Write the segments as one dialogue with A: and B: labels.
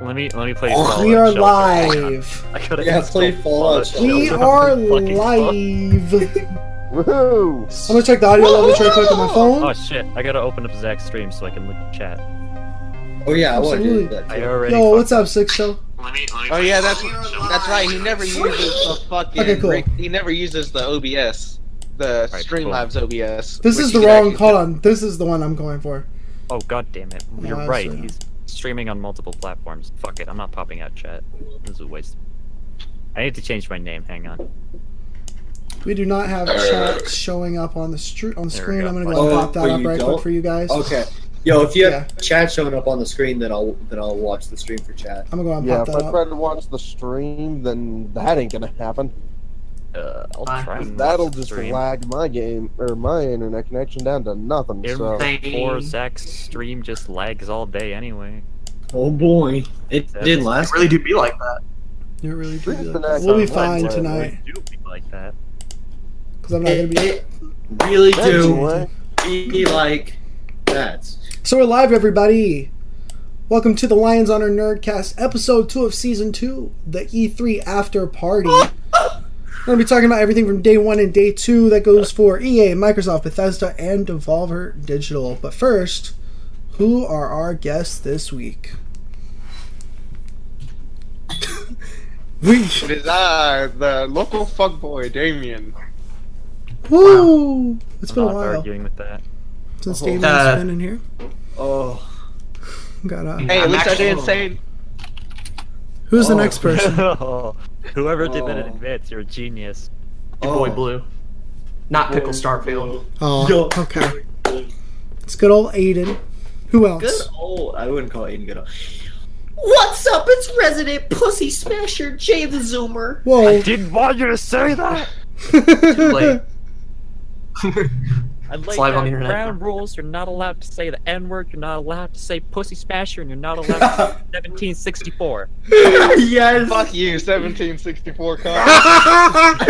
A: let me play.
B: Oh, we
A: Fallout
B: are
A: Shelter.
B: live.
A: I gotta
C: Yeah,
A: install
C: play Fallout
B: We
A: Shelter on
B: are
A: my fucking phone.
B: live. I'm
D: Woohoo!
B: gonna check the audio levels right quick on my
A: Oh
B: phone.
A: shit! I gotta open up Zach's stream so I can look at chat.
C: Oh yeah, I want to do
B: Absolutely.
C: that.
A: I already.
B: Yo, what's
A: fucked-
B: up, Six Show?
E: Let me, let me
F: Oh
E: play
F: yeah, that's
E: Fallout Shelter.
F: that's right. He never uses the fucking.
B: Okay, cool.
F: rig- he never uses the OBS, the
A: Alright, cool.
F: Streamlabs OBS.
B: This
F: which
B: is
F: you
B: the
F: can
B: wrong.
F: actually-
B: Hold on. This is the one I'm going for.
A: Oh god damn it! You're
B: No,
A: right.
B: sure.
A: He's streaming on multiple platforms. Fuck it. I'm not popping out chat. This is a waste. I need to change my name. Hang on.
B: We do not have
C: Alright.
B: chat showing up on the stru-
A: There
B: on the
A: we
B: screen.
A: go.
B: I'm gonna go
C: Oh,
B: and pop that
C: oh,
B: up
C: you
B: right quick
C: don't?
B: for you guys.
D: Oh.
C: Okay. Yo, if you have chat showing up on the screen, then I'll then I'll watch the stream for chat.
B: I'm gonna go and
D: Yeah,
B: pop
D: if
B: that
D: I
B: up.
D: try to watch the stream, then that ain't gonna happen.
A: Uh, I'll
E: Uh,
A: try.
D: 'cause
A: and
D: that'll
A: watch the
D: just
A: stream.
D: lag my game or my internet connection down to nothing. So
A: Everything for Zach's stream just lags all day anyway.
C: Oh boy, it
A: That's-
C: did last.
E: really do be like that.
B: You're really
D: Bring
B: pretty.
D: us
B: good.
D: the next
B: We'll be
D: one.
B: fine
D: Let's-
B: tonight
A: Do be like that.
B: because I'm not gonna
C: It,
B: be.
C: it really do
D: anyway,
C: be like that.
B: So we're live, everybody. Welcome to the Lions on Our Nerdcast, episode two of season two, the E3 after party. We're gonna be talking about everything from day one and day two that goes for EA, Microsoft, Bethesda, and Devolver Digital. But first, who are our guests this week? we
F: It is I, the local fuckboy, Damien.
B: woo! It's
A: I'm
B: been a
A: not
B: while
A: arguing with that.
B: since
C: Oh.
B: Damon's
E: Uh,
B: been in here.
C: Oh,
B: Got uh,
F: Hey, at
E: I'm
F: least I
E: actually-
F: didn't say.
B: who's the
C: oh.
B: next person?
A: Whoever did that in
C: Oh.
A: advance, you're a genius.
E: Your
C: oh.
E: boy Blue. Not Pickle Starfield.
B: Oh,
C: Yo.
B: okay. It's good old Aiden. Who else?
C: Good old. I wouldn't call Aiden good old. What's up? It's resident pussy smasher Jay the Zoomer.
A: I
B: Whoa.
A: didn't want you to say that!
E: late.
A: I laid
E: live on
A: down
E: the internet.
A: ground rules. You're not allowed to say the N word. You're not allowed to say pussy smasher, and you're not allowed to say 1764.
C: yes.
F: Fuck you, 1764 car.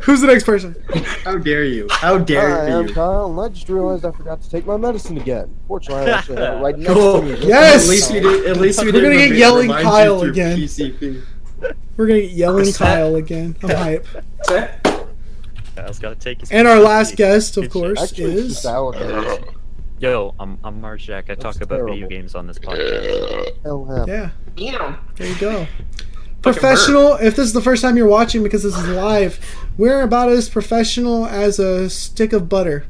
B: Who's the next person?
C: How dare you? How
D: Hi,
C: dare
D: I'm
C: you?
D: Kyle, and I just realized I forgot to take my medicine again. Fortunately, I actually have it right next
C: Oh,
D: to me.
B: Yes!
C: At least we did. At least we
B: We're gonna
C: didn't
B: get
C: remi-
B: yelling
C: remind you
B: Kyle
C: through
B: again.
C: PCP.
B: We're gonna get yelling
E: Who's that?
B: Kyle again. I'm hype.
A: I was gonna take his
B: And our last guest, of
A: It's-
B: course,
D: Actually, it's
B: is
D: just alligators.
A: Yo, I'm I'm Marjack. I talk about video
D: terrible.
A: games on this podcast.
D: Hell yeah.
B: yeah.
E: Damn.
B: There you go. professional. If this is the first time you're watching because this is live, we're about as professional as a stick of butter.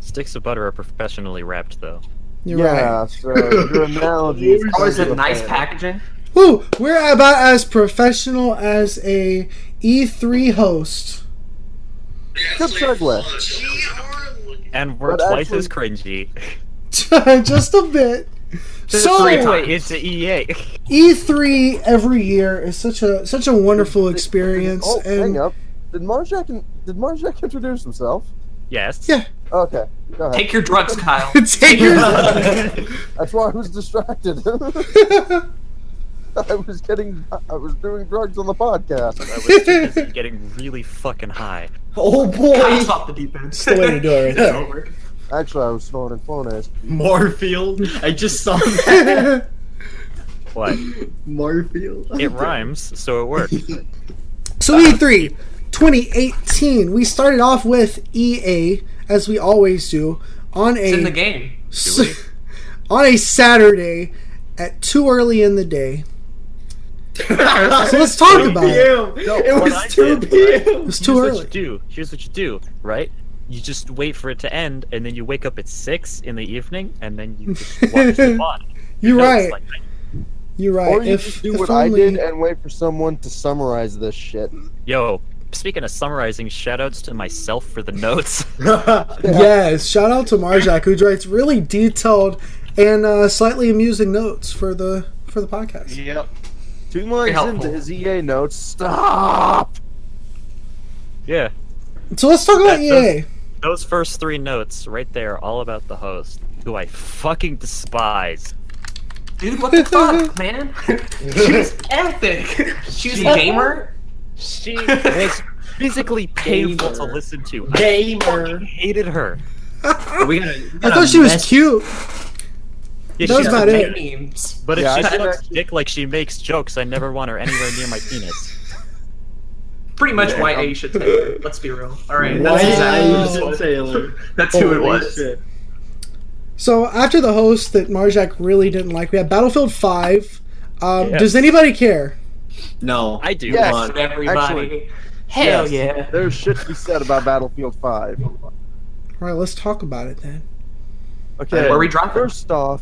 A: Sticks of butter are professionally wrapped, though.
B: You're right.
D: yeah, so your analogy is
E: Always
D: kind
E: a
D: of
E: nice
D: fair.
E: packaging.
B: Woo! We're about as professional as a E3 host.
D: Good segue.
A: And we're
D: But
A: twice
D: actually-
A: as cringy.
B: Just a bit. So
E: Three times.
A: It's the EA.
B: E3 E every year is such a such a wonderful experience.
D: Oh, hang
B: and
D: up. Did Marjack, in- did Marjack introduce himself?
A: yes.
B: Yeah.
D: Okay, go ahead.
E: Take your drugs, Kyle.
B: take your
D: That's why I was distracted. I was getting, I was doing drugs on the podcast.
A: I was too busy getting really fucking high.
C: Oh
E: Kyle's
C: boy,
E: off the deep end.
B: That's the way to do it right there.
D: Actually, I was snorting phones.
C: Morfield. I just saw that.
A: What?
C: Morfield.
A: It rhymes, so it works.
B: So E E3 2018, we started off with EA as we always do on
E: It's in the
B: a
E: game.
B: on a Saturday at too early in the day. So let's talk about it.
C: it
A: what I
C: was 2
A: did-
C: p.m.
B: It's
A: Here's
B: too
A: what
B: early.
A: you do. Here's what you do, right? You just wait for it to end, and then you wake up at six in the evening, and then you just watch the VOD.
B: You're
A: No, it's
B: right.
A: like-
B: You're
D: Or
B: right.
D: you
B: If
D: just do
B: if
D: what
B: only
D: I did and wait for someone to summarize this shit.
A: yo, speaking of summarizing, shoutouts to myself for the notes.
B: Yes, shout out to Marjak who writes really detailed and uh, slightly amusing notes for the for the podcast.
F: yep.
D: Two lines
E: helpful.
D: into his EA E notes. Stop.
A: yeah,
B: So let's talk about E
A: That does-
B: EA.
A: those first three notes right there, all about the host, who I fucking despise.
E: Dude, what the fuck, man? She's epic. She's a gamer.
A: She is physically painful to
C: Gamer.
A: listen to. I
C: Gamer.
A: hated her.
C: We gotta,
B: I thought she was cute.
A: Yeah,
B: That was
A: she's
B: about
A: a
B: it.
A: pain,
E: Memes.
A: But if
D: Yeah, I
A: she
D: did
A: sucks
D: actually-
A: dick like she makes jokes, I never want her anywhere near my penis.
E: Pretty much
F: Yeah.
E: why A should Taylor. Let's be real. All right,
B: Why
E: that's
B: A
E: exactly
B: should
E: what-
F: Taylor.
E: That's who it
F: Holy
E: was.
F: shit.
B: So after the host that Marjak really didn't like, we have Battlefield Five. Um,
A: Yeah.
B: Does anybody care?
C: No.
A: I do.
D: Yes.
E: Come on, everybody.
D: Actually,
E: Hell
D: yes.
E: yeah.
D: There's shit to be said about Battlefield 5.
B: All right, let's talk about it then.
D: Okay.
E: Where we dropping?
D: First off,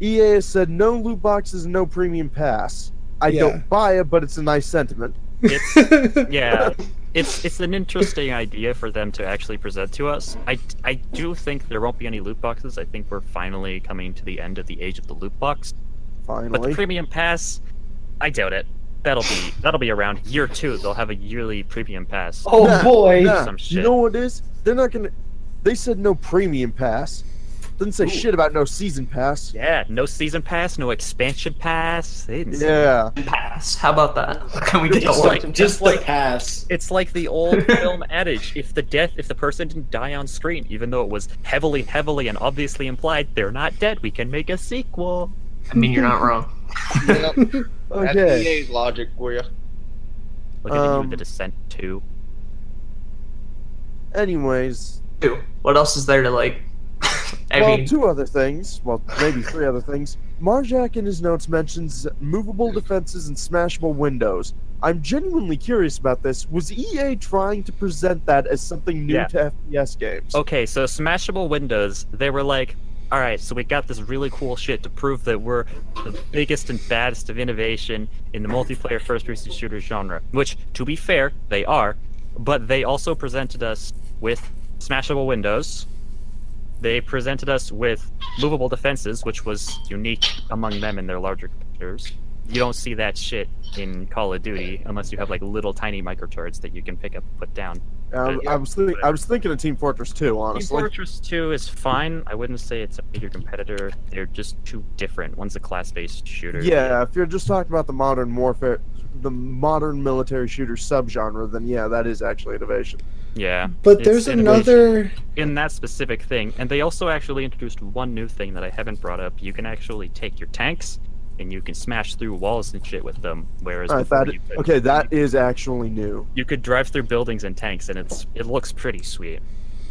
D: EA has said no loot boxes, no premium pass. I
B: Yeah.
D: don't buy it, but it's a nice sentiment.
A: It's, yeah, it's it's an interesting idea for them to actually present to us. I I do think there won't be any loot boxes. I think we're finally coming to the end of the age of the loot box. But the
D: Finally.
A: premium pass, I doubt it. That'll be that'll be around year two. They'll have a yearly premium pass.
C: Oh
D: Nah,
C: boy.
D: nah,
A: Some
D: You
A: shit.
D: know what it is? They're not gonna. They said no premium pass. Didn't say shit about no season pass.
A: Yeah, no season pass, no expansion pass. They didn't say
D: Yeah.
E: Pass. How about that? Can we get a
C: Just
E: like?
C: like, just like pass.
A: It's like the old film adage: if the death, if the person didn't die on screen, even though it was heavily, heavily, and obviously implied, they're not dead. We can make a sequel.
E: I mean, you're not wrong.
F: Yep. That's E
D: Okay.
F: EA's logic for you.
A: Look at you,
D: Um,
A: The Descent Two.
D: Anyways,
E: Two. What else is there to like? I
D: well,
E: mean,
D: two other things. Well, maybe three other things. Marjak in his notes mentions movable defenses and smashable windows. I'm genuinely curious about this. Was EA trying to present that as something new
A: Yeah. Oh,
D: to FPS games?
A: Okay, so smashable windows. They were like, all right, so we got this really cool shit to prove that we're the biggest and baddest of innovation in the multiplayer first-person shooter genre. Which, to be fair, they are. But they also presented us with smashable windows. They presented us with movable defenses, which was unique among them and their larger competitors. You don't see that shit in Call of Duty unless you have like little tiny micro turrets that you can pick up and put down.
D: Um, I was think- I was thinking of Team Fortress 2,
A: Team
D: honestly.
A: Fortress 2 is fine. I wouldn't say it's a major competitor. They're just too different. One's a class-based shooter.
D: Yeah, if you're just talking about the modern warfare, the modern military shooter subgenre, then yeah, that is actually innovation.
A: Yeah.
B: But
A: It's
B: there's
A: innovation.
B: another.
A: In that specific thing, and they also actually introduced one new thing that I haven't brought up. You can actually take your tanks and you can smash through walls and shit with them. Whereas
D: I
A: before
D: thought,
A: you could,
D: okay, that is actually new.
A: you could drive through buildings and tanks, and it's it looks pretty sweet.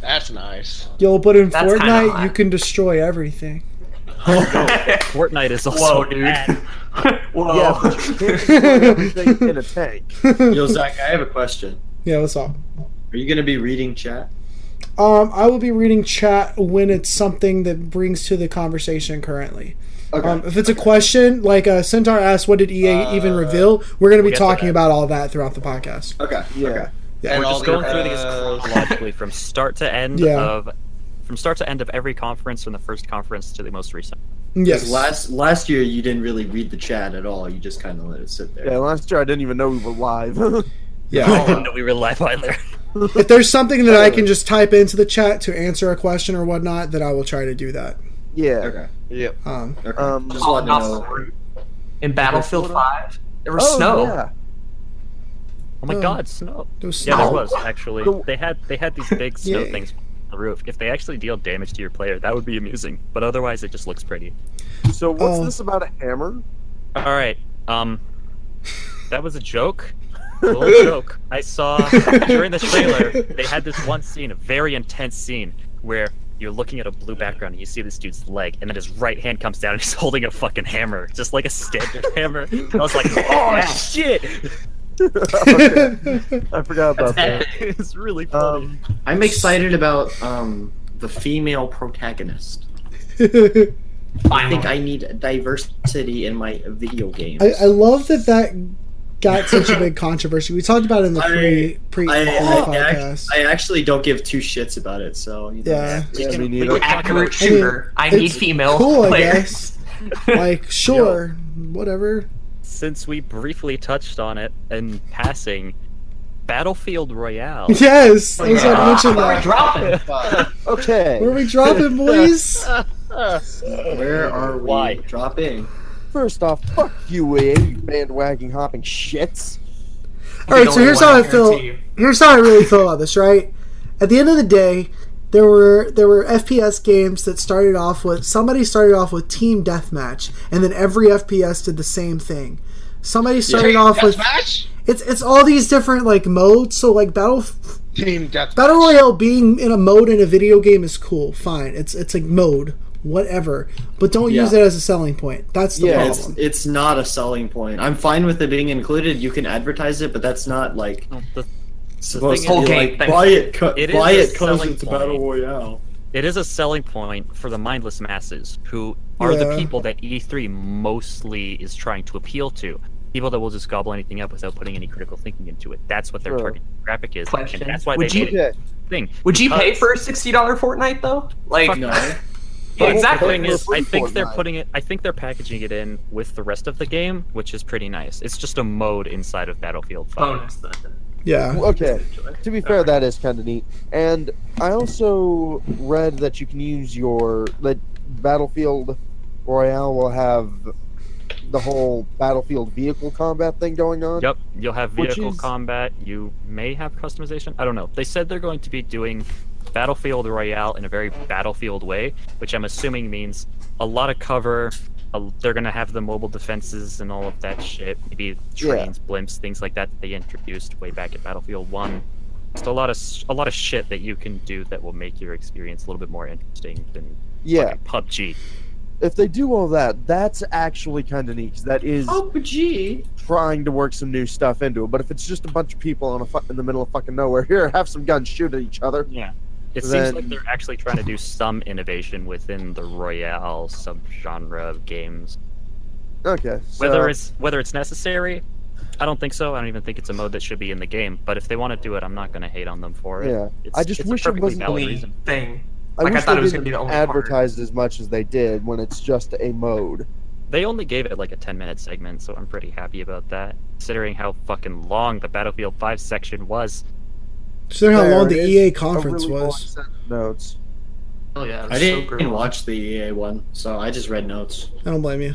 F: That's nice.
B: Yo, but in
E: That's kinda
B: Fortnite,
E: hot.
B: you can destroy everything.
A: Fortnite is also
E: whoa, dude.
A: bad. Oh.
E: whoa.
D: Yeah, but you can't put everything in a tank.
C: Yo, Zach, I have a question.
B: Yeah, what's up?
C: Are you gonna be reading chat?
B: Um, I will be reading chat when it's something that brings to the conversation currently.
C: Okay. Uh,
B: Um, if it's a question, like uh, Centaur asked, what did EA even reveal? We're going to
A: we'll
B: be
A: get to
B: talking
A: that.
B: about all that throughout the podcast.
C: okay.
D: Yeah.
C: Okay.
B: And
A: We're just
F: all the-
A: going through these
F: uh,
A: chronologically from start to end
B: Yeah.
A: of from start to end of every conference, from the first conference to the most recent.
B: Yes.
C: Because last last year you didn't really read the chat at all. You just kind of let it sit there.
D: Yeah, last year I didn't even know we were live.
B: Yeah.
A: I didn't know we were live either.
B: if there's something that I can just type into the chat to answer a question or whatnot, then I will try to do that.
D: yeah.
C: Okay.
F: Yep.
B: Um,
C: Okay.
D: Um,
C: just
E: Oh,
C: wanted to
E: not
C: know.
E: fruit. In Battlefield Five, there was snow.
D: Oh, yeah.
A: Oh my
B: Oh.
A: god, snow.
B: there was
A: Yeah, there
B: snow.
A: was actually.
D: The-
A: They had they had these big snow
B: Yeah.
A: things on the roof. If they actually deal damage to your player, that would be amusing. But otherwise, it just looks pretty.
D: So what's
B: Oh.
D: this about a hammer?
A: All right, um, that was a joke. A little joke. I saw during the trailer they had this one scene, a very intense scene where you're looking at a blue background and you see this dude's leg, and then his right hand comes down and he's holding a fucking hammer, just like a standard hammer. I was like, oh shit,
D: Okay, I forgot about that.
A: it's really funny.
D: Um,
C: I'm excited about um the female protagonist. I think I need diversity in my video games.
B: I, I love that that got such a big controversy. We talked about it in the
C: I-
B: pre pre
C: I, I, act-
B: podcast.
C: I actually don't give two shits about it, so you know.
B: Yeah.
A: We
D: yeah,
A: can-
D: me
A: we
D: neither.
A: can talk about-
E: Accurate shooter. I need
B: it's
E: female
B: cool, I
E: players.
B: like, sure, whatever.
A: since we briefly touched on it in passing, Battlefield Royale.
B: Yes, I was
E: Yeah.
B: going
F: Ah.
B: to mention
E: Where are we
B: that.
E: dropping?
F: Fuck.
B: Where are
D: okay.
B: we dropping, boys?
C: Where are we
A: Why?
C: dropping?
D: First off, fuck you, EA, you bandwagon hopping shits.
B: All right, so here's how I feel.
E: Guarantee you.
B: Here's how I really feel about this. Right at the end of the day, there were there were FPS games that started off with somebody started off with team deathmatch, and then every FPS did the same thing. Somebody started off with
F: Deathmatch?
B: it's it's all these different like modes. So like battle
F: Team Deathmatch.
B: Battle Royale being in a mode in a video game is cool, fine. It's it's a mode, whatever. But don't use
C: Yeah.
B: it as a selling point. That's the
C: Yeah, it's
B: problem.
C: it's not a selling point. I'm fine with it being included. You can advertise it, but that's not like
A: The-
C: supposed
A: thing
C: to be
E: is- Okay,
C: like
E: thank
C: buy
E: you.
C: it, co-
A: It is
C: buy
A: a
C: it because
A: selling
C: it's a
A: point.
C: battle royale.
A: it is a selling point for the mindless masses, who are the
B: Yeah.
A: people that E3 mostly is trying to appeal to. People that will just gobble anything up without putting any critical thinking into it. That's what their
D: Sure.
A: target graphic is,
E: Question.
A: and that's why
E: Would
A: they
E: you-
A: made it
D: Okay.
A: a thing.
E: Would you pay
A: Uh,
E: for a sixty dollar Fortnite though? Like
C: No,
E: yeah,
A: The
E: exactly.
A: thing is, I think they're
D: Fortnite.
A: putting it. I think they're packaging it in with the rest of the game, which is pretty nice. It's just a mode inside of Battlefield 5.
E: bonus then.
B: yeah.
D: Okay. To be fair, that is kind of neat. And I also read that you can use your that Battlefield Royale will have the whole Battlefield vehicle combat thing going on.
A: Yep, you'll have
D: Which
A: vehicle
D: is-
A: combat. You may have customization. I don't know. They said they're going to be doing Battlefield Royale in a very Battlefield way, which I'm assuming means a lot of cover. A, they're going to have the mobile defenses and all of that shit. Maybe
D: Yeah.
A: trains, blimps, things like that that they introduced way back at Battlefield One. Just a lot of s- a lot of shit that you can do that will make your experience a little bit more interesting than
D: Yeah.
A: fucking PUBG.
D: If they do all that, that's actually kind of neat 'cause that is
C: oh, but gee.
D: trying to work some new stuff into it. But if it's just a bunch of people on a fu- in the middle of fucking nowhere, here, have some guns, shoot at each other.
A: Yeah. It seems
D: Then-
A: like they're actually trying to do some innovation within the Royale subgenre of games.
D: Okay. So,
A: Whether it's whether it's necessary, I don't think so. I don't even think it's a mode that should be in the game. But if they want to do it, I'm not going to hate on them for it.
D: yeah,
A: It's,
D: I just
A: it's a
D: wish it
A: perfectly
D: wasn't
A: valid
E: Only
A: reason.
E: thing.
D: I
E: Like, I
D: wish
E: thought
D: they
E: it was
D: didn't
E: gonna be the only part.
D: advertised as much as they did when it's just a mode.
A: They only gave it like a 10 minute segment, so I'm pretty happy about that. Considering how fucking long the Battlefield 5 section was,
B: Considering how
D: There
B: long the
D: is
B: EA
D: a
B: conference
D: really long
B: was.
D: set of Notes.
E: Oh yeah, it
C: I
E: was
C: didn't
E: so brutal.
C: watch the EA one, so I just read notes.
B: I don't blame you.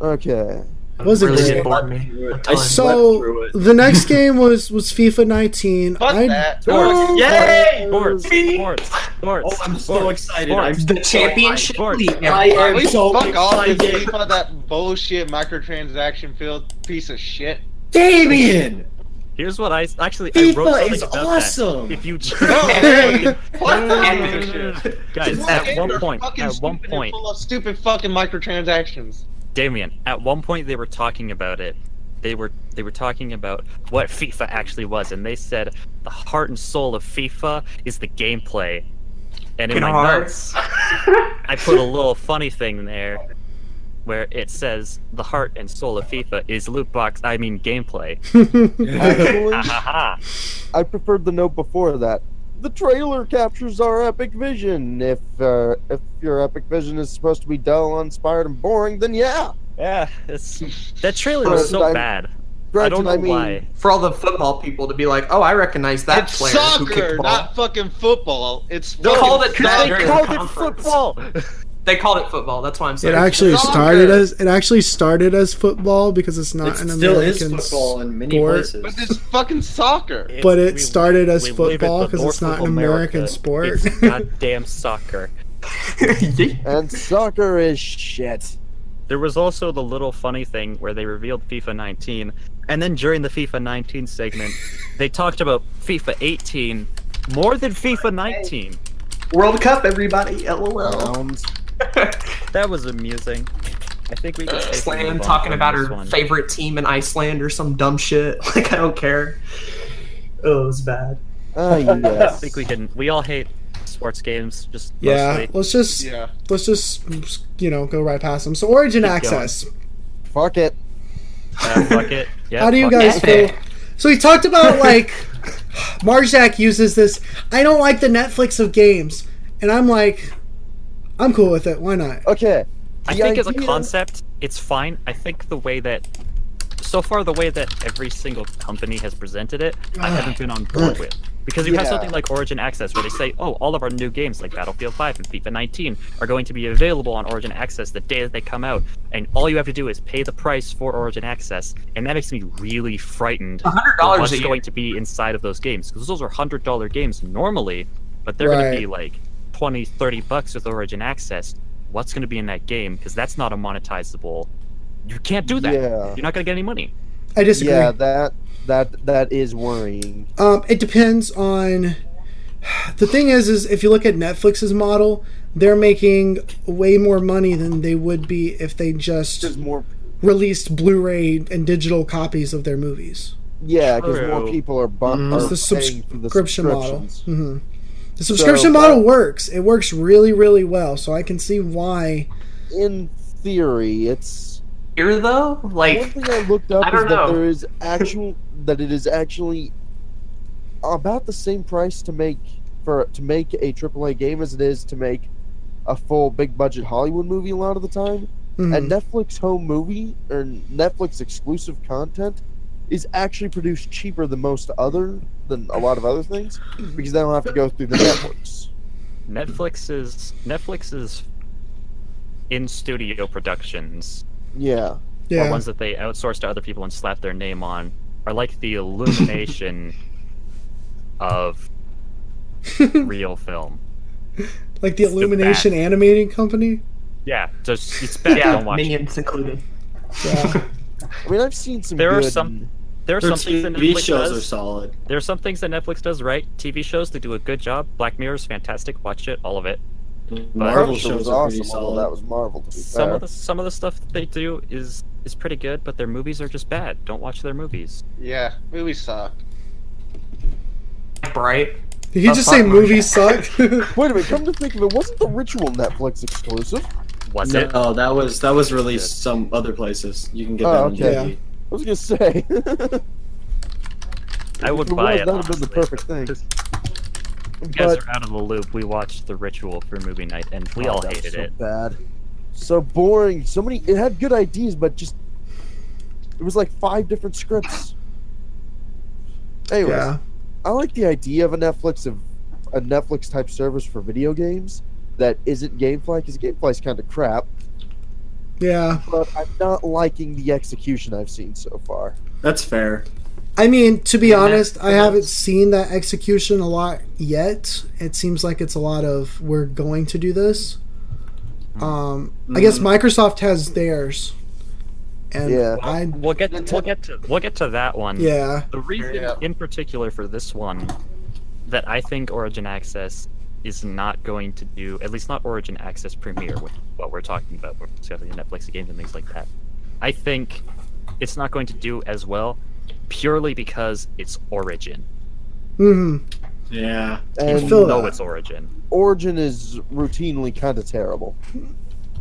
D: Okay.
E: It
B: wasn't
E: really
B: great.
E: did bore me. a
C: I
E: ton.
C: saw- Slept
B: So
C: through it.
B: the next game was was FIFA 19.
F: Fuck
B: I
F: that.
A: Sports.
C: Yay!
A: sports,
E: Me?
A: sports, sports.
C: Oh, I'm so excited.
A: Sports.
C: I'm
E: the championship
A: Sports.
E: league.
C: I
F: At
C: am
F: least
C: so
F: fuck off and
C: excited.
F: FIFA that bullshit microtransaction filled piece of shit.
C: Damien!
A: Here's what I actually I wrote
C: FIFA
A: something
C: is
A: about that.
C: awesome!
A: If you
F: No, What the fuck
E: And-
F: is this shit?
A: guys,
F: These
A: at
F: games
A: one
F: are
A: point,
F: fucking
A: at one
F: stupid and
A: point,
F: full of stupid fucking microtransactions.
A: Damien, at one point they were talking about it. They were they were talking about what FIFA actually was, and they said the heart and soul of FIFA is the gameplay. And in
E: Fucking
A: my notes,
E: hearts.
A: I put a little funny thing there, where it says the heart and soul of FIFA is loot box. I mean gameplay.
B: I
D: Actually,
A: Ha ha ha.
D: I preferred the note before that. The trailer captures our epic vision. If uh, if your epic vision is supposed to be dull, uninspired, and boring, then yeah.
A: Yeah, it's, that trailer was so
D: Granted,
A: bad. I don't know
D: Granted,
A: why.
E: For all the football people to be like, oh, I recognize that
F: it's
E: player who
F: soccer,
E: kicked the ball.
F: not fucking football. It's
E: They
F: fucking
E: called it that
F: soccer.
E: during the
A: Called it
E: conference.
A: football.
E: They called it football. That's why I'm
B: It
E: saying.
B: actually
F: Soccer.
B: started as it actually started as football because it's not
C: It
B: an
C: still is
B: American
C: football in many
B: sport.
F: But
C: places.
F: it's fucking soccer.
B: But it
A: We-
B: started as
A: we live in the
B: football 'cause it's
A: north
B: not
A: of
B: an American
A: America.
B: sport.
A: It's goddamn soccer.
D: And soccer is shit.
A: There was also the little funny thing where they revealed FIFA 19, and then during the FIFA 19 segment, they talked about FIFA 18 more than FIFA 19.
E: World Cup, everybody. LOL.
D: Rounds.
A: That was amusing. I think we can safely move on
E: Iceland talking
A: from
E: about
A: this
E: her
A: one.
E: favorite team in Iceland or some dumb shit. Like I don't care. Oh, it was bad.
D: Ah,
A: I
D: yes.
A: think we can. We all hate sports games, just
B: Yeah,
A: mostly.
B: let's just
F: Yeah.
B: let's just you know go right past them. So Origin
A: going.
B: Access.
D: Fuck it.
A: Uh, fuck it. Yeah,
B: How do you
A: fuck it.
B: guys feel?
E: Epic.
B: So he talked about like Marjak uses this. I don't like the Netflix of games, and I'm like, I'm cool with it. Why not?
D: Okay.
A: I
D: The
A: think as a
D: idea-
A: concept, it's fine. I think the way that, so far, the way that every single company has presented it, I haven't been on board with. Because you have
D: Yeah.
A: something like Origin Access where they say, oh, all of our new games like Battlefield 5 and FIFA 19 are going to be available on Origin Access the day that they come out. And all you have to do is pay the price for Origin Access. And that makes me really frightened
E: hundred
A: for
E: dollars
A: what's
E: a year.
A: going to be inside of those games. Because those are $100 games normally. but they're going
B: Right.
A: to be like 20, 30 bucks with Origin Access. What's going to be in that game? Because that's not a monetizable. You can't do that.
D: Yeah.
A: You're not going to get any money.
B: I disagree.
D: Yeah, that that that is worrying.
B: Um, it depends on. The thing is, is if you look at Netflix's model, they're making way more money than they would be if they just
D: There's more.
B: released Blu-ray and digital copies of their movies.
D: Yeah, because more
A: True.
D: people are, bu-
C: Mhm.
D: are
B: Mm-hmm. It's the
D: paying for the
B: subscription model.
D: subscriptions.
B: hmm The subscription
D: So, uh,
B: model
D: but-
B: works. It works really, really well. So I can see why.
D: In theory, it's
E: Here though,
D: One
E: like
D: thing I looked up
E: I
D: is that
E: don't know.
D: there is actual that it is actually about the same price to make for to make a AAA game as it is to make a full big budget Hollywood movie a lot of the time.
B: Mhm.
C: Hmm.
D: And Netflix home movie or Netflix exclusive content is actually produced cheaper than most other than a lot of other things because they don't have to go through the networks.
A: Netflix's Netflix's in studio productions
D: Yeah.
A: or
B: yeah.
A: ones that they outsource to other people and slap their name on are like the illumination of real film.
B: like the
A: It's the
B: Illumination
A: back.
B: Animating Company.
A: Yeah, just it's bad.
E: yeah,
A: Don't watch. it.
E: minions included.
B: Yeah.
D: I mean I've seen some
A: There are
D: good-
A: some- There are
C: Their
A: some things that
C: TV
A: Netflix
C: shows are
A: does.
C: solid.
A: There are some things that Netflix does right. TV shows they do a good job. Black Mirror is fantastic. Watch it, all of it.
C: Marvel
D: Punisher was
C: shows are pretty
D: awesome, although
C: solid.
D: that was Marvel to be
A: Some
D: fair.
A: of the some of the stuff that they do is is pretty good, but their movies are just bad. Don't watch their movies.
F: Yeah, really sucked.
E: Bright.
B: Did he
E: Oh,
B: just
E: fuck
B: say
E: my
B: movies suck?
D: Wait a minute, come to think of it, wasn't the Ritual Netflix exclusive? I
A: Was it?
C: No, that was that was released some other places. You can get
D: Oh,
C: that on DVD.
D: okay. was gonna say.
A: I would
D: If it
A: buy
D: was,
A: it.
D: That would have been
A: honestly.
D: the perfect thing.
A: You guys
D: But
A: are out of the loop. We watched The Ritual for movie night, and we
D: Oh,
A: all
D: that was
A: hated
D: so
A: it.
D: Bad. So boring. So many. It had good ideas, but just it was like five different scripts. Anyways,
B: yeah.
D: I like the idea of a Netflix of a Netflix type service for video games that isn't GameFly because GameFly's kind of crap.
B: Yeah.
D: But I'm not liking the execution I've seen so far.
C: That's fair.
B: I mean, to be
E: Yeah,
B: honest, I
E: it
B: haven't
E: is.
B: seen that execution a lot yet. It seems like it's a lot of we're going to do this. Um, I guess Microsoft has theirs, and
D: Yeah.
B: I
A: We'll get we'll get to we'll get to that one.
B: yeah
A: The reason
F: Yeah.
A: in particular for this one that I think Origin Access is not going to do, at least not Origin Access Premiere, with what we're talking about, we're discussing Netflix games and things like that. I think it's not going to do as well purely because it's Origin.
B: hmm
C: Yeah.
D: And
A: People
B: Phil-
A: know it's Origin.
D: Origin is routinely kind of terrible.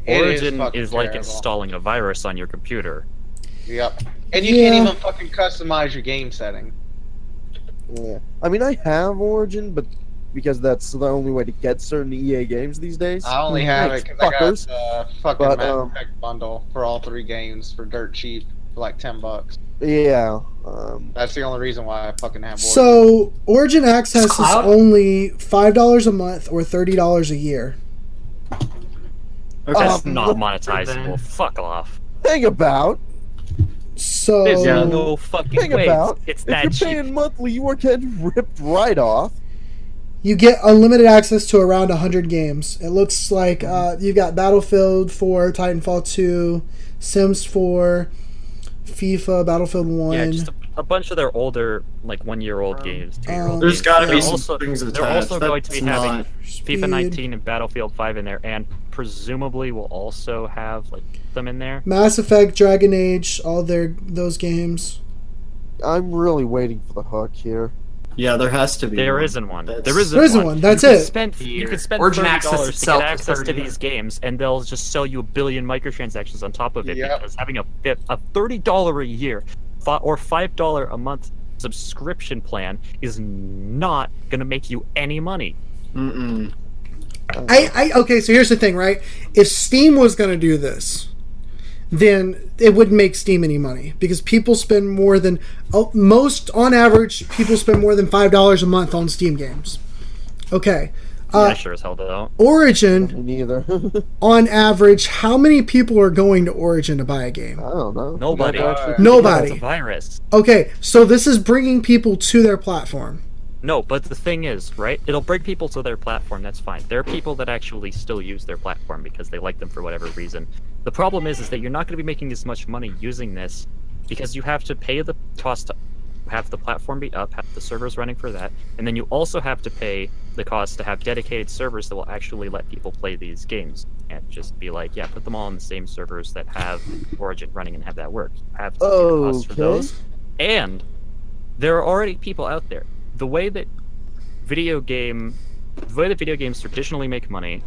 F: It is
A: Origin
F: fucking
A: is, like
F: terrible.
A: installing a virus on your computer.
F: Yep. And you
B: Yeah.
F: can't even fucking customize your game setting.
D: Yeah. I mean, I have Origin, but because that's the only way to get certain EA games these days.
F: I only have it
D: Thanks,
F: because I got
D: fuckers.
F: the fucking
D: But,
F: Mass
D: um,
F: Effect bundle for all three games for dirt cheap, for like ten bucks.
D: Yeah. Um,
F: That's the only reason why I fucking have. Origin.
B: So Origin Access is
E: Cloud?
B: only five dollars a month or thirty dollars a year.
D: Okay.
A: That's
D: Um,
A: not
E: then-
A: monetizable. Fuck off.
D: think about.
B: So
A: There's
C: Yeah.
A: uh, no fucking
D: Oh. Think
A: way.
D: about.
A: It's
D: If
A: that
D: you're
A: cheap.
D: paying monthly, you are getting ripped right off.
B: you get unlimited access to around 100 games. It looks like uh, you've got Battlefield 4, Titanfall 2, Sims 4, FIFA, Battlefield 1.
A: Yeah, just a, a bunch of their older, like one-year-old games,
D: um,
A: two-year-old.
B: There's
A: games.
C: Um, gotta be
A: They're
C: some
A: also,
C: strings
A: They're
C: attached.
A: also going to be
C: That's
A: having
C: not-
A: FIFA 19 and Battlefield 5 in there, and presumably will also have like them in there.
B: Mass Effect, Dragon Age, all their those games.
D: I'm really waiting for the hook here.
C: Yeah, there has to be.
A: There
C: one.
A: isn't one.
C: That's-
A: There isn't.
B: There isn't
A: one.
B: one, that's
A: you
B: it.
A: Could spend, you
E: Here.
A: could spend
E: Origin
A: thirty
E: access
A: dollars to
E: itself
A: get
E: is
A: access to
E: 30.
A: these games, and they'll just sell you a billion microtransactions on top of it.
F: Yep.
A: Because having a fi- a thirty dollar a year fi- or five dollar a month subscription plan is not gonna make you any money.
C: Mm-mm.
B: I, I okay. So here's the thing, right? If Steam was going to do this, then it wouldn't make Steam any money because people spend more than oh, most on average. People spend more than five dollars a month on Steam games. Okay, Uh,
A: I sure as hell don't.
B: Origin
D: Me neither.
B: on average, how many people are going to Origin to buy a game?
D: I don't know.
A: Nobody.
D: Actually-
B: Nobody.
A: It's a virus.
B: Okay, so this is bringing people to their platform.
A: No, but the thing is, right? It'll bring people to their platform. That's fine. There are people that actually still use their platform because they like them for whatever reason. The problem is, is that you're not going to be making as much money using this because you have to pay the cost to have the platform be up, have the servers running for that, and then you also have to pay the cost to have dedicated servers that will actually let people play these games and just be like, yeah, put them all on the same servers that have Origin running and have that work. Have the costs for
D: Okay.
A: those, and there are already people out there. The way that video game, the way that video games traditionally make money,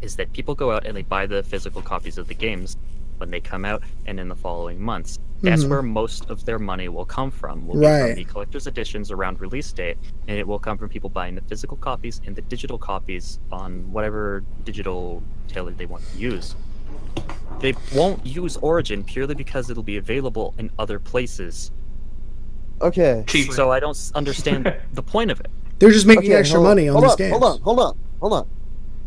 A: is that people go out and they buy the physical copies of the games when they come out and in the following months. That's
B: Mhm.
A: where most of their money will come from. Will be
B: Right.
A: from the collector's editions around release date, and it will come from people buying the physical copies and the digital copies on whatever digital tailor they want to use. They won't use Origin purely because it'll be available in other places.
D: Okay.
E: Cheap.
A: So I don't s- understand the point of it.
B: They're just making
D: okay,
B: extra
D: hold
B: money on
D: hold
B: these
D: up,
B: games.
D: Hold on, hold on, hold on.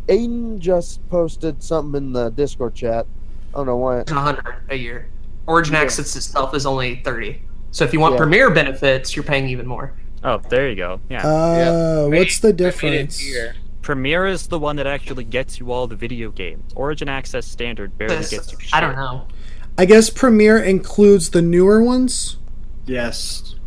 D: Aiden just posted something in the Discord chat. I don't know why.
E: 100 a year. Origin
D: Yeah.
E: Access itself is only 30. So if you want
D: Yeah.
E: Premier benefits, you're paying even more.
A: Oh, there you go. Yeah.
B: Uh, what's the
F: Made it
B: difference?
F: here.
A: Premiere is the one that actually gets you all the video games. Origin Access Standard barely
E: This-
A: gets you shit.
E: I don't know.
B: I guess Premiere includes the newer ones.
C: Yes.
D: yeah,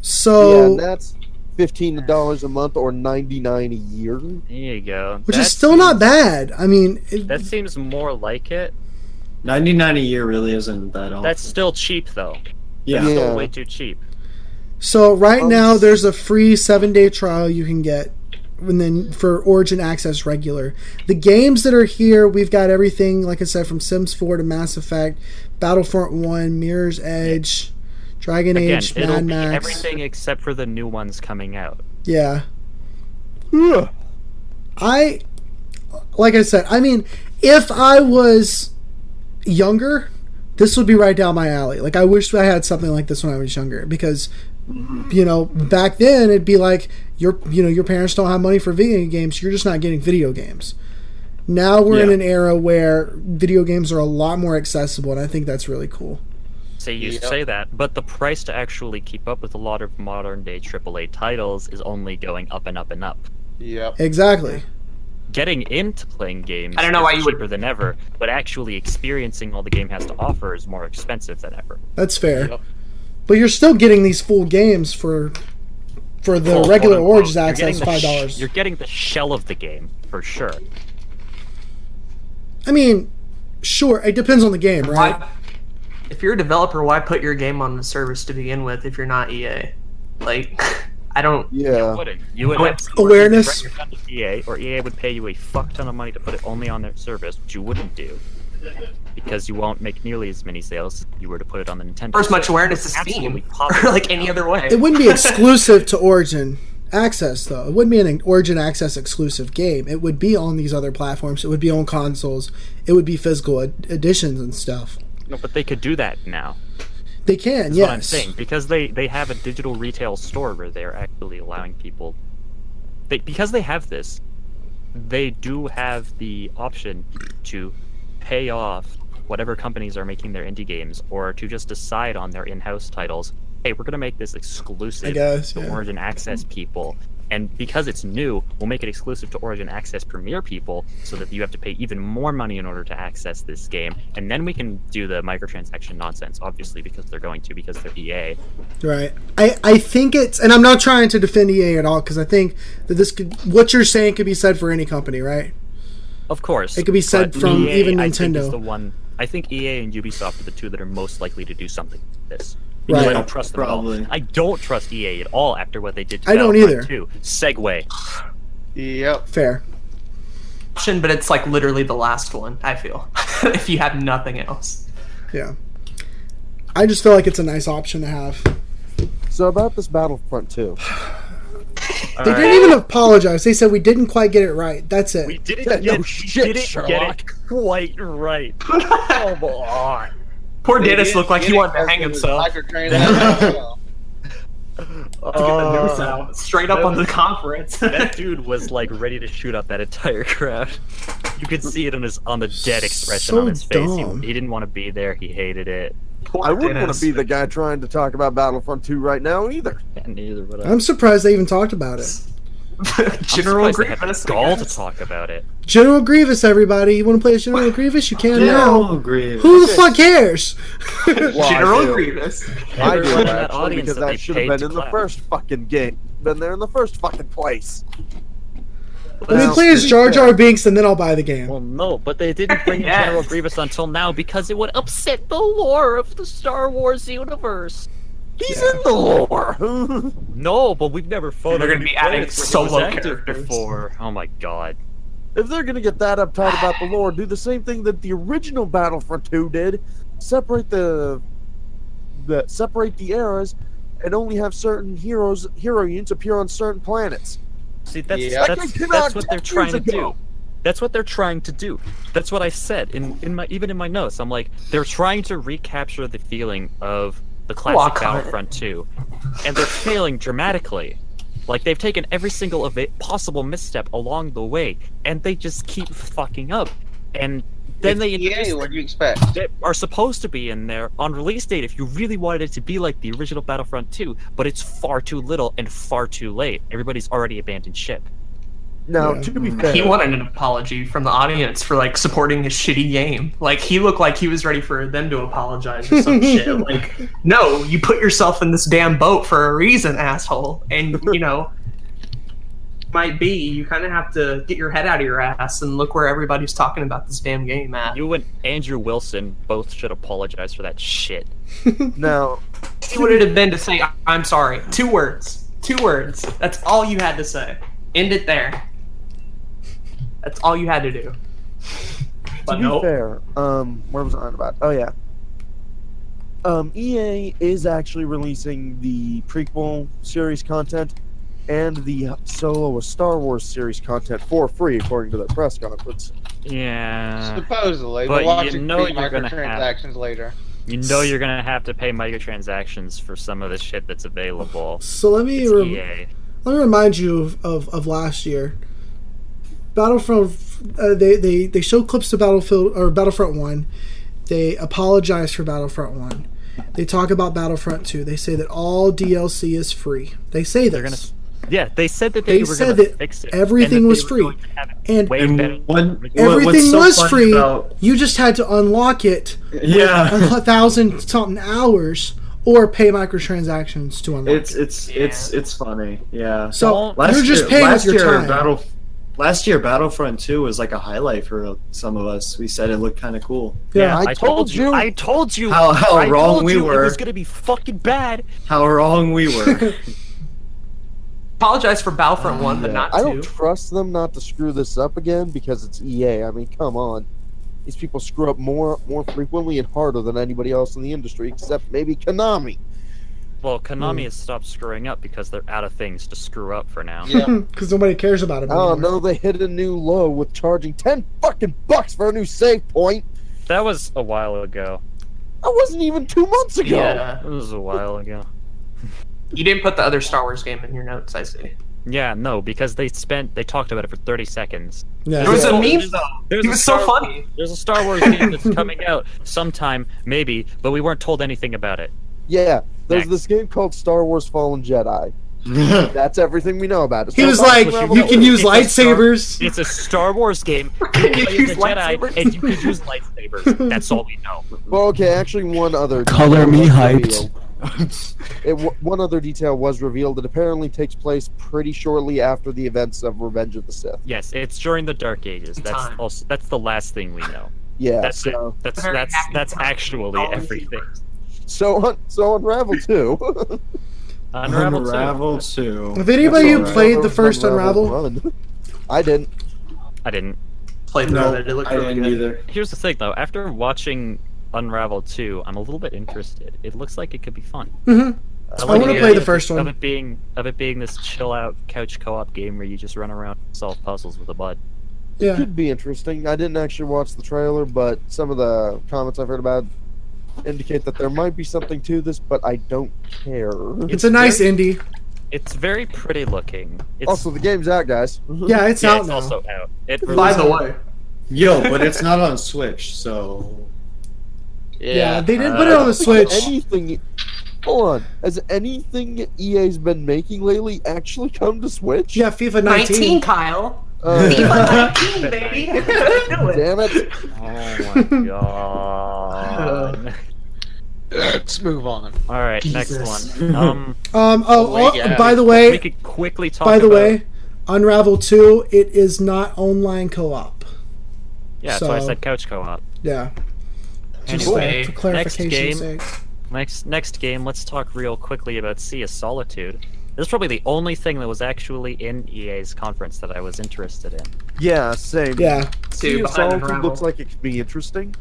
B: So,
D: and that's fifteen dollars a month or ninety nine a year.
A: There you go.
B: which
A: is
B: is still not bad. I mean, it,
A: That seems more like it.
C: 99 a year really isn't that
G: Oh.
C: all.
A: That's still cheap though.
C: yeah.
D: Yeah.
A: Still way too cheap.
B: so right
D: Um,
B: now there's a free seven day trial you can get, and then for Origin Access regular. The games that are here, we've got everything. Like I said, from Sims 4 to Mass Effect, Battlefront 1, Mirror's Edge, Dragon
A: Again,
B: Age,
A: it'll
B: Mad
A: be
B: Max.
A: everything except for the new ones coming out.
B: Yeah.
D: Ugh.
B: I like I said, I mean, if I was younger, this would be right down my alley. Like I wish I had something like this when I was younger because you know, back then it'd be like your you know, your parents don't have money for video games, you're just not getting video games. Now we're in
C: Yeah.
B: an era where video games are a lot more accessible and I think that's really cool.
A: So you
F: Yep.
A: say that, but the price to actually keep up with a lot of modern day AAA titles is only going up and up and up.
F: Yep.
B: Exactly.
A: Getting into playing games
E: I don't know
A: is
E: why you would-
A: cheaper than ever, but actually experiencing all the game has to offer is more expensive than ever.
B: That's fair.
F: Yep.
B: But you're still getting these full games for for the
A: Full,
B: regular
A: quote-unquote.
B: Origins
A: You're getting
B: access
A: the
B: five
A: sh-
B: dollars.
A: You're getting the shell of the game for sure.
B: I mean, sure, it depends on the game, right?
E: Why, if you're a developer, why put your game on the service to begin with if you're not EA? Like, I don't.
A: You
D: Yeah.
A: wouldn't. You would
E: I
A: have
E: went-
A: to
B: Awareness.
A: direct your fund to EA, E or EA would pay you a fuck ton of money to put it only on their service, which you wouldn't do because you won't make nearly as many sales if you were to put it on the Nintendo.
E: Or as much awareness as
A: Absolutely
E: Steam,
A: popular.
E: or like any other way.
B: It wouldn't be exclusive to Origin Access, though. It wouldn't be an Origin Access exclusive game. It would be on these other platforms. It would be on consoles. It would be physical ed- editions and stuff.
A: No, but they could do that now.
B: They can,
A: That's
B: yes.
A: what I'm saying because they they have a digital retail store where they're actually allowing people. They because they have this, they do have the option to pay off whatever companies are making their indie games, or to just decide on their in-house titles. Hey, we're gonna make this exclusive
B: guess,
A: to
B: yeah.
A: Origin Access people. And because it's new, we'll make it exclusive to Origin Access Premier people so that you have to pay even more money in order to access this game. And then we can do the microtransaction nonsense, obviously, because they're going to, because they're E EA.
B: Right. I, I think it's, and I'm not trying to defend EA at all because I think that this could, what you're saying could be said for any company, right?
A: Of course.
B: It could be said
A: but
B: from
A: EA,
B: even
A: I think, is
B: Nintendo.
A: the one, I think EA and Ubisoft are the two that are most likely to do something like this. Because I
B: Right.
A: don't trust them at all.
C: Probably.
A: I don't trust EA at all after what they did to
B: I don't
A: Battlefront
B: either.
A: 2. Segway.
F: Yep.
B: Fair.
E: option, but it's like literally the last one. I feel if you have nothing else.
B: Yeah. I just feel like it's a nice option to have.
D: So about this Battlefront two.
A: All
B: They
A: right.
B: didn't even apologize. They said we didn't quite get it right. That's it.
A: We
D: Yeah,
A: didn't,
D: no
A: get, we
D: shit,
A: didn't get it
D: Sherlock.
A: quite right. Come on.
E: Poor Dennis looked like he
F: Getting
E: wanted to hang
F: closer to
E: himself.
F: microtransaction.
E: to get the news
A: Uh,
E: out. Straight up on the conference.
A: that dude was like ready to shoot up that entire crowd. You could see it on his on the dead expression
B: So
A: on his face. He,
B: dumb.
A: he didn't want to be there. He hated it.
E: Poor
D: I wouldn't want
E: Dennis.
D: to be the guy trying to talk about Battlefront 2 right now either.
A: Yeah, neither would I.
B: I'm surprised they even talked about it.
A: I'm
E: General
A: surprised they had the
E: Grievous. I
A: gall to
E: guess.
A: talk about it.
B: General Grievous, everybody. You want to play as General Grievous? You can now.
C: agree.
B: Who the fuck cares?
D: Well, I
E: General
D: do.
E: Grievous.
D: I do
A: Everyone in that
D: actually,
A: audience
D: because
A: that
D: I
A: they
D: should
A: paid
D: have been
A: to
D: in the
A: clap.
D: first fucking game. Been there in the first fucking place.
B: Let me play as Jar Jar Binks and then I'll buy the game.
A: Well, no, but they didn't bring in General
E: Yes.
A: Grievous until now because it would upset the lore of the Star Wars universe.
D: He's in the lore.
A: No, but we've never fought.
E: They're
A: him
E: gonna be
A: before.
E: adding
A: He was
E: solo
A: active
E: characters.
A: before. Oh my god.
D: if they're gonna get that uptight about the lore, do the same thing that the original Battlefront 2 did. Separate the, the separate the eras, and only have certain heroes heroines appear on certain planets.
A: See, that's
F: Yeah.
D: That
A: that's,
D: came
A: that's
D: out
A: what they're
D: 10
A: trying to
D: years ago.
A: do. That's what they're trying to do. That's what I said in in my even in my notes. I'm like, they're trying to recapture the feeling of the classic
E: Walk on it.
A: Battlefront 2, and they're failing dramatically. Like they've taken every single of it possible misstep along the way, and they just keep fucking up. And then they
F: EA,
A: introduce
F: what do you expect?
A: that are supposed to be in there on release date if you really wanted it to be like the original Battlefront 2, but it's far too little and far too late. Everybody's already abandoned ship.
D: Now,
B: Yeah.
D: to be
C: He
D: fair,
E: He wanted an apology from the audience for like supporting his shitty game. Like he looked like he was ready for them to apologize or some shit. Like, no, you put yourself in this damn boat for a reason, asshole. And you know, might be you kind of have to get your head out of your ass and look where everybody's talking about this damn game at.
A: You and Andrew Wilson both should apologize for that shit.
D: now
E: See what it'd have been to say, "I- "I'm sorry." Two words. Two words. That's all you had to say. End it there. That's all you had to do.
D: to
E: But
D: be
E: no,
D: fair, um, where was I on about? Oh yeah. Um, EA is actually releasing the prequel series content and the solo a Star Wars series content for free, according to their press conference.
A: Yeah.
F: Supposedly,
A: But
F: but
A: you
F: logic
A: know
F: being
A: you're gonna have-
F: microtransactions later.
A: You know you're gonna have to pay microtransactions for some of the shit that's available.
B: So let me
A: It's E
B: rem-
A: EA.
B: let me remind you of, of, of last year. Battlefront, uh, they, they they show clips to Battlefield or Battlefront One. They apologize for Battlefront One. They talk about Battlefront Two. They say that all DLC is free. They say this.
A: They're gonna. Yeah, they said that they,
B: They
A: were
B: said
A: gonna
B: that
A: fix it. and
B: everything
A: that they
B: was
A: were
B: free.
A: going to have it
B: and
A: way better.
C: And one, what-
B: everything
C: what's so
B: was
C: funny
B: free.
C: about-
B: You just had to unlock it
C: yeah.
B: a thousand something hours or pay microtransactions to unlock.
C: It's
B: it.
C: it's it's it's funny. Yeah.
B: so
C: Last
B: you're just
C: year,
B: paying
C: last
B: with your
C: year,
B: time.
C: Battle, last year, Battlefront Two was like a highlight for some of us. We said it looked kind of cool.
B: yeah.
D: I told you.
A: I told you.
C: How- how
A: I
C: wrong
A: told
C: we
A: you It
C: were.
A: was gonna be fucking bad.
C: How wrong we were.
E: apologize for Battlefront One, but not
D: I
E: two.
D: don't trust them not to screw this up again because it's EA. I mean, come on. These people screw up more more frequently and harder than anybody else in the industry, except maybe Konami.
A: Well, Konami has stopped screwing up because they're out of things to screw up for now.
F: Yeah.
B: because nobody cares about it.
D: Oh
B: anymore.
D: no, they hit a new low with charging ten fucking bucks for a new save point.
A: That was a while ago.
D: That wasn't even two months ago.
E: Yeah,
A: That was a while ago.
E: you didn't put the other Star Wars game in your notes. I see.
A: Yeah, no, because they spent they talked about it for 30 seconds.
B: Yeah.
E: There was
A: Yeah.
E: a meme though.
A: There's
E: He
A: a
E: was so
A: Star-
E: funny.
A: There's a Star Wars game that's coming out sometime, maybe, but we weren't told anything about it.
D: Yeah, there's
A: Next.
D: this game called Star Wars Fallen Jedi. That's everything we know about it.
B: He
D: So
B: was
D: far,
B: like,
D: it's not
B: you
D: about
B: can
D: it.
A: It's
B: use
A: a Star-
B: lightsabers.
A: It's a Star Wars game.
E: Can
A: You
E: you
A: play
E: use
A: as a Jedi,
E: lightsabers?
A: and you can use lightsabers. That's all we know.
D: Well, okay, actually, one other
C: Color
D: detail
C: me
D: was
C: hyped.
D: revealed. it, w- one other detail was revealed that apparently takes place pretty shortly after the events of Revenge of the Sith.
A: Yes, it's during the Dark Ages. That's
E: Time.
A: also that's the last thing we know.
D: Yeah.
A: That's
D: so,
A: it. That's
E: Very
A: that's
E: happy
A: that's
E: time.
A: actually
E: All these
A: everything.
E: words.
D: so on, so Unravel too.
A: Unravel, two.
C: Unravel Two.
B: If anybody
C: That's all
B: played
D: Unravel-
B: the first
D: Run. I didn't.
A: I didn't.
E: Played through
C: No,
E: it. It looked
C: I
E: really
C: didn't
E: good.
C: either.
A: Here's the thing though, after watching Unravel 2, I'm a little bit interested. It looks like it could be fun.
B: Mhm.
A: I,
B: I
A: like
B: want to
A: the
B: play
A: idea
B: the first
A: of
B: one.
A: it being of it being this chill out couch co-op game where you just run around and solve puzzles with a bud.
B: Yeah.
D: could be interesting. I didn't actually watch the trailer, but some of the comments I've heard about indicate that there might be something to this, but I don't care.
B: It's a nice indie.
A: It's very pretty looking. It's,
D: Also, the game's out, guys.
B: Yeah, it's
A: yeah,
B: out
A: it's
B: now.
A: also out. It
E: By
A: released-
E: the way,
C: Yo, but it's not on Switch, so
B: Yeah, they didn't
A: Uh,
B: put it on the
D: think
B: Switch.
D: Anything. Hold on. Has anything EA's been making lately actually come to Switch?
B: yeah, FIFA 19.
E: 19, Kyle.
D: Uh,
E: FIFA 19, baby. Do it.
D: damn it.
A: Oh my god.
F: Let's move on.
A: All right,
E: Jesus.
A: next one. Um,
B: Um, oh,
F: Oh,
B: oh,
F: yeah.
B: by the
A: we
B: way,
A: could quickly talk.
B: by the
A: about-
B: way, Unravel 2, it is not online co-op.
A: yeah, that's why I
B: so-
A: said couch co-op.
B: Yeah. Just
A: Anyway,
B: uh,
E: Hey,
B: for
E: next
B: clarification's
A: game.
B: sake.
A: next next game, let's talk real quickly about Sea of Solitude. This is probably the only thing that was actually in EA's conference that I was interested in.
D: Yeah, same.
B: Yeah.
E: Two
D: Sea of
E: behind
D: Solitude
E: Unravel.
D: looks like it could be interesting.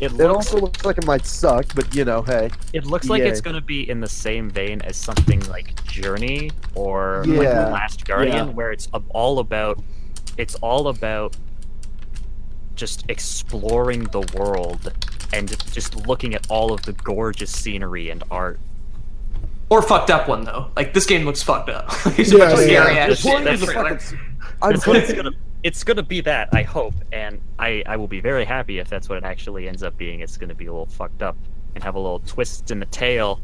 A: It
D: It
A: looks
D: also looks like it might suck, but you know, hey.
A: It looks like
D: Yeah.
A: it's gonna be in the same vein as something like Journey or like
D: Yeah.
A: The Last Guardian,
C: Yeah.
A: where it's ab- all about it's all about just exploring the world and just looking at all of the gorgeous scenery and art.
E: Or fucked up one, though. Like, this game looks fucked up. There's
B: Yeah,
E: a bunch of
B: yeah.
E: scary ass
A: This
E: shit.
A: one
E: in the
A: is a
E: trailer.
D: I'm
A: That's what it's gonna it's gonna be that, I hope, and I, I will be very happy if that's what it actually ends up being. It's gonna be a little fucked up and have a little twist in the tail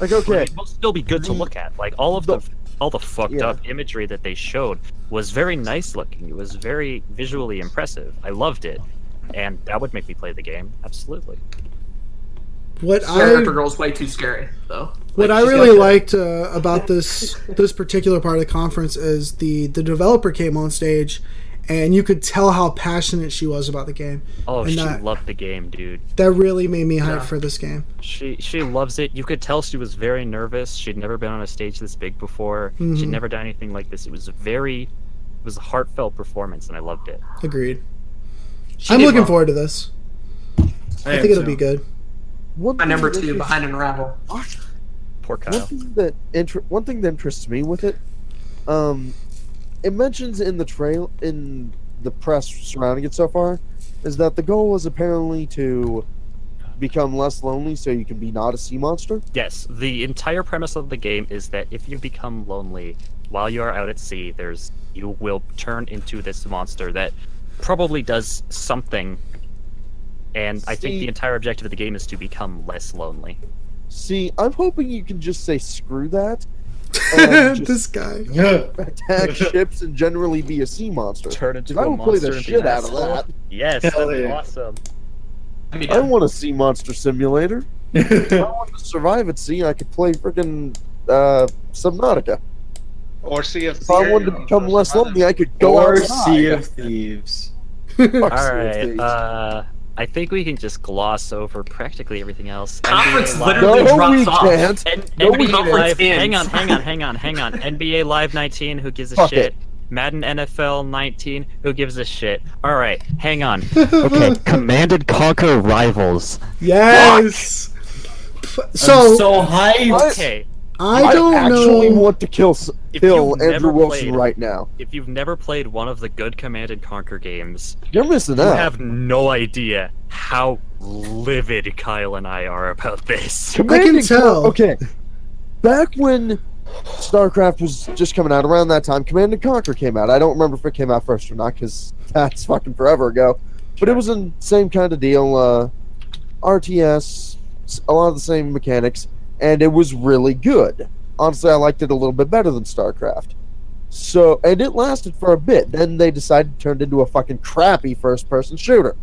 D: like, okay.
A: It will still be good to look at. Like all of the all the fucked
D: Yeah.
A: up imagery that they showed was very nice looking. It was very visually impressive. I loved it. And that would make me play the game. Absolutely.
B: What I
E: Character girl's way too scary, though.
B: what
E: Like,
B: I
E: she's
B: really
E: got the-
B: liked uh, about this this particular part of the conference is the the developer came on stage, and you could tell how passionate she was about the game.
A: Oh,
B: And
A: she
B: that-
A: loved the game, dude.
B: That really made me hype
E: Yeah.
B: for this game.
A: She she loves it. You could tell she was very nervous. She'd never been on a stage this big before.
B: Mhm.
A: She'd never done anything like this. It was a very it was a heartfelt performance and I loved it.
B: Agreed.
E: she
B: I'm
E: did
B: looking
E: well.
B: forward to this. I, think it'll be good.
D: One
E: My
D: thing
E: number
D: that
E: two,
D: interests-
E: behind Unravel.
A: Poor
D: One
A: Kyle.
D: thing that inter- one thing that interests me with it, um, it mentions in the trail in the press surrounding it so far, is that the goal was apparently to become less lonely so you can be not a sea monster.
A: Yes, the entire premise of the game is that if you become lonely while you are out at sea, there's you will turn into this monster that probably does something. And I think
D: See-
A: the entire objective of the game is to become less lonely.
D: See, I'm hoping you can just say screw that. and Oh, just
B: this guy.
D: attack ships and generally be a sea monster.
F: Turn into
D: 'Cause I will play the shit out of that.
A: Yes,
F: Hell
A: that's
F: yeah.
A: awesome.
E: I mean,
D: I want a sea monster simulator. if I
F: that.
D: wanted to survive at sea, I could play freaking uh, Subnautica.
F: or see if
D: If I wanted to become less lonely, I could go
C: or
D: outside.
C: Sea of Thieves.
D: Fuck Sea
A: All
D: of
A: right,
D: Thieves.
A: uh, I think we can just gloss over practically everything else.
E: Conference
A: NBA Live-
E: literally-
D: no, we
E: drops off.
D: can't.
A: N-
D: No, we
A: NBA
E: don't.
A: Live.
E: It's in.
A: Hang on, hang on, hang on, hang on. NBA Live 19. Who gives a
D: Fuck
A: shit?
D: it.
A: Madden NFL 19. Who gives a shit? All right, hang on. Okay, Command and Conquer Rivals.
B: yes. So,
C: I'm so hyped.
A: Okay,
B: I don't
D: actually
B: know.
D: want to kill s-
A: If
D: kill
A: you've
D: Andrew
A: never
D: Wilson
A: played-
D: right now.
A: if you've never played one of the good Command and Conquer games,
D: You're missing
A: you
D: out.
A: have no idea how livid Kyle and I are about this.
D: Command
B: I can
D: and Con-
B: tell.
D: Okay, back when StarCraft was just coming out around that time, Command and Conquer came out. I don't remember if it came out first or not because that's fucking forever ago. But it was the same kind of deal. Uh, RTS, s- a lot of the same mechanics, and it was really good. Honestly, I liked it a little bit better than StarCraft. So, and it lasted for a bit. Then they decided it turned into a fucking crappy first-person shooter.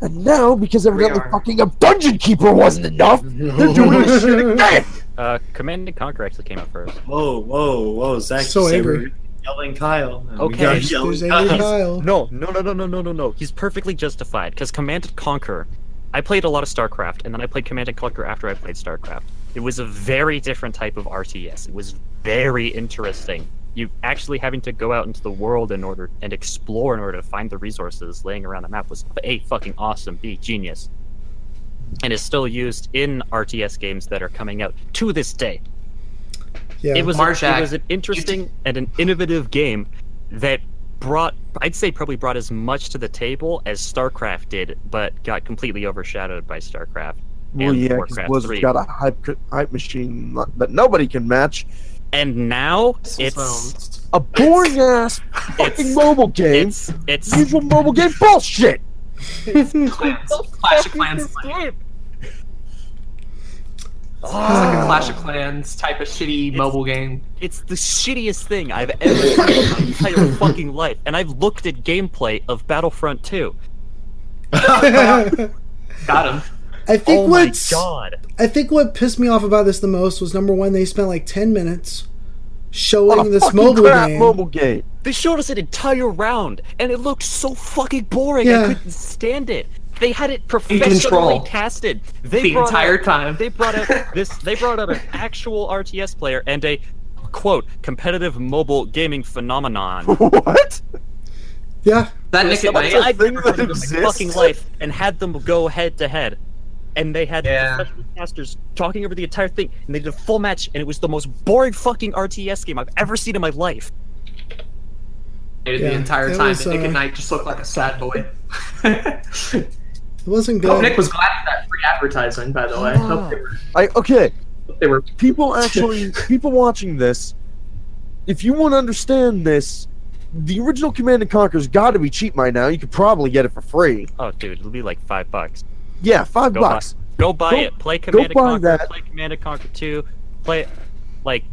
D: And now, because evidently
E: are.
D: fucking a dungeon keeper wasn't enough, they're doing this shit again.
A: Uh, Command and Conquer actually came out first.
C: Whoa, whoa, whoa, Zach.
B: So
C: you say
B: angry.
C: we're Yelling Kyle. and we
A: Okay.
C: got
B: There's-
C: yelling
B: there's Angry
C: Kyle.
B: Kyle.
A: No, no, no, no, no, no, no, no. He's perfectly justified because Command and Conquer. I played a lot of StarCraft, and then I played Command and Conquer after I played StarCraft. It was a very different type of RTS. It was very interesting. You actually having to go out into the world in order and explore in order to find the resources laying around the map was a fucking awesome, b genius, and is still used in RTS games that are coming out to this day.
B: Yeah.
A: It was
E: Marshak,
A: it was an interesting and an innovative game that brought I'd say probably brought as much to the table as StarCraft did, but got completely overshadowed by StarCraft.
D: Well,
A: And
D: yeah, because
A: Warcraft
D: Blizzard's
A: 3.
D: got a hype, hype machine that nobody can match.
A: And now it's
E: It's
D: A boring ass
A: it's
D: fucking mobile game.
A: it's it's
D: usual mobile game bullshit.
E: Clans. Clash of Clans. is like- It's
C: Oh.
E: like a Clash of Clans type of shitty mobile game.
A: It's the shittiest thing I've ever seen in my entire fucking life, and I've looked at gameplay of Battlefront 2.
B: I
E: Got him.
B: think
A: oh
B: what's
A: my god!
B: I think what pissed me off about this the most was number one, they spent like ten minutes showing
D: On a
B: this
D: fucking
B: mobile
D: crap
B: game.
D: mobile game.
A: They showed us an entire round, and it looked so fucking boring.
B: Yeah.
A: I couldn't stand it. They had it professionally
E: Control.
A: casted. They
E: The
A: brought
E: entire
A: out-
E: time.
A: They brought out this. They brought out an actual RTS player and a quote competitive mobile gaming phenomenon.
D: What?
B: Yeah.
E: That Nick at
A: Someone
E: Night.
A: that I've
D: thing
A: never
D: that
A: heard of in my fucking
D: exists?
A: life and had them go head to head. And they had
E: Yeah.
A: professional casters talking over the entire thing, and they did a full match, and it was the most boring fucking RTS game I've ever seen in my life.
E: animated
B: Yeah,
E: the entire
B: it
E: time.
B: was,
E: that Nick
B: uh,
E: at Night just looked like a sad boy.
B: It wasn't
E: Hope
B: good.
E: Nick was glad for that free advertising, by the way. Hope they were.
D: I okay.
E: Hope they were
D: People actually, people watching this, if you want to understand this, the original Command and Conquer's got to be cheap by now. You could probably get it for free.
A: Oh, dude, it'll be like five bucks.
D: Yeah, five
A: Go
D: bucks.
A: Go buy
D: Go-
A: it. Play Command and
D: buy
A: Conquer.
D: that.
A: Play Command and Conquer Two. Play like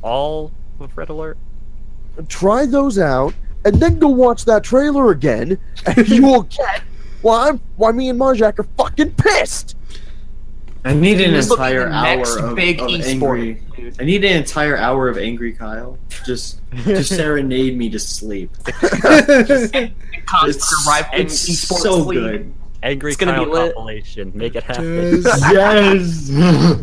A: all of Red Alert.
D: Try those out, and then go watch that trailer again, and you will get why I'm, why me and Marjak are fucking pissed.
C: I need an
E: Look at
C: entire
E: the next
C: hour of,
E: big
C: uh, of
E: e-sport,
C: angry.
E: dude.
C: I need an entire hour of angry Kyle. Just, just serenade me to sleep.
E: And Conquer
C: It's,
E: rival
C: it's
E: esports
C: so
E: league.
C: good.
A: Angry
E: It's gonna
A: Kyle
E: be lit.
A: compilation. Make it happen.
B: Yes.
C: Yes.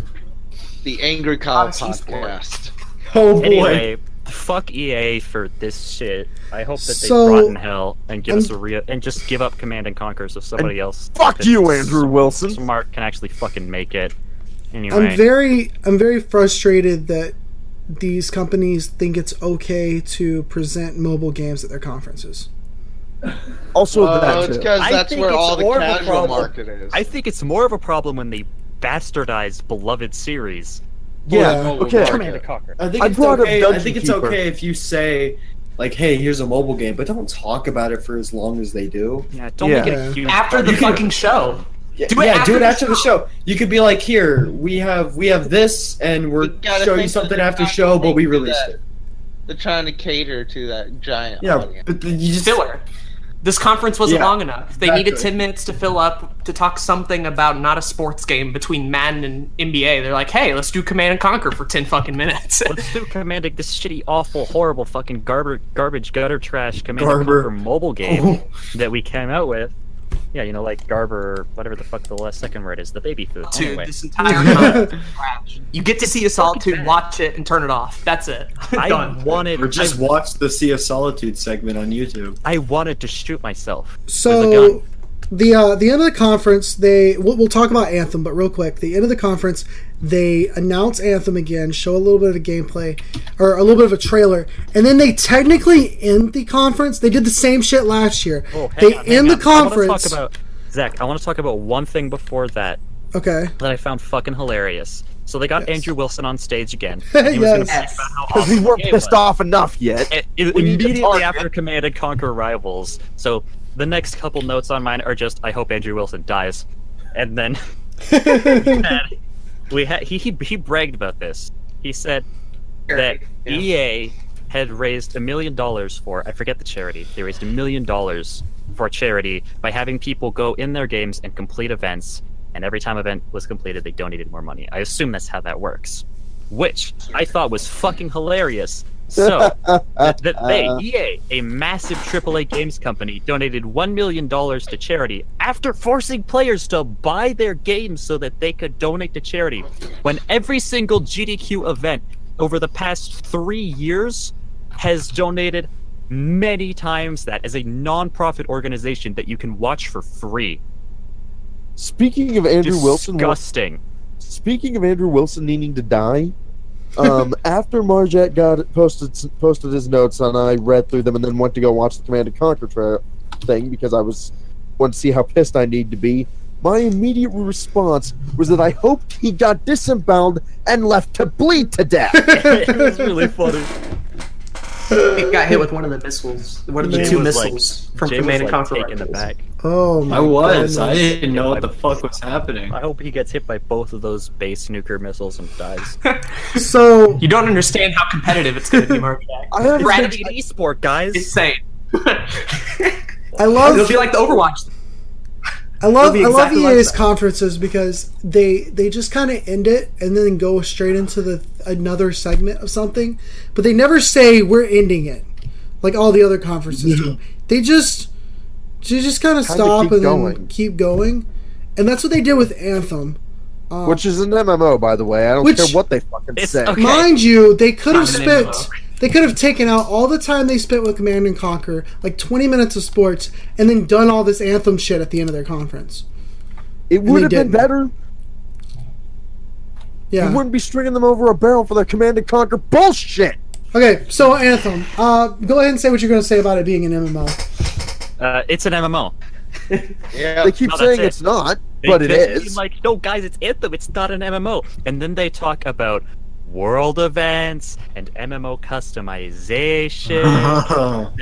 F: The Angry Kyle
D: Ah,
E: Honest esport.
F: podcast.
C: oh boy.
A: Anyway, fuck EA for this shit. I hope that they
B: So-
A: rot in hell and give us
B: I'm-
A: a real and just give up Command and Conquer so somebody else.
D: Fuck
A: that's
D: you, Andrew Wilson.
A: Smart can actually fucking make it. Anyway,
B: I'm very I'm very frustrated that these companies think it's okay to present mobile games at their conferences.
D: Also,
F: Well,
D: that
F: Oh, it's
D: too.
F: because
A: I
F: that's
A: think
F: where
A: it's
F: all the
A: more of a
F: casual
A: problem.
F: market is.
A: I think it's more of a problem when they bastardize beloved series.
D: yeah.
F: Well,
D: Okay.
F: well,
A: Command and Conquer.
C: I think
D: I
C: it's
D: brought up
C: okay. I
D: Dungeon
C: think it's
D: Keeper.
C: okay if you say, like, "Hey, here's a mobile game," but don't talk about it for as long as they do.
A: Yeah, don't
D: Yeah.
A: make it a huge.
E: After the fucking show.
C: Yeah,
E: Do it after
C: do it
E: the
C: after the show. You could be like, "Here, we have we have this, and we're
F: You gotta
C: show you
F: think
C: something
F: that
C: after
F: they're
C: show, but we
F: not gonna
C: released
F: do
C: it."
F: They're trying to cater to that giant
C: Yeah,
F: audience.
C: but then you just
E: Filler. This conference wasn't
C: Yeah,
E: long enough. They needed
C: exactly.
E: 10 minutes to fill up to talk something about not a sports game between Madden and NBA. They're like, hey, let's do Command and Conquer for 10 fucking minutes.
A: Let's do Command and- this shitty, awful, horrible, fucking garbage, garbage, gutter trash Command and
C: Garber.
A: Conquer mobile game that we came out with. Yeah, you know, like Garber, whatever the fuck the last second word is, the baby food.
E: Dude,
A: anyway.
E: this entire conference is trash. You get to see us all to watch it and turn it off. That's it.
A: I
E: Done.
A: wanted,
C: or just
A: I,
C: watch the Sea of Solitude segment on YouTube.
A: I wanted to shoot myself. There's a
B: So
A: gun.
B: the uh, the end of the conference, they we'll, we'll talk about Anthem, but real quick, the end of the conference, they announce Anthem again, show a little bit of the gameplay or a little bit of a trailer, and then they technically end the conference. They did the same shit last year.
A: Oh, hang
B: they
A: on, hang
B: end the
A: on. I wanna
B: conference.
A: talk about, Zach, I want to talk about one thing before that
B: okay.
A: that I found fucking hilarious. So they got
B: Yes.
A: Andrew Wilson on stage again. and He was gonna
B: Yes.
A: talk about how
D: Because we
A: awesome
D: weren't
A: the game
D: pissed
A: was.
D: off enough yet.
A: it, it-
D: We need to
A: E, immediately
D: target.
A: after Command and Conquer Rivals. So the next couple notes on mine are just, I hope Andrew Wilson dies, and then had- we had he, he he bragged about this. He said that EA had raised a million dollars for I forget the charity. They raised a million dollars for charity by having people go in their games and complete events. And every time event was completed, they donated more money. I assume that's how that works, which I thought was fucking hilarious. So that, that they,
D: Uh,
A: EA, a massive AAA games company, donated $1 million to charity after forcing players to buy their games so that they could donate to charity. When every single GDQ event over the past three years has donated many times that as a non-profit organization that you can watch for free.
D: Speaking of Andrew Wilson,
A: Disgusting.
D: speaking of Andrew Wilson needing to die, um, after Marjat got posted posted his notes and I read through them and then went to go watch the Command and Conquer tra- thing because I was wanted to see how pissed I need to be. My immediate response was that I hoped he got disemboweled and left to bleed to death.
A: it was really funny.
E: It got hit with one of the missiles. One of the
A: Jay
E: two
A: was, like-
E: missiles from
A: Jay
E: Command
A: was
E: and
A: like
E: Conquer.
A: taken
E: rifles.
A: aback.
B: Oh my
G: I was. I
B: goodness.
G: didn't know what the fuck was happening.
A: I hope he gets hit by both of those base nuclear missiles and dies.
B: So
E: You don't understand how competitive it's going to be, Mark. Jack.
D: I have
E: Right.
A: It's an esport, guys.
E: It's insane.
B: I
E: It'll
B: love
E: be like the Overwatch.
B: I love
E: It'll be exactly
B: I
E: like
B: love EA's
E: that.
B: conferences because they they just kind of end it and then go straight into the another segment of something, but they never say we're ending it, like all the other conferences do. They just they just kind of stop
D: keep
B: and then
D: going.
B: keep going, and that's what they did with Anthem. Um,
D: which is an MMO, by the way. I don't
B: Which-
D: care what they fucking
A: It's-
D: say.
A: okay.
B: mind you, they could have
E: Not an MMO.
B: spent they could have taken out all the time they spent with Command and Conquer, like twenty minutes of sports, and then done all this Anthem shit at the end of their conference.
D: It would have been
B: didn't.
D: better.
B: Yeah.
D: You wouldn't be stringing them over a barrel for their Command and Conquer bullshit.
B: Okay, so Anthem. Uh, go ahead and say what you're going to say about it being an MMO.
A: Uh, it's an MMO.
F: Yeah.
D: They keep
A: No, that's
D: saying
A: it.
D: it's not,
A: They
D: but it
A: just be
D: is.
A: Like, no, guys, it's Anthem. It's not an MMO. And then they talk about world events and MMO
D: Uh-huh.
A: customization.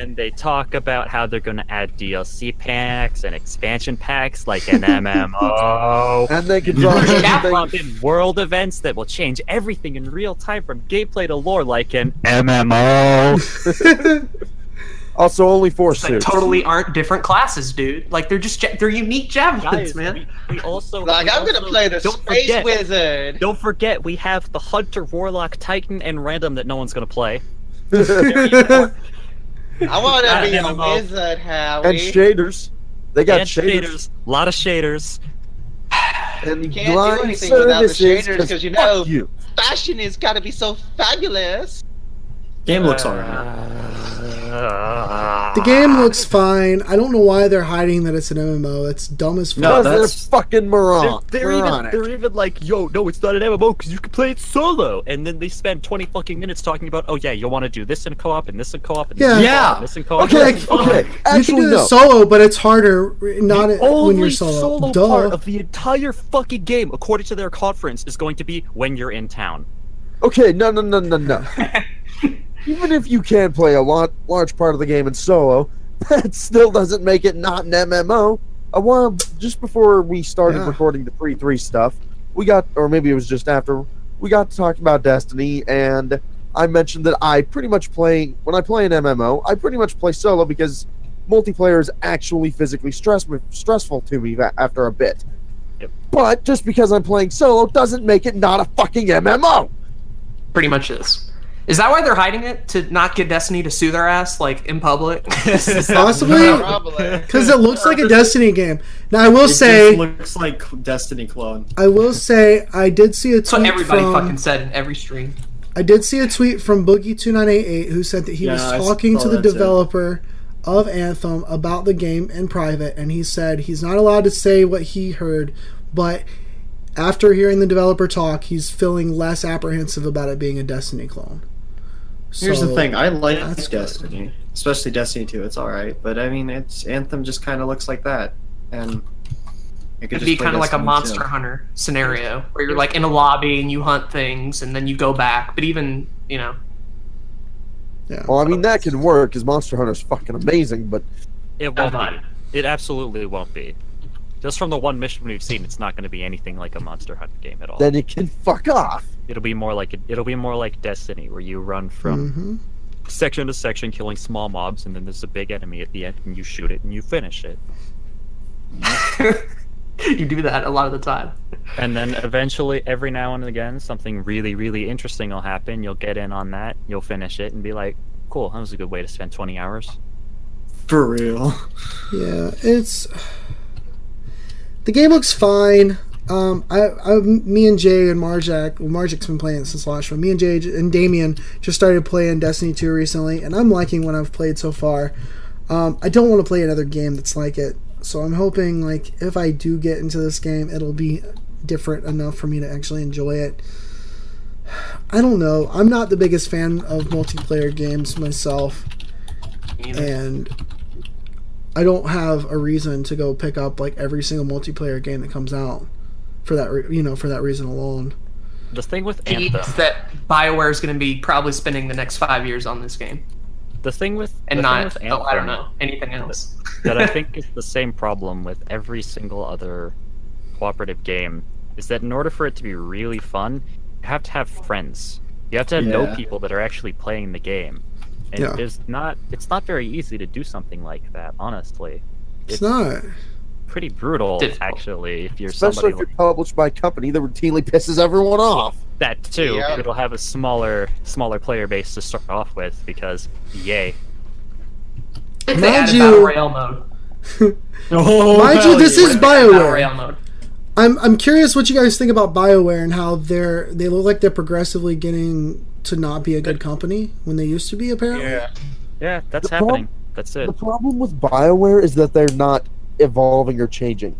A: and they talk about how they're going to add DLC packs and expansion packs like an MMO.
D: and they can drop
A: That
D: everything.
A: brought in Um, world events that will change everything in real time from gameplay to lore like an MMO.
D: Also, "Oh, only four
E: It's like
D: suits.
E: totally aren't different classes, dude. Like they're just ja- they're unique javelins,
A: guys,
E: man.
A: we, we also
F: Like
A: we
F: I'm gonna
A: also-
F: play the
A: don't
F: space
A: forget-
F: wizard.
A: Don't forget, we have the Hunter, Warlock, Titan, and Random that no one's gonna play.
F: I wanna
A: Not
F: be
A: an
F: a
A: MMO.
F: wizard, Howie.
D: and shaders. They got
A: and
D: shaders.
A: shaders. A lot of shaders.
D: And
F: You can't do
D: blind
F: anything without the
D: services,
F: shaders, 'cause you
D: fuck
F: know-
D: you.
F: Fashion has gotta be so fabulous.
G: Game looks alright.
B: The game looks fine. I don't know why they're hiding that it's an MMO. That's dumb as fuck.
G: No,
D: 'Cause they're
G: that's-
D: fucking moron.
A: They're, they're
D: We're
A: even
D: on it.
A: they're even like, yo, no, it's not an MMO because you can play it solo. And then they spend twenty fucking minutes talking about, oh yeah, you'll want to do this in co-op and this in co-op and this in co-op,
B: Yeah.
G: Yeah.
A: and this in co-op.
D: Okay,
A: This in co-op.
D: okay.
B: you can
D: Actually,
B: do it
D: no.
B: solo, but it's harder not it-
A: Only
B: when you're solo.
A: solo
B: Duh.
A: part of the entire fucking game, according to their conference, is going to be when you're in town.
D: Okay, no, no, no, no, no. Even if you can play a lot, large part of the game in solo, that still doesn't make it not an MMO. A while Uh, just before we started
B: Yeah.
D: recording the pre three stuff, we got, or maybe it was just after, we got to talking about Destiny, and I mentioned that I pretty much play when I play an MMO, I pretty much play solo because multiplayer is actually physically stress, stressful to me va- after a bit.
A: Yep.
D: But just because I'm playing solo doesn't make it not a fucking MMO.
E: Pretty much is. Is that why they're hiding it to not get Destiny to sue their ass like in public?
B: Possibly
F: Probably.
B: because it looks like a Destiny game. Now I will
G: It
B: say,
G: just looks like Destiny clone.
B: I will say, I did see a
E: That's what
B: tweet
E: everybody
B: from
E: fucking said in every stream.
B: I did see a tweet from Boogie two nine eight eight who said that he
G: Yeah,
B: was
G: I
B: talking
G: saw
B: to the
G: that too.
B: developer of Anthem about the game in private, and he said he's not allowed to say what he heard, but after hearing the developer talk, he's feeling less apprehensive about it being a Destiny clone.
G: Here's
B: So,
G: the thing. I like
B: that's good.
G: Destiny, especially Destiny 2. It's all right, but I mean, it's Anthem just kind of looks like that, and it could
E: It'd
G: just
E: be
G: play
E: kind of like a
G: Destiny
E: Monster
G: 2.
E: Hunter scenario where you're like in a lobby and you hunt things and then you go back. But even you know,
B: Yeah.
D: Well, I mean that can work because Monster Hunter's fucking amazing, but
A: It won't
E: come
A: be.
E: on.
A: It absolutely won't be. Just from the one mission we've seen, it's not going to be anything like a Monster Hunter game at all.
D: then it can fuck off.
A: it'll be more like it'll be more like Destiny, where you run from
B: Mhm.
A: section to section, killing small mobs, and then there's a big enemy at the end, and you shoot it and you finish it,
E: you do that a lot of the time.
A: and then eventually, every now and again, something really, really interesting will happen. You'll get in on that, you'll finish it, and be like, "Cool, that was a good way to spend 20 hours."
G: For real.
B: Yeah, it's the game looks fine. Um, I, I, me and Jay and Marjak, well, Marjak's been playing it since last show. Me and Jay and Damien just started playing Destiny 2 recently, and I'm liking what I've played so far. Um, I don't want to play another game that's like it, so I'm hoping like if I do get into this game, it'll be different enough for me to actually enjoy it. I don't know. I'm not the biggest fan of multiplayer games myself
E: Neither.
B: and I don't have a reason to go pick up like every single multiplayer game that comes out for that re- you know for that reason alone.
A: The thing with
E: Means
A: Anthem,
E: that Bioware is going to be probably spending the next five years on this game.
A: The thing with
E: and
A: the thing
E: not
A: with
E: oh, I don't
A: Anthem
E: know anything else.
A: that I think is the same problem with every single other cooperative game is that in order for it to be really fun, you have to have friends. You have to know
G: Yeah.
A: people that are actually playing the game. And
B: Yeah.
A: there's not it's not very easy to do something like that, honestly.
B: It's not.
A: Pretty brutal
E: Difficult.
A: actually if you're
D: Especially
A: somebody
D: if you're
A: like
D: published by a company that routinely pisses everyone off.
A: that too.
F: Yeah.
A: It'll have a smaller smaller player base to start off with because yay.
E: If they added
B: Mind
E: battle
B: you-
E: royale mode,
B: Mind you, this is
E: battle
B: Bioware.
E: royale mode.
B: I'm I'm curious what you guys think about Bioware and how they're they look like they're progressively getting to not be a good company when they used to be. Apparently,
F: Yeah.
A: Yeah, that's
D: The prob-
A: happening. that's it.
D: The problem with BioWare is that they're not evolving or changing.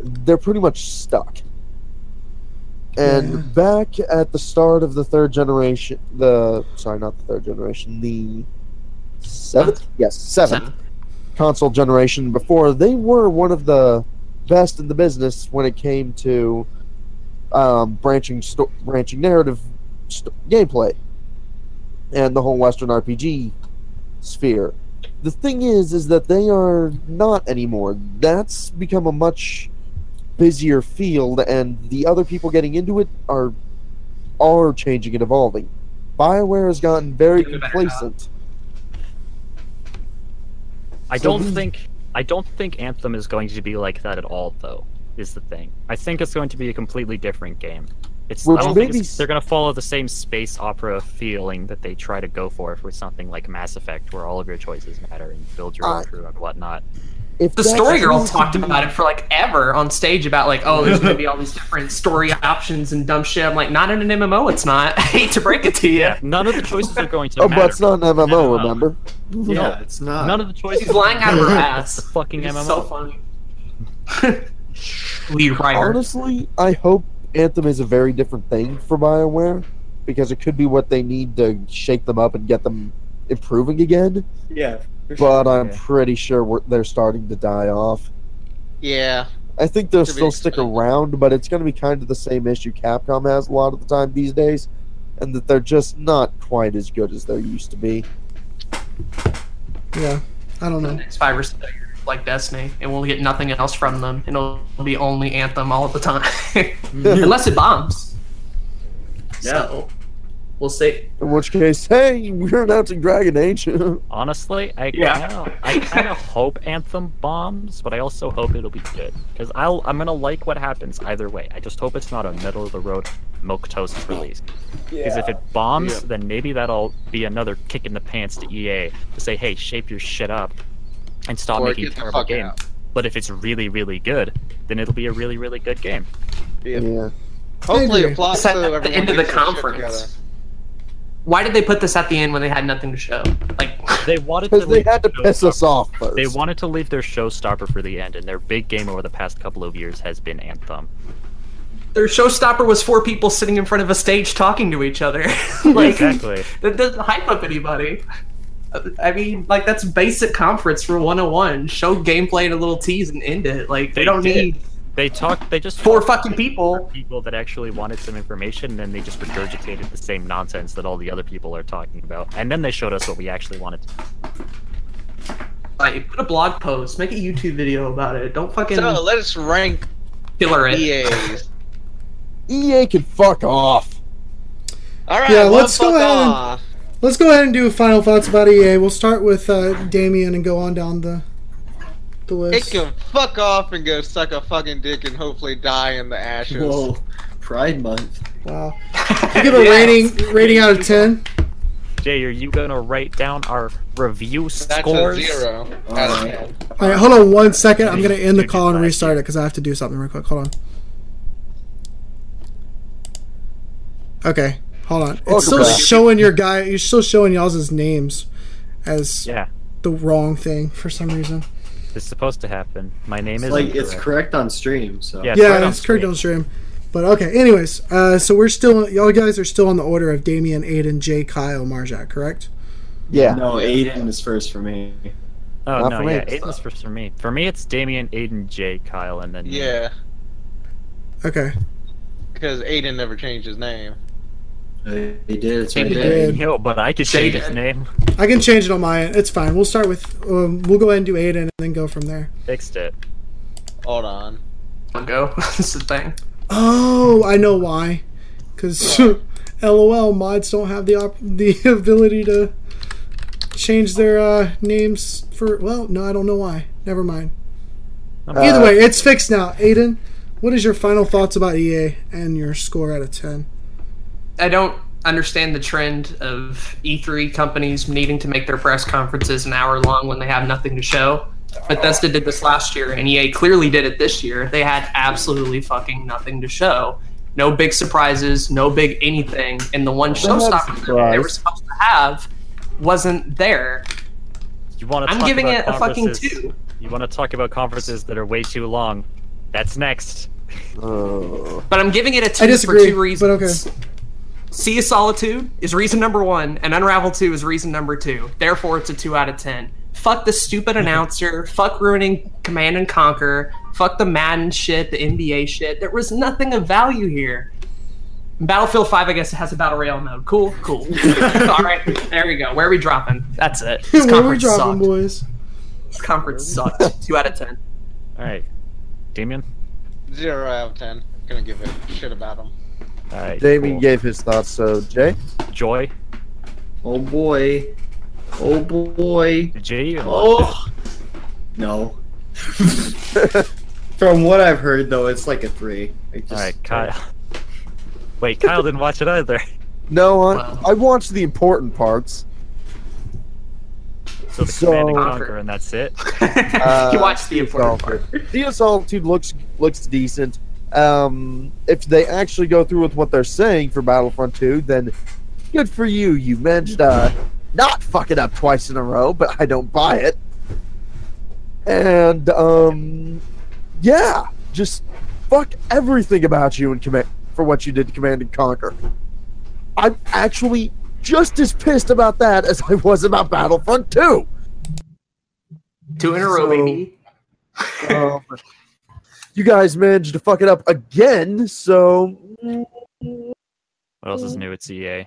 D: They're pretty much stuck. And
B: Yeah.
D: back at the start of the third generation, the sorry, not the third generation, the seventh, yes, seventh, console generation before, they were one of the best in the business when it came to um, branching sto- branching narrative st- gameplay and the whole Western RPG sphere. The thing is, is that they are not anymore. That's become a much busier field, and the other people getting into it are are changing and evolving. Bioware has gotten very
E: Doing a better job.
D: complacent.
A: I
D: So
A: don't
D: who-
A: think I don't think Anthem is going to be like that at all, though. Is the thing. I think it's going to be a completely different game. It's
D: Which
A: I don't
D: maybe
A: think it's,
D: s-
A: they're going to follow the same space opera feeling that they try to go for with something like Mass Effect, where all of your choices matter and build your own
D: Uh,
A: crew and whatnot.
D: If
E: The
D: that's
E: story girl
D: going to
E: talked
D: be-
E: about it for like ever on stage about like, oh, there's gonna be all these different story options and dumb shit. I'm like, not in an MMO, it's not. I hate to break it to you.
A: None of the choices are going to
D: Oh,
A: matter.
D: but it's not an MMO,
A: MMO.
D: remember?
A: No,
G: Yeah, it's not.
A: none of the choices.
E: She's lying out of her
A: It's a
E: ass.
A: fucking
E: It's
A: MMO.
E: so funny. Lee Ryder.
D: Honestly, I hope Anthem is a very different thing for BioWare because it could be what they need to shake them up and get them improving again.
C: Yeah. for sure.
D: But um, I'm
A: Yeah.
D: pretty sure we're, they're starting to die off.
F: Yeah.
D: I think they'll
F: To be
D: still stick
F: expected.
D: around, but it's going to be kind of the same issue Capcom has a lot of the time these days, and that they're just not quite as good as they used to be.
B: yeah. I don't
E: the
B: know.
E: next five or six years, like Destiny, and we'll get nothing else from them, and it'll be only Anthem all the time, unless it bombs.
C: Yeah.
E: So we'll see.
D: In which case, hey, we're announcing Dragon Age.
A: Honestly, I
E: Yeah.
A: kind of I kind of hope Anthem bombs, but I also hope it'll be good because I'll I'm gonna like what happens either way. I just hope it's not a middle of the road milk toast release. Because if it bombs,
F: Yeah.
A: then maybe that'll be another kick in the pants to EA to say, hey, shape your shit up and stop
F: Or
A: making
F: get the
A: terrible
F: fuck
A: games.
F: out.
A: But if it's really really good, then it'll be a really really good game.
F: Yeah.
D: yeah.
F: Hopefully
B: agree.
F: it flops
E: It's at
F: so
E: the
F: everyone
E: end of the
F: gets their shit
E: conference. Why did they put this at the end when they had nothing to show? Like,
A: They wanted to
D: Because they
A: leave
D: had to
A: their
D: piss us off first.
A: They wanted to leave their showstopper for the end, and their big game over the past couple of years has been Anthem.
E: their showstopper was four people sitting in front of a stage talking to each other. like,
A: exactly.
E: that doesn't hype up anybody. Uh, I mean, like that's basic conference for 101. Show gameplay and a little tease and end it. Like they,
A: They
E: don't
A: did.
E: need
A: They talked. They just
E: four
A: talked
E: fucking people
A: to people that actually wanted some information, and then they just regurgitated the same nonsense that all the other people are talking about. And then they showed us what we actually wanted. To.
E: Like, put a blog post, make a YouTube video about it. Don't fucking
F: together. So let us rank
E: killer it.
F: EAs.
D: EA E can fuck off.
F: All right.
B: Yeah,
F: well,
B: let's go
F: fuck
B: ahead and-
F: off.
B: Let's go ahead and do final thoughts about EA. We'll start with uh, Damien and go on down the the
F: It
B: list.
F: can fuck off and go suck a fucking dick and hopefully die in the ashes.
G: Whoa, Pride Month.
B: Wow. You give a rating rating out of ten.
A: Jay, are you gonna write down our review
F: That's
A: scores?
F: a zero.
G: All
F: Out of
G: right.
F: ten.
B: All right, hold on one second. I'm gonna end the call and restart it because I have to do something real quick. Hold on. Okay, hold on. It's still
D: back.
B: showing your guy. You're still showing y'all's names as
A: Yeah,
B: the wrong thing for some reason.
A: it's supposed to happen. My name
G: It's
A: is
G: like it's correct on stream, so
A: Yeah,
B: yeah,
A: right on
B: it's correct
A: screen.
B: on stream. But okay, anyways, uh, so we're still y'all guys are still on the order of Damien, Aiden, Jay, Kyle, Marjak, correct?
D: Yeah.
G: no, Aiden is first for me.
A: Oh
D: Not
A: no,
D: for me.
A: yeah, Aiden's for, for me. For me, it's Damien, Aiden, Jay, Kyle, and then me.
F: Yeah,
B: Okay.
F: because Aiden never changed his name.
C: They Uh, did. It's
E: They
C: right
E: did.
C: there.
A: Yo, but I could
E: Say
A: change his
E: that.
A: name.
B: I can change it on my end. It's fine. We'll start with. Um, we'll go ahead and do Aiden and then go from there.
A: Fixed it.
F: Hold on.
E: I'll go. this is the thing.
B: Oh, I know why. Because, lol, mods don't have the op- the ability to change their uh, names for. Well, no, I don't know why. Never mind. Either way, it's fixed now. Aiden, what is your final thoughts about EA and your score out of ten?
E: I don't understand the trend of E3 companies needing to make their press conferences an hour long when they have nothing to show. Bethesda did this last year, and EA clearly did it this year. They had absolutely fucking nothing to show. No big surprises, no big anything, and the one
D: had
E: showstopper that they were
D: surprise.
E: supposed to have wasn't there.
A: You want to?
E: I'm
A: talk
E: giving
A: about
E: it a fucking
A: conferences-
E: two.
A: You want to talk about conferences that are way too long? That's next.
D: Oh.
E: But I'm giving it a two
B: I disagree,
E: for two
B: but okay.
E: reasons. Sea of Solitude is reason number one, and Unravel 2 is reason number two. Therefore, it's a two out of ten. Fuck the stupid announcer. fuck ruining Command and Conquer. Fuck the Madden shit, the NBA shit. There was nothing of value here. Battlefield 5, I guess, it has a battle royale mode. Cool, cool. All right, there we go. Where are we dropping? That's it.
B: Where
E: This
B: we
E: conference
B: dropping,
E: sucked.
B: boys?
E: This conference sucked. two out of ten.
A: All right, Damien.
F: Zero out of ten. Gonna give a shit about them.
A: All right,
D: Damien
A: cool.
D: gave his thoughts, so Jay?
A: Joy.
C: Oh boy. Oh boy.
A: Did Jay even watch
C: Oh. No. From what I've heard, though, it's like a three. It
A: it?
C: just-
A: All right, Kyle. Wait, Kyle didn't watch it either.
D: No, I,
E: Wow.
D: I watched the important parts.
A: So the
D: So-
A: Command and
E: Conquer.
A: Conquer, and that's it.
E: you watched the important part.
D: Sea Solitude looks looks decent. Um, if they actually go through with what they're saying for Battlefront 2, then good for you. You managed to not fuck it up twice in a row, but I don't buy it. And um, yeah, just fuck everything about you and command for what you did to Command and Conquer. I'm actually just as pissed about that as I was about Battlefront 2.
E: Two in a row,
D: So-
E: baby.
D: Um, you guys managed to fuck it up again, so
A: What else is new at CEA?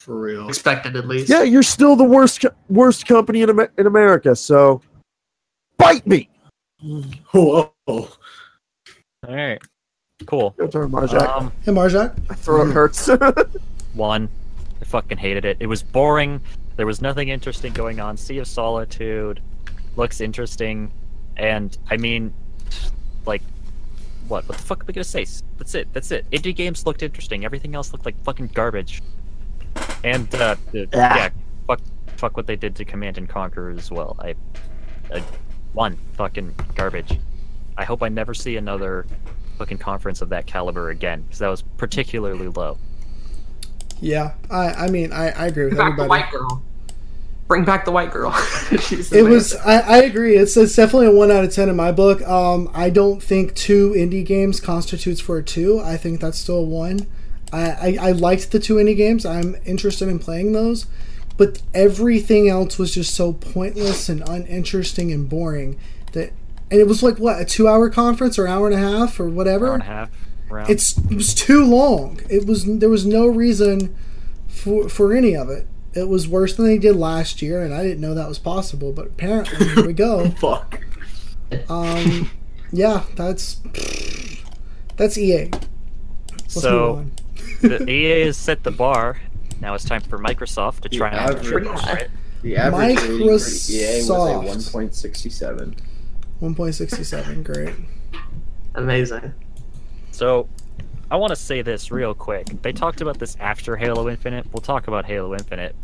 C: For real.
E: Expected, at least.
D: yeah, you're still the worst co- worst company in Amer- in America. So bite me.
C: Whoa.
A: All right, cool.
D: Your turn, Majak.
A: Um,
B: Hey, Marjak.
D: My throat hurts.
A: one. I fucking hated it. It was boring. There was nothing interesting going on. Sea of Solitude looks interesting, and I mean, like, what? What the fuck am I gonna say? That's it. That's it. Indie games looked interesting. Everything else looked like fucking garbage. And uh, the- yeah, fuck, fuck what they did to Command and Conquer as well. I, I, one fucking garbage. I hope I never see another fucking conference of that caliber again because that was particularly low.
B: Yeah, I I mean I, I agree with
E: Bring back the
B: everybody.
E: white girl. Bring back the white girl. She's
B: It
E: amazing.
B: was. I, I agree. It's, it's definitely a one out of ten in my book. Um, I don't think two indie games constitutes for a two. I think that's still a one. I, I, I liked the two indie games. I'm interested in playing those, but everything else was just so pointless and uninteresting and boring that. And it was like what a two-hour conference or hour and a half or whatever.
A: hour and a half round.
B: It's it was too long. It was there was no reason for for any of it. It was worse than they did last year, and I didn't know that was possible. But apparently, here we go.
C: Fuck.
B: Um, yeah, that's that's EA. Let's move
A: so
B: on.
A: the EA has set the bar. Now it's time for Microsoft to try and
C: average.
A: trip over it.
C: The average rating for EA was
B: Microsoft.
C: a 1.67.
B: one point sixty seven. Great.
E: amazing.
A: So I want to say this real quick. They talked about this after Halo Infinite. We'll talk about Halo Infinite.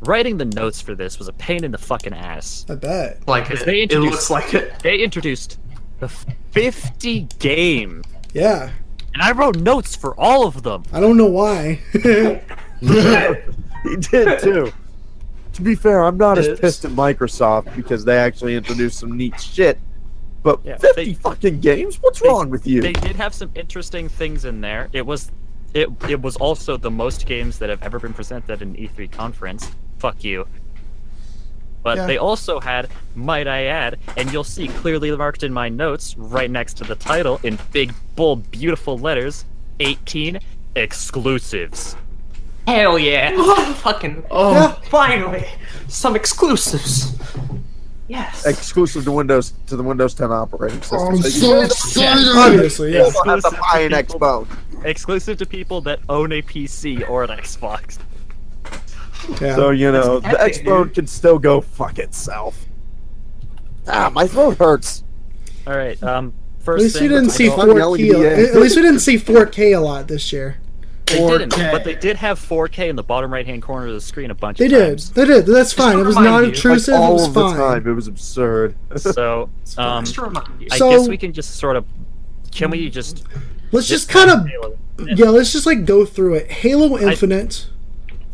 A: Writing the notes for this was a pain in the fucking ass.
B: I bet.
E: Like
A: If
E: it,
A: they
E: it
A: introduce-
E: looks like it.
A: They introduced the 50 games,
B: Yeah,
A: and I wrote notes for all of them.
B: I don't know why.
D: he did too. To be fair, I'm not as
E: Oops.
D: pissed at Microsoft because they actually introduced some neat shit. But
A: Yeah,
D: 50
A: they-
D: fucking games? What's
A: they-
D: wrong with you?
A: They did have some interesting things in there. It was it it was also the most games that have ever been presented at an E3 conference. Fuck you. But
B: Yeah.
A: they also had, might I add, and you'll see clearly marked in my notes right next to the title in big, bold, beautiful letters 18 exclusives.
E: Hell yeah! Fucking
C: Oh,
B: Yeah.
E: finally, some exclusives. Yes.
D: exclusive to Windows to the Windows 10 operating system.
G: I'm
D: So you
G: so excited!
B: Obviously, yeah.
D: don't have to
A: Exclusive
D: buy an
A: people.
D: Xbox.
A: Exclusive to people that own a PC or an Xbox.
B: yeah.
D: So you know
E: That's
D: the
E: epic,
D: Xbox
E: dude.
D: can still go fuck itself. Ah, my throat hurts.
A: All right. Um.
B: at
A: First
B: least
A: thing
B: we didn't
A: I
B: see
A: know-
D: I'm
B: 4K.
D: yelling at the
B: a- At least we didn't see 4K a lot this year.
A: They didn't, but
C: 4K.
A: they did have 4K in the bottom right-hand corner of the screen a bunch.
B: They
A: of
B: did.
A: times.
B: They did. That's fine.
E: to
B: It was
E: remind
B: not
E: you, like,
B: intrusive. it
D: All
B: was
D: of the
B: fine.
D: time, it was absurd.
A: So, um,
E: Just to remind you.
A: I
B: So-
A: guess we can just sort of. Can we just?
B: Let's just kind of yeah. Let's just like go through it. Halo Infinite.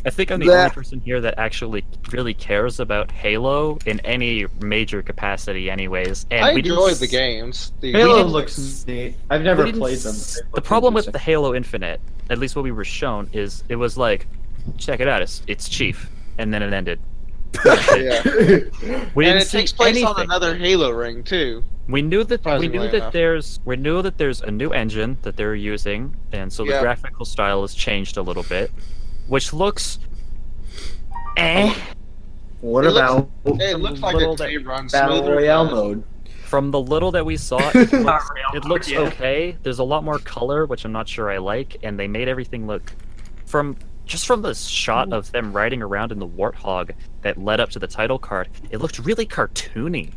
A: I think I'm the
D: Bleh.
A: only person here that actually really cares about Halo in any major capacity, anyways. And
F: I
A: we didn't
F: enjoy
A: s-
F: the games. The
A: We
G: Halo
A: didn't-
G: looks neat. I've
A: we
G: never
A: didn't
G: played them.
A: s-
G: but they
A: The
G: look
A: problem with the
G: interesting.
A: Halo Infinite, at least what we were shown, is it was like, check it out, it's, it's Chief, and then it ended.
F: yeah.
A: We
F: and
A: didn't
F: it
A: see
F: takes place on
A: anything.
F: another Halo ring too.
A: We knew that we
F: Surprisingly
A: knew that
F: enough.
A: there's we knew that there's a new engine that they're using, and so the
F: Yeah.
A: graphical style has changed a little bit, which looks. Eh.
G: What
F: It
G: about
F: It looks like
A: Little
F: a
A: bit
F: day run
G: Battle
F: smoother.
G: Royale mode?
A: From the little that we saw, it
E: Not
A: looks,
E: real,
A: it looks
E: yeah.
A: okay. There's a lot more color, which I'm not sure I like, and they made everything look from just from the shot
F: Mm.
A: of them riding around in the warthog that led up to the title card. It looked really cartoony.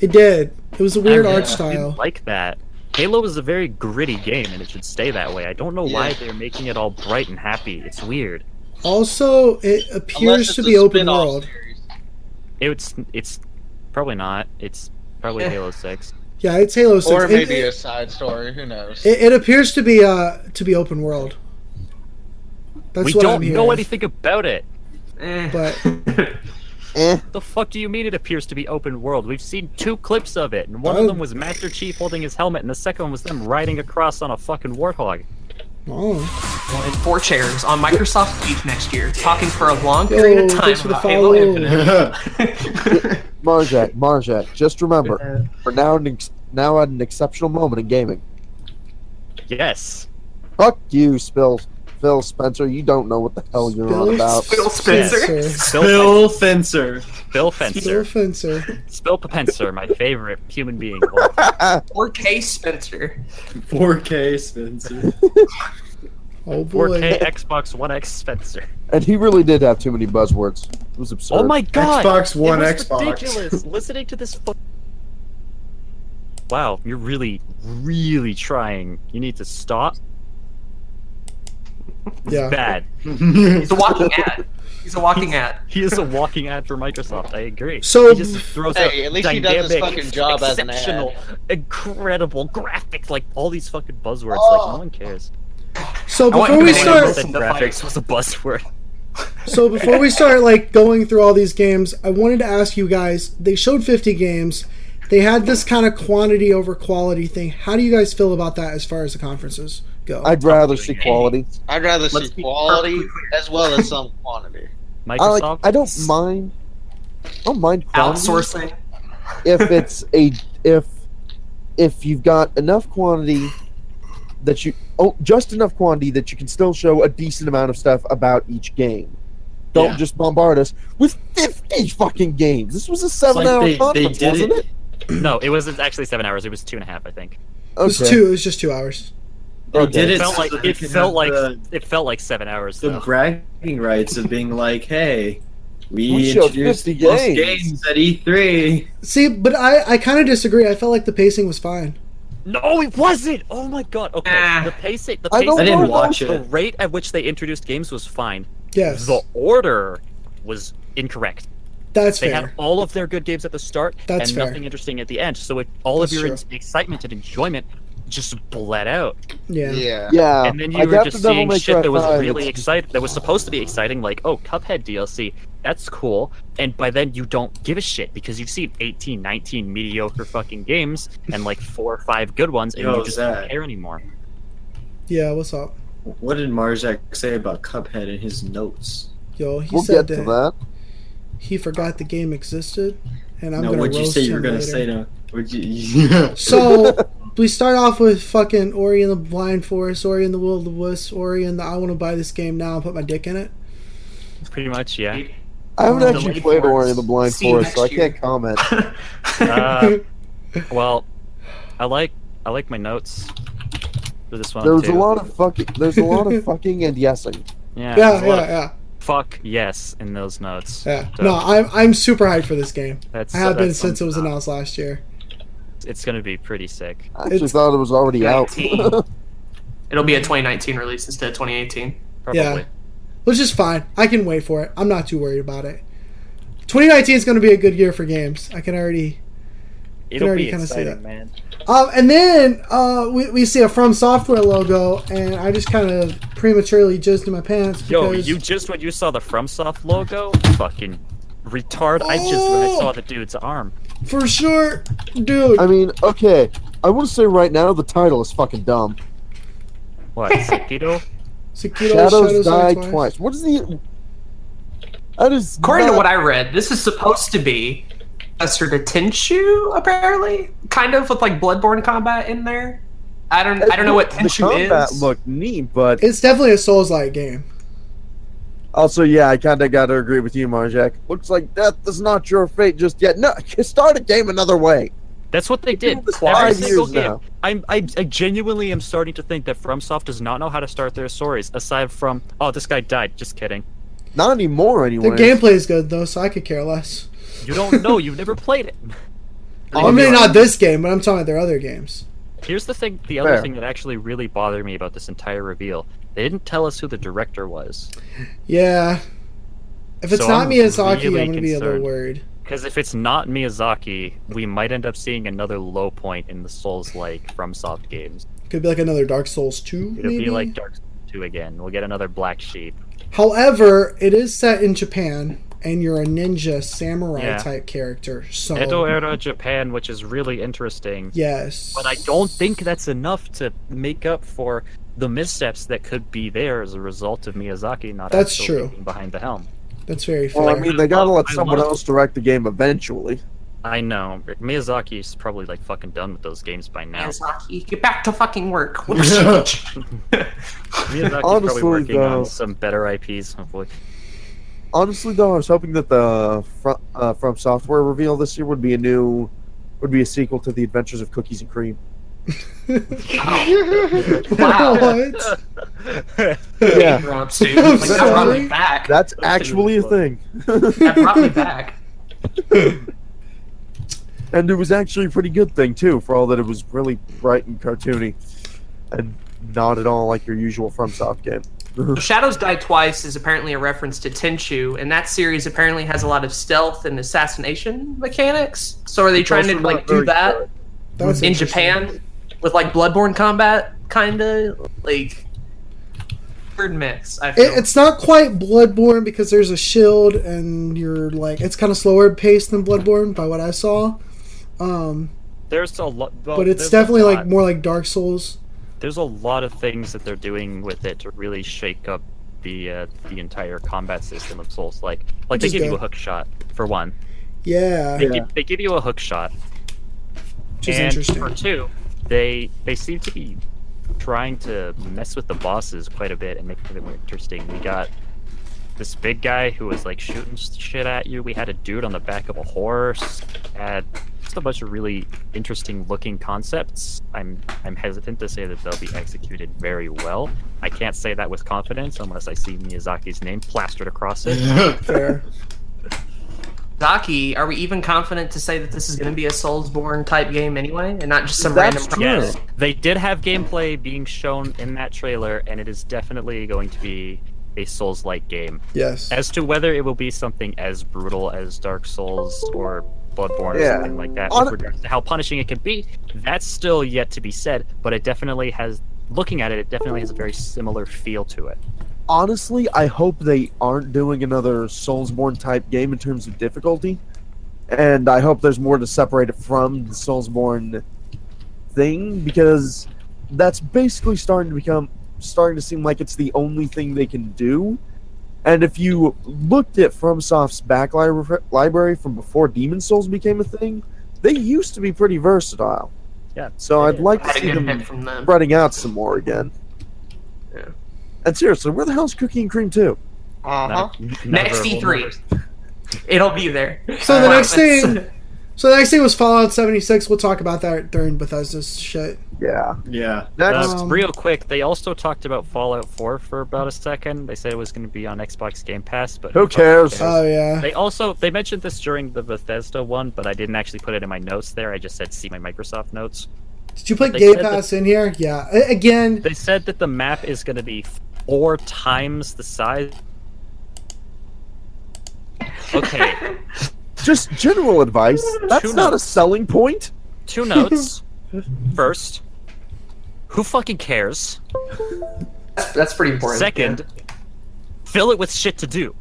B: It did. It was a weird
A: I
B: art
A: really
B: style.
A: Didn't like that. Halo is a very gritty game, and it should stay that way. I don't know why
F: Yeah.
A: they're making it all bright and happy. It's weird.
B: Also, it
F: Unless
B: appears
F: it's
B: to
F: a
B: be open
F: spin-off
B: world.
F: series.
A: It's it's probably not. It's probably Halo Six.
B: Yeah, it's Halo Six.
F: Or
B: It-
F: maybe
B: it,
F: a side story. Who knows?
B: it, it appears to be uh to be open world. That's
A: we
B: what
A: don't
B: I'm hearing.
A: know anything about it.
E: Eh.
B: but-
D: Eh.
A: The fuck do you mean it appears to be open world? We've seen two clips of it, and one
B: Oh.
A: of them was Master Chief holding his helmet, and the second one was them riding across on a fucking warthog.
B: Oh,
E: and four chairs on Microsoft Beach next year, talking for a long period of time
B: thanks for the
E: about Halo
B: follow.
E: Infinite.
D: Marjak, Marjak, just remember, we're now an ex- now at an exceptional moment in gaming.
A: Yes.
D: Fuck you, Spill, Phil Spencer. You don't know what the hell you're on
B: Phil
D: about.
E: Phil Spencer.
B: Spencer.
A: Bill,
G: Bill Fencer.
A: Bill
B: Phil
A: Fencer.
B: Fencer.
A: Spill Pencer, my favorite human being. of all time.
E: 4K Spencer.
G: 4K Spencer.
B: Oh boy.
A: 4K Xbox One X Spencer.
D: And he really did have too many buzzwords. It was absurd.
A: Oh my god!
G: Xbox One
A: it was
G: Xbox.
A: ridiculous listening to this. Fu- wow, you're really, really trying. You need to stop.
B: Yeah.
A: Bad.
E: He's a walking ad. He's a walking ad.
A: He is a walking ad for Microsoft. I agree.
B: So-
A: he just throws
F: Hey,
A: out
F: at least he does his
A: dynamic,
F: fucking job as an ad.
A: exceptional, incredible graphics, like all these fucking buzzwords.
F: Oh.
A: Like no one cares.
B: So
E: I want
B: before
E: you
B: we
E: to
B: start,
E: listen to
A: graphics
E: fight.
A: was a buzzword.
B: so before we start like going through all these games, I wanted to ask you guys. They showed 50 games. They had this kind of quantity over quality thing. How do you guys feel about that as far as the conferences go?
D: I'd rather see quality.
F: I'd rather
E: Let's
F: see
E: be
F: quality
E: perfectly clear.
F: as well as some quantity.
D: I
A: Microsoft.
D: like. I don't mind. I don't mind quality
E: Outsourcing.
D: if it's a if if you've got enough quantity that you oh just enough quantity that you can still show a decent amount of stuff about each game. Don't
G: Yeah.
D: just bombard us with fifty fucking games. This was a seven-hour
G: they- they
D: conference,
G: did
D: wasn't
G: it.
D: it?
A: No, it wasn't actually seven hours. It was two and a half, I think.
B: it was two. It was just two hours.
G: They
A: It
G: did it.
A: felt
G: so
A: like
G: that they
A: it
G: could
A: felt
G: have
A: like
G: the,
A: it felt like seven hours.
G: the
A: though.
G: bragging rights of being like, "Hey, we,
D: We showed
G: introduced
D: 50
G: the most
D: games."
G: games at E E3."
B: See, but I I kind of disagree. I felt like the pacing was fine.
A: No, it wasn't. Oh my god. Okay,
E: Ah.
A: the pace, the
D: I
A: pace,
D: don't I didn't know.
G: watch
A: the
G: it.
A: rate at which they introduced games was fine.
B: Yes,
A: The order was incorrect.
B: that's
A: They
B: fair.
A: had all of their good games at the start
B: That's
A: and
B: fair.
A: nothing interesting at the end. So it, all
B: That's
A: of your
B: true.
A: en- excitement and enjoyment just bled out.
B: Yeah.
F: Yeah.
D: Yeah,
A: and then you
D: Uh, I
A: were
D: got
A: just
D: the Devil
A: seeing
D: May
A: shit
D: Cry
A: that was
D: 5.
A: really exciting, that was supposed to be exciting, like oh, Cuphead DLC. That's cool. And by then you don't give a shit because you've seen 18, 19 mediocre fucking games and like four or five good ones, and
G: Yo,
A: you just don't
G: Zach.
A: care anymore.
B: Yeah. What's up,
G: What did Marzak say about Cuphead in his notes?
B: yo? He
D: we'll
B: said
D: get
B: that,
D: to that.
B: he forgot the game existed, and I'm
G: no,
B: gonna
G: what'd you
B: roast
G: say you were gonna
B: him later.
G: say to? Would you?
B: So we start off with fucking Ori in the Blind Forest, Ori in the Will of the Wisps, Ori in the I want to buy this game now and put my dick in it.
A: Pretty much, yeah.
D: I haven't
E: Oh,
D: actually
E: Delayed
D: played
E: Forest.
D: Ori in the Blind
E: See you
D: Forest, so I
E: next year.
D: can't comment.
A: Uh, well, I like I like my notes for this one.
D: There was a
A: too.
D: lot of fucking. There's a lot of fucking and yesing.
A: Yeah,
B: Yeah,
A: yeah,
B: yeah, yeah,
A: Fuck yes in those notes.
B: yeah.
A: So
B: No, I'm I'm super hyped for this game.
A: that's,
B: I have been
A: that's
B: since it was
A: something- uh,
B: announced last year.
A: It's gonna be pretty sick.
D: I actually
B: It's-
D: thought it was already out.
E: 19. It'll be a 2019 release instead of 2018.
A: Probably.
B: Yeah. Which is fine. I can wait for it. I'm not too worried about it. 2019 is going to be a good year for games. I can already.
A: It'll
B: already
A: be
B: kinda see that.
A: exciting, man.
B: Um, and then uh, we, we see a From Software logo, and I just kind of prematurely jizzed in my pants.
A: Yo,
B: Because,
A: you just when you saw the FromSoft logo, fucking retard! I just when I
B: Oh!
A: saw the dude's arm.
B: For sure, dude.
D: I mean, okay. I want to say right now the title is fucking dumb.
A: What? Sekiro?
B: Sekiro
D: Shadows, die
B: Die
D: twice. What is the? That is
E: According to
D: not-
E: what I read, this is supposed to be Esther to Tenshu, apparently. Kind of with like Bloodborne combat in there. I don't I don't know what
D: the
E: Tenshu
D: combat
E: is.
D: looked neat, but
B: It's definitely a Souls-like game.
D: also, yeah, I kind of got to agree with you, Marjak. Looks like death is not your fate just yet. No, start a game another way.
A: That's what they did.
D: It's been
A: Every
D: Five
A: single
D: years
A: game.
D: now.
A: I'm, I, I genuinely am starting to think that FromSoft does not know how to start their stories, aside from, oh, this guy died. Just kidding.
D: Not anymore,
B: The
D: anyway.
B: gameplay is good though, so I could care less.
A: You don't know. You've never played it.
B: I mean, not this game, but I'm talking about their other games.
A: Here's the thing. The other
D: Fair.
A: thing that actually really bothered me about this entire reveal. They didn't tell us who the director was.
B: Yeah. If it's
A: So
B: not
A: I'm
B: Miyazaki,
A: really
B: I'm gonna be a little
A: concerned.
B: worried.
A: Because if it's not Miyazaki, we might end up seeing another low point in the Souls-like FromSoft games.
B: Could be like another Dark Souls 2,
A: It'll
B: maybe.
A: be like Dark Souls 2 again. We'll get another Black Sheep.
B: However, it is set in Japan, and you're a ninja samurai
A: Yeah.
B: type character. So
A: Edo era Japan, which is really interesting.
B: yes,
A: But I don't think that's enough to make up for the missteps that could be there as a result of Miyazaki not
B: That's
A: actually
B: true.
A: being behind the helm.
B: That's very fair.
D: well, Uh, I mean, they gotta let
A: I
D: someone
A: love-
D: else direct the game eventually.
A: I know. Miyazaki's probably like fucking done with those games by now.
E: Miyazaki, get back to fucking work. We're huge.
A: Miyazaki's
D: Honestly,
A: probably working
D: though-
A: on some better IPs, hopefully.
D: Honestly, though, I was hoping that the from, uh, from Software reveal this year would be a new, would be a sequel to The Adventures of Cookies and Cream.
B: what?
D: Yeah,
E: Interrupts, dude. Like, that brought me
B: Sorry.
E: back. That
D: that's actually a thing,
E: brought me back.
D: and it was actually a pretty good thing too, for all that it was really bright and cartoony, and not at all like your usual FromSoft game.
E: Shadows Die Twice is apparently a reference to Tenchu, and that series apparently has a lot of stealth and assassination mechanics. So are they trying to
D: also
E: like
D: not
E: do
D: very
E: that
D: good.
B: That was
E: in
B: interesting.
E: Japan with like Bloodborne combat, kinda like weird mix. I feel.
B: It, it's not quite Bloodborne because there's a shield and you're like it's kind of slower paced than Bloodborne by what I saw. Um,
A: There's a lot, well,
B: but it's
A: there's a
B: definitely like
A: lot-
B: more like Dark Souls.
A: There's a lot of things that they're doing with it to really shake up the uh, the entire combat system of Souls. Like, like they
B: Which is
A: give you
B: good.
A: a hook shot for one.
B: Yeah,
A: They, give, they give you a hook shot,
B: which is
A: and
B: interesting.
A: for two, they they seem to be trying to mess with the bosses quite a bit and make them more interesting. We got this big guy who was like shooting s- shit at you. We had a dude on the back of a horse. Had just a bunch of really interesting looking concepts. I'm I'm hesitant to say that they'll be executed very well. I can't say that with confidence unless I see Miyazaki's name plastered across it.
B: Fair.
E: Zaki, are we even confident to say that this is going to be a Soulsborne type game anyway, and not just some
D: That's
E: random?
D: true.
A: Yes, they did have gameplay being shown in that trailer, and it is definitely going to be a Souls-like game.
B: Yes.
A: As to whether it will be something as brutal as Dark Souls or Bloodborne
D: Yeah.
A: or something like that,
D: Hon-
A: with regards to how punishing it can be, that's still yet to be said. But it definitely has, looking at it, it definitely has a very similar feel to it.
D: honestly, I hope they aren't doing another Soulsborne type game in terms of difficulty, and I hope there's more to separate it from the Soulsborne thing because that's basically starting to become starting to seem like it's the only thing they can do. And if you looked at FromSoft's back li- library from before Demon Souls became a thing, they used to be pretty versatile.
A: Yeah.
D: So I'd like to
E: Had a
D: see
E: good
D: them
E: hit from them.
D: spreading out some more again.
E: Yeah.
D: And seriously, where the hell's Cookie and Cream 2?
F: Uh huh.
D: Uh-huh.
A: Not- never
E: Next E
A: will
E: E3. It'll be there.
B: So the
E: Wow,
B: next
E: that's-
B: thing- So the next thing was Fallout 76. We'll talk about that during Bethesda's shit.
D: Yeah.
G: Yeah.
D: Next.
A: Uh, real quick, they also talked about Fallout 4 for about a second. They said it was going to be on Xbox Game Pass, but
D: Who cares?
B: Oh yeah.
A: They also they mentioned this during the Bethesda one, but I didn't actually put it in my notes there. I just said see my Microsoft notes.
B: Did you put
A: they
B: Game
A: said that-
B: Pass in here? Yeah. A- Again,
A: They said that the map is going to be four times the size. Okay,
D: Just general advice. That's
A: Tune
D: not
A: up.
D: a selling point.
A: two notes. First, who fucking cares?
E: That's pretty important.
A: Second, fill it with shit to do.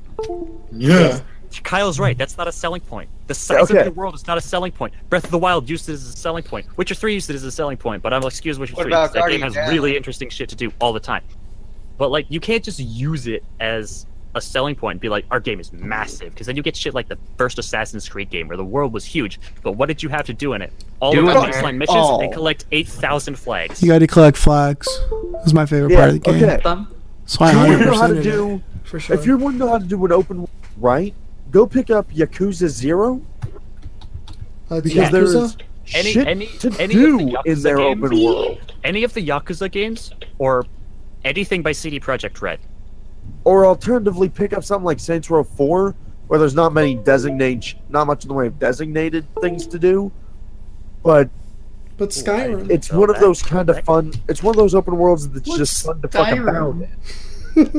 G: Yeah.
A: Kyle's right. That's not a selling point. The size
D: Okay.
A: of the world is not a selling point. Breath of the Wild used it as a selling point. Witcher 3 used it as a selling point, but I'm like, excuse Witcher
F: What
A: 3.
F: about
A: That game
F: Guardians
A: has
F: of the
A: really
F: Galaxy?
A: interesting shit to do all the time. But like, you can't just use it as a selling point and be like, our game is massive, because then you get shit like the first Assassin's Creed game where the world was huge, but what did you have to do in it? All
E: Do
A: of
E: it
A: the
E: all.
A: baseline missions and collect 8,000 flags.
B: you got to collect flags. That's my favorite part of the game.
D: Okay.
E: Yeah.
B: So I
D: If you
B: 100
D: want to know how to
B: percent
D: do,
B: for sure.
D: if you want to know how to do an open, world, right? Go pick up Yakuza Zero
B: Uh,
D: because
A: Yeah.
D: there is
B: Yakuza?
A: Any-
D: shit
A: any-
D: to
A: any of the
D: do
A: Yakuza
D: in their
A: games?
D: open world.
A: Any of the Yakuza games or anything by CD Projekt Red.
D: or alternatively pick up something like Saints Row 4, where there's not many designate, not much in the way of designated things to do, but
B: but Skyrim.
D: it's
A: So
D: one of
A: that-
D: those kind of
A: that-
D: fun. It's one of those open worlds that's just fun to fuck about.
G: Skyrim?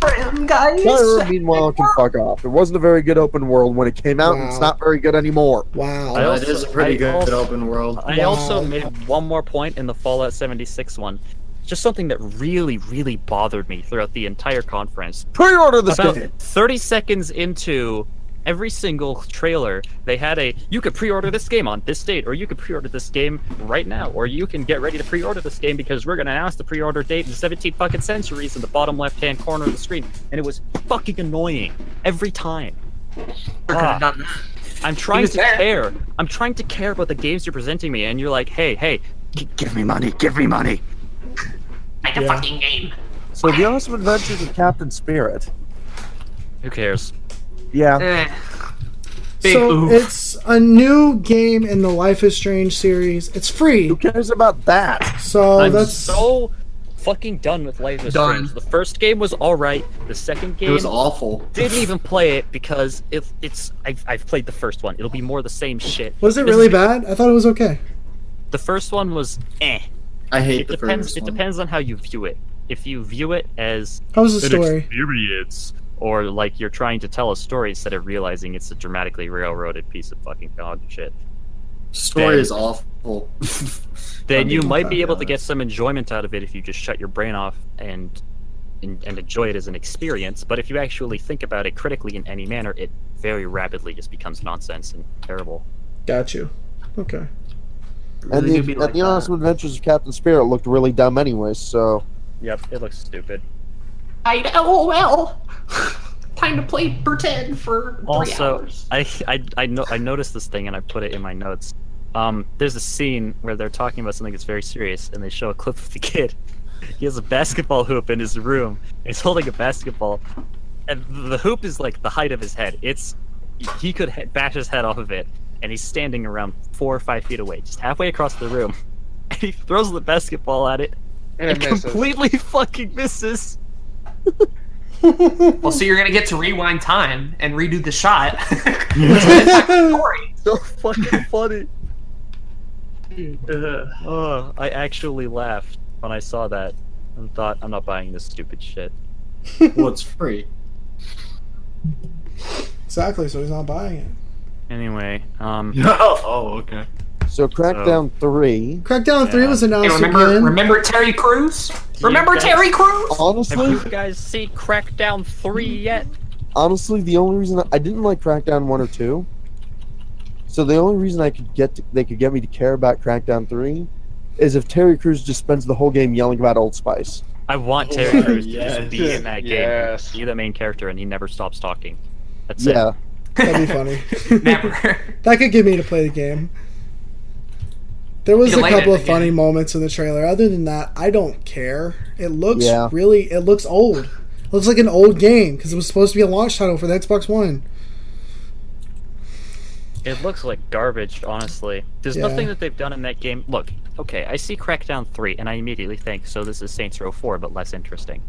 E: Damn, guys.
D: Skyrim, meanwhile, can fuck off. It wasn't a very good open world when it came out, and it's
B: Wow.
D: not very good anymore.
B: wow.
A: I
G: Well,
A: also-
G: it is a pretty
A: I
G: good
A: also-
G: open world.
A: I
B: Wow.
A: also made one more point in the Fallout 76 one. Just something that really, really bothered me throughout the entire conference.
D: Pre-order this
A: About
D: game.
A: 30 seconds into every single trailer, they had a you could pre order this game on this date, or you could pre order this game right now, or you can get ready to pre order this game because we're going to announce the pre order date in 17 fucking centuries in the bottom left hand corner of the screen. And it was fucking annoying every time.
E: Could've
A: Ah.
E: done that.
A: I'm trying
E: was
A: to
E: there.
A: care. I'm trying to care about the games you're presenting me, and you're like, hey, hey, g- give me money, give me money.
E: Make a fucking game.
D: So the awesome adventures of Captain Spirit.
A: Who cares?
D: Yeah,
E: Eh. Big
B: so
E: oof.
B: it's a new game in the Life is Strange series. It's free.
D: who cares about that?
B: So
A: I'm
B: Oh, that's
A: so fucking done with Life is
E: Done.
A: Strange. The first game was all right. The second
G: It
A: game
G: was awful.
A: didn't even play it because if it's I've, I've played the first one. It'll be more the same shit.
B: Was it
A: This
B: really
A: is-
B: bad? I thought it was okay.
A: The first one was eh.
G: I hate
A: It
G: the
A: depends.
G: first
A: It
G: one.
A: depends on how you view it. If you view it as
B: How was the
A: an
B: story?
A: experience, or like you're trying to tell a story instead of realizing it's a dramatically railroaded piece of fucking dog shit.
G: Story
A: Yeah.
G: is awful.
A: Then
G: I'll
A: you
G: be
A: might be
G: completely
A: able to get
G: honest.
A: some enjoyment out of it if you just shut your brain off and, and and enjoy it as an experience. But if you actually think about it critically in any manner, it very rapidly just becomes nonsense and terrible.
B: Got you. Okay.
D: And
E: Really
D: the,
E: do be
D: and
E: like
D: the
E: that.
D: awesome adventures of Captain Spirit looked really dumb anyway. So
A: Yep, it looks stupid.
E: I LOL. Time to play pretend for three
A: also
E: hours.
A: I, I I know I noticed this thing and I put it in my notes. Um, there's a scene where they're talking about something that's very serious, and they show a clip of the kid. He has a basketball hoop in his room. He's holding a basketball, and the hoop is like the height of his head. It's he could he- bash his head off of it, and he's standing around four or five feet away, just halfway across the room. And he throws the basketball at it
F: And
A: and
F: it misses.
A: completely fucking misses.
E: Well, so you're gonna get to rewind time and redo the shot. Story.
A: So fucking funny.
E: Ugh.
A: Oh, I actually laughed when I saw that and thought, I'm not buying this stupid shit.
G: well, it's free.
B: Exactly. So he's not buying it.
A: Anyway, um,
G: oh, okay.
D: so Crackdown Three.
B: Crackdown Three
A: Yeah.
B: was
E: Hey,
B: announced
E: remember,
B: again.
E: remember Terry Crews?
A: Yeah,
E: Remember
A: that's-
E: Terry Crews?
A: have
D: Honestly,
A: you guys seen Crackdown 3 yet?
D: honestly, the only reason I didn't like Crackdown one or two, so the only reason I could get to, they could get me to care about Crackdown three, is if Terry Crews just spends the whole game yelling about Old Spice.
A: I want
G: Oh,
A: Terry Crews to
G: yes.
A: just be in that game.
F: Yes.
A: Be the main character and he never stops talking. That's
D: Yeah,
A: it.
B: That'd be funny.
E: Never.
B: that could get me to play the game. There was
E: You
B: a
E: landed
B: couple of
E: again.
B: funny moments in the trailer. Other than that, I don't care. It looks
D: Yeah.
B: really. It looks old. looks like an old game because it was supposed to be a launch title for the Xbox One.
A: It looks like garbage, honestly. There's
B: Yeah.
A: nothing that they've done in that game. Look, okay, I see Crackdown 3, and I immediately think, so this is Saints Row 4, but less interesting.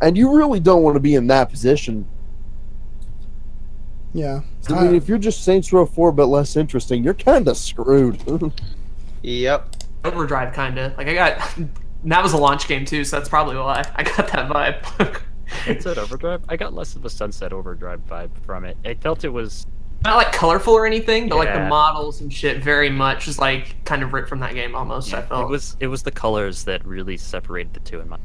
D: And you really don't want to be in that position.
B: Yeah.
D: I mean,
B: I-
D: if you're just Saints Row 4 but less interesting, you're kind of screwed.
F: Yep.
E: Overdrive, kinda. Like I got. And that was a launch game too, so that's probably why I got that vibe.
A: Sunset Overdrive? I got less of a Sunset Overdrive vibe from it. I felt it was.
E: Not like colorful or anything, but like the
A: Yeah.
E: models and shit, very much is like kind of ripped from that game almost. I
A: It
E: felt.
A: was it was the colors that really separated the two in my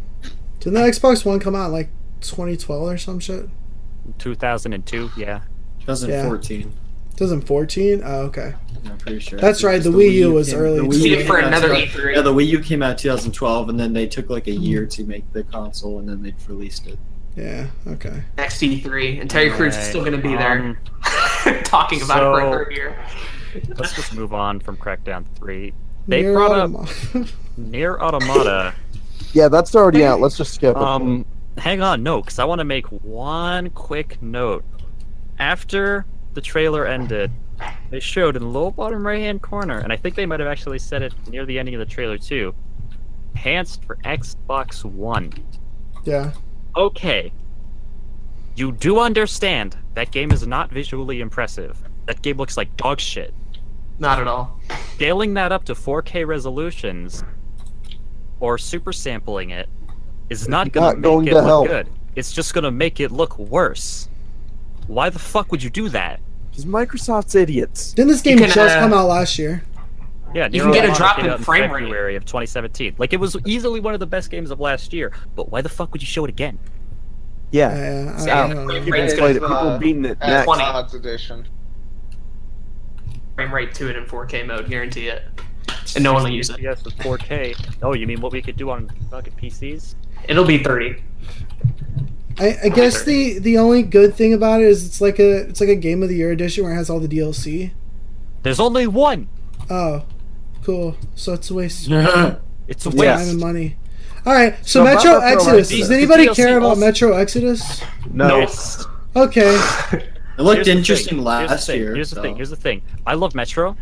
B: Didn't the Xbox One come out in like 2012 or some shit?
A: 2002, yeah.
G: 2014.
B: 2014? Oh, okay.
G: I'm pretty sure.
B: That's
G: Because
B: right, the Wii U was
G: came-
B: early
G: the Wii
E: See
G: U
E: it for
G: came out
E: another
A: E
G: 2000
E: E3.
G: Yeah, the Wii U came out 2012, and then they took like a year to make the console, and then they released it.
B: Yeah, okay.
E: next E3, and Terry Crews is
A: Right.
E: still going to be there
A: Um,
E: talking about it for
A: so-
E: a third year.
A: let's just move on from Crackdown 3. They brought up
B: Autom-
A: Near Automata.
D: yeah, that's already out. Let's just skip it.
A: Um, hang on, no, because I want to make one quick note. After the trailer ended, they showed in the low bottom right hand corner, and I think they might have actually said it near the ending of the trailer too. Enhanced for Xbox One.
B: yeah.
A: Okay. You do understand that game is not visually impressive. That game looks like dog shit.
E: Not at all.
A: Scaling that up to 4K resolutions or super sampling it is not gonna
D: Not
A: make
D: going
A: it
D: to
A: look
D: help.
A: good. It's just gonna make it look worse. Why the fuck would you do that?
D: Because Microsoft's idiots.
B: Didn't this game
E: can,
B: just
E: uh,
B: come out last year?
A: Yeah, Nier
E: You can get a
A: Automata
E: drop
A: came
E: in
A: out
E: frame rate.
A: February of 2017. Like it was easily one of the best games of last year. But why the fuck would you show it again?
D: Yeah.
B: Yeah, I,
E: Yeah.
B: I don't know.
D: People
F: It's,
D: played it. People
F: uh,
D: beating it
F: At
D: next.
E: Twenty.
F: odds edition.
E: Frame rate to it in 4K mode, guarantee it. And no one will use it.
A: Yes, with 4K. Oh, you mean what we could do on fucking PCs?
E: It'll be 30.
B: I, I guess the the only good thing about it is it's like a it's like a game of the year edition where it has all the DLC.
A: There's only one.
B: Oh, cool. So it's a waste of
A: It's a
D: Yeah.
A: waste.
B: time and money. All right. So
D: No,
B: Metro
D: Metro
B: Exodus.
D: Exodus.
B: Does anybody
A: DLC
B: care about
A: also-
B: Metro Exodus?
D: No.
B: Okay.
G: It looked
A: Here's the thing,
G: interesting
A: here's the
G: last
A: thing,
G: year.
A: Here's the thing.
G: so-
A: Here's the thing. I love Metro.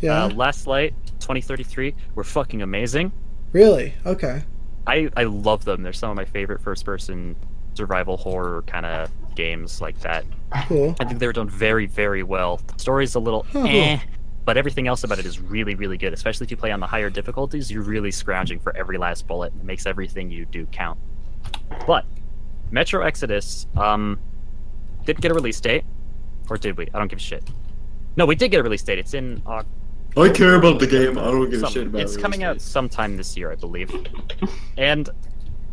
B: Yeah.
A: Uh, Last Light 2033 were fucking amazing.
B: really? Okay.
A: I I love them. They're some of my favorite first-person survival horror kind of games like that.
B: Cool.
A: I think they were done very very well. The story's a little
B: Huh.
A: eh, but everything else about it is really really good. Especially if you play on the higher difficulties, you're really scrounging for every last bullet. It makes everything you do count. But Metro Exodus um didn't get a release date, or did we? I don't give a shit. No, we did get a release date. It's in October.
G: I care about the game. I don't give a
A: Some-
G: shit about
A: it's
G: it.
A: coming out sometime this year, I believe. and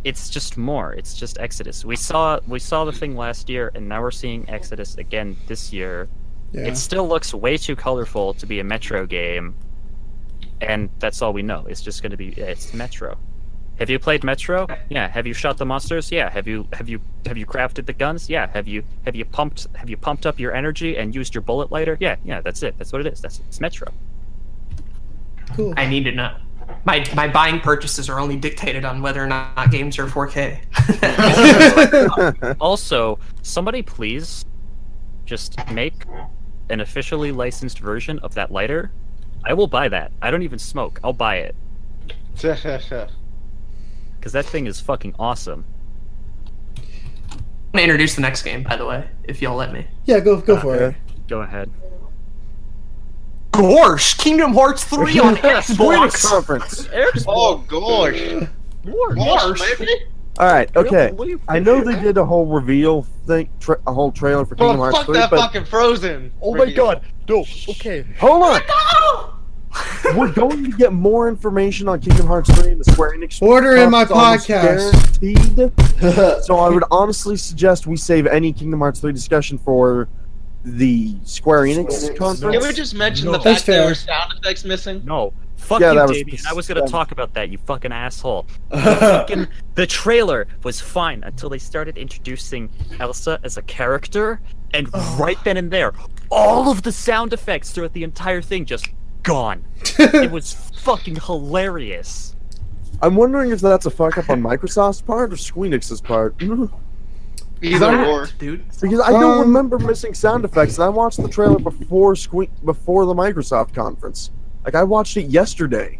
A: it's just more. It's just Exodus. We saw we saw the thing last year, and now we're seeing Exodus again this year.
B: Yeah.
A: It still looks way too colorful to be a Metro game, and that's all we know. It's just going to be it's Metro. Have you played Metro? Yeah. Have you shot the monsters? Yeah. Have you have you have you crafted the guns? Yeah. Have you have you pumped have you pumped up your energy and used your bullet lighter? Yeah. Yeah. That's it. That's what it is. That's it's Metro.
B: cool.
E: I need to know. My my buying purchases are only dictated on whether or not games are 4K.
A: Also, somebody please just make an officially licensed version of that lighter. I will buy that. I don't even smoke. I'll buy it because that thing is fucking awesome.
E: I'm gonna introduce the next game, by the way, if y'all let me.
B: Yeah. Go go for it.
D: Okay.
A: Go ahead.
E: Gorsh, Kingdom Hearts 3 on
D: Wait a
E: Xbox.
D: conference.
F: Oh gosh. Gosh, maybe?
D: All right. Okay.
A: What do you-
D: I know they did a whole reveal thing, tra- a whole trailer for Kingdom
F: Well,
D: Hearts
F: fuck
D: 3,
F: that
D: but
F: fucking Frozen.
A: Oh my
F: review.
A: god. No. Okay.
D: hold on.
E: Oh!
D: We're going to get more information on Kingdom Hearts 3 and the Square Enix.
B: Order in my
D: It's almost
B: podcast.
D: guaranteed. so I would honestly suggest we save any Kingdom Hearts 3 discussion for the Square Enix conference.
F: Can we just mention the
B: That's
F: fact there
B: fair.
F: were sound effects missing?
A: No. Fuck
D: Yeah,
A: you,
D: that was
A: Damien. I was gonna
D: disgusting.
A: talk about that. You fucking asshole. fucking, the trailer was fine until they started introducing Elsa as a character, and right then and there, all of the sound effects throughout the entire thing just gone. it was fucking hilarious.
D: I'm wondering if that's a fuck up on Microsoft's part or Squeenix's part. because
F: Either or.
E: dude.
D: I don't
B: Um,
D: remember missing sound effects, and I watched the trailer before Squeen before the Microsoft conference. Like I watched it yesterday.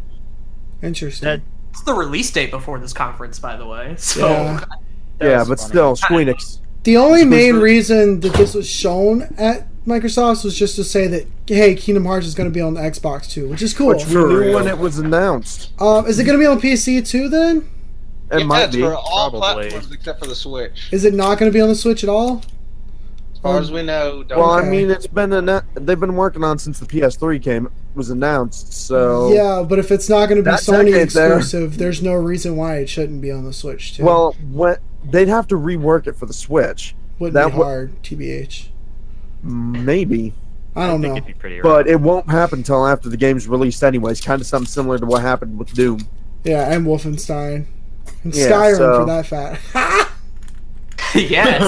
B: Interesting.
A: That-
E: It's the release date before this conference, by the way. So
B: Yeah.
A: That
D: yeah,
A: was
D: but
A: funny.
D: still, Squeenix.
B: the only main
D: Exclusive.
B: reason that this was shown at Microsoft was just to say that hey, Kingdom Hearts is going to be on the Xbox too, which is cool.
D: Which we knew when it was announced.
B: Um, is it going to be on PC too? Then
D: It
F: Yeah,
D: might
F: it's
D: be.
F: for all
A: Probably.
F: platforms except for the Switch.
B: is it not going to be on the Switch at all?
F: As far as we know, don't.
D: Well, I
B: Okay.
D: mean, it's been anno- they've been working on since the PS3 came was announced. So
B: yeah, but if it's not going to be
D: That's
B: Sony
D: okay there.
B: exclusive, there's no reason why it shouldn't be on the Switch too.
D: well, what they'd have to rework it for the Switch,
B: wouldn't
D: that
B: be
D: wa-
B: hard, tbh.
D: maybe,
B: I don't
A: think
B: know.
A: it'd be pretty early.
D: but it won't happen until after the game's released, anyways. Kind of something similar to what happened with Doom.
B: Yeah, and Wolfenstein. And
D: Yeah,
B: Skyrim
D: so-
B: for that fact.
E: yes.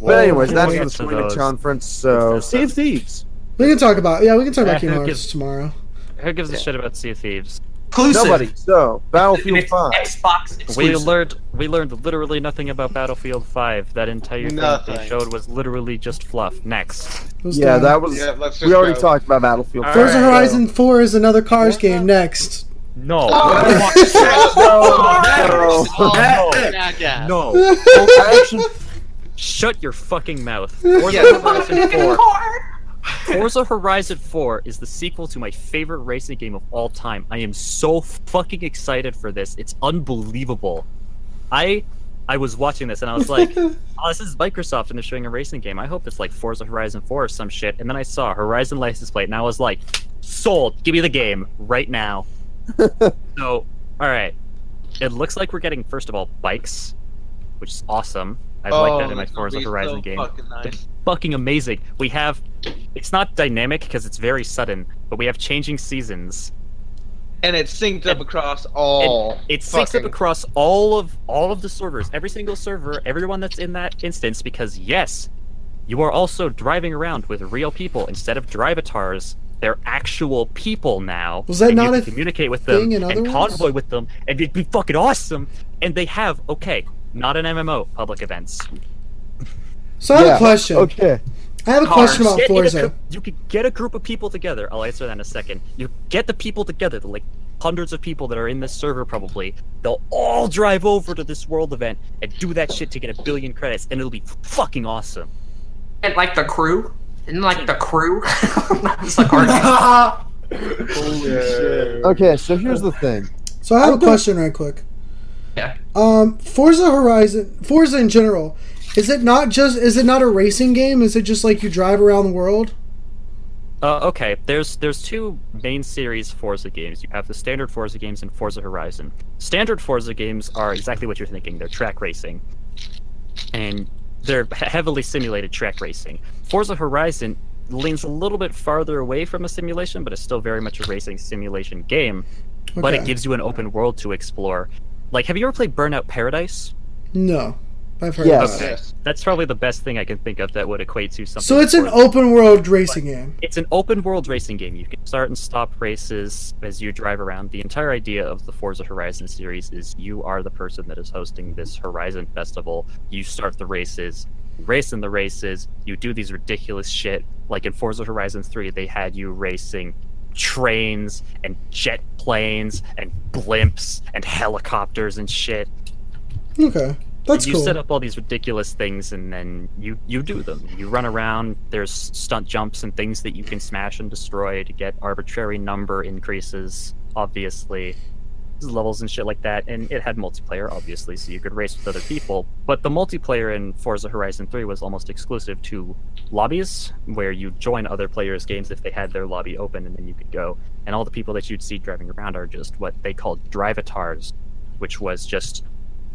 D: but anyways,
A: we'll
D: that's
A: get
D: for the
A: to
D: Swedish
A: those.
D: conference. So
A: It's just
D: Sea of
A: that-
D: Thieves.
B: we can talk about yeah, we can talk about
A: Yeah,
B: Kingdom Hearts
A: gives-
B: tomorrow.
A: Who gives a shit about Sea of Thieves?
E: Exclusive.
D: Nobody. So
E: And
D: Battlefield
E: it's
D: Five.
E: Xbox
A: We
E: exclusive.
A: learned we learned literally nothing about Battlefield 5. That entire thing they
F: Nothing.
A: showed was literally just fluff. Next.
B: It was
D: Yeah,
B: dumb.
D: that was.
F: Yeah, let's just
D: we already
F: go.
D: talked about Battlefield.
A: All
B: Forza
A: right,
B: Horizon 4 is another Cars game next.
A: No.
F: Oh,
D: so-
A: No.
D: Action
A: Shut your fucking mouth. Forza Horizon 4. Forza Horizon 4 is the sequel to my favorite racing game of all time. I am so fucking excited for this. It's unbelievable. I I was watching this and I was like, oh, this is Microsoft and they're showing a racing game. I hope it's like Forza Horizon 4 or some shit. And then I saw Horizon license plate and I was like, sold. Give me the game right now. so, all right. It looks like we're getting first of all bikes, which is awesome. I like
F: Oh,
A: that in my Forza Horizon game fucking amazing. We have it's not dynamic because it's very sudden, but we have changing seasons.
F: And it synced up across all.
A: It syncs up
F: Oh, fucking-
A: across all of all of the servers, every single server, everyone that's in that instance, because yes, you are also driving around with real people instead of drivatars. They're actual people now.
B: Was that
A: and you
B: not
A: can
B: a
A: communicate with
B: thing
A: them
B: in
A: and
B: other ones?
A: convoy with them, and it'd be fucking awesome. And they have okay, not an MMO, public events.
B: So I have
D: Yeah,
B: a question.
D: Okay.
B: I have a
E: Cars.
B: question about
A: get in a
B: Forza.
A: group- you could get a group of people together. I'll answer that in a second. You get the people together, the, like hundreds of people that are in this server probably. They'll all drive over to this world event and do that shit to get a billion credits, and it'll be fucking awesome.
E: And like the crew. And like the crew. it's like our
D: Okay. So here's the thing.
B: So I have a
D: Okay.
B: question right quick.
E: Yeah.
B: Um Forza Horizon, Forza in general, is it not just is it not a racing game? Is it just like you drive around the world?
A: Uh, okay, there's there's two main series Forza games. You have the standard Forza games and Forza Horizon. Standard Forza games are exactly what you're thinking. They're track racing, and they're he- heavily simulated track racing. Forza Horizon leans a little bit farther away from a simulation, but it's still very much a racing simulation game. But it
B: Okay.
A: gives you an open world to explore. Like, have you ever played Burnout Paradise?
B: No. I've heard
D: Yes.
B: of that.
A: Okay.
F: Yes.
A: That's probably the best thing I can think of that would equate to something.
B: So it's an
A: Forza.
B: open world racing game.
A: It's an open world racing game. You can start and stop races as you drive around. The entire idea of the Forza Horizon series is you are the person that is hosting this Horizon Festival. You start the races, race in the races, you do these ridiculous shit. Like in Forza Horizon 3, they had you racing trains and jet planes and blimps and helicopters and shit.
B: Okay. That's
A: you
B: cool.
A: set up all these ridiculous things and then you you do them. You run around. There's stunt jumps and things that you can smash and destroy to get arbitrary number increases. Obviously, There's levels and shit like that. And it had multiplayer, obviously, so you could race with other people. But the multiplayer in Forza Horizon 3 was almost exclusive to lobbies, where you join other players' games if they had their lobby open, and then you could go. And all the people that you'd see driving around are just what they called drivatars, which was just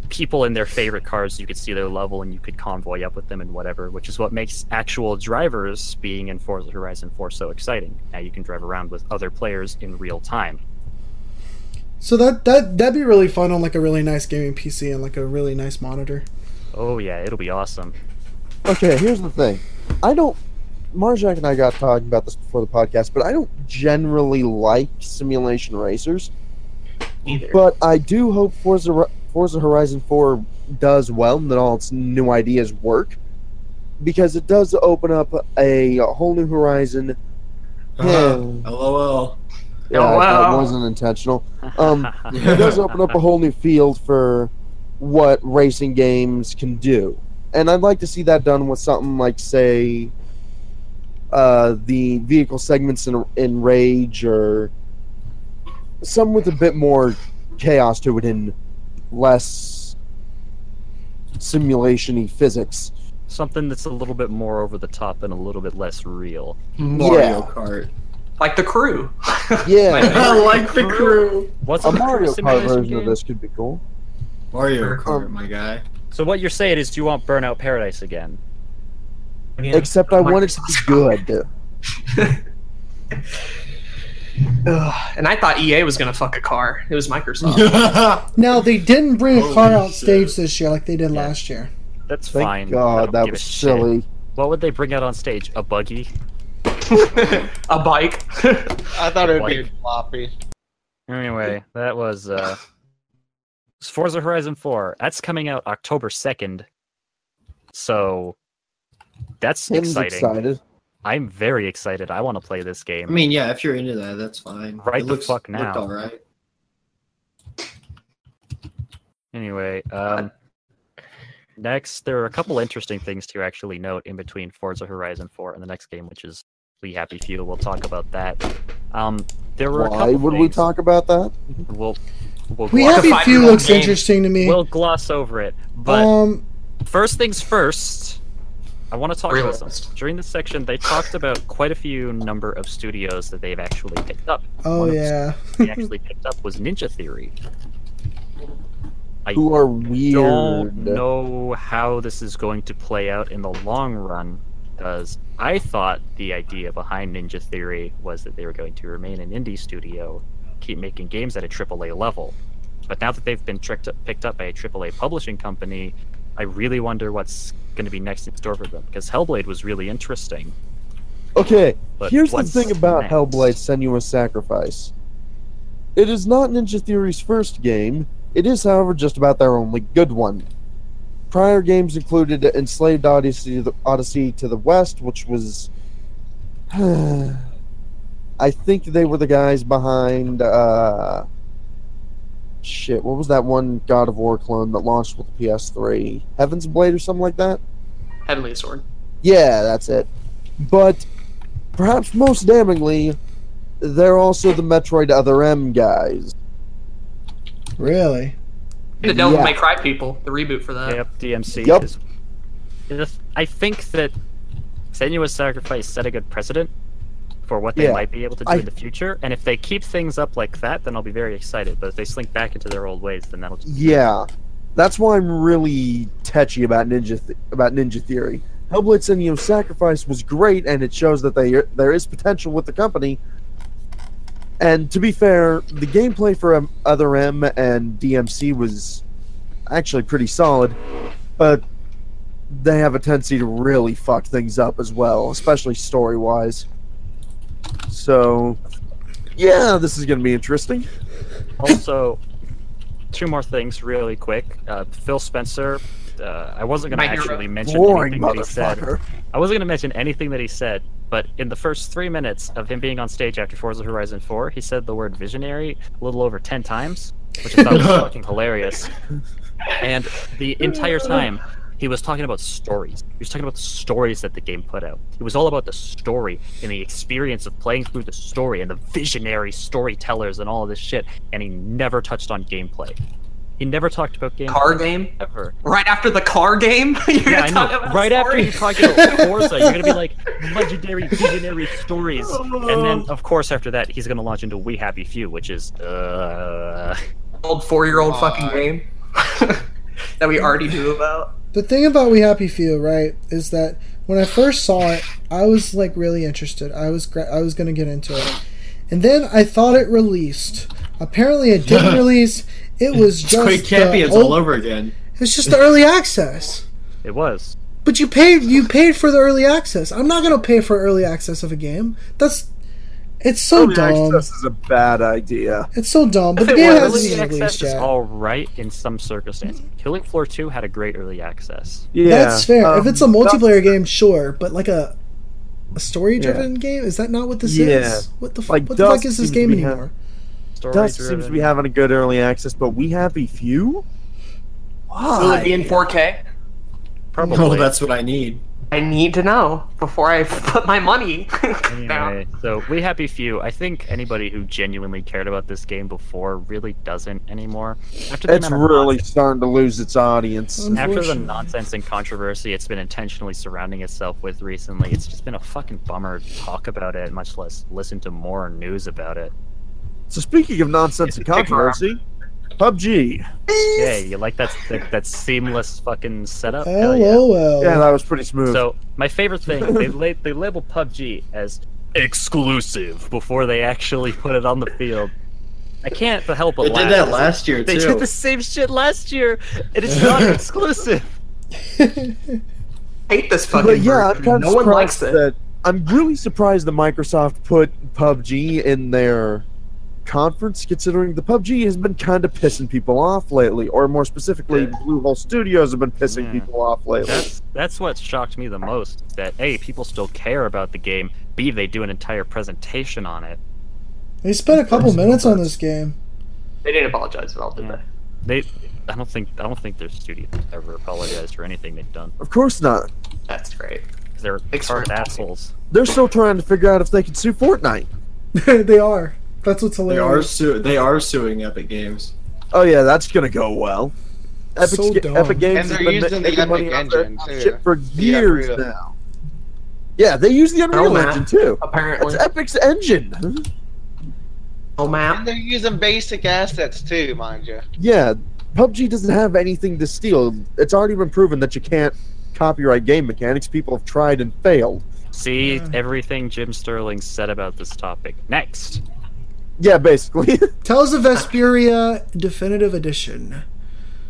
A: people in their favorite cars you could see their level and you could convoy up with them and whatever which is what makes actual drivers being in forza horizon 4 so exciting now you can drive around with other players in real time
B: So that that that'd be really fun on like a really nice gaming PC and like a really nice monitor.
A: oh yeah it'll be awesome
D: Okay. Here's the thing. I don't. Marjack and I got talking about this before the podcast, but I don't generally like simulation racers.
E: either.
D: But I do hope Forza, Forza Horizon 4 does well and that all its new ideas work because it does open up a whole new horizon. Yeah.
G: LOL.
D: Yeah,
E: Uh-huh. Oh, wow.
D: that wasn't intentional. Um, it does open up a whole new field for what racing games can do. And I'd like to see that done with something like, say, uh, the vehicle segments in, in Rage or some with a bit more chaos to it and less simulation y physics.
A: Something that's a little bit more over the top and a little bit less real.
G: Mario Kart.
E: like the crew.
D: Yeah.
C: I like the crew.
A: What's
D: a
A: the
D: Mario Kart
A: simulation
D: version of
A: game?
D: this could be cool.
G: Mario
E: Sure.
G: Kart, my guy.
A: So what you're saying is you want Burnout Paradise again?
E: Again,
D: Except I want it to be
E: Microsoft's-
D: good.
E: Ugh, and I thought EA was gonna fuck a car. It was Microsoft.
B: Now they didn't bring a car
G: Holy
B: out stage this year like they did last year.
A: That's
D: Thank
A: fine. I don't
D: God, that
A: give a
D: was
A: shit.
D: silly.
A: What would they bring out on stage? A buggy?
E: a bike.
F: I thought it would be
A: Like-
F: floppy.
A: Anyway, that was uh it's Forza Horizon 4. That's coming out October 2nd. So that's
D: Tim's
A: exciting.
D: excited.
A: I'm very excited. I want to play this game.
G: I mean, yeah, if you're into that, that's fine.
A: Right
G: it
A: the
G: looks,
A: fuck now.
G: Looked all right.
A: Anyway, um, next, there are a couple interesting things to actually note in between Forza Horizon 4 and the next game, which is Be Happy Few. We'll talk about that. Um, there were a
D: Why
A: couple
D: would we
A: things-
D: talk about that?
A: We'll, we'll,
B: We
A: gloss,
B: Happy
E: five
B: Few
E: year old
B: looks
E: game.
B: interesting to me.
A: we'll gloss over it. But
B: um,
A: first things first, I want to talk about
E: Realist.
A: something. During this section, they talked about quite a few number of studios that they've actually picked up.
B: oh
A: One of the
B: yeah,
A: they actually picked up was Ninja Theory. I
D: Who are weird?
A: don't know how this is going to play out in the long run because I thought the idea behind Ninja Theory was that they were going to remain an indie studio, keep making games at a AAA level. But now that they've been tricked up, picked up by a AAA publishing company, I really wonder what's going to be next in store for them because Hellblade was really interesting.
D: Okay,
A: But
D: here's the
A: what's
D: thing about
A: next?
D: Hellblade: Senua's Sacrifice. It is not Ninja Theory's first game. It is, however, just about their only good one. Prior games included Enslaved Odyssey, the Odyssey to the West, which was. I think they were the guys behind. Uh, shit, what was that one God of War clone that launched with the PS3? Heaven's Blade or something like that?
E: Heavenly Sword.
D: Yeah, that's it. But perhaps most damningly, they're also the Metroid Other M guys.
B: really.
E: The Devil
D: Yeah.
E: May Cry people. The reboot for that.
A: Yep, DMC.
D: Yep.
A: Is, is- I think that Senua's Sacrifice set a good precedent for what they
D: Yeah,
A: might be able to do
D: I-
A: in the future, and if they keep things up like that, then I'll be very excited. But if they slink back into their old ways, then that'll just
D: Yeah, that's why I'm really tetchy about Ninja th- about Ninja Theory. Hellblade Senua's Sacrifice was great, and it shows that they there is potential with the company. And to be fair, the gameplay for um, Other M and DMC was actually pretty solid, but they have a tendency to really fuck things up as well, especially story wise. So, yeah, this is going to be interesting.
A: also two more things really quick. Uh, Phil Spencer. Uh, I wasn't going
E: My
A: to
E: hero.
A: actually mention
D: Boring
A: anything that he said.
D: motherfucker.
A: I wasn't going to mention anything that he said, but in the first three minutes of him being on stage after Forza Horizon 4, he said the word visionary a little over 10 times, which I thought was fucking hilarious. And the entire time, he was talking about stories. He was talking about the stories that the game put out. It was all about the story and the experience of playing through the story and the visionary storytellers and all of this shit. And he never touched on gameplay. He never talked about gameplay.
E: Car game.
A: ever.
E: Right after the car game. You're
A: Yeah,
E: gonna
A: I
E: talk
A: know.
E: about
A: Right after you
E: story?
A: talk about Forza, you're gonna be like legendary, visionary stories, and then of course after that he's gonna launch into We Happy Few, which is uh,
E: old four-year-old fucking
F: God.
E: game that we already knew about.
B: The thing about We Happy Few, right, is that when I first saw it, I was like really interested. I was gra- I was gonna get into it, and then I thought it released. Apparently, it didn't release. It was just
G: Quake
B: the
G: Champions
B: old-
G: all over again.
B: It's just the early access.
A: it was.
B: But you paid you paid for the early access. I'm not gonna pay for early access of a game. That's it's so
D: Early
B: dumb.
D: access is a bad idea.
B: It's so dumb. But
A: If
B: the
A: it
B: game
A: were
B: has
A: early
B: these release
A: access is
B: chat.
A: all right in some circumstances. Killing Floor 2 had a great early access.
D: Yeah,
B: That's fair. if
D: um,
B: it's a multiplayer game, sure. But like a a story driven
D: Yeah.
B: game, is that not what this
D: Yeah.
B: is? What the f-
D: Like,
B: what the fuck
D: Dust
B: is this
D: seems to
B: game
D: be ha-
B: anymore?
A: Story
D: Dust seems to be having a good early access, but we have a few.
E: Will it be
D: Why?
E: in 4K?
A: probably.
G: Oh, that's what I need.
E: I need to know before I put my money down.
A: Anyway, so we happy few. I think anybody who genuinely cared about this game before really doesn't anymore. After the
D: It's
A: amount of
D: really starting to lose its audience.
A: After the
B: Unfortunately.
A: nonsense and controversy it's been intentionally surrounding itself with recently, it's just been a fucking bummer to talk about it, much less listen to more news about it.
D: So speaking of nonsense and
E: It's a big
D: controversy, PUBG.
A: Yeah, you like that that, that seamless fucking setup? Hell yeah.
B: LOL.
D: Yeah, that was pretty smooth.
A: So my favorite thing they la- they label PUBG as exclusive before they actually put it on the field. I can't but help but
G: It
A: laugh.
G: did that last year
A: They
G: too.
A: did the same shit last year, and it's not exclusive.
E: I hate this fucking
D: but yeah, I'm
E: version.
D: kind of
E: No one likes
D: surprised that.
E: it.
D: I'm really surprised that Microsoft put PUBG in their conference, considering the PUBG has been kind of pissing people off lately, or more specifically, Blue Hole Studios have been pissing
A: Yeah.
D: people off lately.
A: That's that's what shocked me the most. is That a people still care about the game. B they do an entire presentation on it.
B: They spent a couple minutes on this game.
E: They didn't apologize at all, did
A: Yeah.
E: they?
A: They I don't think I don't think their studio ever apologized for anything they've done.
D: Of course not.
E: That's great.
A: 'Cause They're
E: Thanks for
A: hard
E: nothing.
A: assholes.
D: They're still trying to figure out if they can sue Fortnite.
B: they are. That's what's
G: They are
B: hilarious.
G: su- they are suing Epic Games.
D: Oh yeah, that's gonna go well. Epic,
B: So dumb.
D: Epic Games
F: And
D: has
F: they're
D: been
F: using the
D: making
F: Epic
D: money off their
F: engine, too.
D: shit for
F: Yeah,
D: years
F: Rita.
D: now. Yeah, they use the Unreal
E: man.
D: Engine too. That's
E: Apparently.
D: Epic's engine.
E: Oh,
A: Uh,
F: And
E: map.
F: they're using basic assets too, mind you.
D: Yeah, PUBG doesn't have anything to steal. It's already been proven that you can't copyright game mechanics. People have tried and failed.
A: See
B: Yeah.
A: everything Jim Sterling said about this topic. Next.
D: Yeah, basically.
B: Tales of Vesperia Definitive Edition.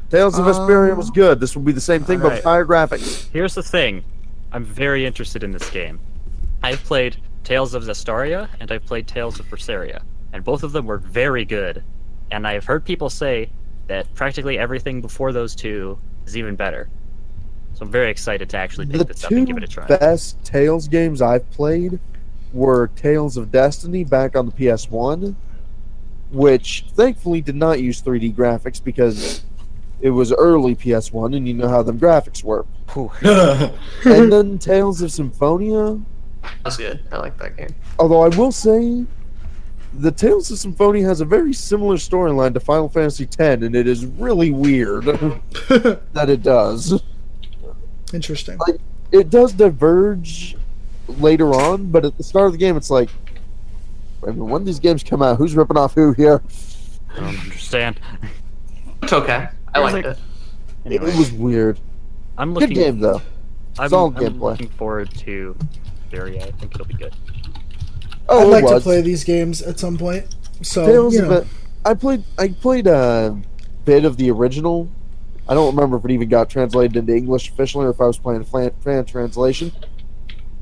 D: Tales of
B: Um,
D: Vesperia
A: Uh,
D: was good. This will be the same thing, but with higher graphics.
A: Here's the thing. I'm very interested in this game. I've played Tales of Zestaria and I've played Tales of Berseria, and both of them were very good. And I've heard people say that practically everything before those two is even better. So I'm very excited to actually pick
D: The
A: this up and
D: two
A: give it a try.
D: best Tales games I've played were Tales of Destiny back on the PS1, which thankfully did not use 3D graphics because it was early PS1 and you know how them graphics were. and then Tales of Symphonia
E: That was good. I like that game.
D: Although I will say, the Tales of Symphonia has a very similar storyline to Final Fantasy X, and it is really weird that it does.
B: Interesting.
D: It does diverge later on, but at the start of the game, it's like, I mean, when these games come out, who's ripping off who here?
A: I don't understand.
E: It's okay. I
A: There's
E: liked
A: like-
E: it.
D: It
A: Anyway,
D: was weird.
A: I'm
D: Good
A: looking
D: game though.
A: I'm,
D: solid
A: I'm
D: gameplay.
A: looking forward to Berseria. I think it'll be good.
D: Oh,
B: I'd
D: it
B: like to
D: was.
B: play these games at some point. So
D: Tales
B: you
D: of
B: know.
D: it. I played. I played a bit of the original. I don't remember if it even got translated into English officially, or if I was playing fan, fan translation.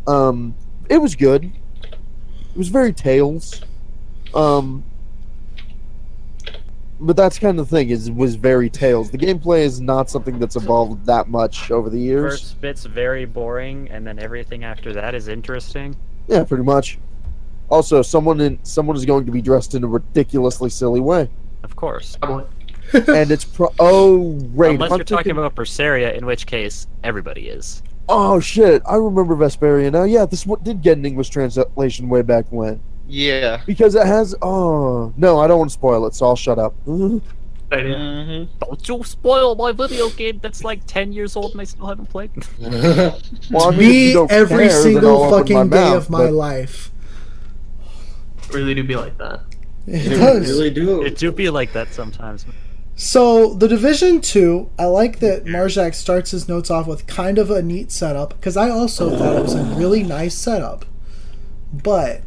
D: Um, it was good. It was very Tales. Um, but that's kind of the thing is it was very Tales. The gameplay is not something that's evolved that much over the years.
A: First bit's very boring, and then everything after that is interesting.
D: Yeah, pretty much. Also, someone in someone is going to be dressed in a ridiculously silly way,
A: Of course.
E: Probably.
D: and it's pro- oh right.
A: Unless
D: I'm
A: you're talking
D: thinking-
A: about Berseria, in which case everybody is.
D: Oh shit! I remember Vesperia now. Yeah, this one did get an English translation way back when
F: Yeah.
D: because it has. Oh no, I don't want to spoil it, so I'll shut up. Mhm.
E: Good idea.
F: Mm-hmm.
A: Don't you spoil my video game that's like 10 years old and I still haven't played.
D: Well, I mean, if you
B: me
D: don't
B: every
D: care, then I'll
B: single
D: open
B: fucking day
D: mouth,
B: of my
D: but-
B: life.
E: Really do be like that.
B: It
G: They
B: does.
G: really do.
A: it do be like that sometimes.
B: So the division two, I like that Marjak starts his notes off with kind of a neat setup because I also thought it was a really nice setup, but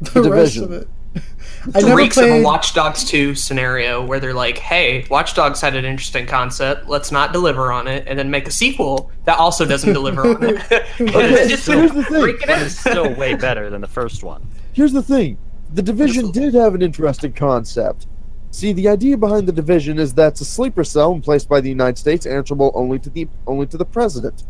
B: the,
D: The
B: rest
D: Division.
B: of it, I
E: It
B: never
E: reeks of
B: played.
E: a Watch Dogs 2 scenario where they're like, hey, Watch Dogs had an interesting concept. Let's not deliver on it and then make a sequel That also doesn't deliver on it.
D: Okay,
E: It's just
D: so here's the thing.
E: freaking
A: But it's
E: out.
A: still way better than the first one.
D: Here's the thing the division did have an interesting concept. See, the idea behind the division is that it's a sleeper cell placed by the United States, answerable only to the only to the president.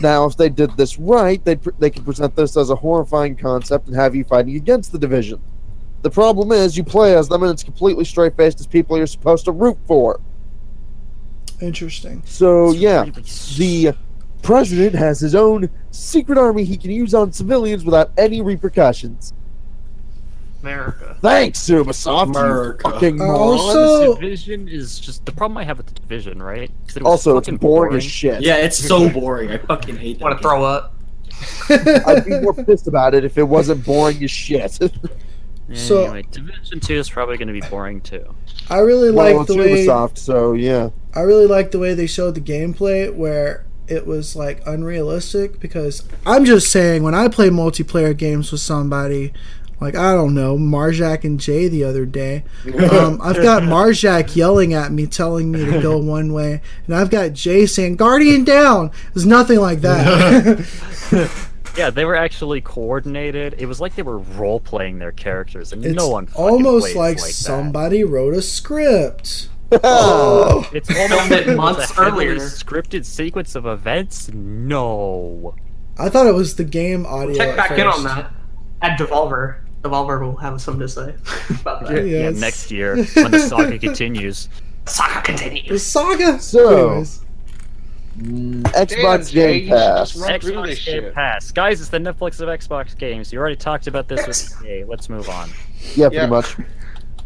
D: Now, if they did this right, they pr- they could present this as a horrifying concept and have you fighting against the division. The problem is, you play as them, and it's completely straight faced as people you're supposed to root for.
B: Interesting.
D: So, yeah,
A: Really s-
D: the president has his own secret army he can use on civilians without any repercussions.
E: America.
D: Thanks, Ubisoft.
G: America.
D: You fucking
B: Uh,
D: morons.
A: the
B: also,
A: division is just the problem I have with the division, right? is that it was
D: Also, it's
A: fucking
D: boring, as shit.
G: Yeah, it's so boring. I fucking hate that.
E: Want to throw up?
D: I'd be more pissed about it if it wasn't boring as shit.
B: So-
A: Anyway, Division Two is probably going to be boring too.
B: I really like
D: well, it's
B: the way
D: Ubisoft, so yeah.
B: I really like the way they showed the gameplay where it was like unrealistic because I'm just saying when I play multiplayer games with somebody like I don't know Marjak and Jay the other day um, I've got Marjak yelling at me telling me to go one way and I've got Jay saying Guardian down there's nothing like that
A: Yeah, they were actually coordinated. It was like they were role playing their characters, and
B: it's
A: no one fucking
B: almost
A: plays
B: like,
A: that.
B: somebody wrote a script Oh.
A: It's almost
E: Filmed
A: like
E: it
A: it was
E: months
A: a heavily
E: earlier.
A: scripted sequence of events. No,
B: I thought it was the game audio
E: Check
B: at
E: back in
B: first.
E: on that. At Devolver. Devolver will have something to say about that.
A: yeah,
B: Yes.
A: next year when the saga continues.
E: Saga
B: the
E: continues.
B: saga
D: So-
B: Anyways.
D: Mm,
F: Damn,
D: Xbox
F: Jay, you
D: Game
F: should just
D: Pass.
F: run- Not really
A: Xbox Game
F: shit.
A: Pass, guys, it's the Netflix of Xbox games. You already talked about this with EA. Let's move on.
D: Yeah, pretty
F: Yeah.
D: much.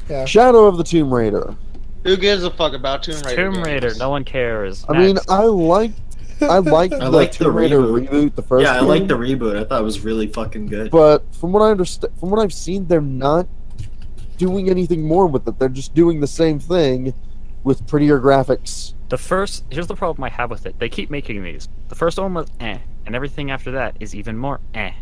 B: Yeah.
D: Shadow of the Tomb Raider.
F: Who gives a fuck about Tomb Raider?
A: Tomb Raider,
F: games?
A: no one cares.
D: I mean, uh-
A: Next.
D: I liked, I liked the
G: like the
D: Tomb Raider
G: reboot.
D: reboot. the first.
G: yeah, I
D: game,
G: like the reboot. I thought it was really fucking good.
D: But from what I understand, from what I've seen, they're not doing anything more with it. They're just doing the same thing with prettier graphics.
A: The first here's the problem I have with it. They keep making these. The first one was eh, and everything after that is even more eh.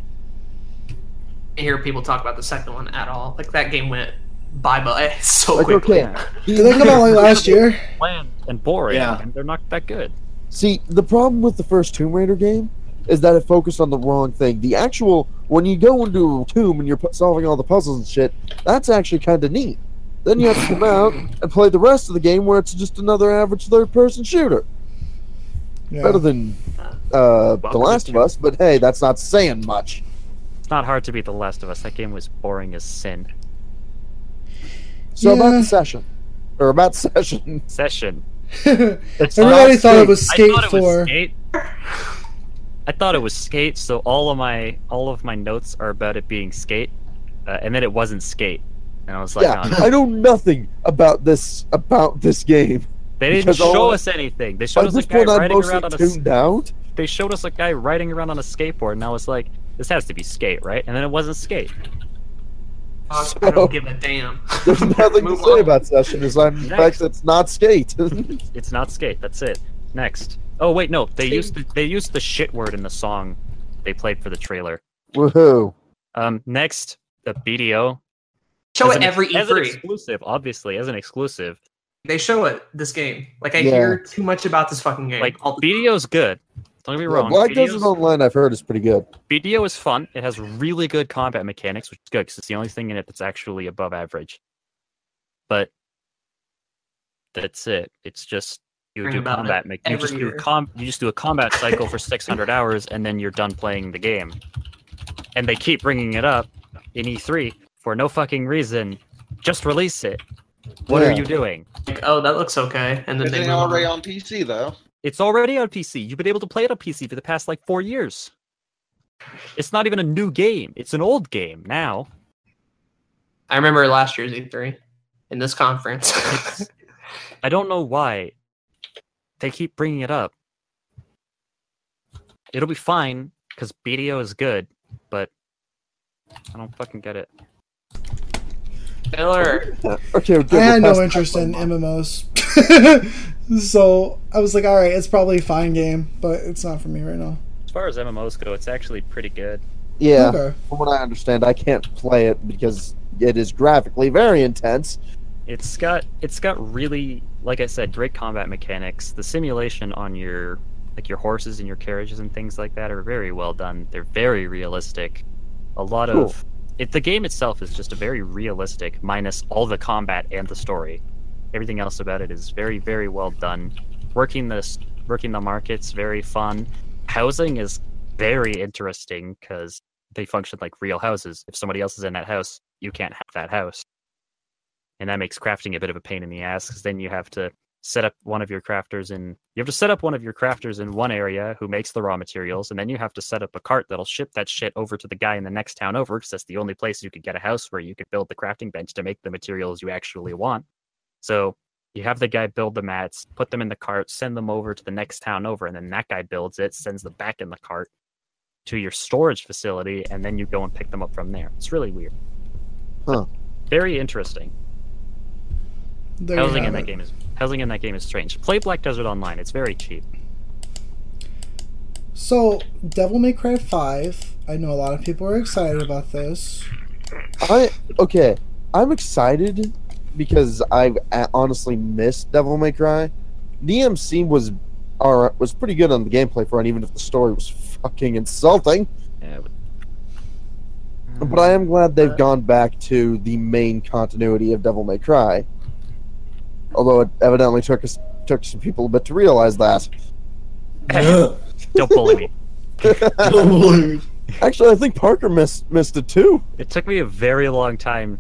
E: I hear people talk about the second one at all. Like that game went bye bye so
D: Like,
E: quickly.
D: okay,
B: did that come out like last year
A: Bland and boring,
G: Yeah.
A: and they're not that good.
D: See, the problem with the first Tomb Raider game is that it focused on the wrong thing. The actual when you go into a tomb and you're pu- solving all the puzzles and shit, that's actually kind of neat. Then you have to come out and play the rest of the game where it's just another average third-person shooter.
B: Yeah.
D: Better than uh, The
A: Welcome
D: Last of
A: to-
D: Us, but hey, that's not saying much.
A: It's not hard to beat The Last of Us. That game was boring as sin.
D: So about
B: Yeah.
D: the session, or about session.
A: Session.
D: It's
B: Everybody thought
D: not Skate.
B: it was Skate
A: I thought it
B: 4.
A: was skate. I thought it was skate, so all of my all of my notes are about it being skate, uh, and then it wasn't skate, and I was like,
D: yeah,
A: "Oh, no."
D: I know nothing about this about this game.
A: they didn't
D: because all-
A: show us anything. They showed
D: At
A: us a
D: this
A: guy
D: point, I'm
A: riding
D: mostly
A: around on a s-
D: tuned out.
A: they showed us a guy riding around on a skateboard, and I was like, this has to be skate, right? And then it wasn't skate.
E: I
D: So-
E: don't give a damn.
D: There's nothing to
E: Move
D: say
E: on.
D: about Session aside from the fact
A: Next.
D: that it's not skate.
A: It's not skate. That's it. Next. Oh wait, no. They used the, they used the shit word in the song they played for the trailer.
D: Woohoo.
A: Um, next, the BDO.
E: Show
A: As
E: it
A: an-
E: every E
A: as an
E: E3.
A: exclusive, obviously, as an exclusive.
E: They show it this game. Like I
D: Yeah.
E: hear too much about this fucking game.
A: Like
E: all the
A: BDO's good. Don't get me wrong.
D: Black Desert
A: BDO's,
D: Online, I've heard, is pretty good.
A: BDO is fun. It has really good combat mechanics, which is good because it's the only thing in it that's actually above average. But that's it. It's just you
E: Hearing
A: do
E: about
A: combat. Mech- you
E: every
A: just do a
E: year.
A: com- You just do a combat cycle for 600 hours, and then you're done playing the game. And they keep bringing it up in E3 for no fucking reason. Just release it. What are
D: Yeah.
A: you doing?
E: like, oh, that looks okay, and then
F: Isn't
E: they
F: it
E: move on.
F: already on PC though?
A: It's already on PC. You've been able to play it on PC for the past like four years. It's not even a new game. It's an old game now.
E: I remember last year's E3 in this conference.
A: I don't know why they keep bringing it up. It'll be fine because BDO is good, but I don't fucking get it.
E: Miller,
D: Okay, okay.
B: I had
D: we'll
B: no
D: pass-
B: interest in MMOs. so I was like, all right, it's probably a fine game, but it's not for me right now.
A: As far as MMOs go, it's actually pretty good.
D: Yeah,
B: Okay.
D: from what I understand, I can't play it because it is graphically very intense.
A: It's got it's got really, like I said, great combat mechanics. The simulation on your like your horses and your carriages and things like that are very well done. They're very realistic. A lot
D: Cool.
A: of it, the game itself is just a very realistic, minus all the combat and the story. Everything else about it is very, very well done. Working this, working the markets, very fun. Housing is very interesting because they function like real houses. If somebody else is in that house, you can't have that house. And that makes crafting a bit of a pain in the ass because then you have to set up one of your crafters in you have to set up one of your crafters in one area who makes the raw materials and then you have to set up a cart that'll ship that shit over to the guy in the next town over because that's the only place you could get a house where you could build the crafting bench to make the materials you actually want so you have the guy build the mats put them in the cart send them over to the next town over and then that guy builds it sends them back in the cart to your storage facility and then you go and pick them up from there it's really weird
D: Huh.
A: very interesting
B: There you
A: housing in
B: have
A: that
B: it.
A: game is housing in that game is strange. Play Black Desert Online; it's very cheap.
B: So, Devil May Cry 5. I know a lot of people are excited about this.
D: I okay. I'm excited because I a- honestly missed Devil May Cry. DMC was are was pretty good on the gameplay front, even if the story was fucking insulting.
A: Yeah, but
D: But I am glad they've gone back to the main continuity of Devil May Cry. Although it evidently took us took some people a bit to realize that.
A: Oh, don't bully me.
D: Actually, I think Parker missed missed it too.
A: It took me a very long time.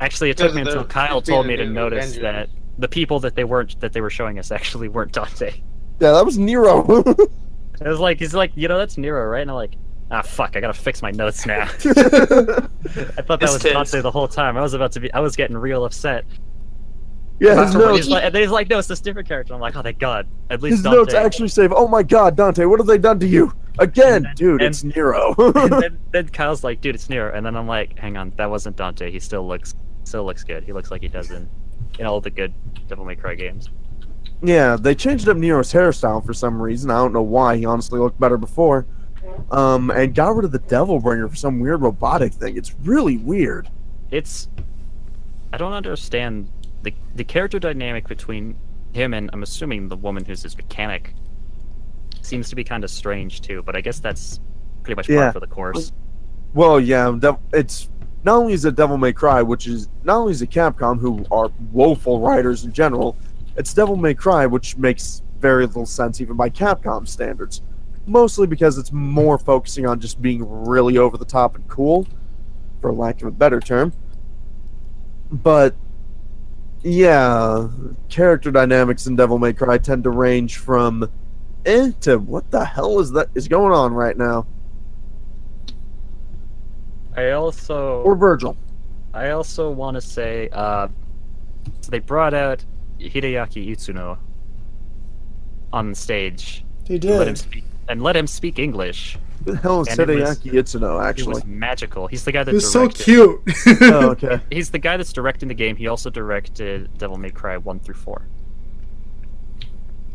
A: Actually, it took me
F: Because
A: until
F: the-
A: Kyle
F: it's being
A: told me
F: a
A: to
F: new
A: notice
F: engine.
A: that the people that they weren't that they were showing us actually weren't Dante.
D: Yeah, that was Nero.
A: It was like he's like, you know, that's Nero, right? And I'm like, ah, fuck, I gotta fix my notes now. I thought that
E: It's
A: was
E: tense.
A: Dante the whole time. I was about to be, I was getting real upset.
D: yeah, his
E: That's what
A: And
D: notes,
A: he's like, and then he's like, no, it's this different character. I'm like, oh, thank God, at least
D: his
A: Dante.
D: notes actually save. Oh my God, Dante, what have they done to you again,
A: And then-
D: dude?
A: and-
D: it's Nero.
A: and then, then Kyle's like, dude, it's Nero. And then I'm like, hang on, that wasn't Dante. He still looks still looks good. He looks like he does in, in all the good Devil May Cry games.
D: yeah, they changed up Nero's hairstyle for some reason. I don't know why. He honestly looked better before. Um, and got rid of the Devil Bringer for some weird robotic thing. It's really weird.
A: It's I don't understand the the character dynamic between him and I'm assuming the woman who's his mechanic seems to be kind of strange too, but I guess that's pretty much
D: Yeah.
A: part of the course.
D: Well, yeah, dev- it's not only is it Devil May Cry, which is not only is it Capcom, who are woeful writers in general, it's Devil May Cry, which makes very little sense even by Capcom standards. Mostly because it's more focusing on just being really over the top and cool, for lack of a better term. But yeah, character dynamics in Devil May Cry tend to range from eh to what the hell is that is going on right now?
A: I also
D: Or Virgil.
A: I also want to say, uh, so they brought out Hideaki Itsuno on stage
B: They
A: and let him
B: did.
A: speak and let him speak English.
D: Who the hell is
A: And it was-
D: Hideaki Itsuno,
A: He
D: actually?
A: was magical. He's the guy that
B: It was so
A: directed.
B: cute.
D: oh, okay.
A: He's the guy that's directing the game. He also directed Devil May Cry one through four.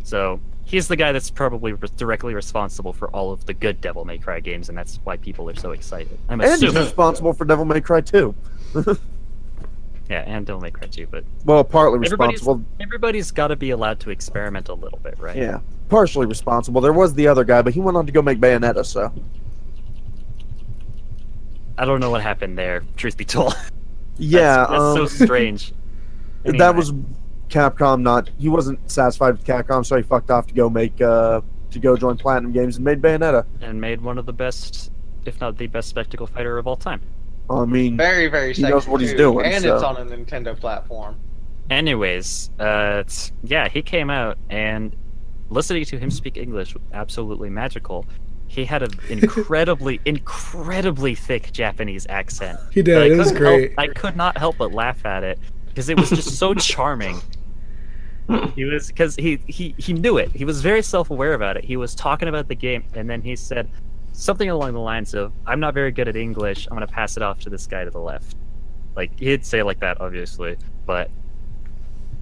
A: So he's the guy that's probably re- directly responsible for all of the good Devil May Cry games, and that's why people are so excited. I'm
D: And he's
A: assuming,
D: responsible for Devil May Cry 2.
A: yeah, and Devil May Cry too, but
D: Well, partly
A: Everybody's-
D: responsible.
A: everybody's got to be allowed to experiment a little bit, right?
D: Yeah. Partially responsible. There was the other guy, but he went on to go make Bayonetta, so.
A: I don't know what happened there. Truth be told, That's-
D: Yeah,
A: that's,
D: um,
A: so strange. Anyway,
D: that was Capcom not. He wasn't satisfied with Capcom, so he fucked off to go make. uh to go join Platinum Games and made Bayonetta.
A: and made one of the best, if not the best, spectacle fighter of all time.
D: I mean,
F: Very, very
D: He
F: sexy.
D: knows what he's
F: too,
D: doing,
F: And it's
D: so.
F: on a Nintendo platform.
A: Anyways, uh, it's- yeah, he came out and listening to him speak English was absolutely magical. He had an incredibly, incredibly thick Japanese accent.
B: he
A: but I
B: did. It was
A: couldn't help-
B: great.
A: I could not help but laugh at it because it was just so charming. He was because he, he he knew it. He was very self aware about it. He was talking about the game, and then he said something along the lines of, "I'm not very good at English. I'm gonna pass it off to this guy to the left." Like he'd say like that, obviously, but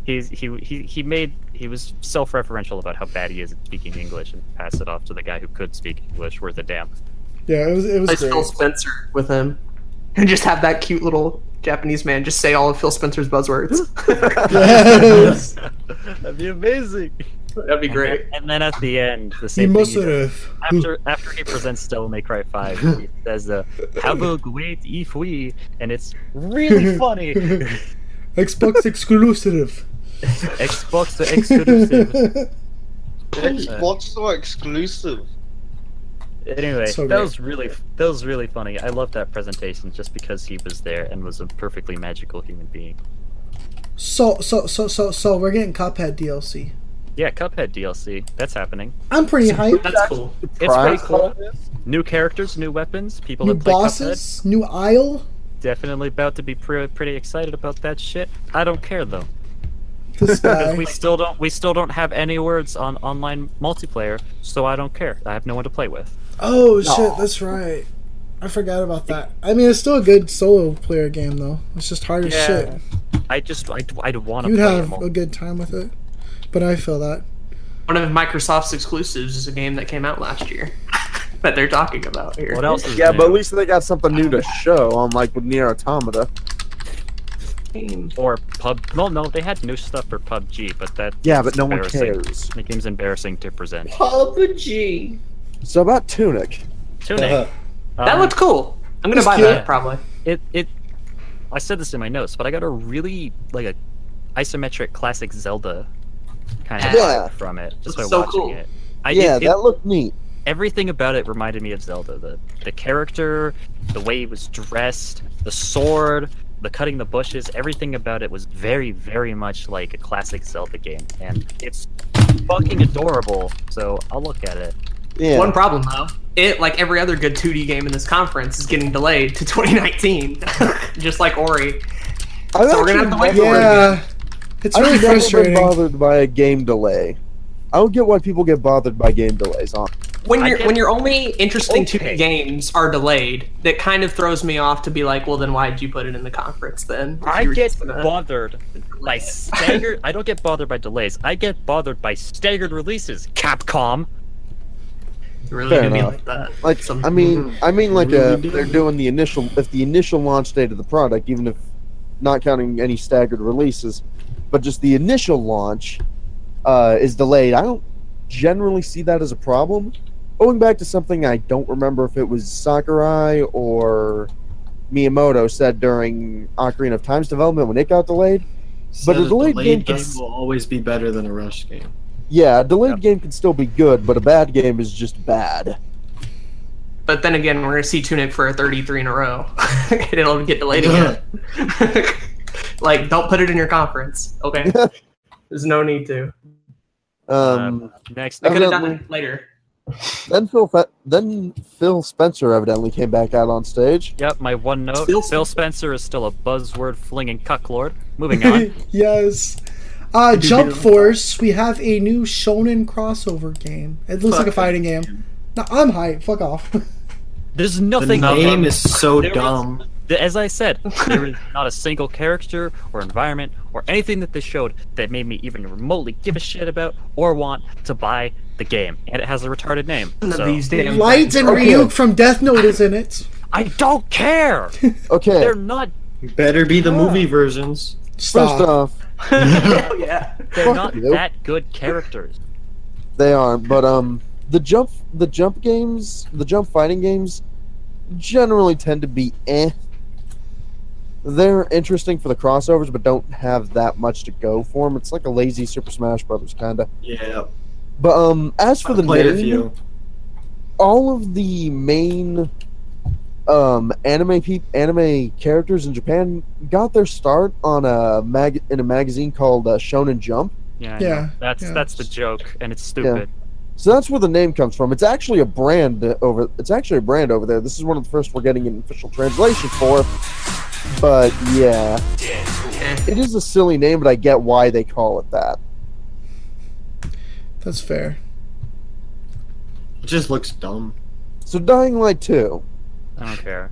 A: he's he he he made he was self referential about how bad he is at speaking English, and pass it off to the guy who could speak English worth a damn.
B: Yeah, it was. It was
E: Place Phil
B: great.
E: Spencer with him, and just have that cute little Japanese man just say all of Phil Spencer's buzzwords.
B: Yes.
A: That'd be amazing.
E: That'd be great.
A: And then at the end, the
B: You
A: same thing.
B: must
A: he does.
B: have.
A: After after he presents Devil May Cry Five, he says the "Have a great E if we," and it's really funny.
B: Xbox exclusive.
A: Xbox exclusive. uh,
F: Xbox so exclusive.
A: Anyway,
B: So
A: that
B: great.
A: was really that was really funny. I loved that presentation just because he was there and was a perfectly magical human being.
B: so so so so so we're getting Cuphead DLC.
A: Yeah, Cuphead DLC. That's happening.
B: I'm pretty hyped.
E: That's cool.
A: It's pretty
D: Prize
A: cool.
D: contest?
A: New characters, new weapons, people
B: New
A: that play Cuphead.
B: bosses, new aisle.
A: Definitely about to be pre- pretty excited about that shit. I don't care though.
B: This guy.
A: We still don't we still don't have any words on online multiplayer, so I don't care. I have no one to play with.
B: Oh shit, that's right. I forgot about that. I mean, it's still a good solo player game though. It's just hard as
A: Yeah.
B: shit.
A: I just I I'd want to
B: You'd
A: play
B: have
A: them all.
B: a good time with it, but I feel that.
E: One of Microsoft's exclusives is a game that came out last year that they're talking about here.
A: What else is
D: Yeah, but at
A: new?
D: least they got something new to show, unlike with Near Automata.
E: Game.
A: or pub well no, they had new stuff for PUBG, but that
D: Yeah, but no one
A: embarrassing.
D: cares.
A: The game's embarrassing to present.
C: PUBG.
D: So about Tunic.
A: Tunic.
E: That
A: um,
E: looked cool. I'm gonna buy
B: cute.
E: that probably.
A: it it I said this in my notes, but I got a really like a isometric classic Zelda kind of
D: Yeah.
A: vibe from it just by
E: Looks so
A: watching
E: cool.
A: it. I,
D: yeah,
A: it, it-
D: that looked neat.
A: everything about it reminded me of Zelda. The the character, the way he was dressed, the sword, the cutting the bushes, everything about it was very, very much like a classic Zelda game. And it's fucking adorable, so I'll look at it.
D: Yeah.
E: One problem though, it like every other good 2D game in this conference is getting delayed to 2019, just like Ori.
D: I've
E: So we're gonna have to
D: actually
E: wait
D: never-
E: for it.
B: Yeah, it's really
D: I've never been
B: frustrating.
D: bothered by a game delay. I don't get why people get bothered by game delays. Huh?
E: When
A: I
E: your
A: get-
E: when your only interesting 2D
A: Okay.
E: games are delayed, that kind of throws me off to be like, well, then why did you put it in the conference then? if
A: I
E: you were
A: get
E: just gonna-
A: bothered by staggered. I don't get bothered by delays. I get bothered by staggered releases. Capcom.
E: really
D: Fair
E: do me
D: enough.
E: like that.
D: Like,
E: Some-
D: I mean, I mean, like, uh they're doing the initial, if the initial launch date of the product, even if not counting any staggered releases, but just the initial launch uh, is delayed. I don't generally see that as a problem. Going back to something I don't remember if it was Sakurai or Miyamoto said during Ocarina of Time's development when it got delayed. But a delayed game can
G: will always be better than a rushed game.
D: Yeah, a delayed game can still be good, but a bad game is just bad.
E: But then again, we're gonna see Tunic for a 33 in a row. and It'll get delayed again. like, don't put it in your conference, okay? There's no need to.
D: Um,
A: Next,
E: They could have done
D: Evidently.
E: it later.
D: then Phil Fe- then Phil Spencer evidently came back out on stage.
A: yep, my one note.
E: Still-
A: Phil Spencer is still a buzzword flinging cucklord. Moving on.
B: yes. Uh, Jump Force, we have a new Shonen crossover game. It looks like a fighting game. No, I'm hyped. Fuck off.
A: There's
G: The
A: nothing. of
G: name
A: it.
G: is so
A: There was-
G: dumb.
A: Th- As I said, there is not a single character or environment or anything that they showed that made me even remotely give a shit about or want to buy the game. And it has a retarded name.
E: None
A: so
E: of these damn
B: Light
E: things. Oh,
B: and Ryuk from Death Note is in it.
A: I don't care.
D: Okay,
A: They're not.
G: Better be the movie versions.
D: first
B: Stop.
D: off,
E: Hell Oh, yeah.
A: They're
D: Fuck
A: not
D: you.
A: that good characters.
D: they aren't. But um, the jump the jump games the jump fighting games generally tend to be eh. They're interesting for the crossovers, but don't have that much to go for them. It's like a lazy Super Smash Brothers kinda.
G: Yeah,
D: But um, as for
G: I
D: the
G: played a
D: name,
G: few.
D: all of the main um, anime pe- anime characters in Japan got their start on a mag in a magazine called uh, Shonen Jump.
A: Yeah, I know.
B: Yeah,
A: That's
B: yeah.
A: that's the joke, and it's stupid.
D: So that's where the name comes from. It's actually a brand over. It's actually a brand over there. This is one of the first we're getting an official translation for. But yeah, it is a silly name, but I get why they call it that.
B: That's fair.
G: It just looks dumb.
D: So Dying Light Two.
A: I don't care.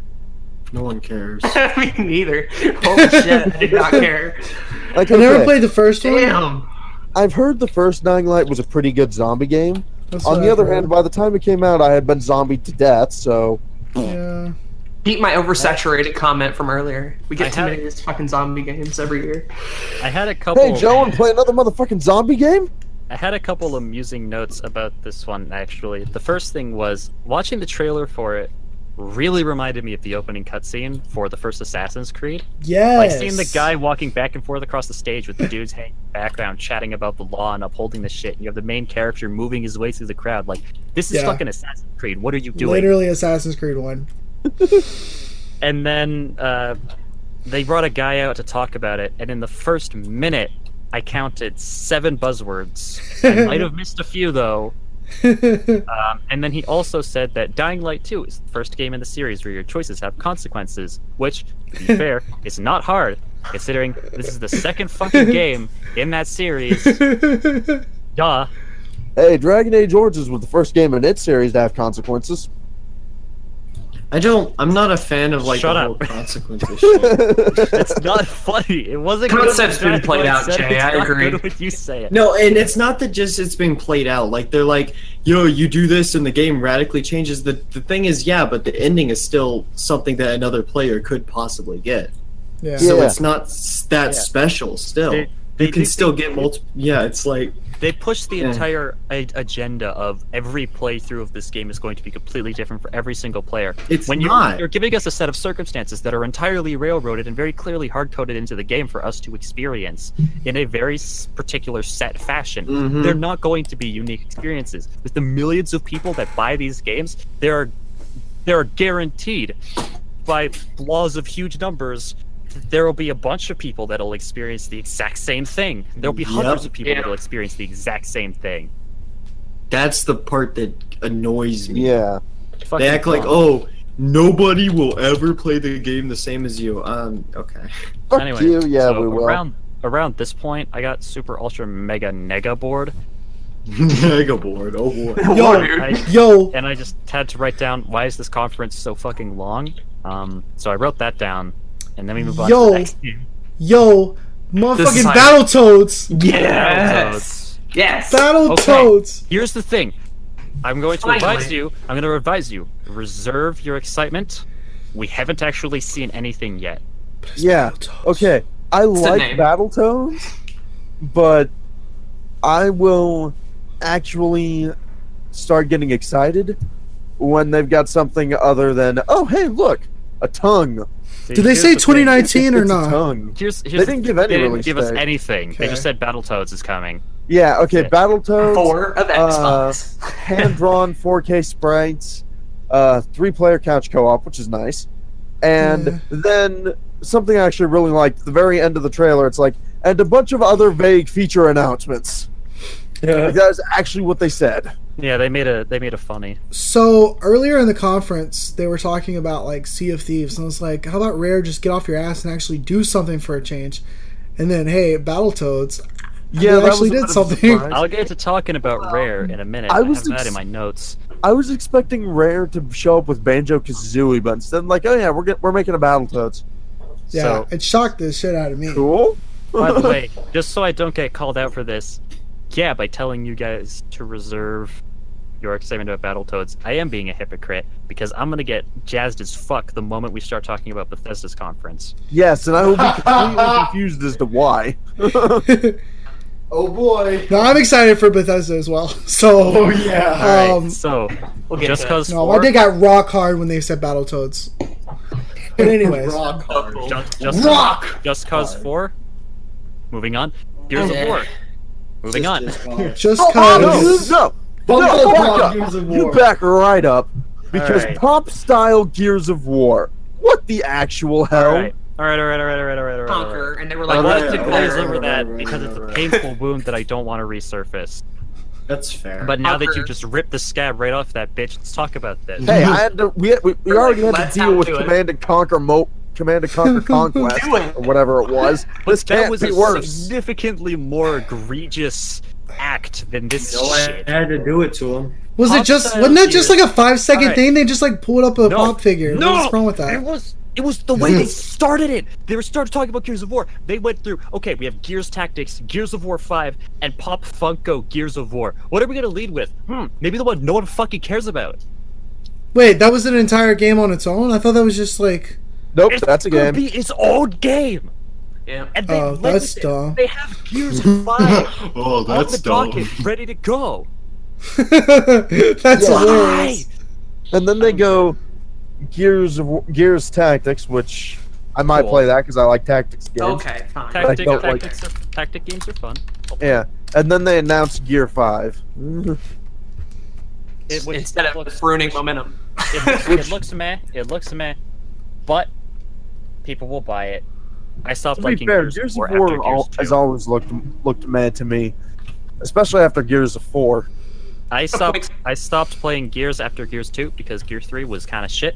G: No one cares.
E: me neither. Holy shit, I did not care.
D: Like
B: I never
D: okay,
B: played the first one.
E: Damn.
D: I've heard the first Dying Light was a pretty good zombie game.
B: That's
D: On
B: what
D: the
B: I
D: other
B: heard.
D: hand, by the time it came out, I had been zombied to death, so
B: yeah.
E: Beat my oversaturated comment from earlier. We
A: I
E: get too
A: had-
E: many of these fucking zombie games every year.
A: I had a couple.
B: Oh,
D: hey, Joe, and play another motherfucking zombie game?
A: I had a couple amusing notes about this one actually. The first thing was watching the trailer for it really reminded me of the opening cutscene for the first Assassin's Creed.
B: Yes.
A: Like seeing the guy walking back and forth across the stage with the dudes hanging in the background chatting about the law and upholding the shit. And you have the main character moving his way through the crowd. Like, this is
B: Yeah.
A: fucking Assassin's Creed. What are you doing?
B: Literally Assassin's Creed 1.
A: And then uh, they brought a guy out to talk about it. And in the first minute, I counted seven buzzwords. I might have missed a few though. Um, and then he also said that Dying Light 2 is the first game in the series where your choices have consequences, which, to be fair, is not hard, considering this is the second fucking game in that series. Duh.
D: Hey, Dragon Age Origins was the first game in its series to have consequences.
G: I don't. I'm not a fan of like
A: Shut
G: the
A: up.
G: whole consequences shit.
A: It's not funny. It wasn't good.
E: Concept's
A: when
E: been
A: Dragon
E: played
A: Ball
E: out,
A: said it.
E: Jay,
A: It's
E: I
A: not
E: agree.
A: good when you say it.
G: No, and it's not that just it's being played out. Like they're like, yo, you do this and the game radically changes. The the thing is, yeah, but the ending is still something that another player could possibly get.
B: yeah.
D: Yeah.
G: So it's not s- that
A: Yeah.
G: special. Still,
A: They- they
G: you can
A: do
G: still
A: think-
G: get multiple. Yeah, it's like
A: They pushed the
G: Yeah.
A: entire a- agenda of every playthrough of this game is going to be completely different for every single player.
G: It's
A: when you're,
G: not.
A: you're giving us a set of circumstances that are entirely railroaded and very clearly hard coded into the game for us to experience in a very s- particular set fashion.
G: Mhm.
A: They're not going to be unique experiences. With the millions of people that buy these games, there are there are guaranteed by laws of huge numbers th- there will be a bunch of people that'll experience the exact same thing. There'll be hundreds
G: Yep.
A: of people
E: Yeah.
A: that'll experience the exact same thing.
G: that's the part that annoys me.
D: Yeah.
A: Fucking
G: They act like,
A: dumb.
G: oh, nobody will ever play the game the same as you. Um, okay.
D: Fuck
A: Anyway,
D: oh, you. Yeah,
A: so
D: we will.
A: Around around this point, I got super ultra mega nega bored,
G: Mega bored. Oh boy.
E: Whoa,
B: Yo.
E: dude.
A: I,
B: Yo,
A: and I just had to write down why is this conference so fucking long. Um, so I wrote that down, and then we move on to
B: Yo.
A: the next game.
B: yo,
E: This
B: motherfucking
E: is how-
B: Battletoads!
E: Yes. Yes.
B: Battletoads!
A: Here's the thing, I'm going to
E: Finally.
A: advise you. I'm going to advise you. Reserve your excitement. We haven't actually seen anything yet.
D: Yeah. Okay. I
E: the
D: like
E: name.
D: Battletoads, but I will actually start getting excited when they've got something other than, oh, hey, look, a tongue.
A: See,
B: Did they
A: here's
B: say
A: the thing.
B: 2019 or
D: It's a
B: not?
D: tongue.
A: Here's, here's
D: They
A: the
D: didn't
A: thing,
D: give any
A: they didn't
D: release
A: give us
D: date.
A: anything. They just said Battletoads is coming.
D: Yeah, okay,
A: Yeah.
D: Battletoads.
E: Four
D: Uh,
E: of Xbox.
D: hand drawn 4K sprites, uh, three player couch co op, which is nice. And
B: Yeah.
D: then something I actually really liked, the very end of the trailer, it's like, and a bunch of other vague feature announcements. Like, that is actually what they said.
A: Yeah, they made a they made a funny.
B: So earlier in the conference, they were talking about like Sea of Thieves, and I was like, "How about Rare just get off your ass and actually do something for a change?" And then, hey, Battletoads,
D: Yeah,
B: they
D: that
B: actually
D: was a bit
B: did
D: of a
B: something.
D: surprise.
A: I'll get to talking about Rare in a minute.
D: I
A: I,
D: was
A: have that
D: ex-
A: in my notes.
D: I was expecting Rare to show up with Banjo Kazooie, but instead, like, oh yeah, we're get- we're making a Battletoads.
B: Yeah,
A: So-
B: it shocked the shit out of me.
D: Cool.
A: By the way, just so I don't get called out for this, yeah, by telling you guys to reserve your excitement about Battletoads, I am being a hypocrite because I'm gonna get jazzed as fuck the moment we start talking about Bethesda's conference.
D: yes, and I will be completely confused as to why.
C: Oh boy.
B: No, I'm excited for Bethesda as well. So,
C: Oh yeah.
B: um,
A: So
E: We'll get
A: just
E: to
A: cause
B: no, my
A: 4,
B: dick got rock hard when they said Battletoads. But anyways,
C: Rock hard.
E: it.
A: just, just,
C: Rock.
A: just cause four. Moving on. Gears of
E: Yeah.
A: War. Moving on.
C: Just rock.
B: just
D: Oh, No,
B: cause
D: no,
C: Bumble
D: back
C: rock
D: up.
C: Gears of
D: You
C: War.
D: back right up because
A: Alright.
D: pop style Gears of War. What the actual hell?
A: All right. All right. All right. All right. All right. All right. All right. All right.
E: Conquer, and they were
A: I
E: like,
A: wanted
E: "Let's
A: to
C: yeah,
A: glaze
E: declare
A: over
C: right,
A: that
C: right,
A: because it's a
C: right.
A: painful wound that I don't want to resurface.
G: That's fair.
A: But now that
E: Hopper.
A: you just ripped the scab right off that bitch, let's talk about this.
D: Hey, I had to. We, we, we
E: Or,
D: already
E: like,
D: had
E: let's
D: to deal
E: not
D: with
E: do it.
D: Command and Conquer Mo, Command and Conquer Conquest,
E: Do it.
D: or whatever it was. This
A: that
D: can't
A: was
D: be
A: a
D: worse.
A: significantly more egregious act than this
G: No, I
A: shit.
G: had to do it to him.
B: was it just
A: Hostile
B: wasn't that just like
A: Gears.
B: a five second
A: Alright.
B: thing? They just like pulled up a
A: No.
B: pop figure.
A: No!
B: What's wrong with that?
A: It was it was the way they started it. They were started talking about Gears of War. They went through, okay, we have Gears Tactics, Gears of War 5, and Pop Funko Gears of War. What are we gonna lead with? Hmm, maybe the one no one fucking cares about.
B: Wait, that was an entire game on its own? I thought that was just like
D: Nope,
A: It's
D: that's a
A: gonna be
D: game.
A: its own game.
E: Yeah.
A: And they
B: Oh,
A: let
B: that's
A: it-
B: dumb.
A: They have Gears 5
G: oh,
A: on the
G: that's dumb.
A: docket ready to go.
B: that's
A: Why?
B: hilarious.
D: And then they go Gears of Wa- Gears Tactics, which I might
A: Cool.
D: play that because I like tactics games.
E: Okay, fine.
A: Tactic,
D: don't like-
A: tactics are, tactic games are fun.
D: Yeah. And then they announced Gear Five.
A: It, would-
E: Instead
A: it looks-
E: of ruining momentum.
A: it, it looks meh. It looks meh. But people will buy it. I stopped
D: To be
A: liking
D: fair,
A: Gears,
D: Gears of
A: War after
D: War al-
A: Gears 2.
D: has always looked looked mad to me, especially after Gears of Four.
A: I stopped. I stopped playing Gears after Gears 2 because Gear 3 was kind of shit.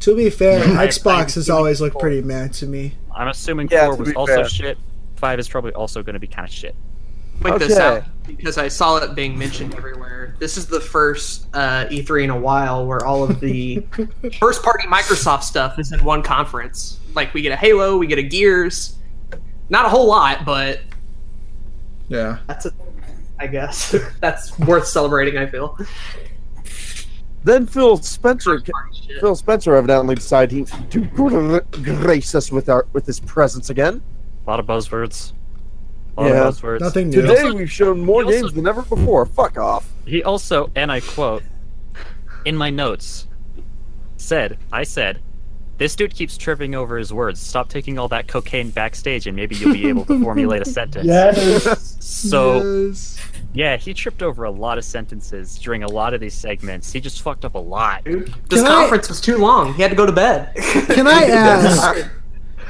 B: To be fair,
A: I-
B: Xbox
A: I-
B: has always looked pretty mad to me.
A: I'm assuming
D: Yeah,
A: 4
D: to
A: was
D: be
A: also
D: fair.
A: shit. 5 is probably also going to be kind of shit.
E: point this
D: Okay.
E: out because I saw it being mentioned everywhere. This is the first uh, E3 in a while where all of the first party Microsoft stuff is in one conference. Like we get a Halo, we get a Gears, not a whole lot, but
H: Yeah.
E: that's a, I guess that's worth celebrating. I feel.
D: Then Phil Spencer
E: First party shit.
D: Phil Spencer evidently decided he to gr- grace us with our with his presence again.
A: A lot of buzzwords. A lot
D: Yeah.
A: of buzzwords.
B: Nothing new.
D: Today we've shown more
A: he also-
D: games than ever before. Fuck off.
A: He also, and I quote, in my notes, said, I said, this dude keeps tripping over his words. Stop taking all that cocaine backstage and maybe you'll be able to formulate a sentence. So,
B: Yes.
A: yeah, he tripped over a lot of sentences during a lot of these segments. He just fucked up a lot.
E: This
B: Can I-
E: conference was too long. He had to go to bed.
B: Can I ask?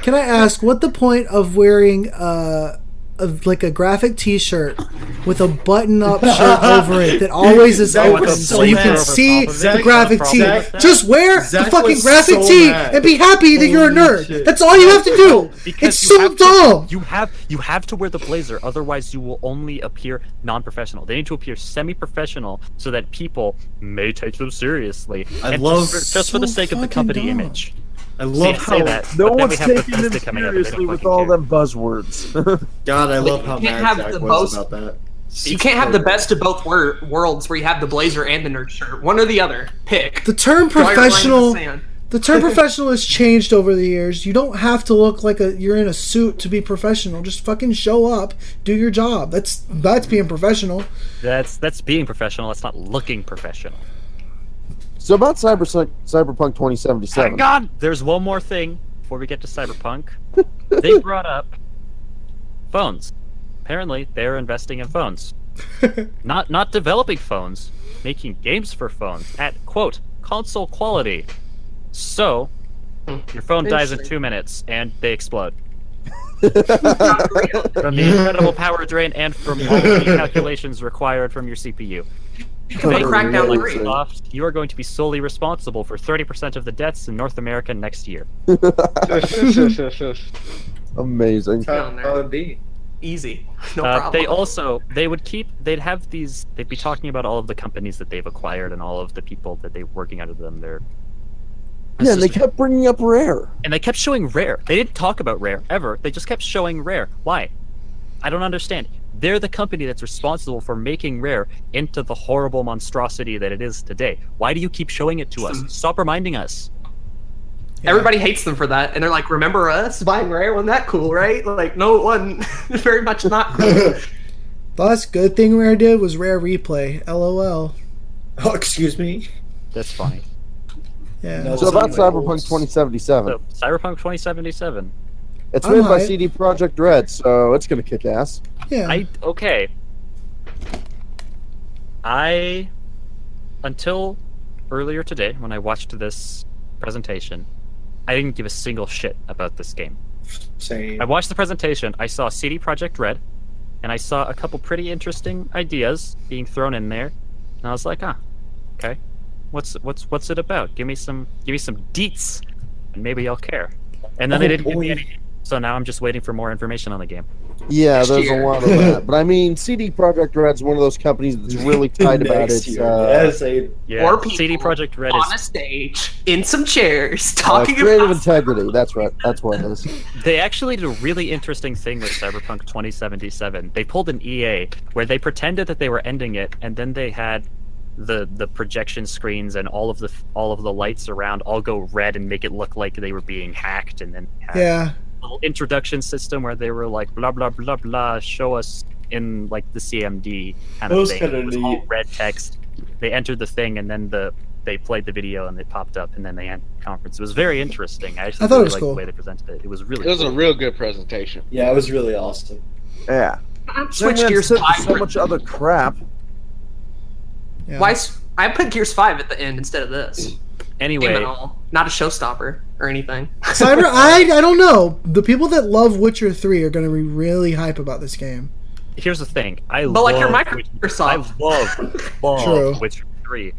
B: Can I ask what the point of wearing uh, a, like a graphic T-shirt with a button-up shirt over it that always is
G: Zach
B: open
G: was
B: so
G: so
B: you
G: mad.
B: can see
A: Zach-
B: the graphic
A: Zach-
B: tee?
A: Zach-
B: Just wear the
G: Zach
B: fucking
G: was
B: graphic
G: so
B: tee
G: mad.
B: and be happy that you're a
G: Holy
B: nerd.
G: shit.
B: That's all you have to do. it's
A: you have
B: so
A: to-
B: dull.
A: You have you have to wear the blazer, otherwise you will only appear non-professional. They need to appear semi-professional so that people may take them seriously.
G: I
A: and
G: love-
A: just, just for the
B: So
A: sake of the
B: fucking
A: company
B: dumb.
A: image.
G: I love
A: say
G: how
A: that.
D: No
A: but
D: one's
A: then we have
D: taking them
A: Bethesda coming up. and they
D: seriously
A: don't
D: with
A: fucking
D: all
A: care.
D: them buzzwords.
G: God, I love
E: you
G: how
E: can't
G: mad
E: have
G: Zach
E: the
G: was
E: most-
G: about that.
E: you can't have the best of both wor- worlds, where you have the blazer and the nerd shirt. One or the other. Pick.
B: The term
E: Draw your line in the
B: professional.
E: sand.
B: The term professional has changed over the years. You don't have to look like a you're in a suit to be professional. Just fucking show up, do your job. That's that's being professional.
A: That's that's being professional. That's not looking professional.
D: so about Cyber, Cyberpunk 2077.
A: God, there's one more thing before we get to Cyberpunk. they brought up phones. Apparently, they're investing in phones. not not developing phones, making games for phones at quote console quality. So, your phone dies in
E: Interesting.
A: two minutes and they explode. from the incredible power drain and from all the calculations required from your CPU.
E: They cracked down the green.
A: Microsoft, you are going to be solely responsible for 30% of the deaths in North America next year.
D: Amazing.
E: Down there.
F: be.
E: Easy. No
A: Uh,
E: problem.
A: they also they would keep they'd have these they'd be talking about all of the companies that they've acquired and all of the people that they're working under them. They're
D: Yeah, and they kept bringing up Rare.
A: and they kept showing Rare. They didn't talk about Rare ever. They just kept showing Rare. Why? I don't understand. They're the company that's responsible for making Rare into the horrible monstrosity that it is today. Why do you keep showing it to us? Stop reminding us.
E: Everybody hates them for that, and they're like, "Remember us buying Rare? Wasn't that cool, right?" Like, no, it wasn't. Very much not cool.
B: The last good thing Rare did was Rare Replay. LOL.
G: Oh, excuse me.
A: That's funny.
B: Yeah.
G: No.
D: So about
G: Something like
D: Cyberpunk
G: wolves.
D: 2077.
A: So, Cyberpunk 2077.
D: It's
B: I'm
D: made by
B: hyped.
D: CD Projekt Red, so it's gonna kick ass.
B: Yeah.
A: I okay. I until earlier today when I watched this presentation, I didn't give a single shit about this game.
G: Same.
A: I watched the presentation, I saw CD Project Red, and I saw a couple pretty interesting ideas being thrown in there, and I was like, ah, okay. What's what's what's it about? Give me some give me some deets and maybe I'll care. And then they
G: Oh,
A: didn't give me
G: boy.
A: any so now I'm just waiting for more information on the game.
D: Yeah,
E: Next
D: there's a
E: year.
D: lot of that. But I mean, CD Projekt Red's one of those companies that's really tight about
G: Next
D: its
G: year.
D: uh,
G: Yes, I-
A: Yeah.
E: Or
A: CD
E: people
A: Project Red is
E: On a stage, in some chairs,
D: uh,
E: talking
D: creative
E: about.
D: integrity. That's right. That's what it is.
A: They actually did a really interesting thing with Cyberpunk 2077. They pulled an EA where they pretended that they were ending it, and then they had the the projection screens and all of the all of the lights around all go red and make it look like they were being hacked, and then hacked.
B: yeah.
A: little introduction system where they were like blah blah blah blah, show us in like the CMD kind
I: That
A: of
I: was
A: thing.
I: kinda
A: It was
I: neat.
A: all red text. They entered the thing and then the they played the video and it popped up and then they had conference. It was very interesting. I actually
B: I thought it
A: really
B: was
A: liked
B: cool.
A: the way they presented it. It was really
F: It was a
A: cool.
F: real good presentation.
I: Yeah, it was really awesome.
D: Yeah.
E: Switch
D: Sandman
E: Gears
D: said
E: 5.
D: so much other crap.
B: Yeah.
E: Why? s- I put Gears 5 at the end instead of this. Game and
A: Anyway,
E: all. Not a showstopper or anything.
B: Cyber, I, I don't know. The people that love Witcher 3 are going to be really hype about this game.
A: here's the thing. I
E: But like
A: love
E: your
A: Witcher- I
E: Microsoft.
A: love, love
B: True.
A: Witcher 3,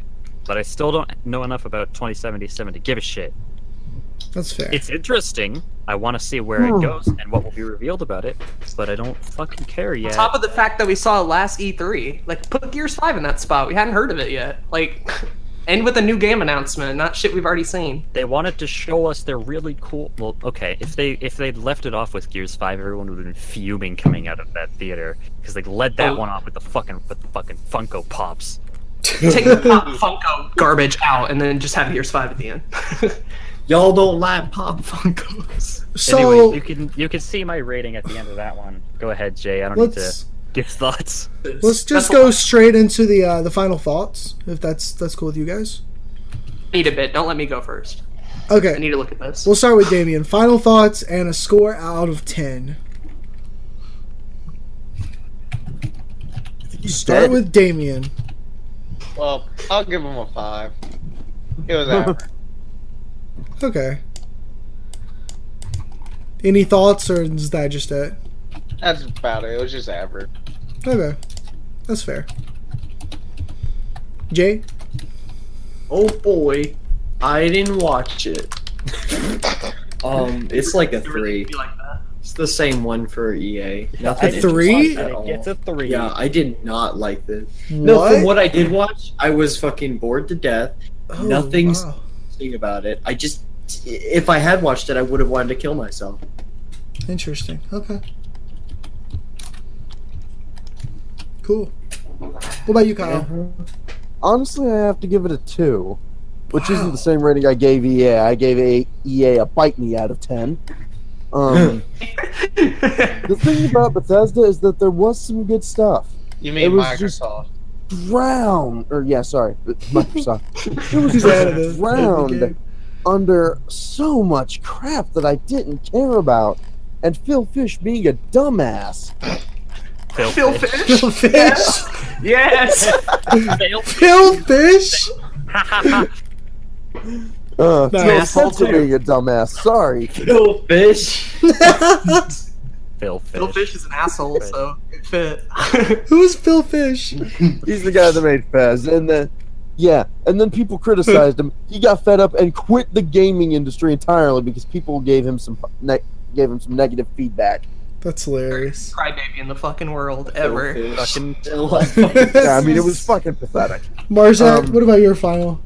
A: but I still don't know enough about 2077 to give a shit.
B: That's fair.
A: It's interesting. I want to see where
E: Hmm.
A: it goes and what will be revealed about it, but I don't fucking care yet.
E: Top of the fact that we saw last E3, like put Gears 5 in that spot. We hadn't heard of it yet. Like, end with a new game announcement, not shit we've already seen.
A: they wanted to show us they're really cool. Well, okay, if they if they'd left it off with Gears Five, everyone would have been fuming coming out of that theater because they led that
E: Oh.
A: one off with the fucking with the fucking Funko Pops.
E: Take the Pop Funko garbage out and then just have Gears 5 at the end.
G: Y'all don't like Pop Funkos.
B: so,
A: Anyway, you can you can see my rating at the end of that one. Go ahead, Jay. I don't need to
B: let's
A: give thoughts.
B: let's just go straight into the uh, the final thoughts if that's that's cool with you guys.
E: Need a bit. Don't let me go first. I
B: Okay.
E: need to look at this.
B: We'll start with Damien. Final thoughts and a score out of 10.
D: He's
B: Start
D: dead.
B: with Damien.
F: Well, I'll give him a five. It was average.
B: Okay. Any thoughts or is that just it?
F: That's about it. It was just average.
B: Okay. That's fair. Jay?
G: Oh boy, I didn't watch it. um, it's like a three.
E: Be like that.
G: It's the same one for EA.
B: A
G: Nothing
B: three?
G: at all.
A: It's a three.
G: Yeah, I did not like this. No,
B: What?
G: from what I did watch, I was fucking bored to death.
B: Oh,
G: nothing's-
B: wow.
G: Thinking about it, I just if I had watched it, I would have wanted to kill myself.
B: Interesting. Okay. Cool. What about you, Kyle?
D: Honestly, I have to give it a two, which
B: Wow.
D: isn't the same rating I gave EA. I gave E a, EA a bite me out of ten. Um, the thing about Bethesda is that there was some good stuff.
F: You
D: It
F: mean
D: was just-
F: Microsoft?
D: Drown, or yeah, sorry, Microsoft. it was
B: He's out of the-
D: just drowned
B: game.
D: under so much crap that I didn't care about, and Phil Fish being a dumbass.
E: Phil Fish?
B: Phil Fish?
E: yes!
B: Phil Fish?
D: Uh,
B: No,
D: Phil
E: asshole
D: Spencer
E: too.
D: being a dumbass. Sorry.
G: Kill fish.
A: Phil
E: Phil
A: Fish.
E: Fish is an asshole, so it fit.
B: Who's Phil Fish?
D: He's the guy that made Fez, and then yeah, and then people criticized him. He got fed up and quit the gaming industry entirely because people gave him some ne- gave him some negative feedback.
B: That's hilarious.
E: Crybaby in the fucking world, ever.
A: Fucking-
D: Yeah, I mean it was fucking pathetic.
B: Marja,
D: um,
B: what about your final,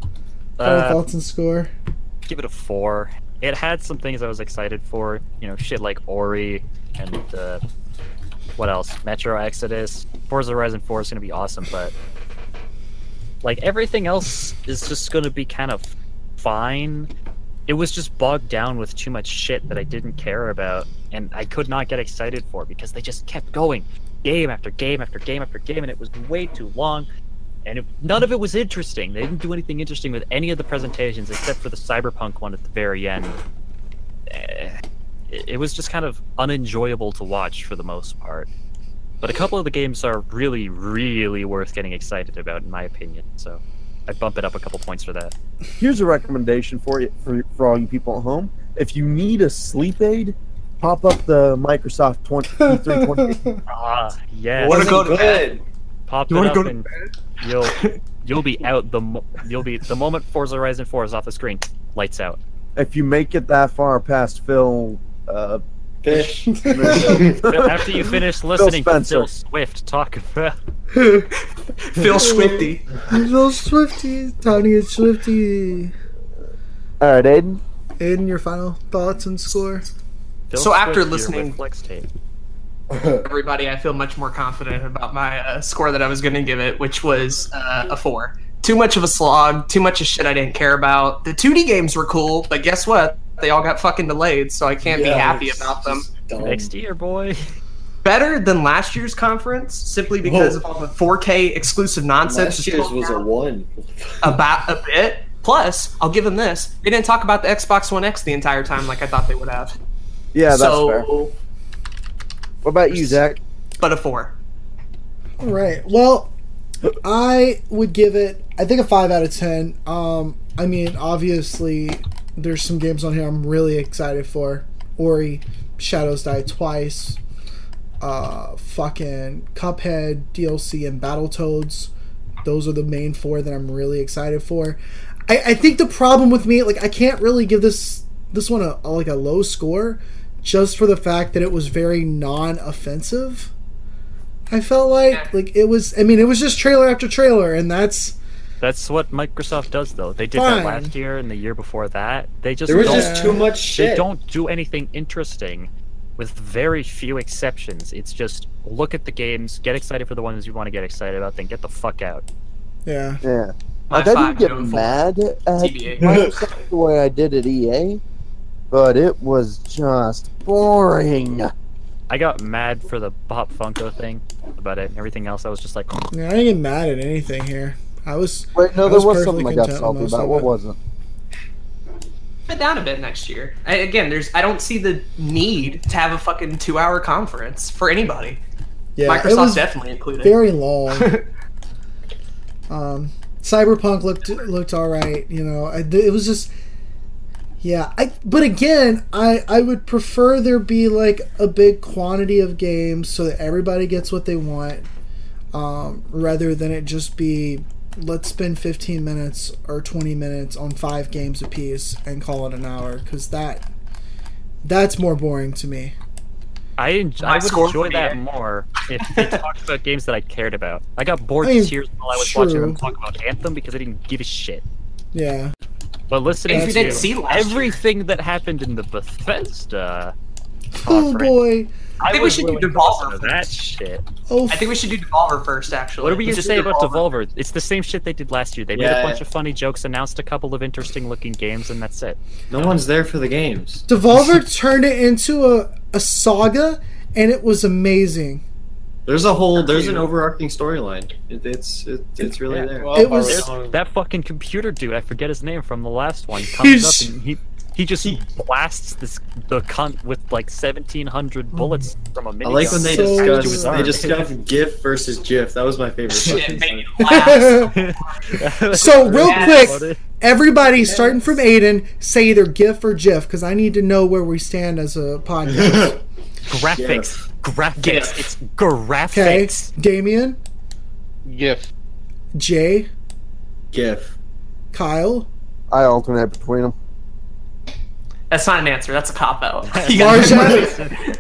B: final
A: Uh,
B: thoughts and score?
A: give it a four. It had some things I was excited for, you know, shit like Ori and uh, what else? Metro Exodus. Forza Horizon 4 is going to be awesome, but like everything else is just going to be kind of fine. It was just bogged down with too much shit that I didn't care about and I could not get excited for because they just kept going game after game after game after game and it was way too long and it, none of it was interesting. They didn't do anything interesting with any of the presentations except for the cyberpunk one at the very end. Eh, It, it was just kind of unenjoyable to watch for the most part. But a couple of the games are really, really worth getting excited about, in my opinion. So I bump it up a couple points for that.
D: Here's a recommendation for you for, for all you people at home. If you need a sleep aid, pop up the Microsoft E 2320.
A: Ah, yes.
I: What
E: Wanna
I: a
E: go to
I: good.
A: Pop
E: You
A: it
E: wanna
A: up
E: go to
A: and you'll you'll be out the mo- you'll be the moment Forza Horizon 4 is off the screen. Lights out.
D: if you make it that far past Phil, uh,
I: Fish.
A: Phil, after you finish listening to
D: Spencer.
A: Phil Swift talk about
E: Phil Swifty.
B: Little Swifty, Tony and Swifty.
D: all right, Aiden.
B: Aiden, your final thoughts and score?
A: Phil
E: So after
A: Swift here
E: listening-
A: with flex tape.
E: Everybody, I feel much more confident about my uh, score that I was going to give it, which was uh, a four. Too much of a slog, too much of shit I didn't care about. The 2D games were cool, but guess what? They all got fucking delayed, so I can't be happy about them.
A: Next year, boy.
E: Better than last year's conference, simply because of all the 4K exclusive nonsense.
G: Last year's was a
E: a
G: one.
E: about a bit. Plus, I'll give them this: they didn't talk about the Xbox One X the entire time like I thought they would have.
D: Yeah, that's
E: so,
D: fair. What about you, Zach?
E: But a four.
B: All right. Well, I would give it. I think a five out of ten. Um, I mean, obviously, there's some games on here I'm really excited for. Ori, Shadows Die Twice, uh, fucking Cuphead DLC and Battletoads. Those are the main four that I'm really excited for. I, I think the problem with me, like, I can't really give this this one a like a low score, just for the fact that it was very non-offensive. I felt like like it was. I mean, it was just trailer after trailer, and that's
A: That's what Microsoft does, though. They did
B: Fine.
A: that last year and the year before that. They just
G: There was
A: don't,
G: just too much
A: they
G: shit.
A: don't do anything interesting, with very few exceptions. It's just look at the games, get excited for the ones you want to get excited about, then get the fuck out.
B: yeah.
D: Yeah.
E: My
D: I didn't
E: five
D: get
E: going forward.
D: mad at
E: TBA.
D: Microsoft the way I did at EA, but it was just boring.
A: I got mad for the Pop Funko thing about it. and Everything else, I was just like,
B: Yeah, I didn't get mad at anything here. I was
D: Wait,
B: I
D: no, there
B: was
D: was
B: perfectly
D: something I got
B: content
D: salty
B: with most
D: about.
B: of
D: What
B: it.
D: was it?
E: it down a bit next year. I, again, there's I don't see the need to have a fucking two hour conference for anybody.
B: yeah. it
E: Microsoft
B: was
E: definitely included.
B: very long. um, Cyberpunk looked looked all right. You know, I, it was just yeah. I but again, I I would prefer there be like a big quantity of games so that everybody gets what they want, um, rather than it just be let's spend 15 minutes or 20 minutes on five games apiece and call it an hour because that that's more boring to me.
A: I, en-
E: My
A: I would
E: score
A: enjoy
E: for
A: that
E: EA.
A: more if they talked about games that I cared about. I got bored
B: I mean,
A: to tears while I was watching
B: true.
A: them talk about Anthem because I didn't give a shit.
B: Yeah.
A: But listening
E: If you
A: to
E: didn't see last year.
A: everything that happened in the Bethesda
B: Oh
A: conference,
B: boy.
A: I,
E: I think we
A: was
E: should do
A: willing to
E: Devolver
A: listen to that shit.
B: Oh,
E: I think we should do Devolver first, actually.
A: What are we going to
E: Just
A: say about Devolver? It's the same shit they did last year. They made
G: Yeah.
A: a bunch of funny jokes, announced a couple of interesting looking games, and that's it.
G: No one's there for the games.
B: Devolver turned it into a, a saga, and it was amazing.
G: There's a whole. There's an overarching storyline. It, it's it, it's really
A: Yeah.
G: there.
F: Well,
B: It was-
F: Barcelona-
A: That fucking computer dude, I forget his name from the last one, comes
B: He's-
A: up and he he just blasts this the cunt with like seventeen hundred bullets from a minigun.
G: Hmm. I like when they
B: So
G: discuss
B: bizarre.
G: they discuss GIF versus GIF. That was my favorite.
E: Shit,
G: fucking
E: made me
G: thing.
E: laugh.
B: So real
E: Yes.
B: quick, everybody starting from Aiden, say either GIF or GIF because I need to know where we stand as a podcast.
A: graphics, graphics,
E: Yes.
A: it's
B: Okay,
A: graphics.
B: Damien,
F: GIF.
B: Jay,
G: GIF.
B: Kyle,
D: I alternate between them.
E: That's not an answer. That's a cop out.
B: Marja.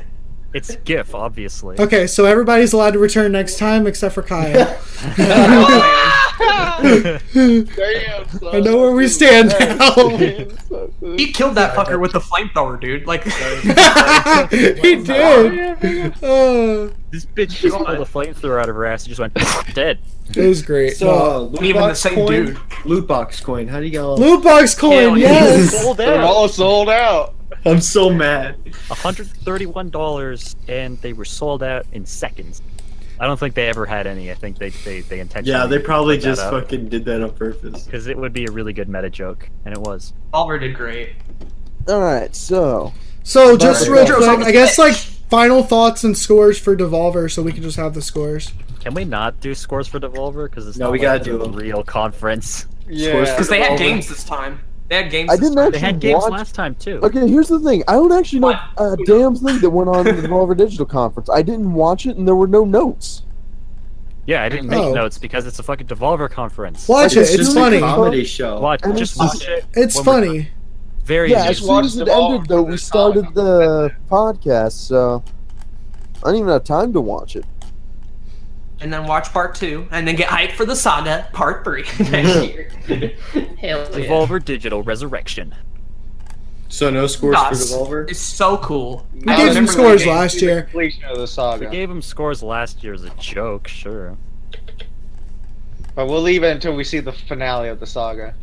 A: It's GIF, obviously.
B: Okay, so everybody's allowed to return next time except for Kyle.
F: Damn, son.
B: I know where we stand now.
E: he killed that fucker with the flamethrower, dude. Like,
B: he did. Uh,
A: This bitch just pulled a flamethrower out of her ass and just went dead.
B: it was great.
G: So
B: No.
G: uh, loot
E: Even the
G: box
E: same
G: coin.
E: dude.
G: Loot box coin. How do you get all?
B: Loot box coin,
E: Hell yeah.
B: yes.
A: Sold
F: They're
A: out.
F: all sold out.
G: I'm so mad.
A: $131 and they were sold out in seconds. I don't think they ever had any. I think they they, they intentionally
G: Yeah, they probably
A: put that
G: just
A: up.
G: fucking did that on purpose.
A: because it would be a really good meta joke, and it was.
E: Devolver did great.
D: All right, so
B: So just
D: Right.
B: real
E: Drew,
B: quick,
E: so-
B: I guess like final thoughts and scores for Devolver, so we can just have the scores.
A: Can we not do scores for Devolver? Because it's
G: No,
A: not
G: we
A: like
G: gotta
A: a
G: do 'em.
A: real conference.
F: Yeah.
E: Because they had
G: Devolver.
E: games this time. They had games
D: I
E: this
D: didn't
E: time.
A: They
D: actually
A: had games
D: watch.
A: last time too.
D: Okay, here's the thing. I don't actually know a
E: What?
D: damn thing that went on in the Devolver Digital Conference. I didn't watch it, and there were no notes.
A: Yeah, I didn't make
B: Oh.
A: notes because it's a fucking Devolver conference.
B: Watch it.
G: It's
B: It's
G: just
B: funny.
G: a comedy show.
A: Watch,
D: And
A: just
D: it's
A: watch
D: just-
A: it.
B: It's
A: when we're done.
B: funny.
A: Very
D: Yeah, as
A: amusing.
D: soon as
F: watched
D: it
F: Devolver
D: ended, though, we
F: this time.
D: started the podcast, so I didn't even have time to watch it.
E: And then watch part two, and then get hyped for the saga part three next year. Hell yeah.
A: Devolver Digital Resurrection.
G: So no scores
E: Nuts.
G: for Devolver.
E: It's so cool.
B: We
E: I
B: gave some
E: remember
B: scores
E: that game.
B: last year.
F: Completion of the
A: They
F: saga.
A: gave him scores last year as a joke, sure.
F: But we'll leave it until we see the finale of the saga.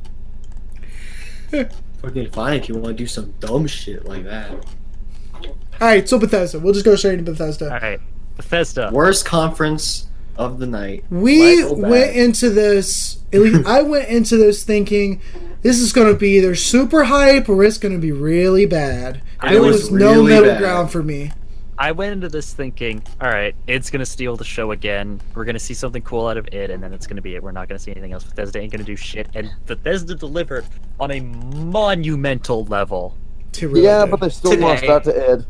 G: Fucking fine if you want to do some dumb shit like that.
B: All right, so Bethesda. We'll just go straight into Bethesda.
A: All right, Bethesda.
G: Worst conference of the night.
B: We
G: Michael Bay.
B: went into this. At least I went into this thinking this is going to be either super hype or it's going to be really bad.
G: It
B: there
G: was
B: was, no
G: really
B: middle
G: bad.
B: ground for me.
A: I went into this thinking, all right, it's gonna steal the show again. We're gonna see something cool out of it, and then it's gonna be it. We're not gonna see anything else. Bethesda ain't gonna do shit, and Bethesda delivered on a monumental level.
B: To really
D: Yeah,
B: do.
D: but they still
E: Today.
D: lost out to Ed.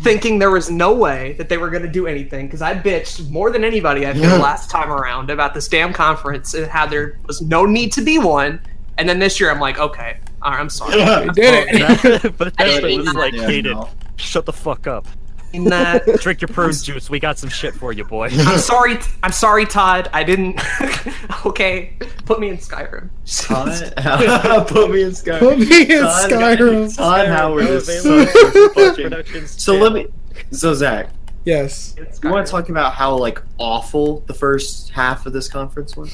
E: thinking there was no way that they were going to do anything because I bitched more than anybody I think
G: Yeah.
E: last time around about this damn conference and how there was no need to be one. And then this year I'm like, okay, all right, I'm sorry.
G: Yeah,
E: I'm
B: did it.
A: Bethesda
E: mean
A: was
E: that.
A: like,
G: Yeah,
A: Kaden,
G: no.
A: shut the fuck up.
E: sorry that.
A: Drink your prune juice. We got some shit for you, boy.
E: I'm sorry. I'm sorry, Todd. I didn't. okay, put me in Skyrim.
G: Todd, put me in Skyrim.
B: Put me in
G: Todd-
B: Skyrim.
G: Todd Howard is so fucking. So let me. So Zach,
B: Yes.
G: you want to talk about how like awful the first half of this conference was?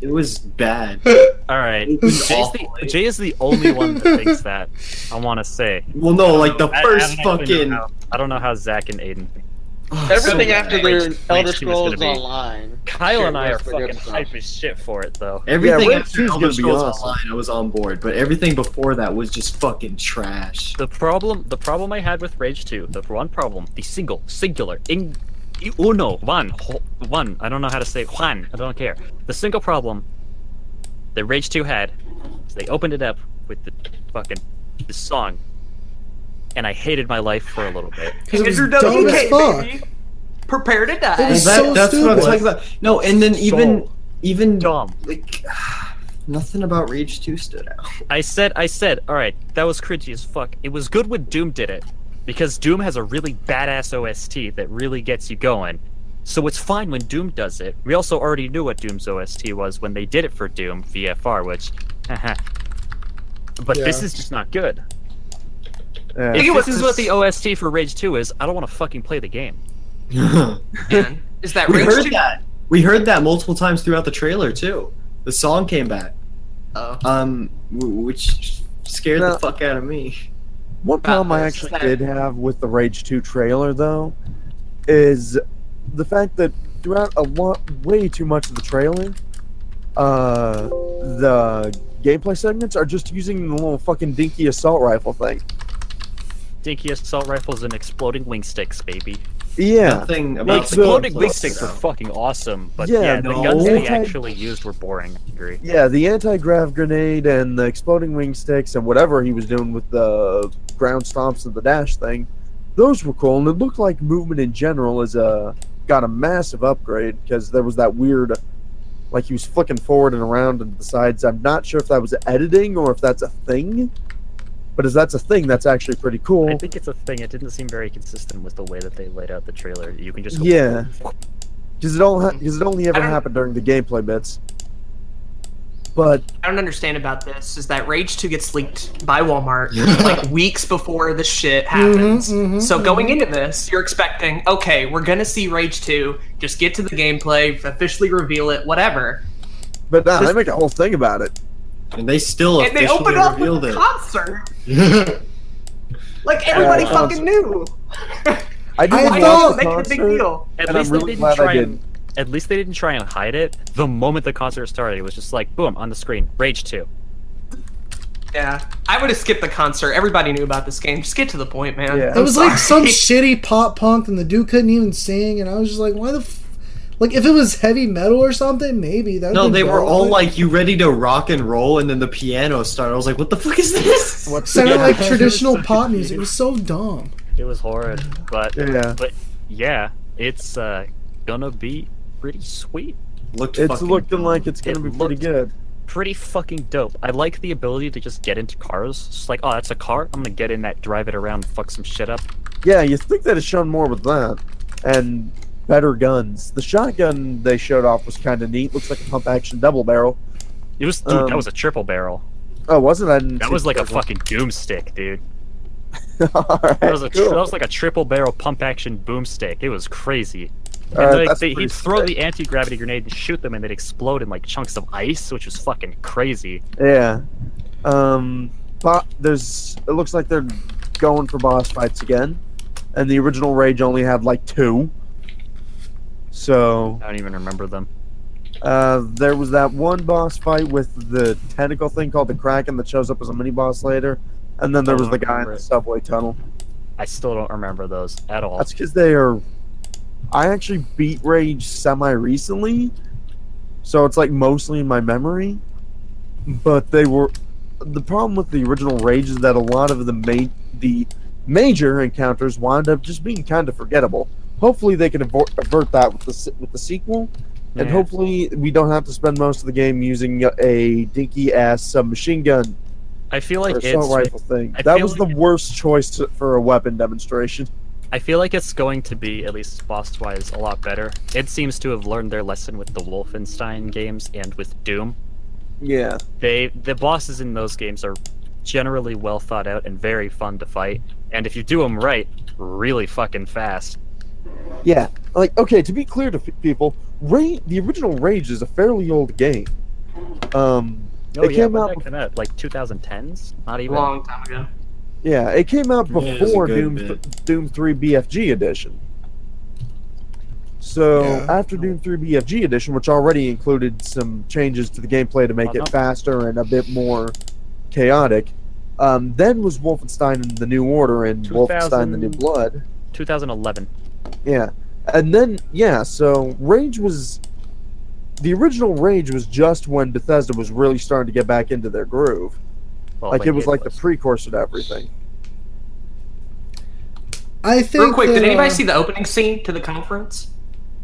G: It was bad.
A: All right.
G: It was
A: Jay's
G: awful.
A: the, Jay is the only one that thinks that. I want to say.
G: Well, no, Oh, like the
A: I- I
G: first
A: don't actually
G: fucking.
A: know how- I don't know how Zach and Aiden think.
F: Everything
G: so
F: after
G: bad.
F: their
A: Which- which
F: Elder
A: team is gonna
F: Scrolls
A: be?
F: Online.
A: Kyle
F: Sure,
A: and I are
F: that's the good
A: fucking
F: stuff.
A: hype as shit for it, though.
G: Everything
D: Yeah, Red
G: after
D: Two's
G: Elder
D: gonna be
G: Scrolls
D: awesome.
G: Online, I was on board, but everything before that was just fucking trash.
A: The problem, the problem I had with Rage 2, the one problem, the single, singular, in uno, one, ho- one. I don't know how to say Juan. I don't care. The single problem that Rage 2 had is they opened it up with the fucking the song, and I hated my life for a little bit.
B: Because it was
E: Andrew
B: dumb as
E: WK,
B: fuck.
E: baby. Prepare to
B: It
E: die.
B: was
G: Well, that-
B: so
G: that's
B: stupid.
G: what I'm talking about. No, and then even
A: So
G: even
A: dumb.
G: like nothing about Rage Two stood out.
A: I said, I said, all right, that was cringy as fuck. It was good when Doom did it, because Doom has a really badass OST that really gets you going. So it's fine when Doom does it. We also already knew what Doom's OST was when they did it for Doom VFR, which, but this
B: Yeah.
A: is just not good.
D: Yeah.
E: think
A: If
E: it was
A: this is
E: just-
A: what the OST for Rage 2 is, I don't want to fucking play the game.
E: Man, Is that
G: we
E: Rage
G: heard
E: Two?
G: that. We heard that multiple times throughout the trailer too. The song came back,
E: Oh.
G: um, w- which scared
D: No.
G: the fuck out of me.
D: One problem I
E: Uh,
D: actually
E: that-
D: did have with the Rage 2 trailer, though, is the fact that throughout a lot, way too much of the trailer, uh, the gameplay segments are just using the little fucking dinky assault rifle thing.
A: Dinky assault rifles and exploding wing sticks, baby.
D: Yeah,
G: Nothing
A: The
G: about
D: Like
G: the
A: exploding
G: gameplay
A: wing sticks were
G: stood out.
A: fucking awesome, but yeah,
D: Yeah,
A: the
G: no.
A: guns they
D: Anti-
A: actually used were boring. I agree.
D: yeah, the anti-grav grenade and the exploding wing sticks and whatever he was doing with the ground stomps and the dash thing, those were cool, and it looked like movement in general is a got a massive upgrade because there was that weird, like he was flicking forward and around and to the sides. I'm not sure if that was editing or if that's a thing, but if that's a thing, that's actually pretty
A: I
D: cool.
A: think it's a thing. It didn't seem very consistent with the way that they laid out the trailer. You can just go,
D: Yeah, because it all
A: Hmm.
D: because it only ever
E: don't-
D: happened during the gameplay bits. But
E: I don't understand about this is that Rage 2 gets leaked by Walmart like weeks before the shit
G: Mm-hmm,
E: happens.
B: mhm,
E: so going into this, you're expecting, okay, we're gonna see Rage 2, just get to the gameplay, officially reveal it, whatever.
D: but nah, they make a whole thing about it.
G: and they still
E: And they
G: officially
E: open up
G: revealed
E: with a
G: it.
E: concert. Like everybody
D: Yeah,
E: fucking knew.
D: I did
B: I
E: Why
B: thought-
E: not make it a big deal?
A: At
D: And
A: least
D: I'm
A: they
D: really
A: didn't
D: glad I
A: try and at least they didn't try and hide it. The moment the concert started, it was just like boom on the screen. Rage two.
E: Yeah. I would have skipped the concert. Everybody knew about this game. Just get to the point, man.
D: Yeah.
B: It was like some
E: sorry.
B: shitty pop punk, and the dude couldn't even sing, and I was just like, why the. F-? Like if it was heavy metal or something, maybe that.
G: No, they were all like, "You ready to rock and roll?" And then the piano started. I was like, "What the fuck is this?"
B: sounded
D: Yeah.
B: like traditional pop music. It was so dumb.
A: It was horrid, but
D: Yeah.
A: but yeah, it's uh, gonna be pretty sweet,
G: Looked
D: It's
G: fucking
D: looking like it's gonna
A: It
D: be pretty
A: looked-
D: good.
A: pretty fucking dope. I like the ability to just get into cars. It's just like oh, that's a car. I'm gonna get in that, drive it around, fuck some shit up.
D: Yeah, you think they'd have shown more with that, and better guns. The shotgun they showed off was kind of neat. Looks like a pump action double barrel.
A: It was dude, that
D: Um,
A: was a triple barrel.
D: Oh, wasn't I? didn't
A: That
D: see
A: was
D: the
A: like a
D: third one.
A: fucking doomstick, dude.
D: Alright,
A: That was a tr-
D: cool.
A: that was like a triple barrel pump action boomstick. It was crazy. And
D: Alright,
A: like,
D: Uh, that's
A: they,
D: pretty
A: he'd throw
D: sick.
A: the anti gravity grenade and shoot them, and they'd explode in like chunks of ice, which was fucking crazy.
D: Yeah. Um, bo- there's it looks like they're going for boss fights again, and the original Rage only had like two. So
A: I don't even remember them.
D: uh, there was that one boss fight with the tentacle thing called the Kraken that shows up as a mini boss later, and then there was the guy in the subway tunnel.
A: I still don't remember those at all.
D: That's because they are. I actually beat Rage semi recently, so it's like mostly in my memory. But they were. The problem with the original Rage is that a lot of the ma- the major encounters wound up just being kind of forgettable. Hopefully, they can avert, avert that with the se- with the sequel, and
A: Yeah.
D: hopefully, we don't have to spend most of the game using a dinky ass submachine gun
A: I feel like
D: or
A: it's
D: assault rifle thing.
A: I
D: that
A: feel
D: was
A: like
D: the worst choice to, for a weapon demonstration.
A: I feel like it's going to be at least boss wise a lot better. It seems to have learned their lesson with the Wolfenstein games and with Doom.
D: Yeah.
A: They the bosses in those games are generally well thought out and very fun to fight. And if you do them right, really fucking fast.
D: Yeah, like okay. To be clear to f- people, Rage, the original Rage is a fairly old game. Um,
A: Oh
D: It
A: yeah,
D: came
A: when
D: out
A: did that come out? like 2010s, not
E: A
A: even.
E: long time ago.
D: yeah, it came out
G: Yeah, it was a
D: before
G: good
D: Doom
G: bit.
D: Doom Three BFG edition. So
B: Yeah.
D: after Doom Three BFG edition, which already included some changes to the gameplay to make
A: Uh-huh.
D: it faster and a bit more chaotic, um, then was Wolfenstein: and The New Order and Wolfenstein: The New
A: 2000
D: Blood.
A: 2011.
D: Yeah. And then yeah, so Rage was the original Rage was just when Bethesda was really starting to get back into their groove.
A: Well,
D: like
A: when
D: it was like the precursor to everything.
B: I think.
E: Real quick,
B: that,
E: did anybody
B: uh,
E: see the opening scene to the conference?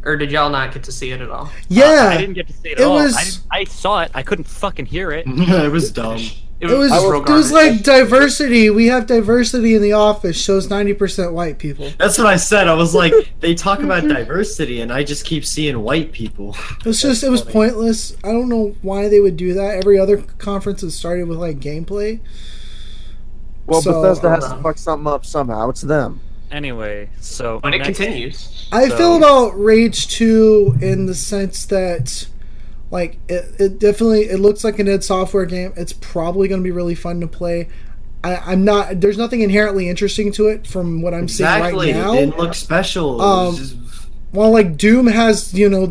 E: Or did y'all not get to see it at all?
A: Uh, I
B: Yeah,
A: didn't get to see it,
B: It
A: at all.
B: was-
A: I, didn't- I saw it. I couldn't fucking hear it.
E: Mm.
G: it was dumb.
E: It
B: it was.
E: just real
B: It was
E: garbage.
B: like diversity. We have diversity in the office. Shows ninety percent white people.
G: That's what I said. I was like, they talk about
B: Mm-hmm.
G: diversity, and I just keep seeing white people.
B: It was just. It was pointless. I don't know why they would do that. Every other conference has started with like gameplay.
D: Well,
B: So-
D: Bethesda has
E: Uh-huh.
D: to fuck something up somehow. It's them.
A: Anyway, so
E: But it
A: next-
E: continues.
B: I
A: So-
B: feel about Rage 2 in the sense that like it, it definitely it looks like an id software game it's probably going to be really fun to play I, i'm not there's nothing inherently interesting to it from what i'm
G: Exactly.
B: seeing
G: It
B: right
G: didn't
B: now um,
G: look special. it was just
B: well like doom has you know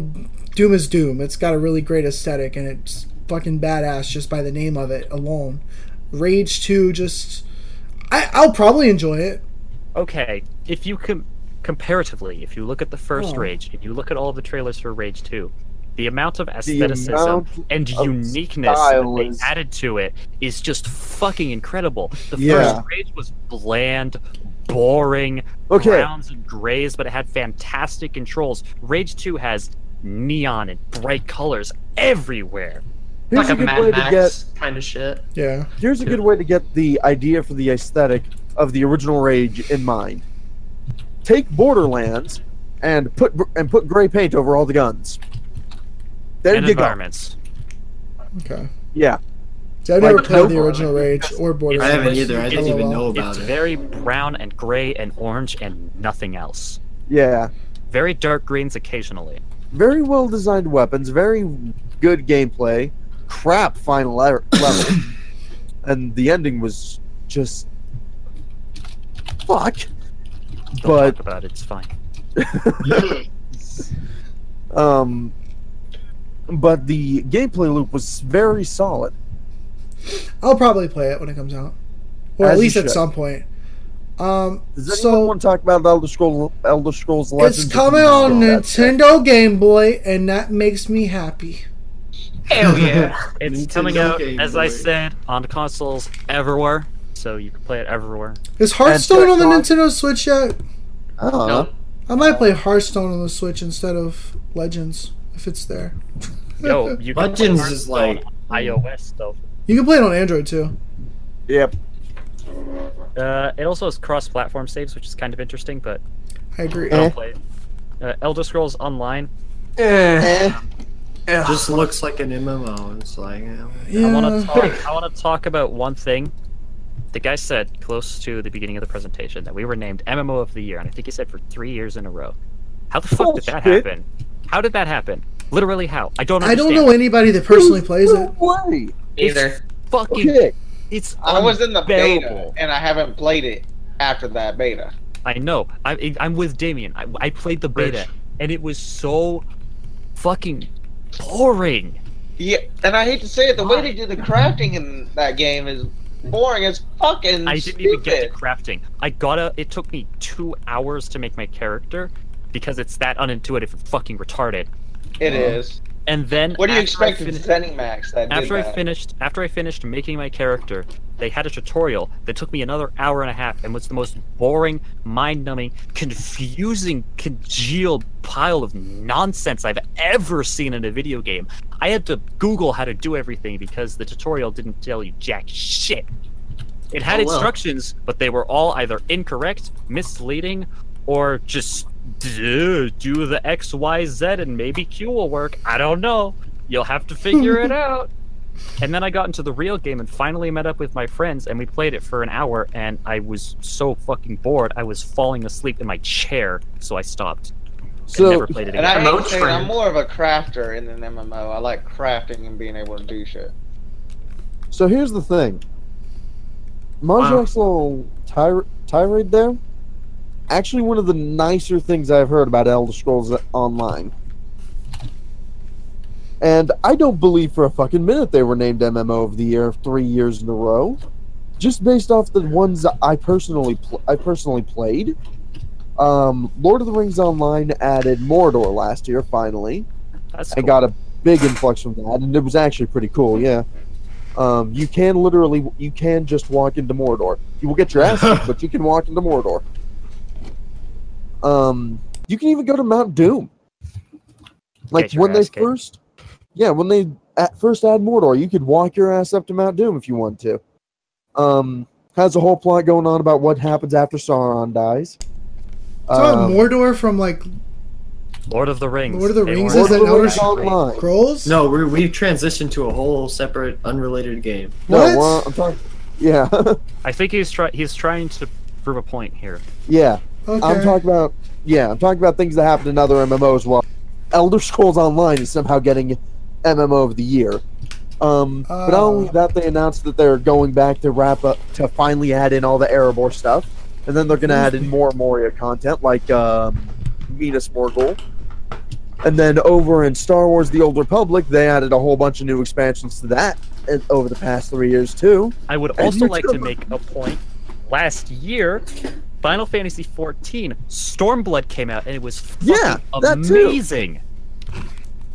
B: doom is doom it's got a really great aesthetic and it's fucking badass just by the name of it alone rage 2 just I, i'll probably enjoy it
A: okay, if you com- comparatively, if you look at the first
D: Hmm.
B: Oh.
A: Rage, if you look at all the trailers for Rage Two, the amount of aestheticism
D: amount
A: and
D: of
A: uniqueness
D: style
A: that they
D: is-
A: added to it is just fucking incredible. The
D: Yeah.
A: first Rage was bland, boring,
D: Okay.
A: browns and grays, but it had fantastic controls. Rage Two has neon and bright colors everywhere.
D: Here's
E: like a
D: a good
E: Mad
D: way
E: Max
D: to get
E: kind of shit.
B: yeah
D: here's a good way to get the idea for the aesthetic of the original Rage in mind. Take Borderlands and put and put gray paint over all the guns. There
A: and
D: you go.
A: environments.
B: okay
D: Yeah.
B: so i've
D: Like
B: never played the
D: Snowball,
B: original rage
G: I
B: or borderlands
G: haven't either. I didn't even
B: LOL.
G: know
A: It's
G: about it.
A: very brown and gray and orange and nothing else.
D: Yeah.
A: Very dark greens occasionally.
D: very well designed weapons, very good gameplay, crap final le- level, and the ending was just fuck.
A: Don't
D: But
A: talk about it. It's fine.
D: um, but the gameplay loop was very solid.
B: I'll probably play it when it comes out, or
D: As
B: at
D: you
B: least at
D: should.
B: some point. Um,
D: Does anyone
B: so
D: want to talk about Elder Scrolls? Elder Scrolls Legends?
B: it's coming
D: No,
B: on
D: that's-
B: Nintendo Game Boy, and that makes me happy.
E: Hell yeah.
A: It's
G: Nintendo
A: coming out,
G: Game
A: as I
G: Boy.
A: said, on consoles everywhere, so you can play it everywhere.
B: Is Hearthstone on the
D: Xbox.
B: Nintendo Switch yet?
D: Oh,
E: No.
B: I might play Hearthstone on the Switch instead of Legends if it's there.
A: Yo, you can play
G: Legends is
A: Hearthstone
G: like-
A: on iOS though.
B: You can play it on Android too.
D: Yep.
A: Uh, it also has cross-platform saves, which is kind of interesting, but
B: I agree.
A: I
D: Eh.
A: don't play it. Uh, Elder Scrolls Online.
D: Eh.
G: just looks like an MMO. It's like you know,
B: Yeah.
A: I want to talk. I want to talk about one thing. The guy said close to the beginning of the presentation that we were named MMO of the year, and I think he said for three years in a row. How the fuck did that
D: Bullshit.
A: happen? How did that happen? Literally, how? I don't.
B: I
A: Understand.
B: don't know anybody that personally plays it.
D: No way.
A: It's
E: Either.
A: fucking
D: Okay.
A: It's
F: I was in the beta
A: unbearable.
F: and I haven't played it after that beta.
A: I know. I, I'm with Damien. I, I played the beta, and it was so fucking boring.
F: Yeah, and I hate to say it, the way they do the crafting in that game is boring as fucking
A: I didn't
F: stupid.
A: even get to crafting. I gotta. It took me two hours to make my character because it's that unintuitive and fucking retarded.
F: It is.
A: And then
F: What do you
A: after I
F: expect from
A: fini-
F: ZeniMax that did
A: after I
F: that?
A: finished after I finished making my character, they had a tutorial that took me another hour and a half and was the most boring, mind-numbing, confusing, congealed pile of nonsense I've ever seen in a video game. I had to Google how to do everything because the tutorial didn't tell you jack shit. It had
E: Oh, well.
A: instructions, but they were all either incorrect, misleading, or just do, do the X, Y, Z, and maybe Q will work. I don't know. You'll have to figure it out. And then I got into the real game and finally met up with my friends, and we played it for an hour, and I was so fucking bored. I was falling asleep in my chair, so I stopped.
D: So-
A: and never played it
F: And
A: again.
F: I hate
E: Remote
F: to say it, I'm
E: friend.
F: more of a crafter in an MMO. I like crafting and being able to do shit.
D: So here's the thing. Marjak's little tir- tirade there, actually one of the nicer things I've heard about Elder Scrolls Online. And I don't believe for a fucking minute they were named MMO of the Year three years in a row, just based off the ones that I personally pl- I personally played. Um, Lord of the Rings Online added Mordor last year, finally.
A: That's
D: I
A: cool.
D: got a big influx from that, and it was actually pretty cool. Yeah, um, you can literally, you can just walk into Mordor. You will get your ass kicked, but you can walk into Mordor. Um, you can even go to Mount Doom. Like
A: your
D: when they
A: ass kicked.
D: first, yeah, when they at first add Mordor, you could walk your ass up to Mount Doom if you want to. Um, has a whole plot going on about what happens after Sauron dies. Um,
B: It's about Mordor from like
A: Lord of the Rings.
B: Lord of the
A: They
B: Rings
A: weren't-
B: is an
D: Mordor
B: Elder
D: is
B: Scrolls.
D: online.
B: Scrolls?
G: No, we we've transitioned to a whole separate, unrelated game.
D: No,
B: What?
D: well, I'm talking. Yeah,
A: I think he's try- he's trying to prove a point here.
D: yeah.
B: Okay.
D: I'm talking about yeah, I'm talking about things that happen in other MMOs. While Elder Scrolls Online is somehow getting MMO of the year. Um, but not
B: Oh.
D: only that, they announced that they're going back to wrap up to finally add in all the Erebor stuff, and then they're going to add
B: Mm-hmm.
D: in more Moria content like um, Venus Morgul. And then over in Star Wars: The Old Republic, they added a whole bunch of new expansions to that uh, over the past three years too.
A: I would
D: And
A: also
D: you
A: like
D: too.
A: to make a point. Last year, Final Fantasy XIV Stormblood came out, and it was fucking
D: Yeah, that too.
A: amazing.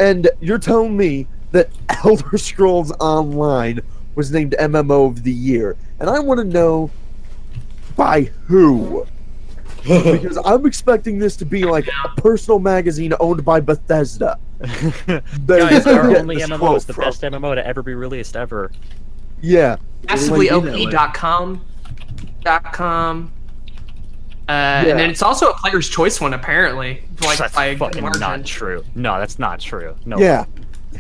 D: And you're telling me that Elder Scrolls Online was named MMO of the Year. And I want to know by who. because I'm expecting this to be like a personal magazine owned by Bethesda. They
A: Guys,
D: are
A: our
D: getting
A: only
D: this
A: MMO
D: quote
A: is the
D: from.
A: best MMO to ever be released ever.
D: Yeah.
E: massivelyop.com dot com uh, and then it's also a player's choice one apparently like
A: that's
E: by a good
A: fucking
E: margin.
A: not true. No, that's not true. No.
D: Yeah.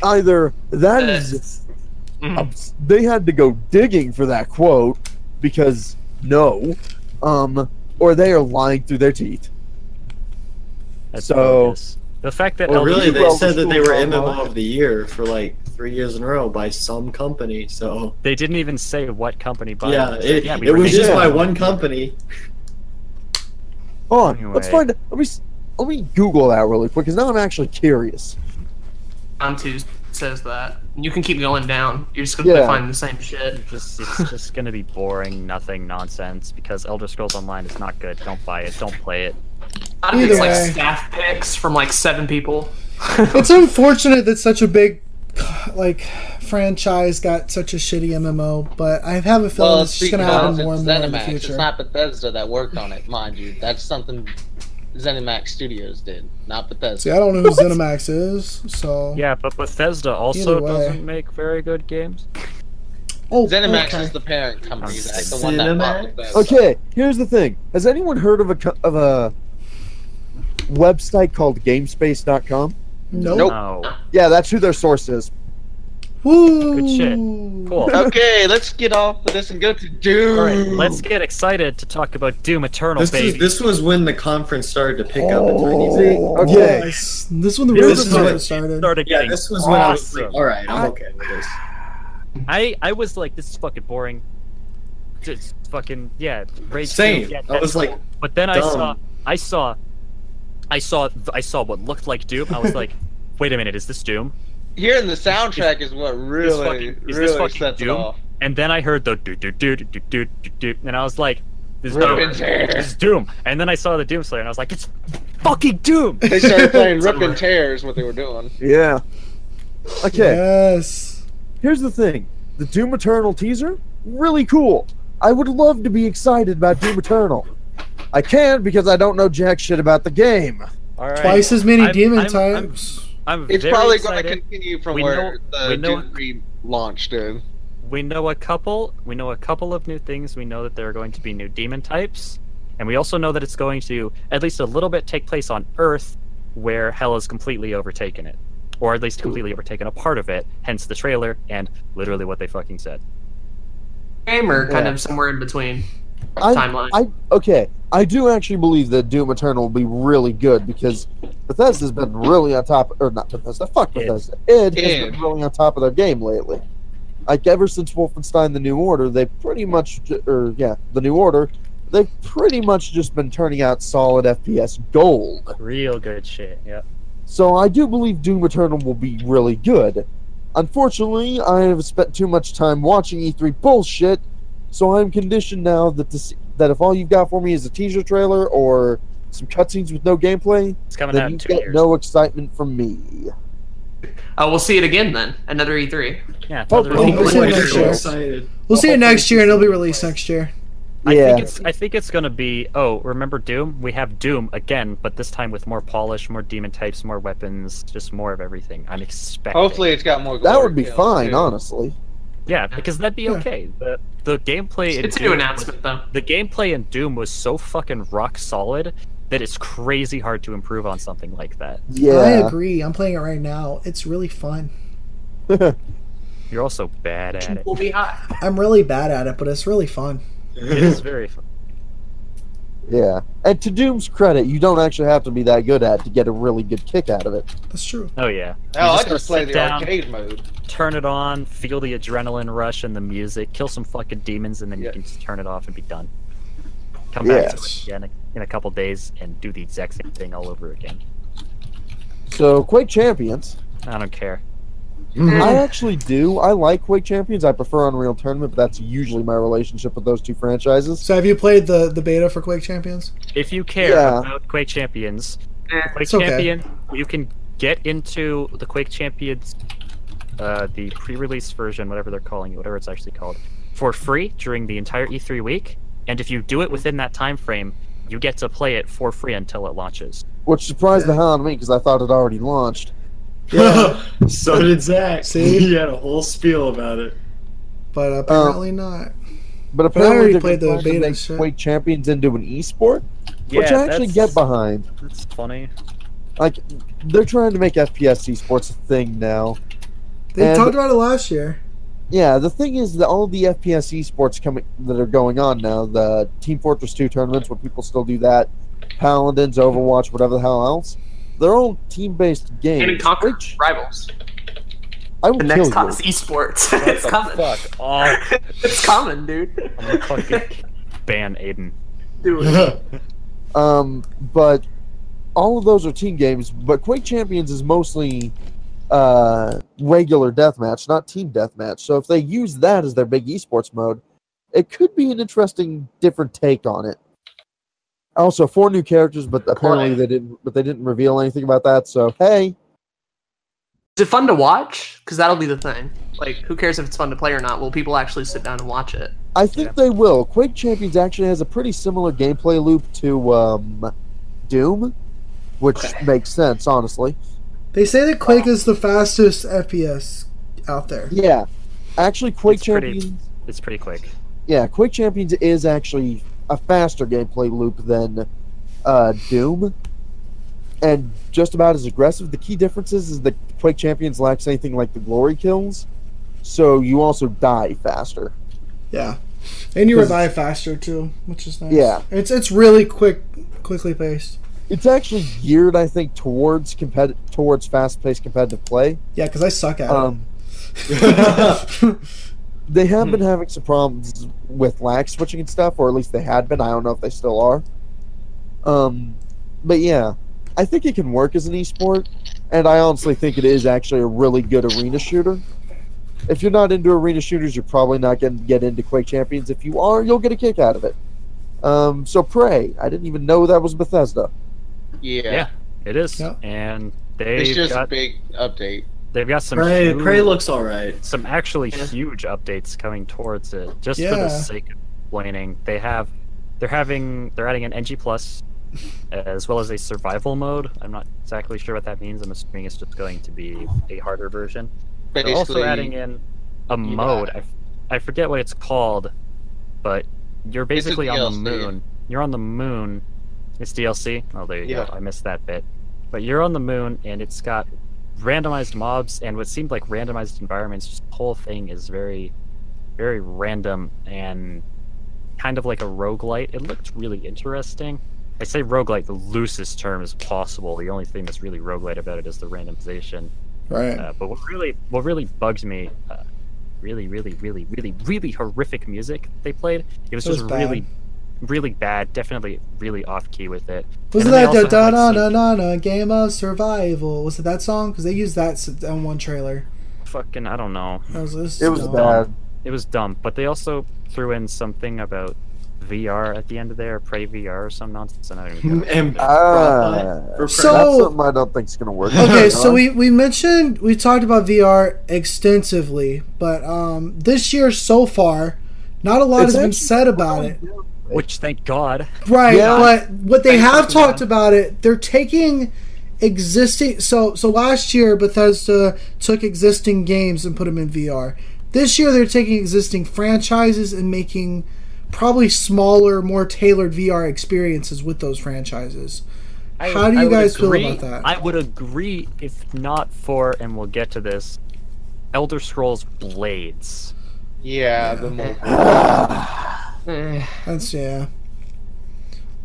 D: Either that is
E: Mhm.
D: obs- they had to go digging for that quote because no um or they are lying through their teeth
A: that's
D: so-
A: what it is. the fact that
G: Well,
A: Elder
G: really, they
D: Scrolls
G: said that they were
D: Online.
G: MMO of the year for like three years in a row by some company. So
A: They didn't even say what company bought
G: yeah,
A: it.
G: it,
A: yeah, we
G: it
A: were
G: was just
A: named-
G: by one company.
D: Hold on, let's
A: Anyway.
D: find. Let me s- let me Google that really quick because now I'm actually curious.
E: Tom too says that you can keep going down you're just gonna
D: Yeah.
E: find the same shit
A: Just, it's just gonna be boring, nothing, nonsense. Because Elder Scrolls Online is not good. Don't buy it. Don't play it.
E: I think it's
B: Either
E: like
B: way.
E: staff picks from like seven people
B: it's unfortunate that such a big like franchise got such a shitty MMO, but I have a feeling
F: Well,
B: it's
F: it's
B: just gonna
F: because
B: happen
F: it's
B: more and more in the
F: ZeniMax. It's
B: future.
F: not Bethesda that worked on it, mind you. That's something ZeniMax Studios did, not
B: See,
F: Bethesda.
B: I don't know who ZeniMax is, so
A: Yeah, but Bethesda
B: Either
A: also
B: way.
A: doesn't make very good games.
B: Oh,
F: ZeniMax
B: okay.
F: is the parent company,
A: Oh,
F: that's the one that bought
G: ZeniMax?
F: Bethesda.
D: Okay, here's the thing. Has anyone heard of a co- of a website called Gamespace.com?
B: nope.
F: Nope.
A: No.
D: Yeah, that's who their source is.
B: Woo.
A: Good shit. Cool.
F: okay, let's get off of this and go to Doom.
A: All right, let's get excited to talk about Doom Eternal,
G: This
A: baby.
G: is, this was when the conference started to pick up.
B: Oh.
G: in
D: See?
G: 3D.
D: Okay.
B: Yes. This one the
D: This
B: real
G: is
B: started.
G: what-
B: started.
A: Started
G: Yeah,
A: getting
G: this was when I was
A: awesome.
G: like, all right, I'm okay with this.
A: I, I was like, this is fucking boring. just fucking yeah. Rage
G: Same.
A: Two, yeah,
G: I
A: that's
G: was like,
A: cool. but then I
G: dumb.
A: saw, I saw, I saw, I saw what looked like Doom. I was like, wait a minute, is this Doom?
F: Hearing the soundtrack is what really,
A: fucking- is this
F: really
A: fucking
F: sets it
A: Doom?
F: off.
A: And then I heard the do do do do do do do do, and I was like, this is Doom.
F: Rippon's
A: This
F: hair.
A: is Doom. And then I saw the Doom Slayer, and I was like, it's fucking Doom.
F: They started playing Rip and Tear is what they were doing.
D: Yeah. Okay.
B: Yes.
D: Here's the thing: the Doom Eternal teaser, really cool. I would love to be excited about Doom Eternal. I can't because I don't know jack shit about the game.
A: All right.
B: Twice as many
A: I'm-
B: demon
A: I'm- I'm-
B: types.
A: I'm
F: It's
A: very
F: probably going to
A: excited.
F: continue from
A: We
F: where
A: know- we
F: the
A: know-
F: Doom re launched in.
A: we know a couple we know a couple of new things we know that there are going to be new demon types and we also know that it's going to at least a little bit take place on earth where hell has completely overtaken it or at least completely overtaken a part of it hence the trailer and literally what they fucking said
E: Game or kind of somewhere in between
D: I,
E: timeline.
D: I okay. I do actually believe that Doom Eternal will be really good because Bethesda's been really on top, or not Bethesda, fuck
A: Id.
D: Bethesda. Id, has
F: Id.
D: been really on top of their game lately. Like ever since Wolfenstein: The New Order, they pretty much, ju- or yeah, The New Order, they've pretty much just been turning out solid FPS gold.
A: real good shit yeah
D: So I do believe Doom Eternal will be really good. Unfortunately, I have spent too much time watching E3 bullshit, so I'm conditioned now that this, that if all you've got for me is a teaser trailer or some cutscenes with no gameplay,
A: it's coming out
D: then
A: in
D: you
A: two
D: get
A: years
D: no excitement from me.
E: Oh, we'll see it again then. Another E E3.
A: yeah it's
D: Oh,
A: another-
B: oh, we'll see it
G: I'm
B: next
G: so
B: year.
G: excited.
B: We'll see it next year, and it'll be released next year.
A: i
D: yeah.
A: think it's i think it's gonna be oh remember doom we have doom again but this time with more polish more demon types more weapons just more of everything i'm expecting
F: Hopefully, it's got more.
D: That
F: glory
D: would be
F: kills,
D: fine,
F: too.
D: honestly.
A: yeah because that'd be
B: Yeah.
A: okay the the gameplay in
E: It's a
A: Doom
E: new
A: was
E: announcement though.
A: the gameplay in Doom was so fucking rock solid that it's crazy hard to improve on something like that.
B: I
D: Yeah.
B: agree. I'm playing it right now. It's really fun.
A: You're also bad at it.
E: We'll be hot.
B: I'm really bad at it, but it's really fun.
A: It is very fun.
D: yeah. And to Doom's credit, you don't actually have to be that good at it to get a really good kick out of it.
B: That's true.
A: Oh yeah.
F: Hell,
A: You
F: I
A: just
F: just
A: gotta
F: played
A: sit
F: the
A: down.
F: arcade mode.
A: Turn it on, feel the adrenaline rush and the music, kill some fucking demons, and then you
F: Yeah.
A: can just turn it off and be done. Come back to it
D: Yes.
A: again in a couple days and do the exact same thing all over again.
D: So, Quake Champions.
A: I don't care.
E: Mm-hmm.
D: I actually do. I like Quake Champions. I prefer Unreal Tournament, but that's usually my relationship with those two franchises.
B: So, have you played the the beta for Quake Champions?
A: If you care
D: Yeah.
A: about Quake Champions,
E: Eh,
A: Quake
B: it's okay.
A: Champion, you can get into the Quake Champions, uh, the pre-release version, whatever they're calling it, whatever it's actually called, for free during the entire E3 week. And if you do it within that time frame, you get to play it for free until it launches.
D: Which surprised the hell out of me because I thought it already launched.
B: Yeah.
G: so did Zach.
B: See?
G: He had a whole spiel about it.
B: but
D: Um,
B: apparently not. I
D: But
B: already
D: apparently, they're
B: played the
D: going to
B: beta
D: make
B: shit.
D: Quake Champions into an esport, which I actually get behind.
A: That's funny.
D: Like, they're trying to make FPS esports a thing now.
B: They
D: And-
B: talked about it last year.
D: Yeah, the thing is that all the FPS esports coming that are going on now, the Team Fortress 2 tournaments where people still do that, Paladins, Overwatch, whatever the hell else, they're all team-based
E: And
D: games.
E: conquer
D: Quake-
E: rivals.
D: I will
E: The
D: kill
E: next hot
D: you.
E: is esports. it's common.
A: Fuck off.
E: It's common, dude.
A: I'm gonna fucking ban Aiden.
E: Do it.
D: Um, but all of those are team games. But Quake Champions is mostly uh, regular deathmatch, not team deathmatch. So if they use that as their big esports mode, it could be an interesting, different take on it. Also, four new characters, but apparently they didn't. But they didn't reveal anything about that. So hey,
E: Is it fun to watch? Because that'll be the thing. Like, who cares if it's fun to play or not? Will people actually sit down and watch it?
D: I think
A: Yeah.
D: they will. Quake Champions actually has a pretty similar gameplay loop to um, Doom, which makes sense, honestly.
B: They say that Quake is the fastest FPS out there.
D: Yeah, actually, Quake
A: It's pretty-
D: Champions.
A: It's pretty quick.
D: Yeah, Quake Champions is actually a faster gameplay loop than uh, Doom, and just about as aggressive. The key difference is, is that Quake Champions lacks anything like the glory kills, so you also die faster.
B: Yeah. And you
D: 'Cause-
B: revive faster too, which is nice.
D: Yeah.
B: It's it's really quick quickly paced.
D: It's actually geared, I think, towards competi-
B: Uh-huh.
D: towards fast-paced competitive play.
B: Yeah, cuz I suck at
D: Um,
B: it.
D: they have
A: Hmm.
D: been having some problems with lag switching and stuff, or at least they had been. I don't know if they still are. Um, but yeah, I think it can work as an esport, and I honestly think it is actually a really good arena shooter. If you're not into arena shooters, you're probably not going to get into Quake Champions. If you are, you'll get a kick out of it. Um, so Prey, I didn't even know that was Bethesda.
F: Yeah,
A: Yeah. It is,
B: Yeah.
A: and they've
F: it's just a
A: got
F: big update.
A: they've got some
G: Prey,
A: huge-
G: Prey looks alright.
A: some actually
E: Yeah.
A: huge updates coming towards it. Just for
B: Yeah.
A: the sake of explaining, they have they're having they're adding an NG plus as well as a survival mode. I'm not exactly sure what that means. I'm assuming it's just going to be a harder version. They're also
F: Basically,
A: adding in a mode. I, f- I forget what it's called, but you're
F: It's a
A: basically on the
F: DLC.
A: moon. You're on the moon. It's DLC. Oh, there you
F: Yeah.
A: go. I missed that bit. But you're on the moon, and it's got randomized mobs and what seemed like randomized environments. Just the whole thing is very, very random and kind of like a roguelite. It looked really interesting. I say roguelite the loosest term as possible. The only thing that's really roguelite about it is the randomization.
H: Right.
A: Uh, but what really, what really bugged me, uh, really, really, really, really, really horrific music they played. It was
B: It was
A: just
B: bad.
A: really, really bad. Definitely really off key with it.
B: Was it
A: And then
B: that
A: they
B: da
A: also had,
B: da da
A: like,
B: da
A: some
B: da da game of survival? Was it that song? Because they used that s- on one trailer.
A: Fucking, I don't know.
B: I was, this is
D: It was
B: dumb.
D: bad.
A: It was dumb. But they also threw in something about VR at the end of there, Prey VR or some nonsense. And I don't even get it.
G: And
D: Ah, that's
B: Uh, So
D: something I don't think's gonna work.
B: okay, so we, we mentioned we talked about VR extensively, but um, this year so far, not a lot
D: It's
B: has been
D: actually-
B: said about it.
A: Which, thank God.
B: Right,
D: Yeah.
B: but what they
E: Thank you
B: have
E: for
B: talked about it, they're taking existing. So so last year Bethesda took existing games and put them in VR. This year they're taking existing franchises and making probably smaller, more tailored VR experiences with those franchises.
A: I-
B: How do
A: I
B: you
A: would
B: guys feel
A: agree-
B: about that?
A: I would agree if not for, and we'll get to this, Elder Scrolls Blades.
F: Yeah, the more
E: Eh,
B: That's yeah.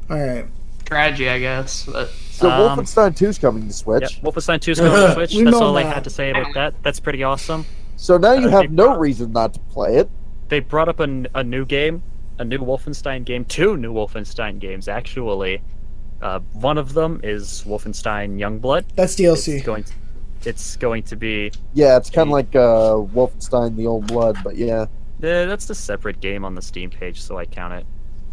B: All right.
E: tragedy, I guess. But
D: So
A: Um,
D: Wolfenstein 2's coming to Switch.
A: Yep, Wolfenstein 2 is coming to Switch.
B: We
A: That's
B: know
A: all I
B: that.
A: had to say about that. That's pretty awesome.
D: So now you
A: Uh,
D: have
A: they
D: no
A: brought-
D: reason not to play it.
A: They brought up a, n- a new game, a new Wolfenstein game, two new Wolfenstein games, actually. Uh, one of them is Wolfenstein Youngblood.
B: That's
A: It's
B: DLC.
A: going to, it's going to be.
D: Yeah, it's kind
A: Mm.
D: of like uh, Wolfenstein: The Old Blood, but yeah,
A: eh, that's a separate game on the Steam page, so I count it.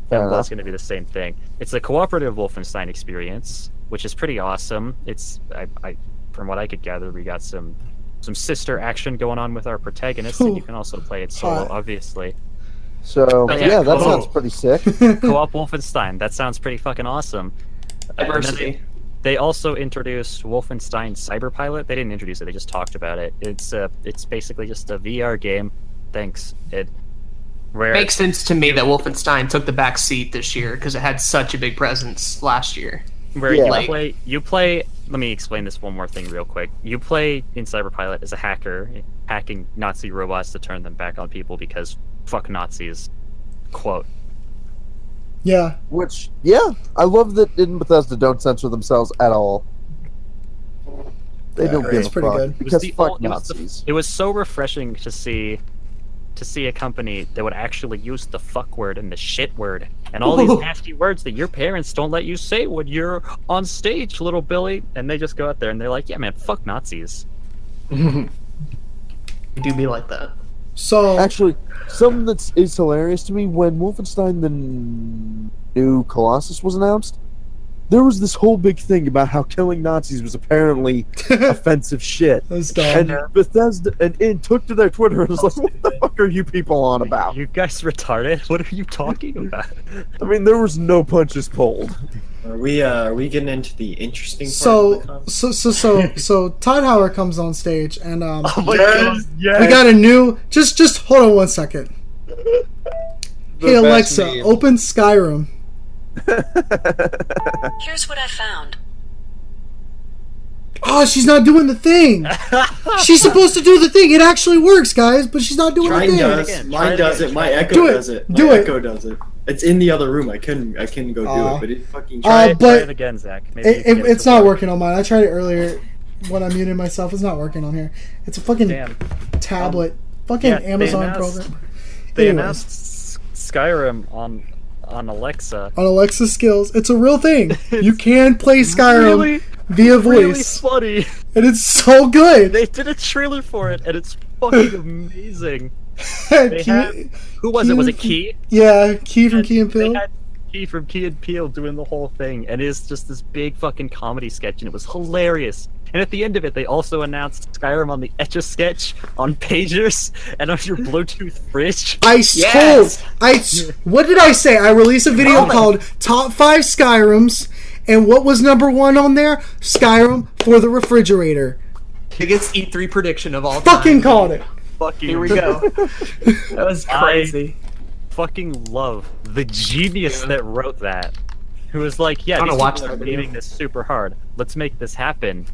D: fair
A: That's
D: enough.
A: going to be the same thing. It's a cooperative Wolfenstein experience, which is pretty awesome. It's, I, I, from what I could gather, we got some some sister action going on with our protagonist, and you
B: Ooh.
A: can also play it solo,
B: Hot.
A: obviously.
D: So
A: Oh,
D: yeah,
A: yeah,
D: that
E: cool.
D: sounds pretty sick.
A: co-op Wolfenstein. That sounds pretty fucking awesome. Uh, and then
E: diversity.
A: They, they also introduced Wolfenstein Cyberpilot. They didn't introduce it; they just talked about it. It's uh, it's basically just a VR game. Thanks, Ed. Where
E: Makes sense to me that Wolfenstein took the back seat this year because it had such a big presence last year.
A: where
D: Yeah.
A: you
E: Like-
A: play you play let me explain this one more thing real quick you play in cyberpilot as a hacker hacking nazi robots to turn them back on people because fuck nazis quote
B: yeah.
D: Which yeah, I love that in Bethesda don't censor themselves at all. They
H: Yeah,
D: don't
H: it's
D: give a
B: pretty
D: fuck
B: good. It was
D: because
A: the
D: fuck
A: ol- it was the-
D: Nazis.
A: it was so refreshing to see to see a company that would actually use the fuck word and the shit word and all these nasty words that your parents don't let you say when you're on stage little billy and they just go out there and they're like yeah man fuck nazis
E: It do be like that.
B: So
D: Actually, something that is hilarious to me when Wolfenstein: The n- New Colossus was announced, there was this whole big thing about how killing Nazis was apparently
B: that's
D: offensive shit.
B: dumb.
D: And Bethesda and, and took to their Twitter and was like, "What the fuck are you people on about?"
A: you guys retarded what are you talking about
D: I mean, there was no punches pulled.
G: Are we uh, are we getting into the interesting part of the
B: So
G: con-
B: so so so so Todd Howard comes on stage and um
A: Oh uh,
G: Yes,
B: We got a new. Just, just hold on one second. hey
F: best
B: Alexa,
F: meme.
B: open Skyrim.
I: Here's what I found.
B: Oh, she's not doing the thing. she's supposed to do the thing. It actually works, guys, but she's not doing
A: Try
B: the
G: Mine
A: and do
B: thing.
G: does.
A: again, try
G: Mine
A: it
G: does
A: again,
G: it. My Echo
B: Do it,
G: does it. My
B: do it.
G: Echo does it. It's in the other room. I couldn't. I couldn't go do
B: Aw.
G: it. But it fucking.
B: Uh,
A: Try it- try
B: but
A: it again, Zach. Maybe you
B: It,
A: can
B: it,
A: get
B: it's
A: to
B: not
A: work.
B: working on mine. I tried it earlier when I muted myself. It's not working on here. It's a fucking
A: Damn.
B: tablet Fucking
A: Yeah, they
B: Amazon
A: announced-
B: program.
A: They
B: Anyways.
A: announced S- Skyrim on on Alexa.
B: on Alexa skills. It's a real thing. you can play Skyrim
A: Really,
B: via
A: really
B: voice,
A: funny.
B: and it's so good.
A: They did a trailer for it, and it's fucking amazing.
B: Key-
A: have- Who was it? Was it Key?
B: yeah, Key from Key and
A: They
B: Peele.
A: had Key from Key and Peele doing the whole thing, and it's just this big fucking comedy sketch, and it was hilarious. And at the end of it, they also announced Skyrim on the Etch a Sketch, on pagers, and on your Bluetooth fridge.
B: I told I s- what did I say? I released a video called "Top Five Skyrims," and what was number one on there? Skyrim for the refrigerator.
E: Biggest E3 prediction of all time.
B: Fucking called it.
A: Fucking
E: Here we go. that was
A: I-
E: crazy.
A: fucking love the genius that wrote that. Who was like, yeah,
E: I'm gonna
A: these
E: watch
A: people
E: that
A: are
E: video.
A: gaming this super hard. Let's make this happen.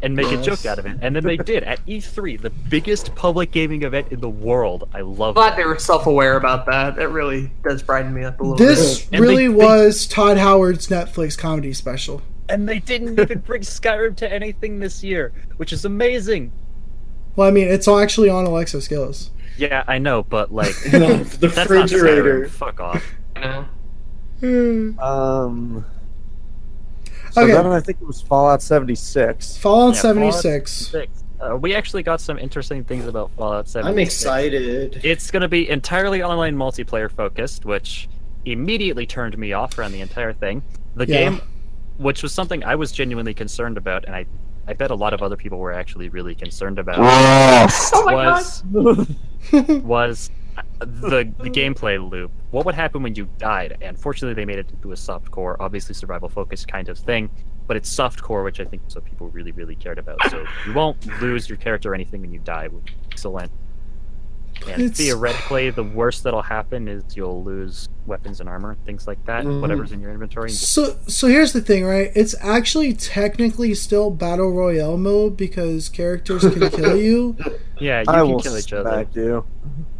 A: And make a joke out of it. And then they did at E3, the biggest public gaming event in the world. I love
E: glad
A: that.
E: they were self-aware about that. That really does brighten me up a little bit.
B: This
A: And they-
B: really
A: they-
B: was Todd Howard's Netflix comedy special.
A: And they didn't even bring Skyrim to anything this year, which is amazing.
B: Well, I mean, it's all actually on Alexa skills.
A: Yeah, I know, but like,
G: the
A: that's not Skyrim.
G: refrigerator.
A: Fuck off.
E: You know?
B: Hmm.
D: Um. So
B: Okay,
D: then I think it was Fallout 76.
B: Fallout
A: Yeah, Fallout
B: seventy six.
A: Six. Uh, we actually got some interesting things about Fallout 7.
G: I'm excited.
A: It's going to be entirely online multiplayer focused, which immediately turned me off around the entire thing. The
B: Yeah.
A: game, which was something I was genuinely concerned about, and I, I bet a lot of other people were actually really concerned about,
E: Oh my
A: was was the, the gameplay loop. What would happen when you died? And fortunately, they made it into a soft core, obviously survival focused kind of thing, but it's soft core, which I think some people really, really cared about. So you won't lose your character or anything when you die, which is excellent. And
B: It's-
A: theoretically, the worst that'll happen is you'll lose weapons and armor, things like that,
B: Mm-hmm.
A: whatever's in your inventory. and just-
B: So, so here's the thing, right? It's actually technically still battle royale mode because characters can kill you.
A: Yeah, you
D: I
A: can
D: will
A: kill each other.
D: smack you.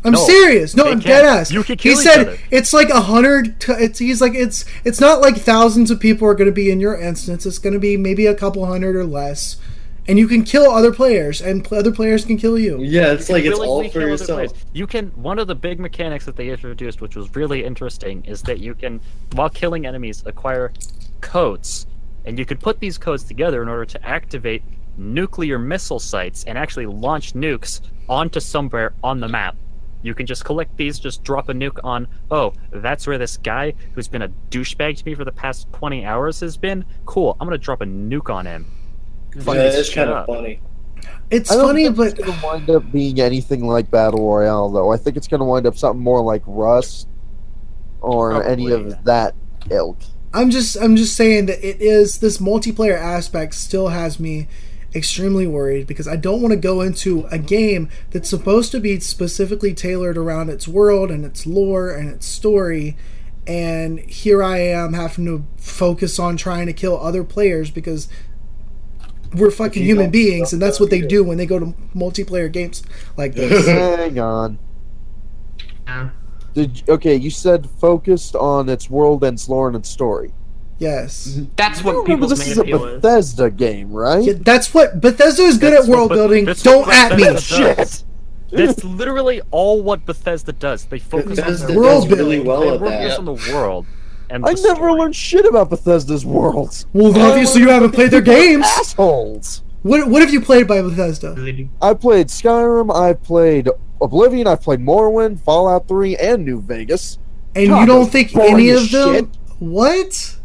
B: I'm
A: No,
B: serious. No,
A: they
B: I'm
A: can't.
B: dead ass.
A: You can
B: Oh, he
A: kill each
B: said
A: other.
B: it's like a hundred. T- it's he's like it's it's not like thousands of people are going to be in your instance. It's going to be maybe a couple hundred or less, and you can kill other players, and pl- other players can kill you.
G: Yeah, it's like it's
A: willingly
G: all for
A: kill other
G: yourself.
A: players. You can one of the big mechanics that they introduced, which was really interesting, is that you can, while killing enemies, acquire codes, and you could put these codes together in order to activate nuclear missile sites and actually launch nukes onto somewhere on the map. You can just collect these, just drop a nuke on, oh, that's where this guy who's been a douchebag to me for the past 20 hours has been? Cool, I'm gonna drop a nuke on him. Fucking
G: Yeah, that's
A: shit
G: kind
A: up.
G: of funny.
B: It's
D: I don't
B: funny,
D: think
B: but
D: it's gonna wind up being anything like Battle Royale, though. I think it's gonna wind up something more like Rust or
A: Probably,
D: any of
A: yeah.
D: that ilk.
B: I'm just I'm just saying that it is this multiplayer aspect still has me extremely worried because I don't want to go into a game that's supposed to be specifically tailored around its world and its lore and its story and here I am having to focus on trying to kill other players because we're fucking human beings and that's what they do when they go to multiplayer games like this.
D: Hang on.
E: Yeah.
D: Did you- okay, you said focused on its world and its lore and its story.
B: yes.
E: That's
D: You
E: what
D: remember
E: people's
D: this
E: main
D: is a
E: appeal is.
D: Bethesda game, right?
B: Yeah, that's what Bethesda is good
A: That's
B: at world
A: what Beth-
B: building.
A: that's
B: Don't
A: what
B: at me.
A: Bethesda does. That's literally all what Bethesda does. They focus
G: Bethesda
A: on their
B: world
G: does really
B: building.
G: well
A: they
G: at
A: focus
G: that.
A: on the world. And
D: I
A: the
D: never
A: story.
D: learned shit about Bethesda's worlds.
B: Well, obviously you haven't played their games.
D: Assholes.
B: What What have you played by Bethesda?
D: I played Skyrim. I played Oblivion. I played Morrowind, Fallout Three, and New Vegas.
B: And
D: God,
B: you don't
D: that's
B: think
D: boring
B: any
D: as
B: of them?
D: shit.
B: What?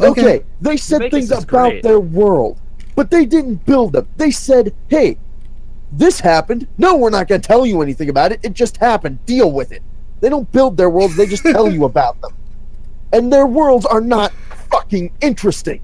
D: Okay. They said
A: Vegas
D: things
A: is
D: about
A: great.
D: their world, but they didn't build them. They said, hey, this happened. No, we're not going to tell you anything about it. It just happened. Deal with it. They don't build their worlds, they just tell you about them. And their worlds are not fucking interesting.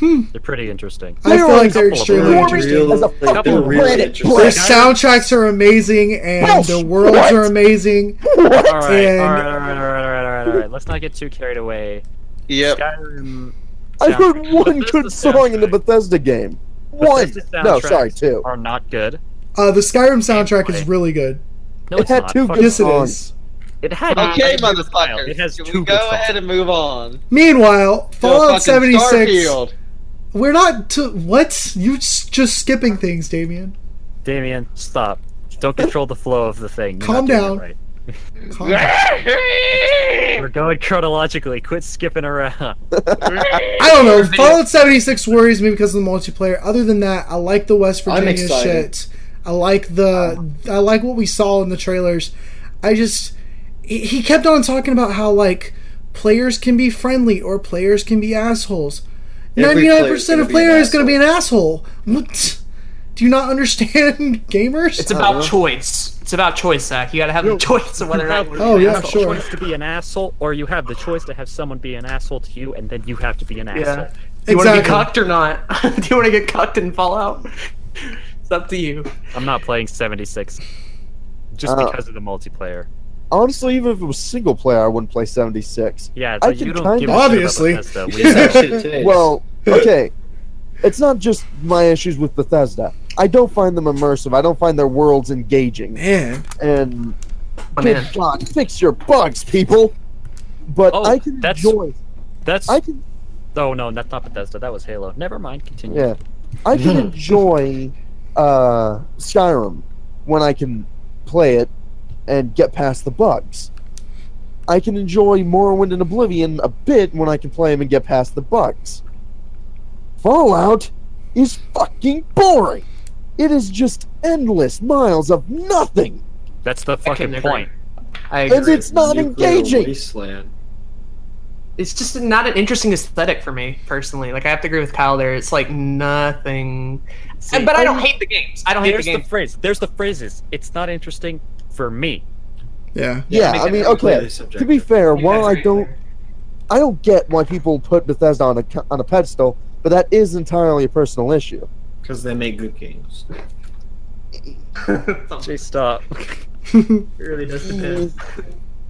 A: They're pretty interesting.
B: I
D: They
B: feel
D: are
B: like they're
D: a
B: extremely
D: couple of boring
B: interesting.
D: As a
G: Like, they're
D: fucking
A: really
D: planet
G: interesting.
B: Their
A: Like,
D: planet.
A: I-
B: soundtracks are amazing, and the
D: Bullshit.
B: worlds are amazing.
A: All right, all right,
B: And-
A: all right, all right, all right, all right, all right. Let's not get too carried away.
F: Yep.
A: Skyrim
D: I heard
A: soundtrack-
D: one
A: Bethesda
D: good song in the
A: soundtrack-
D: Bethesda game. One.
A: Bethesda
D: No, sorry,
A: soundtracks
D: two.
A: Are not good.
B: Uh, the Skyrim soundtrack is really good.
A: No,
D: It
A: it's
D: had
A: not.
D: two
A: Fuck
D: good-
B: Yes, it
D: song.
B: is.
A: It had.
F: Okay,
A: it has-
F: motherfucker.
A: It has
F: Can
A: two
F: we
A: good
F: go
A: songs.
F: ahead and move on?
B: Meanwhile,
F: to
B: Fallout
F: fucking
B: seventy six.
F: Starfield.
B: We're not to what you s- just skipping things, Damien.
A: Damien, stop. Don't control the flow of the thing. You're not
B: Calm
A: doing it
B: down.
A: right.
B: Calm down.
A: We're going chronologically. Quit skipping around.
B: I don't know. Fallout 76 worries me because of the multiplayer. Other than that, I like the West Virginia
G: excited. Um,
B: shit. I like the I like what we saw in the trailers. I just he he kept on talking about how like players can be friendly or players can be assholes.
G: Every
B: Ninety
G: player's
B: nine percent of
G: gonna be an
B: players is going to be an asshole. What? Do you not understand gamers?
E: It's about choice. It's about choice, Zach. You gotta have the choice of whether or not you wanna
B: Oh,
E: be an
B: yeah,
E: asshole.
A: The
B: sure.
A: choice to be an asshole, or you have the choice to have someone be an asshole to you, and then you have to be an
E: Yeah.
A: asshole.
E: Do
B: Exactly.
E: you wanna be cucked or not? Do you wanna get cucked and fall out? It's up to you.
A: I'm not playing 76 just
D: Uh,
A: because of the multiplayer.
D: Honestly, even if it was single player, I wouldn't play 76.
A: Yeah, it's
D: I
A: like you
D: can
A: don't
D: kinda-
A: give a shit about
B: Obviously.
A: Bethesda.
G: You
A: We
G: said that
A: know.
G: shit today.
D: Well, okay. It's not just my issues with Bethesda. I don't find them immersive. I don't find their worlds engaging.
B: Man,
D: And
E: Oh,
D: good
E: man.
D: God, fix your bugs, people. But
A: Oh,
D: I can
A: that's-
D: enjoy.
A: That's
D: I can.
A: oh no, that's not Bethesda. That was Halo. Never mind. Continue.
D: Yeah, I can enjoy uh, Skyrim when I can play it and get past the bugs. I can enjoy Morrowind and Oblivion a bit when I can play them and get past the bugs. Fallout is fucking boring. It is just endless miles of nothing,
A: That's the fucking
E: agree.
A: point.
E: I agree.
D: and it's not
G: Nuclear
D: engaging.
G: Wasteland.
E: it's just not an interesting aesthetic for me personally. Like I have to agree with Kyle there. It's like nothing. And- but I don't hate the games. I don't hate the
A: There's the,
E: games.
A: phrase. There's the phrases. It's not interesting for me.
B: yeah.
D: Yeah,
E: make
D: I
E: it
D: mean,
G: completely
D: okay. To be
G: subjective.
D: fair,
E: You
D: while
E: guys
D: I
E: agree
D: don't
E: there.
D: I don't get why people put Bethesda on a co- on a pedestal, but that is entirely a personal issue.
G: Because they make good games.
A: Jay, stop.
E: It really does depend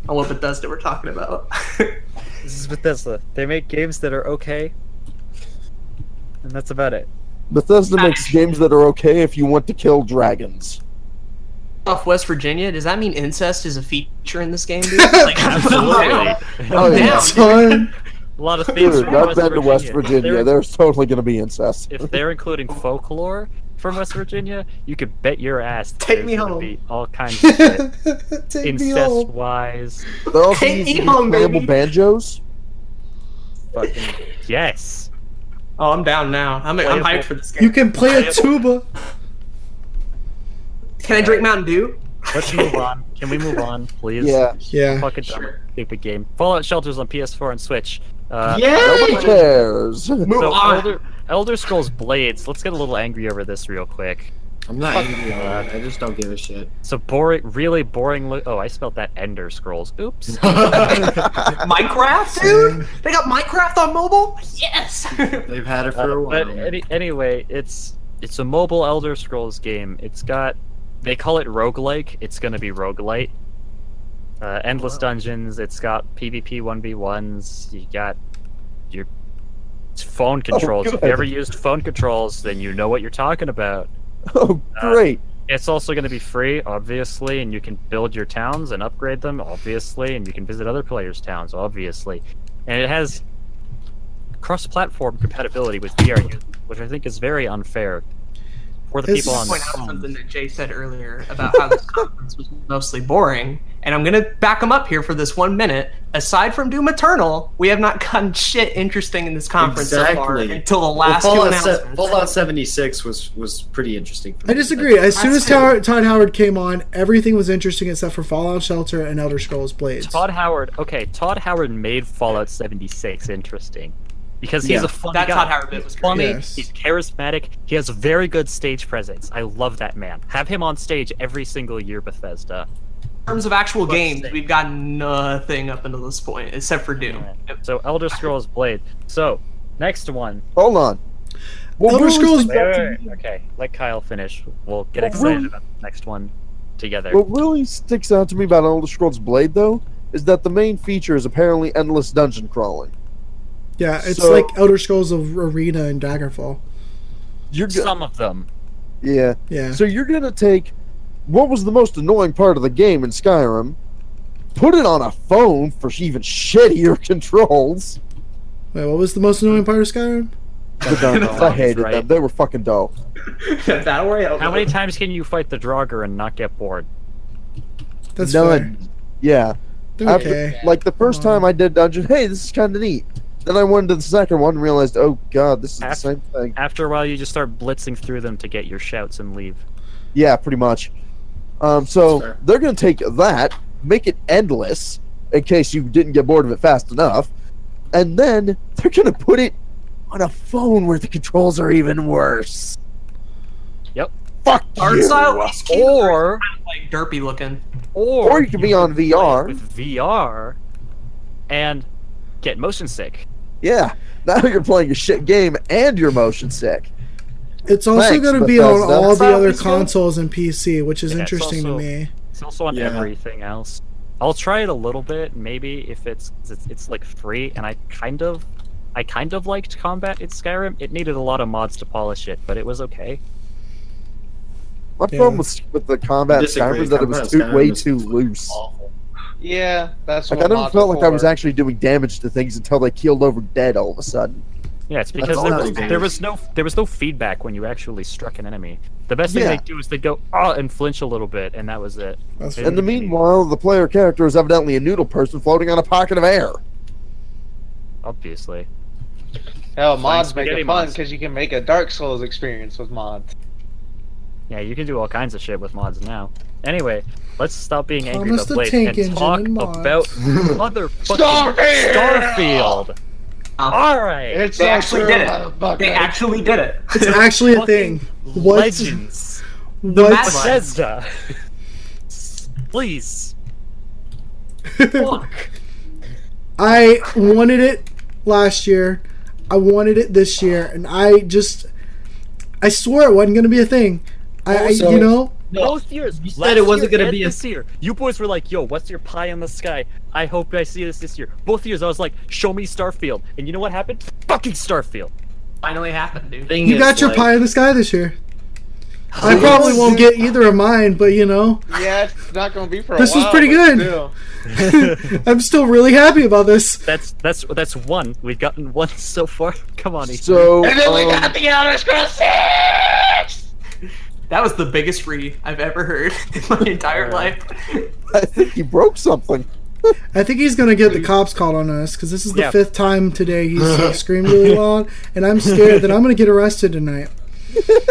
E: on what Bethesda we're talking about.
A: This is Bethesda. They make games that are okay, and that's about it.
D: Bethesda makes games that are okay if you want to kill dragons.
E: Off West Virginia, does that mean incest is a feature in this game? Dude? Like,
A: Absolutely.
D: Oh,
E: yeah.
D: yeah.
B: Son,
A: A lot of
D: Dude,
A: things from
D: I've
A: West
D: been
A: Virginia.
D: to West
A: If
D: Virginia.
A: they're-
D: There's totally going to be incest.
A: if they're including folklore from West Virginia, you could bet your ass that
E: Take
A: there's
E: me
A: gonna
E: home.
A: Be all kinds of shit.
B: take me
A: incest
B: home.
A: wise,
D: They're also
E: Take me
D: using
E: home,
D: playable
E: baby.
D: banjos.
A: fucking yes.
E: oh, I'm down now. I'm, I'm hyped for this
B: You
E: game.
B: can play a tuba.
E: Can I drink Mountain Dew?
A: Let's move on. Can we move on, please?
D: Yeah.
B: Yeah.
A: Fucking dumb, stupid game. Fallout Shelters on PS4 and Switch. Uh,
D: Nobody cares.
E: Move
A: So
E: on.
A: Elder, Elder Scrolls Blades. Let's get a little angry over this real quick.
G: I'm not angry about it. I just don't give a shit.
A: So boring, really boring. Lo- oh, I spelled that Ender Scrolls. Oops.
E: Minecraft, dude. They got Minecraft on mobile. Yes.
G: They've had it for
A: Uh,
G: a while.
A: but any, anyway, it's it's a mobile Elder Scrolls game. It's got they call it roguelike. It's gonna be roguelite. Uh, endless dungeons. It's got PvP one v ones. You got your it's phone
G: Oh,
A: controls. if you
D: good.
A: ever used phone controls, then you know what you're talking about.
D: Oh,
A: Ah.
D: great.
A: It's also going to be free, obviously, and you can build your towns and upgrade them, obviously, and you can visit other players' towns, obviously. And it has cross-platform compatibility with VR, users, which I think is very unfair for the
B: This
A: people
B: is-
A: on
E: point out something
A: phones.
E: that Jay said earlier about how this conference was mostly boring, and I'm gonna back him up here for this one minute. Aside from Doom Eternal, we have not gotten shit interesting in this conference so far
G: Exactly.
E: until the
G: Well,
E: last two
G: Fallout, se-
E: announcements.
G: Fallout 76 was was pretty interesting. For me.
B: I disagree. As soon as Todd,
E: That's
B: Todd Howard came on, everything was interesting except for Fallout Shelter and Elder Scrolls Blades.
A: Todd Howard, okay, Todd Howard made Fallout 76 interesting because he's
G: Yeah.
A: a funny
E: that
A: guy.
E: Todd Howard bit was
A: He's
E: great.
A: funny.
B: Yes.
A: He's charismatic. He has a very good stage presence. I love that man. Have him on stage every single year, Bethesda.
E: In terms of actual games, we've gotten nothing up until this point except for Doom.
A: So Elder Scrolls Blade. So next one.
D: Hold on. What
B: Elder
D: really
B: Scrolls-
D: stuck out to me-
A: Okay, let Kyle finish. We'll get
D: Well,
A: excited
D: really-
A: about the next one together.
D: What really sticks out to me about Elder Scrolls Blade, though, is that the main feature is apparently endless dungeon crawling.
B: yeah, it's
D: So-
B: like Elder Scrolls of Arena and Daggerfall.
D: You're go-
A: Some of them.
D: yeah.
B: Yeah.
D: So you're gonna take what was the most annoying part of the game in Skyrim, put it on a phone for even shittier controls.
B: Wait, what was the most annoying part of Skyrim?
D: The Dungeons. I hated
A: Right.
D: them. They were fucking dope.
E: Battle Royale.
A: How many times can you fight the Draugr and not get bored?
B: That's
D: None. Yeah.
B: fair.
D: After-
B: Okay.
D: Like the first
B: Come on.
D: time I did Dungeon, hey, this is kind of neat. Then I went to the second one and realized, oh god, this is the
A: After-
D: same thing.
A: After a while, you just start blitzing through them to get your shouts and leave.
D: Yeah, pretty much. Um,
G: That's
D: so
G: fair.
D: they're gonna take that, make it endless, in case you didn't get bored of it fast enough, and then they're gonna put it on a phone where the controls are even worse.
A: Yep.
D: Fuck
E: Hard
D: you.
E: style. these keyboards are
A: Or,
E: kind of, like derpy looking.
A: or,
D: Or you can be on
A: play it
D: VR.
A: with VR and get motion sick.
D: Yeah. Now you're playing a shit game and you're motion sick.
B: It's also
D: Thanks,
B: going to be on
D: Bethesda.
B: all
D: That's
B: the
E: how
B: other
E: it's going.
B: consoles and PC, which is
A: Yeah, it's
B: interesting to
A: also-
B: me.
A: It's also on
G: Yeah.
A: everything else. I'll try it a little bit, maybe if it's, 'cause it's it's like free, and I kind of, I kind of liked combat in Skyrim. It needed a lot of mods to polish it, but it was okay.
D: My
B: Yeah.
D: problem with, with the combat in Skyrim
G: Disagree.
D: is that it was
G: Combat
D: too,
G: Skyrim
D: way
G: is
D: too loose.
G: Awful.
F: Yeah, that's
D: Like
F: what
D: I never
F: mods
D: felt like I
F: are
D: was
F: for.
D: actually doing damage to things until they keeled over dead all of a sudden.
A: Yeah, it's because
D: all
A: there
D: that
A: was,
D: matters.
A: there was no there was no feedback when you actually struck an enemy. The best thing
D: Yeah.
A: they do is they go ah and flinch a little bit, and that was it.
B: That's
A: They
B: fair.
D: In the
A: didn't give me-
D: meanwhile, the player character is evidently a noodle person floating on a pocket of air.
A: obviously.
F: Hell, mods make
A: spaghetti
F: it fun
A: mods.
F: because you can make a Dark Souls experience with mods.
A: Yeah, you can do all kinds of shit with mods now. Anyway, let's stop being angry
B: Thomas
A: about
B: the
A: Blake
B: Tank
A: and
B: Engine
A: talk
B: and mods.
A: about motherfucking
F: Starfield!
A: Starfield. All right,
F: It's
E: They
F: all
E: actually
F: true,
E: did it.
F: motherfucker.
E: They actually did it.
B: It's actually a thing. What?
A: Legends
B: What?
E: Mass-
A: Bethesda. Please, fuck.
B: I wanted it last year. I wanted it this year, and I just, I swore it wasn't going to be a thing. I, I
G: Also-
B: you know,
A: Both years. You
G: said it wasn't gonna be a-
A: this year. You boys were like, "Yo, what's your pie in the sky?" I hope I see this this year. Both years, I was like, "Show me Starfield," and you know what happened? Fucking Starfield.
E: Finally happened, dude.
G: Thing
B: you
G: is,
B: got your
G: like,
B: pie in the sky this year. I probably won't get either of mine, but you know,
F: Yeah, it's not gonna be for a
B: This was
F: while,
B: pretty
F: but
B: good.
F: still.
B: I'm still really happy about this.
A: That's that's that's one. We've gotten one so far. Come on, Ethan.
D: So
F: And then we
D: um,
F: got the Elder Scrolls Six.
E: That was the biggest read I've ever heard in my entire life.
D: I think he broke something.
B: I think he's gonna get the cops called on us because this is the
A: Yeah.
B: fifth time today he's like, screamed really loud, and I'm scared that I'm gonna get arrested tonight.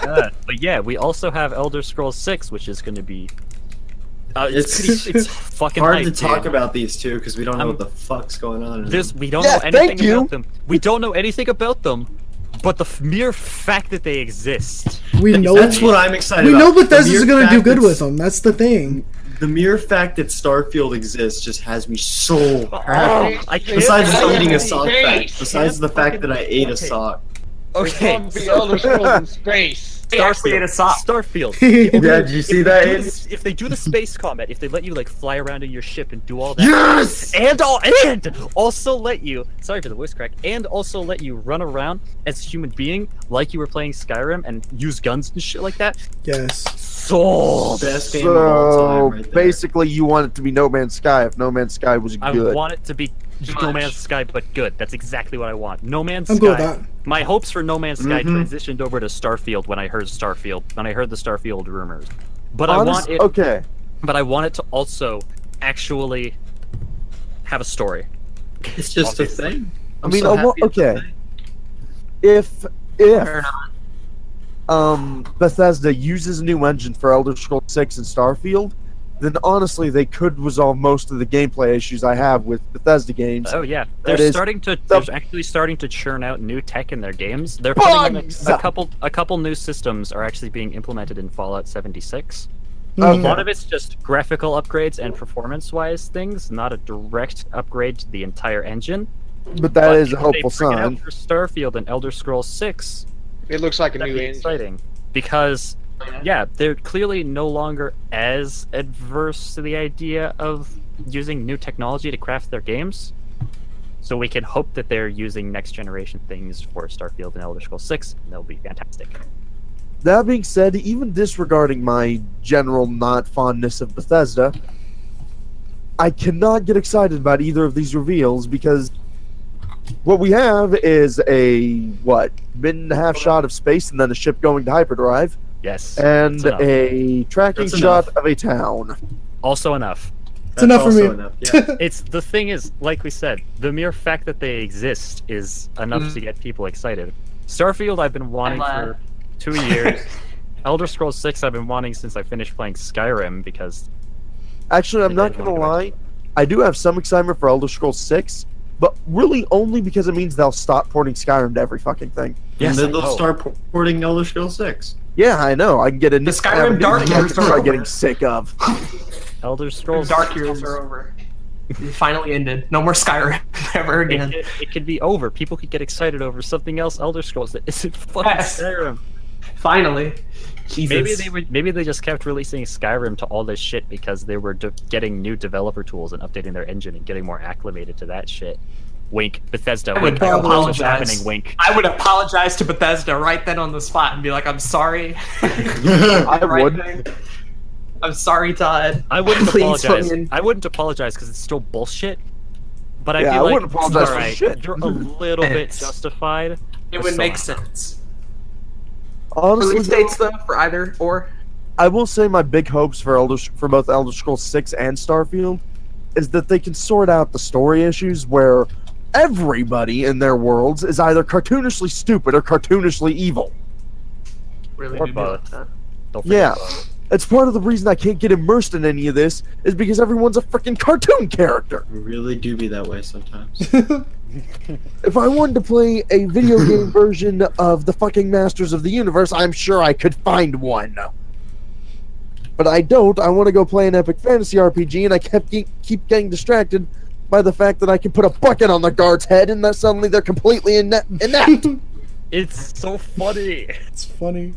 A: Uh, but yeah, we also have Elder Scrolls Six, which is going to be. Uh, it's,
G: It's-
A: pretty, it's fucking
G: Hard
A: hype,
G: to talk
A: dude.
G: about these two because we don't know
A: I'm-
G: what the fuck's going on. in
A: There's
G: them.
A: we don't
D: Yeah,
A: know anything
D: thank you.
A: about them. We don't know anything about them, but the f- mere fact that they exist.
B: We know
G: That's what I'm excited
B: we
G: about.
B: know
G: The
B: Bethesda's
G: mere
B: gonna do
G: fact
B: good
G: that-
B: with them. That's the thing.
G: The mere fact that Starfield exists just has me so happy.
A: Oh, I can't
G: Besides
F: it's
G: just eating a
F: in
G: sock
F: space.
G: fact. Besides the fact that I ate a
A: Okay.
G: sock.
F: It's gonna be Elder Scrolls in space.
E: They actually had a sock.
A: Starfield.
G: Yeah, did you see that?
A: Do this- if they do the space comet, if they let you like fly around in your ship and do all that,
G: Yes!
A: and all and also let you sorry for the voice crack and also let you run around as a human being like you were playing Skyrim and use guns and shit like that.
B: Yes.
A: Sold.
G: Best game of all
D: So
G: time right there.
D: basically, you want it to be No Man's Sky if No Man's Sky was
A: I
D: good.
A: want it to be No
E: Much.
A: Man's Sky, but good. That's exactly what I want. No Man's
B: I'm
A: Sky.
B: good with that.
A: My hopes for No Man's
D: Mm-hmm.
A: Sky
G: Mhm.
A: transitioned over to Starfield when I heard Starfield when I heard the Starfield rumors. But I want
D: Honest-
A: it.
D: okay,
A: But I want it to also actually have a story.
G: It's just a
A: Obviously.
G: thing.
D: I
G: I'm
D: mean,
G: so
D: I wa-
G: happy it's a
D: okay.
G: thing.
D: if
E: Fair
D: if
E: enough.
D: um Bethesda uses a new engine for Elder Scrolls Six and Starfield, then honestly, they could resolve most of the gameplay issues I have with Bethesda games.
A: Oh yeah, they're
D: That is
A: starting to.
D: the-
A: They're actually starting to churn out new tech in their games. They're putting in
D: Bugs!
A: a, a couple. A couple new systems are actually being implemented in Fallout 76.
B: Mhm.
A: A lot of it's just graphical upgrades and performance-wise things, not a direct upgrade to the entire engine.
D: But that
A: But
D: is a
A: if
D: hopeful
A: they bring it out
D: sign.
A: for Starfield and Elder Scrolls 6.
F: It looks like a
A: That'd
F: new
A: be
F: engine.
A: exciting because, yeah, they're clearly no longer as adverse to the idea of using new technology to craft their games. So we can hope that they're using next generation things for Starfield and Elder Scrolls 6. And they'll be fantastic.
D: That being said, even disregarding my general not fondness of Bethesda, I cannot get excited about either of these reveals because What we have is a what minute and a half shot of space, and then a ship going to hyperdrive,
A: Yes.
D: and
A: That's enough.
D: a tracking
G: That's
D: shot
G: enough.
D: of a town.
A: also enough.
B: It's enough for
G: also
B: me.
G: Enough. Yeah.
A: It's the thing is, like we said, the mere fact that they exist is enough to get people excited. Starfield, I've been wanting
E: glad.
A: for two years. Elder Scrolls Six, I've been wanting since I finished playing Skyrim because
D: Actually, I'm
A: I
D: not
A: did
D: gonna
A: look at it.
D: lie, I do have some excitement for Elder Scrolls Six, but really only because it means they'll stop porting Skyrim to every fucking thing.
A: Yes, Oh,
G: and then
A: I know.
G: they'll start por- porting Elder Scrolls 6.
D: Yeah, I know. I can get a
E: The Skyrim Dark Years are
D: I'm
E: over.
D: getting sick of.
A: Elder Scrolls
E: Dark years are over. It finally ended. No more Skyrim ever
A: It,
E: again.
A: could- it could be over. People could get excited over something else. Elder Scrolls that isn't fucking
E: Yes.
A: Skyrim.
E: Finally. Jesus.
A: Maybe they would. Maybe they just kept releasing Skyrim to all this shit because they were de- getting new developer tools and updating their engine and getting more acclimated to that shit. Wink, Bethesda.
E: I
A: wink,
E: would
A: I know what's
E: apologize.
A: happening. Wink.
E: I would apologize to Bethesda right then on the spot and be like, I'm sorry.
D: I
E: Right
D: would.
E: then. I'm sorry, Todd.
A: I wouldn't
E: Please
A: apologize.
E: put me in.
A: I wouldn't apologize because it's still bullshit. But I'd
D: Yeah,
A: be
D: I
A: like,
D: wouldn't apologize for
A: "Alright,
D: shit."
A: You're a little bit justified.
E: It
A: But
E: would
A: still
E: make
A: not.
E: sense.
D: Honestly,
E: Release dates though for either or.
D: I will say my big hopes for Elder for both Elder Scrolls Six and Starfield is that they can sort out the story issues where everybody in their worlds is either cartoonishly stupid or cartoonishly evil.
E: Really
A: Or
E: do be
A: both.
E: like that.
A: Don't forget
D: Yeah.
A: about it.
D: It's part of the reason I can't get immersed in any of this is because everyone's a freaking cartoon character.
G: We really do be that way sometimes.
D: If I wanted to play a video game version of the fucking Masters of the Universe, I'm sure I could find one. But I don't. I want to go play an epic fantasy RPG, and I kept ge- keep getting distracted by the fact that I can put a bucket on the guard's head, and that suddenly they're completely ina- inept.
A: It's so funny.
B: It's funny.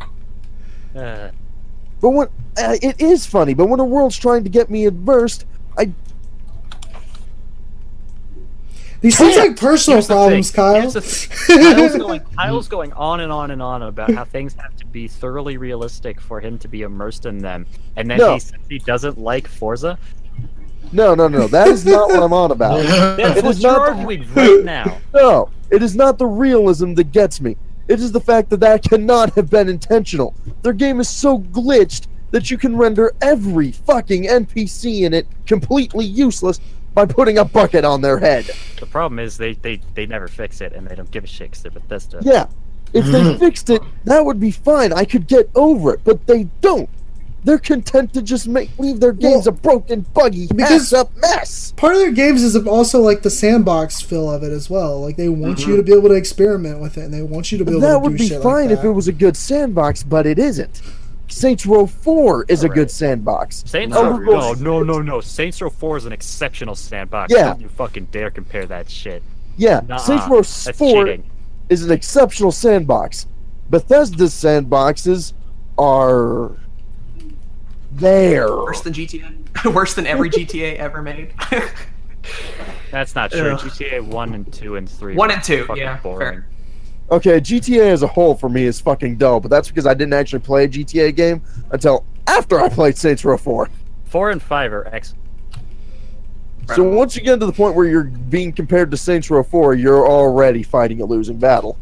A: Uh,
D: but when uh, it is funny, but when a world's trying to get me immersed, I
B: These seem like personal
A: here's the
B: problems,
A: thing.
B: Kyle.
A: Here's the thing. Kyle's, going, Kyle's going on and on and on about how things have to be thoroughly realistic for him to be immersed in them, and then
D: No.
A: he says he doesn't like Forza.
D: no, no, no. That is not what I'm on about.
A: That's
D: It
A: what
D: is
A: you're
D: not the-
A: arguing right now.
D: No, it is not the realism that gets me. It is the fact that that cannot have been intentional. Their game is so glitched that you can render every fucking NPC in it completely useless by putting a bucket on their head.
A: The problem is they, they, they never fix it, and they don't give a shit 'cause they're Bethesda.
D: Yeah, if they fixed it, that would be fine. I could get over it, but they don't. They're content to just make leave their games a broken, buggy,
B: because-
D: mess up mess.
B: Part of their games is also like the sandbox feel of it as well. Like they want you to be able to experiment with it, and they want you to be able
D: That
B: to do
D: would be
B: shit
D: fine
B: like
D: if it
B: that.
D: was a good sandbox, but it isn't. Saints Row 4 is a good sandbox.
A: Saints Row.
G: No,
A: No,
G: really.
A: no, no, no. Saints Row 4 is an exceptional sandbox.
D: Yeah.
A: Don't you fucking dare compare that shit.
D: Yeah,
A: Nuh-uh.
D: Saints Row
A: That's
D: 4
A: cheating.
D: is an exceptional sandbox. Bethesda's sandboxes are there.
E: Worse than GTA. Worse than every GTA ever made.
A: That's not true.
E: Ugh.
A: GTA 1 and 2 and 3.
E: One
A: were
E: and two,
A: fucking
E: yeah,
A: Boring.
E: fair.
D: Okay, GTA as a whole for me is fucking dull, but that's because I didn't actually play a GTA game until after I played Saints Row 4.
A: 4 and 5 are ex.
D: So once you get to the point where you're being compared to Saints Row 4, you're already fighting a losing battle.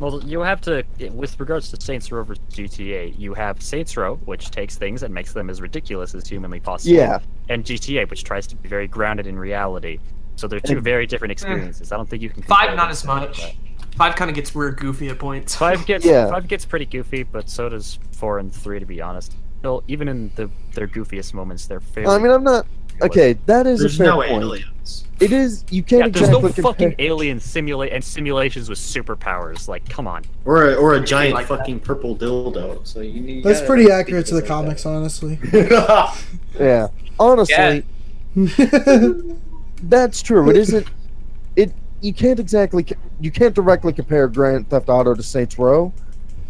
A: Well, you have to, with regards to Saints Row versus GTA, you have Saints Row, which takes things and makes them as ridiculous as humanly possible.
D: Yeah.
A: And GTA, which tries to be very grounded in reality. So they're two very different experiences. I don't think you can.
E: Eh. Five
A: compare
E: not
A: them.
E: as much. Five kind of gets weird goofy at points.
A: Five gets
D: Yeah.
A: five gets pretty goofy, but so does four and three. To be honest, still even in the their goofiest moments, they're fairly.
D: I mean, I'm not. Okay, that is
G: There's
D: a fair
G: no
D: point.
G: aliens.
D: It is. You
A: yeah,
D: can't
A: there's no
D: exactly compare.
A: fucking alien simulate and simulations with superpowers. Like, come on.
G: Or a, or a giant
E: like that.
G: fucking purple dildo. So you need.
B: That's
G: gotta
B: pretty
G: think
B: accurate to the
G: about that.
B: comics, honestly.
D: Yeah. Honestly,
E: Yeah.
D: That's true. It isn't. It you can't exactly you can't directly compare Grand Theft Auto to Saints Row,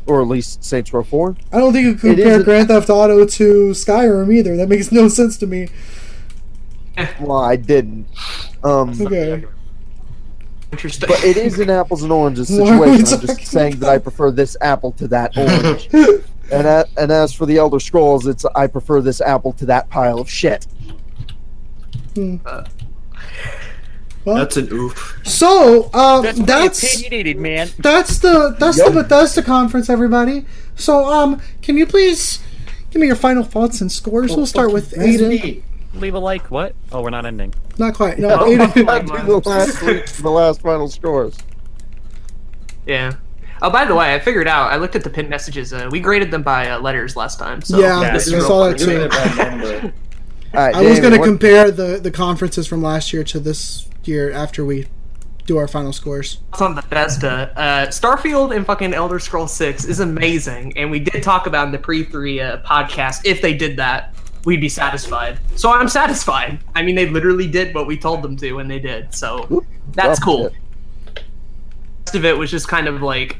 D: or at least Saints Row Four.
B: I don't think you can
D: It
B: compare
D: is a-
B: Grand Theft Auto to Skyrim either. That makes no sense to me.
D: Well, I didn't. Um,
B: Okay.
E: Interesting.
D: but it is an apples and oranges
B: Why are we
D: situation. I'm
B: talking
D: just saying that I prefer this apple to that orange. and a, and as for the Elder Scrolls, it's I prefer this apple to that pile of shit.
B: Well,
G: That's an oof.
B: so um,
A: That's,
B: that's
A: opinionated, man.
B: that's the that's the Bethesda conference, everybody. So, um, can you please give me your final thoughts and scores? we'll start with Aiden.
A: Leave a like. What? Oh, we're not ending.
B: Not quite. No, Aiden.
D: That'd be the last, the last final scores.
E: Yeah. Oh, by the way, I figured out. I looked at the pinned messages. Uh, we graded them by uh, letters last time. So
B: yeah,
A: Yeah,
B: I
A: it's
B: saw that
C: Doing
B: too.
C: it by number.
D: All right,
B: I was
D: Damon,
B: gonna
D: what-
B: compare the the conferences from last year to this year after we do our final scores.
E: It's on Bethesda. Uh, Starfield and fucking Elder Scrolls Six is amazing, and we did talk about in the pre three uh, podcast. If they did that, we'd be satisfied. So I'm satisfied. I mean, they literally did what we told them to, and they did. So
D: Whoop,
E: that's
D: dropped
E: cool.
D: it.
E: rest of it was just kind of like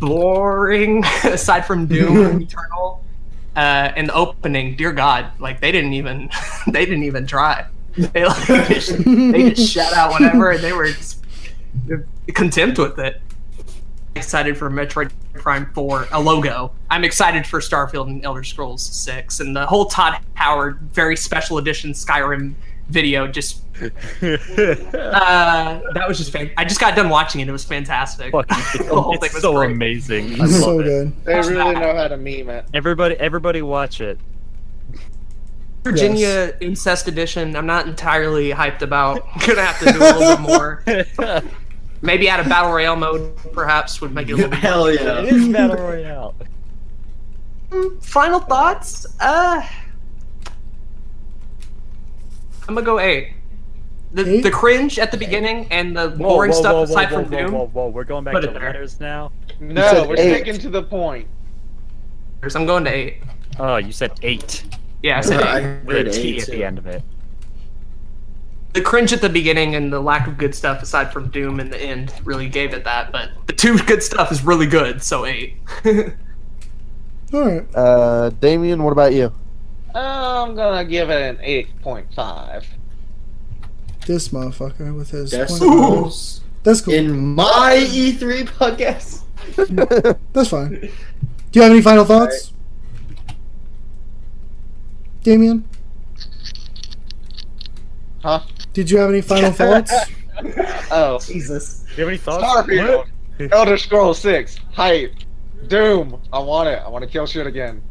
E: boring, aside from Doom and Eternal. Uh, and the opening, dear God, like they didn't even they didn't even try. They like, they just shut out whatever, and they were just contempt with it. Excited for Metroid Prime Four, a logo. I'm excited for Starfield and Elder Scrolls Six, and the whole Todd Howard very special edition Skyrim video just uh, that was just fan- I just got done watching it. It was fantastic.
A: Fuck,
E: The
A: it's,
E: whole thing
A: it's
E: was
A: so
E: great.
A: amazing. I love
B: So
A: it.
B: good.
F: They really know how to meme it.
A: Everybody, everybody, watch it.
E: Virginia Incest Edition. I'm not entirely hyped about. Gonna have to do a little bit more.
A: it
E: Maybe out of battle royale mode, perhaps would make it a little. Bit.
G: Hell yeah.
A: is battle royale.
E: Final thoughts? Uh, I'm gonna go eight. The,
B: Eight?
E: the cringe at the beginning and the
A: Whoa,
E: boring
A: whoa,
E: stuff
A: whoa,
E: aside
A: whoa,
E: from
A: whoa,
E: Doom.
A: Whoa, whoa, we're going back
E: Put
A: to
E: it there.
A: letters now.
F: No,
D: said
F: we're
D: eight.
F: sticking to the point.
E: I'm going to eight.
A: Oh, you said eight
E: Yeah, I said eight.
A: with
G: Grade
A: a T
G: eight,
A: at
G: too.
A: the end of it.
E: the cringe at the beginning and the lack of good stuff aside from Doom in the end really gave it that, but the two good stuff is really good, so eight.
B: All right.
D: Uh, Damien, what about you?
F: I'm gonna give it an eight point five.
B: This motherfucker with his.
G: That's
B: point.
G: goals
B: That's cool.
G: in my E3 podcast.
B: That's fine. Do you have any final thoughts, Damien?
F: Huh?
B: Did you have any final thoughts?
F: Oh,
E: Jesus.
A: Do you have any thoughts?
F: Starfield, Elder Scrolls Six, hype, Doom. I want it. I want to kill shit again.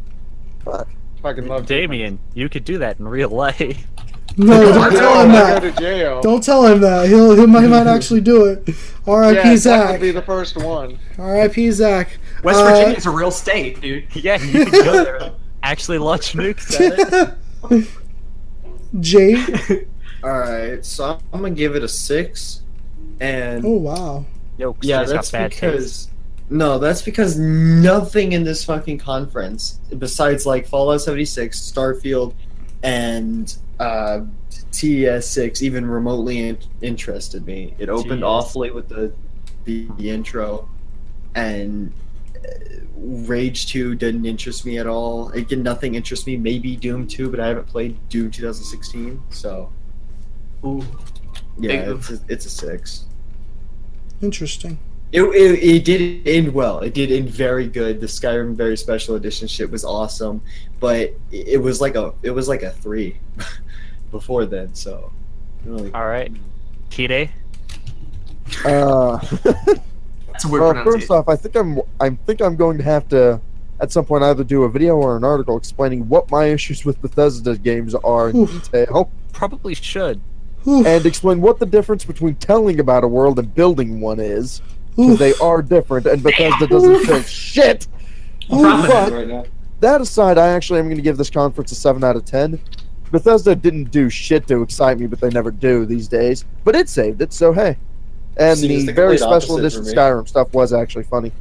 D: Fuck.
F: Fucking love.
A: Damien, you could do that in real life.
B: No,
F: I
B: don't
F: know,
B: tell him
F: when I go
B: that.
F: to jail.
B: Don't tell him that. He'll, he'll he might actually do it. R.I.P.
F: yeah, that would
B: Zach.
F: be the first one.
B: R.I.P. Zach.
E: West
B: Uh,
E: Virginia's a real state, dude.
A: Yeah, you could go there. and Actually, launch
B: Uh,
A: nukes. At it.
B: Jay.
G: All right, so I'm gonna give it a six, and
B: Oh wow.
A: Yo,
G: yeah,
A: Chris got
G: that's
A: bad taste.
G: because no, that's because nothing in this fucking conference besides like Fallout 76, Starfield, and uh, TS6 even remotely in- interested me. It opened
A: TS.
G: awfully with the the, the intro, and uh, Rage 2 didn't interest me at all. It did nothing interest me. Maybe Doom 2, but I haven't played Doom 2016, so
E: Ooh. Big
G: yeah,
E: oof.
G: it's a, it's a six.
B: Interesting.
G: It, it, it did end well. It did end very good. The Skyrim very special edition shit was awesome, but it it was like a it was like a three before then. So really,
A: All right, Kide.
D: Uh,
E: That's a weird
A: Uh,
D: well, first
E: pronunciation.
D: off, I think I'm I think I'm going to have to at some point either do a video or an article explaining what my issues with Bethesda games are in
B: Oof.
D: detail,
A: Probably should.
B: Oof.
D: and explain what the difference between telling about a world and building one is. 'cause
B: Oof.
D: they are different, and Bethesda doesn't think shit.
B: Oof.
D: But
G: right now.
D: that aside, I actually am going to give this conference a 7 out of 10. Bethesda didn't do shit to excite me, but they never do these days. But it saved it, so hey. And
G: See, it's
D: the
G: the
D: very
G: complete
D: special
G: opposite
D: edition
G: for me.
D: Skyrim stuff was actually funny.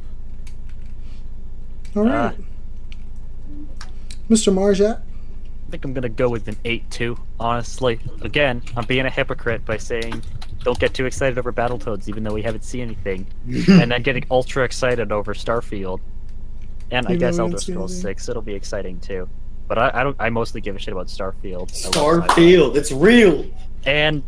B: All right.
F: Ah.
B: Mr. Marjat.
A: I think I'm gonna go with an 8-2, honestly. Again, I'm being a hypocrite by saying don't get too excited over Battletoads even though we haven't seen anything. and then getting ultra excited over Starfield. And I
B: Even
A: guess
B: though we
A: Elder
B: haven't seen
A: Scrolls
B: anything.
A: 6, it'll be exciting too. But I, I don't I mostly give a shit about Starfield. I love Starfield.
G: Starfield, it's real.
A: And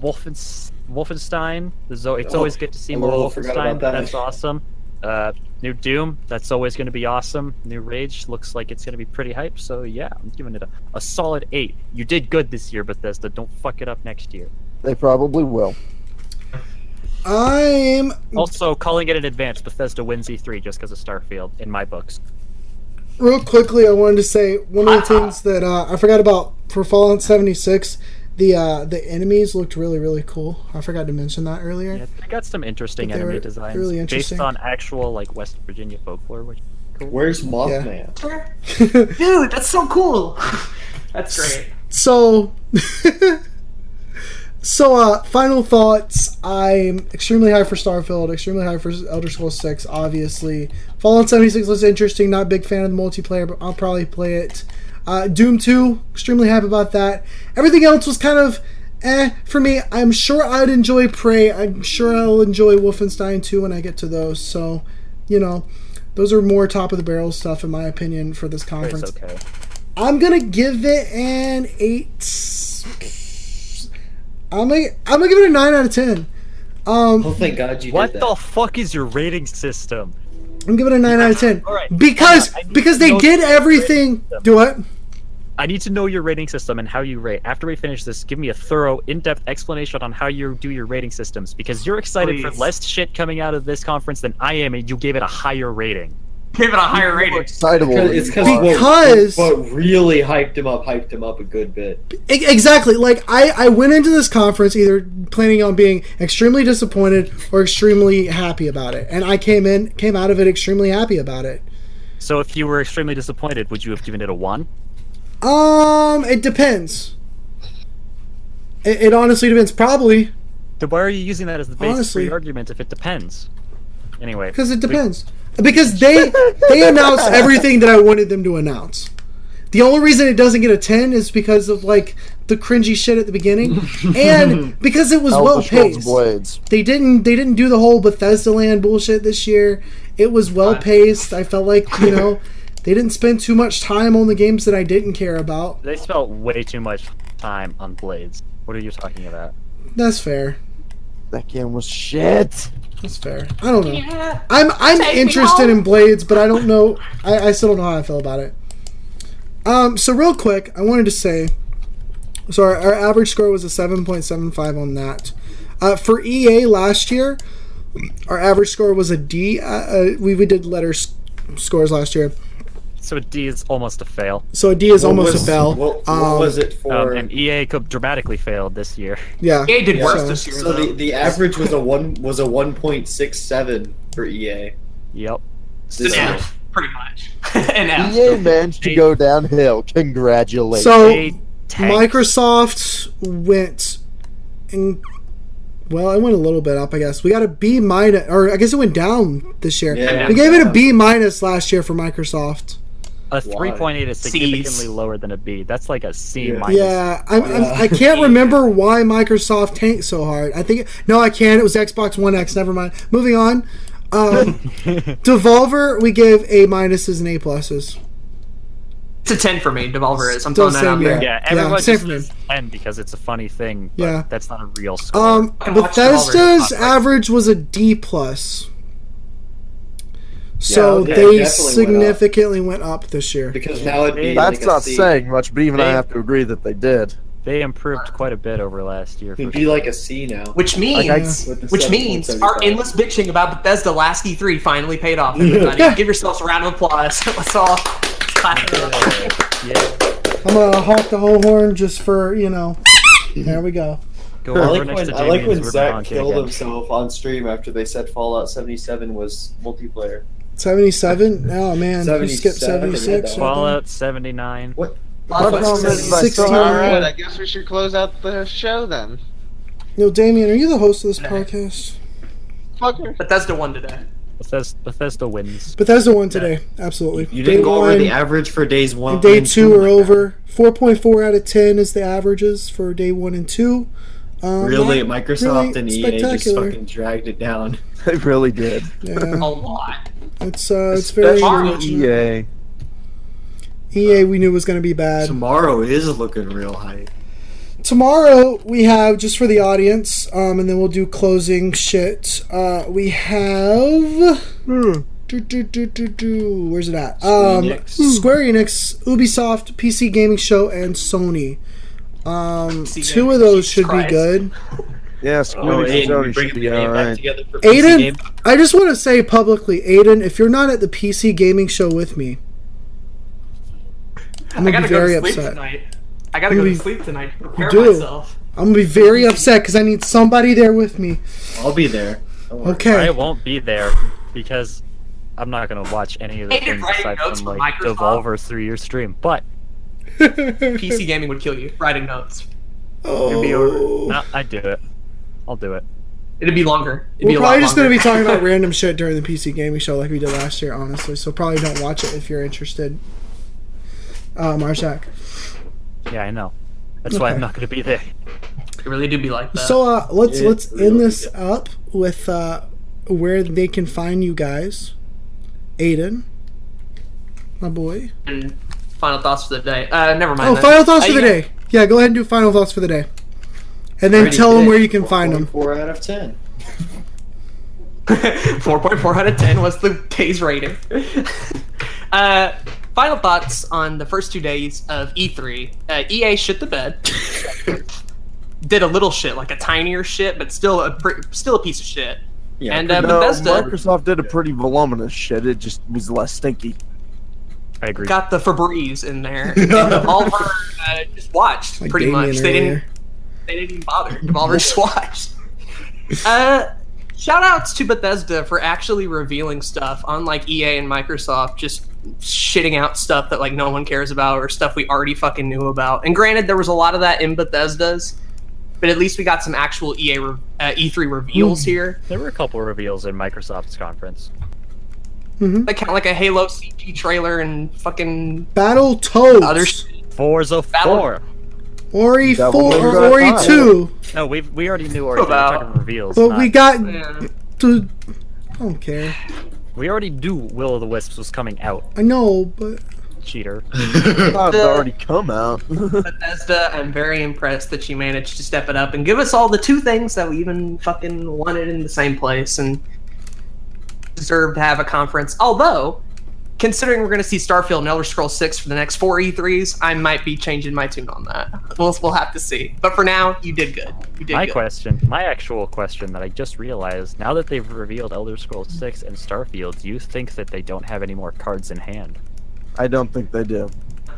A: Wolfens- Wolfenstein. There's al- it's
G: Oh,
A: always good to see
G: I
A: more
G: little forgot
A: Wolfenstein.
G: about that.
A: That's awesome. Uh, new Doom. That's always going to be awesome. New Rage looks like it's going to be pretty hype. So yeah, I'm giving it a, a solid eight. You did good this year, Bethesda. Don't fuck it up next year.
D: They probably will.
B: I'm
G: Mm.
A: Also, calling it an advance, Bethesda wins E3 just because of Starfield in my books.
B: real quickly. I wanted to say one of the things that uh, I forgot about for Fallout 76. The uh, the enemies looked really really cool. I forgot to mention that earlier.
A: Yeah, they got some interesting
B: But they
A: enemy
B: were
A: designs
B: really interesting.
A: based on actual like West Virginia folklore. Which
G: Where's Mothman?
E: Dude, that's so cool. That's great.
B: So, so uh, final thoughts. I'm extremely high for Starfield. Extremely high for Elder Scrolls Six. Obviously, Fallout 76 looks interesting. Not a big fan of the multiplayer, but I'll probably play it. Uh, Doom 2. Extremely happy about that. Everything else was kind of. Eh, for me, I'm sure I'd enjoy Prey. I'm sure I'll enjoy Wolfenstein 2 when I get to those. So, you know, those are more top of the barrel stuff, in my opinion, for this
A: it's
B: conference.
A: okay.
B: I'm gonna give it an eight. I'm gonna I'm gonna give it a nine out of ten. Um,
G: Oh, thank God you
A: What
G: did
A: the
G: that.
A: fuck is your rating system?
B: I'm giving it a nine out of ten
A: All right.
B: because
A: Hang on, I need
B: because
A: to
B: they
A: know
B: did
A: your
B: everything.
A: rating system.
B: Do what?
A: I need to know your rating system and how you rate. After we finish this, give me a thorough, in-depth explanation on how you do your rating systems because you're excited for
E: Please.
A: less shit coming out of this conference than I am, and you gave it a higher rating.
E: Give it a higher rating.
D: Excitable.
G: It's because what-
B: Because-
G: what, really hyped him up, hyped him up a good bit.
B: E- Exactly. Like I, I went into this conference either planning on being extremely disappointed or extremely happy about it, and I came in came out of it extremely happy about it.
A: So if you were extremely disappointed, would you have given it a one?
B: Um, it depends. It, it honestly depends. Probably
A: Then why are you using that as the basis
B: Honestly.
A: for your argument if it depends? Anyway,
B: Because it depends. Because they they announced everything that I wanted them to announce. The only reason it doesn't get a ten is because of like the cringy shit at the beginning, and because it was
D: Elder
B: well
D: Scrolls
B: paced.
D: Blades.
B: They didn't they didn't do the whole Bethesda Land bullshit this year. It was well paced. I felt like you know they didn't spend too much time on the games that I didn't care about.
A: they spent way too much time on blades. What are you talking about?
B: That's fair.
D: That game was shit.
B: That's fair. I don't know. I'm I'm
E: Take me
B: interested
E: home.
B: in blades, but I don't know. I, I still don't know how I feel about it. Um. So real quick, I wanted to say. So our, our average score was a seven point seven five on that. Uh, for EA last year, our average score was a D. Uh, uh, we we did letter s- scores last year,
A: So a D is almost a fail.
B: so a D is almost
G: was,
B: a bell.
G: What, what
B: Um,
G: was it
A: Um,
G: for?
A: and EA co- dramatically failed this year.
B: Yeah.
E: EA did worse
B: so-
E: this year.
G: so
E: though.
G: the, the average was a one was a one point six seven for E EA.
A: Yep.
E: An
G: This year.
E: F, pretty much. An F.
D: EA managed to go downhill. Congratulations.
B: So
A: EA tanked.
B: Microsoft went and well, it went a little bit up, I guess. We got a B minus, or I guess it went down this year.
G: Yeah.
B: we gave it a B minus last year for Microsoft.
A: a 3.8 is
E: C's.
A: significantly lower than a B. That's like a C
G: Yeah.
A: minus.
B: yeah, I'm, I'm, I can't remember why Microsoft tanked so hard. I think no, I can. It was Xbox One X. Never mind. Moving on. Um, Devolver, we gave A minuses and A pluses.
E: It's a 10 for me. Devolver is. I'm
B: Still
E: throwing that out
B: same,
E: there.
B: yeah.
A: Yeah, everyone
B: same
A: just
B: for me.
A: says 10 because it's a funny thing, but
B: Yeah.
A: that's not a real score.
B: Um,
E: I can watch
B: Bethesda's
E: Devolver's
B: average was a D plus, so
G: okay,
B: they
G: definitely went up.
B: significantly went up this year.
G: Because now it'd be
D: That's
G: like a
D: not
G: C.
D: saying much, but even I
A: They-
D: have to agree that they did.
A: they improved quite a bit over last year. For
G: It'd
A: sure.
G: be like a C now.
E: Which means,
D: Like, I-
G: with the
E: which means our
G: 7.75.
E: endless bitching about Bethesda last E3 finally paid off. Everybody,
B: Yeah.
E: give yourselves a round of applause. Let's all clap. it up.
A: Yeah,
B: I'm gonna honk the whole horn just for you know. There we go.
A: go
G: I
A: over
G: like
A: next
G: when,
A: to
G: I
A: Jamie
G: like
A: and
G: when
A: we're
G: Zach
A: honking
G: killed
A: again.
G: himself on stream after they said Fallout 77 was multiplayer.
B: Seventy-seven. Oh man, you
G: 77,
B: skipped seventy-six.
G: yeah,
A: Fallout 79.
D: I still
B: Sixteen.
D: have-
F: All right, I guess we should close out the show then.
B: Yo, Damien, are you the host of this podcast?
F: Fucker.
E: Bethesda won today.
A: Bethesda, Bethesda wins.
B: Bethesda won today. Absolutely.
G: You didn't
B: Day
G: go over
B: one
G: the average for days one.
B: and day
G: and
B: two are
G: like
B: over. Four point four out of ten is the averages for day one and two. Um,
G: that. Really,
B: not-
G: Microsoft
B: really
G: and EA just
B: spectacular.
G: fucking dragged it down.
D: They really did.
E: A
B: Yeah,
E: lot.
B: it's uh, it's very.
G: Especially
D: EA.
B: EA E we knew was going to be bad.
G: Tomorrow is looking real hype.
B: Tomorrow we have just for the audience, um, and then we'll do closing shit. Uh, we have.
E: Hmm.
B: Do, do, do, do, do. Where's it at? Um,
G: Enix.
B: Square Enix, Ubisoft, PC Gaming Show, and Sony. Um,
E: See,
B: two
E: yeah,
B: of those
E: Jesus
B: should be
E: Christ.
B: good.
D: Yeah,
C: Oh,
D: Squiddy
C: Aiden,
D: and
C: you
D: Sony should
C: bringing
D: be
C: your name back
D: alright.
C: together for PC
B: Aiden,
C: game?
B: I just want to say publicly, Aiden, if you're not at the PC gaming show with me, I'm
E: I
B: gonna
E: gotta
B: be
E: go
B: very
E: to sleep
B: upset.
E: tonight. I gotta
B: You
E: go
B: be-
E: to sleep tonight to prepare
B: do.
E: myself.
B: I'm gonna be very upset because I need somebody there with me.
G: I'll be there. Don't worry.
A: I
B: Okay.
A: won't be there because I'm not gonna watch any of the
E: Hey, you're
A: things
E: writing
A: aside
E: notes
A: from
E: for
A: like
E: Microsoft?
A: Devolver's through your stream. But
E: PC gaming would kill you. Writing notes.
A: it'd be over.
B: oh.
A: No, I'd do it. I'll do it.
E: It'd be longer. It'd be
B: We're
E: a
B: probably
E: lot
B: just gonna be
E: longer.
B: talking about random shit during the PC gaming show like we did last year, honestly. So probably don't watch it if you're interested. Uh, Marshak.
A: Yeah, I know. That's why
B: Okay.
A: I'm not gonna be there.
E: It really do be like that.
B: So uh, let's
G: Yeah,
B: let's
G: really
B: end this up with uh, where they can find you guys, Aiden, my boy.
E: And final thoughts for the day. Uh, never mind.
B: Oh,
E: then.
B: final thoughts for the
E: Uh, yeah.
B: day. Yeah, go ahead and do final thoughts for the day, and then
G: Already
B: tell them
G: did.
B: where you can find them.
G: 4.4 out of ten.
E: 4.4 out of 10 was the day's rating. uh, final thoughts on the first two days of E3. Uh, EA shit the bed. Did a little shit, like a tinier shit, but still a pr- still a piece of shit.
G: Yeah,
E: and uh,
D: No,
E: Bethesda
D: Microsoft did a pretty voluminous shit. It just was less stinky.
A: I agree.
E: got the Febreze in there. And Devolver uh, just watched
B: Like
E: pretty
B: Damien
E: much. They
B: earlier.
E: didn't they didn't even bother. Devolver just watched. Uh, shout outs to Bethesda for actually revealing stuff, unlike EA and Microsoft just shitting out stuff that like no one cares about or stuff we already fucking knew about. And granted, there was a lot of that in Bethesda's, but at least we got some actual EA re- uh, E3
B: Hmm.
E: reveals here.
A: There were a couple reveals in Microsoft's conference.
B: Mm-hmm.
E: That kind of like a Halo CG trailer and fucking
B: Battle Toads,
E: other shit.
A: Forza
E: Battle-
A: 4.
B: Ori
D: That
B: four,
D: was
B: or
D: what I
B: Ori
D: thought.
B: two,
A: No, we we already knew already.
E: About-
A: We're talking reveals.
B: but
A: not-
B: we got
E: Yeah.
B: to. I don't care.
A: we already knew Will of the Wisps was coming out.
B: I know, but
A: Cheater.
D: Oh, they
E: The-
D: already come out.
E: Bethesda, I'm very impressed that she managed to step it up and give us all the two things that we even fucking wanted in the same place and deserve to have a conference. Although, considering we're going to see Starfield and Elder Scrolls 6 for the next four E3s, I might be changing my tune on that. We'll, we'll have to see. But for now, you did good. You did
A: My
E: good.
A: question, my actual question that I just realized, now that they've revealed Elder Scrolls 6 and Starfield, do you think that they don't have any more cards in hand?
D: I don't think they do.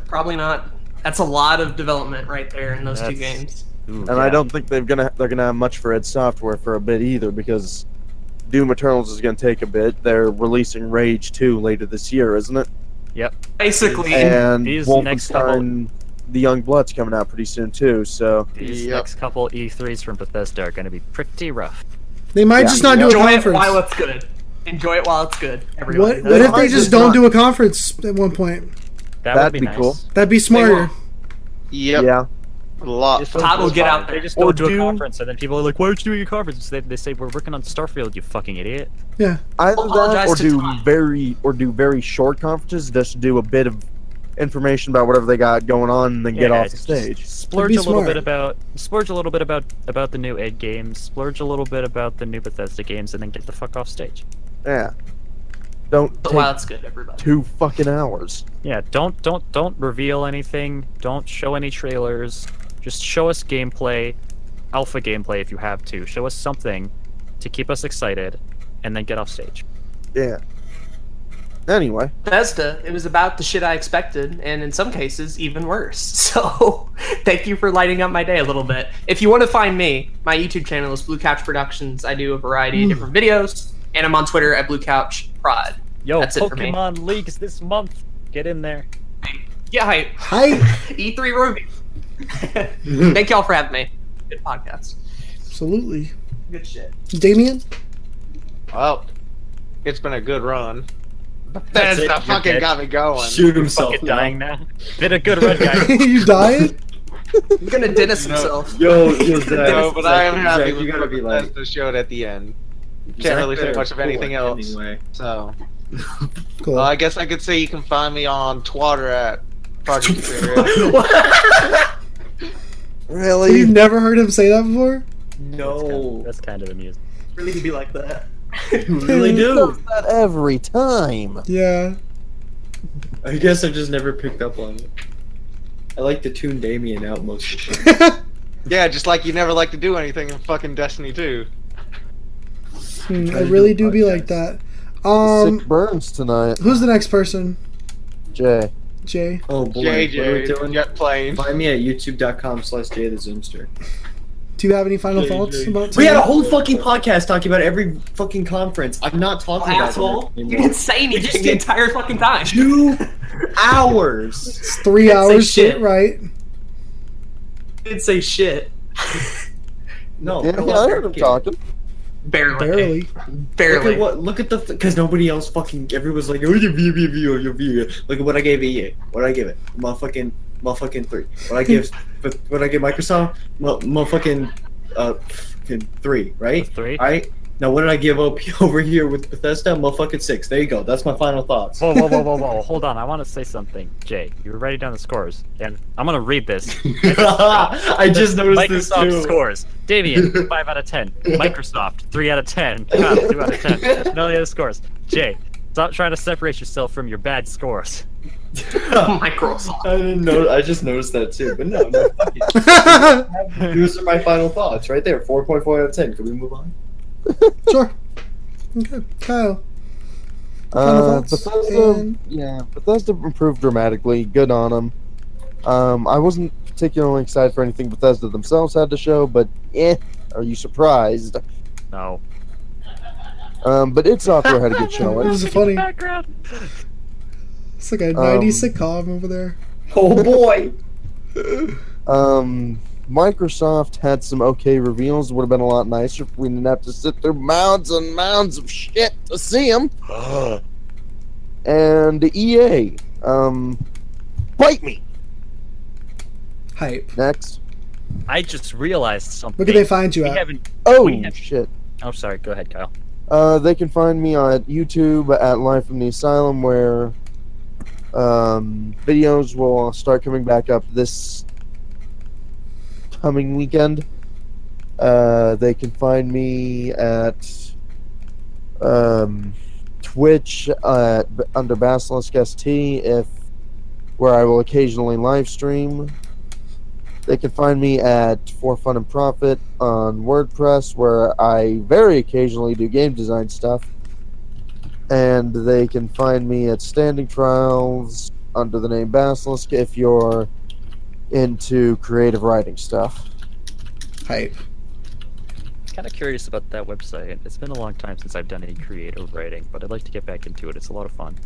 E: Probably not. That's a lot of development right there in those two
A: That's-
E: games.
A: Ooh,
D: And I don't think they're gonna they're gonna have much for id Software for a bit either because Doom Eternals is gonna take a bit. They're releasing Rage 2 later this year, isn't it?
E: Basically,
D: And
A: these next
D: Wolfenstein The Young Blood's coming out pretty soon too. So
A: These
C: Yep.
A: next couple E3s from Bethesda are going to be pretty rough.
B: they might
D: Yeah.
B: just not do a
E: enjoy it
B: conference.
E: while it's good. Enjoy it while it's good, everybody.
B: what what if they
D: Conference
B: just
D: is
B: don't
D: not-
B: do a conference at one point?
A: That
D: That'd
A: would be,
D: be
A: nice.
D: cool.
B: That'd be smarter.
E: won't.
F: Yep,
D: yeah,
F: a lot.
A: Just don't
E: Todd
A: do
E: will
A: a
E: get out
A: conference.
E: there.
A: They just
D: Or
A: don't do
D: do-
A: a conference, and then people are like, "Why aren't you doing a conference?" They, they say, "We're working on Starfield, you fucking idiot."
B: Yeah.
D: either that
E: Apologize
D: or
E: to
D: do
E: Todd.
D: very or do very short conferences just do a bit of information about whatever they got going on and then get
A: Yeah,
D: off the
A: just
D: stage.
A: Splurge
B: be
A: a little
B: smart.
A: bit about splurge a little bit about about the new Ed games. Splurge a little bit about the new Bethesda games, and then get the fuck off stage.
D: Yeah. Don't
E: But
D: take
E: while it's good, everybody.
D: two fucking hours.
A: Yeah, don't don't don't reveal anything. Don't show any trailers. Just show us gameplay, alpha gameplay if you have to. Show us something to keep us excited, and then get off stage.
D: Yeah. Anyway.
E: Bethesda, it was about the shit I expected, and in some cases, even worse. So, thank you for lighting up my day a little bit. If you want to find me, my YouTube channel is Blue Couch Productions. I do a variety
G: Hmm.
E: of different videos, and I'm on Twitter at Blue Couch Prod.
A: Yo,
E: That's it for me.
A: Pokemon leaks this month. Get in there.
E: Yeah, hi.
B: Hi.
E: E3 review. E thank y'all for having me. Good podcast.
B: Absolutely.
E: Good shit.
B: Damien?
F: Well, it's been a good run.
C: That's it,
F: Bethesda
C: you're
F: fucking
C: dead.
F: got me going.
G: Shoot himself.
A: Fucking dying now. Been a good run, guys.
B: you dying?
E: He's gonna Dennis himself.
G: Yo, yo, Zach,
F: No, but
G: Zach,
F: I am
G: Zach,
F: happy
G: you
F: with
G: gotta
F: what
G: be like.
F: Bethesda showed at the end. Can't
G: Zach
F: really say
G: better
F: much of anything
G: quit
F: else.
G: Anyway.
F: So,
B: Cool.
F: well, I guess I could say you can find me on Twitter at Project Superior.
B: You've
D: Really?
B: never heard him say that before?
G: No,
A: That's kind of amusing.
E: Really to be like that.
G: you really do.
D: Not every time.
B: Yeah.
G: I guess I've just never picked up on it. I like to tune Damien out most of the time.
F: Yeah, just like you never like to do anything in fucking Destiny 2.
B: Hmm, I
D: to do
B: really
D: a
B: do be like that. Um,
D: Sick burns tonight,
B: who's the next person?
D: Jay.
B: Jay.
G: Oh boy, what are we
F: JJ,
G: doing?
F: jet plane.
G: Find me at youtube.com slash Jay the Zoomster.
B: Do you have any final thoughts about?
G: We had a
B: tonight?
G: whole fucking podcast talking about every fucking conference. I'm not talking about
E: asshole.
G: it
E: You
G: anymore.
E: didn't say anything the entire fucking time.
G: Two hours.
B: It's three
E: Can't say
B: hours. Shit,
E: shit.
B: right?
E: didn't say shit.
G: No,
D: Yeah,
G: no,
D: I heard him
G: fucking-
D: talking.
E: Barely.
B: Barely.
G: Look
E: Barely.
G: at what? Look at the because nobody else fucking. Everyone's like, oh, you view, view, view, you view. Look at what I gave EA. What did I give it? Motherfucking, motherfucking three. What I give? but what I give Microsoft? Mo- Motherfucking, uh, fucking three. Right?
A: Three.
G: All right. Now what did I give OP over here with Bethesda? Motherfucking six. There you go. That's my final thoughts.
A: Whoa, whoa, whoa, whoa, whoa! Hold on, I want to say something, Jay. You were writing down the scores, and I'm gonna read this.
G: I just noticed this
A: Microsoft
G: too.
A: scores. Damien, 5 out of 10. Microsoft, 3 out of 10. Kyle, 2 out of 10. None of the other scores. Jay, stop trying to separate yourself from your bad scores.
E: Microsoft.
G: I didn't know. I just noticed that too. But no, no. fuck it. Those are my final thoughts right there. Four point four out of ten. Can we move on?
B: sure. Okay, Kyle. Final
D: Uh,
B: thoughts
D: Bethesda,
B: and-
D: yeah, Bethesda improved dramatically. Good on them. Um, I wasn't particularly excited for anything Bethesda themselves had to show, but eh, are you surprised?
A: No.
D: Um, but id Software had a good
B: Oh, it
D: showing.
B: was funny.
A: Background.
B: It's like a 90s
D: Um,
B: sitcom over there.
G: Oh boy.
D: Um, Microsoft had some okay reveals. Would have been a lot nicer if we didn't have to sit through mounds and mounds of shit to see them. and EA, um, bite me
B: Hype.
D: next.
A: I just realized something.
B: Where can they find you
A: we
B: at?
A: haven't.
D: Oh
A: We have-
D: shit.
A: Oh, sorry. Go ahead, Kyle.
D: Uh, they can find me on YouTube at Live from the Asylum, where um, videos will start coming back up this coming weekend. Uh, they can find me at um, Twitch at, under Basilisk ST, if where I will occasionally live stream. They can find me at For Fun and Profit on WordPress, where I very occasionally do game design stuff. And they can find me at Standing Trials under the name Basilisk if you're into creative writing stuff.
B: Hype.
A: Kind of curious about that website. It's been a long time since I've done any creative writing, but I'd like to get back into it. It's a lot of fun.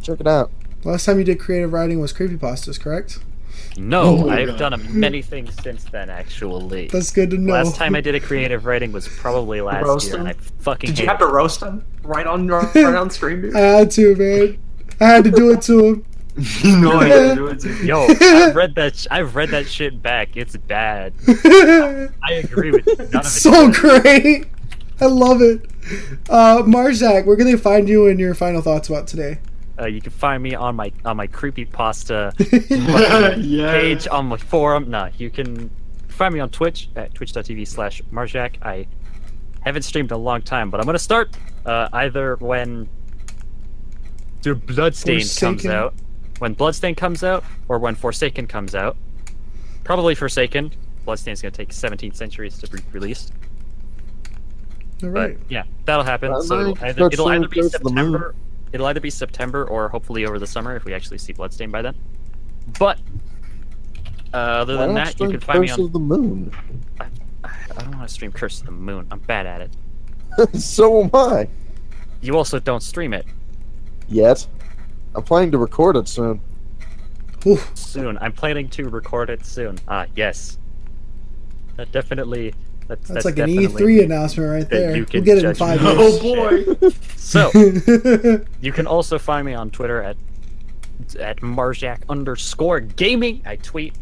D: Check it out.
B: Last time you did creative writing was creepypastas, correct?
A: No,
G: Oh my
A: I've
G: God.
A: done many things since then, actually.
B: That's good to know.
A: Last time I did a creative writing was probably last
E: Roast
A: year, and I
E: him?
A: fucking
E: Did
A: hate
E: you have
A: it.
E: to roast him right on right on screen, dude?
B: I had to, man. I had to do it to him.
G: no,
B: I didn't do
A: Yo, I've read that. Sh- I've read that shit back. It's bad. I agree with you. None of it's
B: so great. I love it. Uh, Marzak, where can they find you and your final thoughts about today?
A: Uh, you can find me on my on my creepy pasta
G: yeah.
A: page on my forum. Nah, you can find me on Twitch at twitch.tv slash marjak. I haven't streamed in a long time, but I'm gonna start uh, either when the Bloodstain comes
B: Forsaken.
A: out, when Bloodstain comes out, or when Forsaken comes out. Probably Forsaken. Bloodstain's gonna take 17 centuries to be released. But
B: All right.
A: yeah, that'll happen.
D: Well,
A: so
D: then
A: it'll
D: you can
A: either,
D: start
A: it'll
D: seeing
A: either be
D: Ghost of the Moon.
A: September. It'll either be September or hopefully over the summer if we actually see Bloodstain by then. But uh, other
D: Why
A: than
D: not
A: that, you
D: stream
A: can find me
D: Curse
A: on.
D: of the Moon.
A: I don't want to stream Curse of the Moon. I'm bad at it.
D: so am I.
A: You also don't stream it
D: Yet. I'm planning to record it soon.
B: Whew.
A: soon. I'm planning to record it soon. Ah, yes. That definitely. That's, that's,
B: That's, like an
D: E
A: definitely-
B: E3 announcement right
A: that
B: there.
A: you
B: We'll
A: can
B: get it in
A: judge
B: five
A: me.
G: Oh,
A: Oh,
B: years.
A: boy. So You can also find me on Twitter at at Marjak underscore gaming. I tweet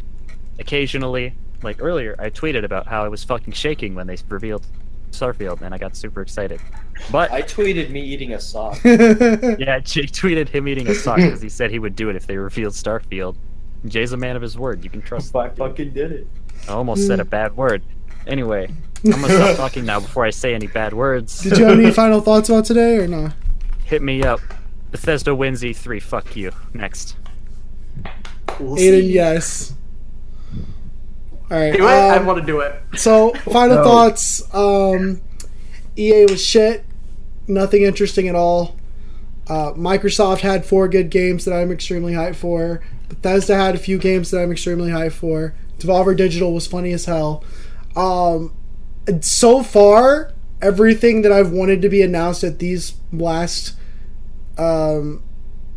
A: occasionally. Like earlier, I tweeted about how I was fucking shaking when they revealed Starfield, and I got super excited. But
G: I tweeted me eating a sock.
A: yeah, Jake tweeted him eating a sock because he said he would do it if they revealed Starfield. Jay's a man of his word. You can trust.
G: I fucking did it.
A: I almost said a bad word. Anyway, I'm gonna stop talking now before I say any bad words.
B: Did you have any final thoughts about today or no?
A: Hit me up. E Bethesda wins E3. Fuck you. Next.
E: We'll
B: Aiden,
E: see.
B: yes. All right.
E: Do it. I
B: um,
E: want to do it.
B: So, final thoughts. Um, EA was shit. Nothing interesting at all. Uh, Microsoft had four good games that I'm extremely hyped for. Bethesda had a few games that I'm extremely hyped for. Devolver Digital was funny as hell. Um, and so far, everything that I've wanted to be announced at these last um,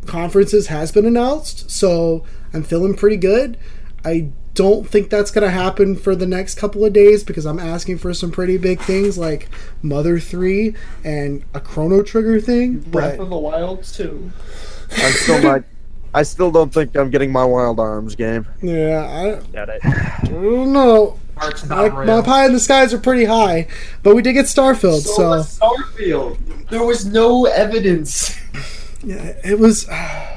B: conferences has been announced. So I'm feeling pretty good. I don't think that's going to happen for the next couple of days because I'm asking for some pretty big things like Mother 3 and a Chrono Trigger thing.
G: Breath
B: But
G: of the Wild too.
D: I'm still not. I still don't think I'm getting my Wild Arms game.
B: yeah,
A: Doubt it.
B: I, I don't know.
E: Hearts
B: I,
E: not
B: my
E: real.
B: pie in the skies are pretty high, but we did get Starfield, so,
G: was Starfield. There was no evidence.
B: yeah, it was.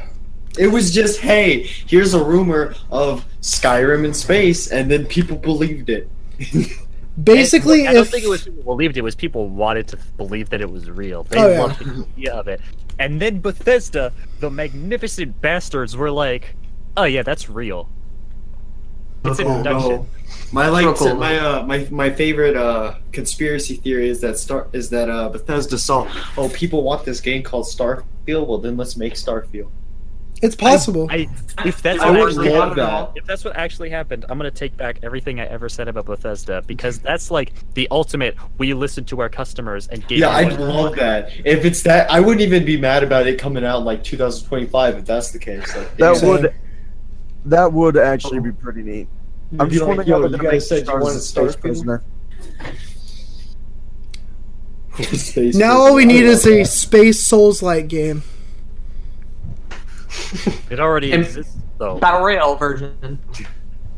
G: It was just, hey, here's a rumor of Skyrim in space, and then people believed it.
B: Basically,
A: I don't
B: if
A: think it was people believed it. it was people wanted to believe that it was real. They
B: Oh, yeah.
A: loved the idea of it. And then Bethesda, the magnificent bastards, were like, "Oh yeah, that's real." It's in
G: Oh,
A: production.
G: no. My like
E: Real cool.
G: my uh, my my favorite uh, conspiracy theory is that Star is that uh, Bethesda saw oh people want this game called Starfield well then let's make Starfield
B: it's possible.
A: I, if that's
E: I
A: what
E: would
A: actually happened,
E: love
G: that.
A: if that's what actually happened, I'm gonna take back everything I ever said about Bethesda because that's like the ultimate. We listened to our customers and gave.
G: yeah
A: them
G: I'd
A: what-
G: love that if it's that I wouldn't even be mad about it coming out in, like 2025 if that's the case like,
D: That
G: yeah.
B: Same.
D: would. That would actually
A: Oh.
D: be pretty neat. I'm
G: Be
D: just
G: like,
D: wondering
G: yo,
D: how
G: you
D: they're gonna make
G: guys said you
D: Stars
G: wanted
D: a space
G: Starfield
D: prisoner.
G: Space
B: now
G: Prison.
B: all we
G: I
B: need
G: love
B: is a
G: that.
B: space Souls like game.
A: It already
E: And-
A: exists though.
E: Battle Royale version.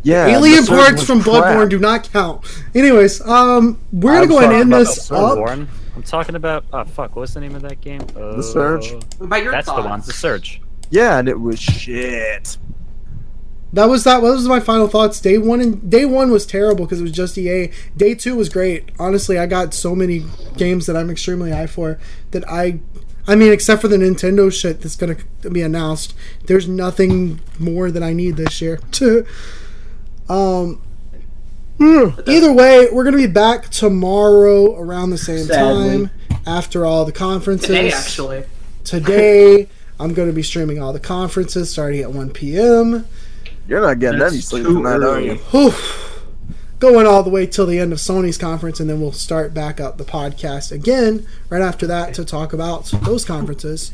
D: Yeah.
B: Alien
D: the server
B: parts
D: was
B: from
D: crap.
B: Bloodborne do not count. Anyways, um, we're gonna
D: I'm
B: go ahead
D: sorry
B: and end
D: about
B: this
D: that,
A: Oh,
B: up.
A: Warren, I'm talking about. Oh fuck! What was the name of that game? Uh,
D: Surge.
E: What about your
A: That's
E: thoughts?
A: the one. The Surge.
D: Yeah, and it was shit.
B: That was that. Those was my final thoughts. Day one and day one was terrible because it was just EA. Day two was great. Honestly, I got so many games that I'm extremely high for that I, I mean, except for the Nintendo shit that's gonna be announced. There's nothing more that I need this year. um. hmm, Either way, we're gonna be back tomorrow around the same
G: Sadly.
B: time after all the conferences
E: Today, actually.
B: today I'm going to be streaming all the conferences starting at 1 p.m.
D: You're not getting
G: That's
D: any sleep
G: too
D: tonight, are
G: early.
D: you?
B: Whew. Going all the way till the end of Sony's conference, and then we'll start back up the podcast again right after that to talk about those conferences.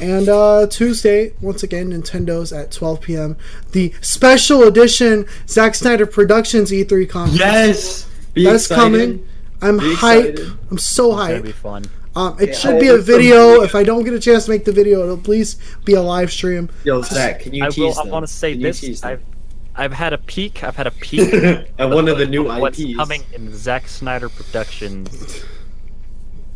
B: And uh, Tuesday, once again, Nintendo's at 12 p.m. The special edition Zack Snyder Productions E3 conference.
G: yes Be
B: That's
G: excited.
B: coming. I'm
G: Be
B: hype.
G: excited.
B: I'm so
A: It's gonna
B: hype.
A: be fun.
B: Um, it
G: Yeah.
B: should be
G: Oh,
B: a
G: it's gonna be
B: video.
G: good.
B: If I don't get a chance to make the video, it'll at least be a live stream.
G: yo Zach can you
A: I will.
G: tease
A: I
G: them?
A: want to say
G: Can you tease
A: this.
G: them?
A: I've, I've had a peek. I've had a peek.
G: at one of the new
A: what's
G: IPs
A: coming in Zack Snyder Productions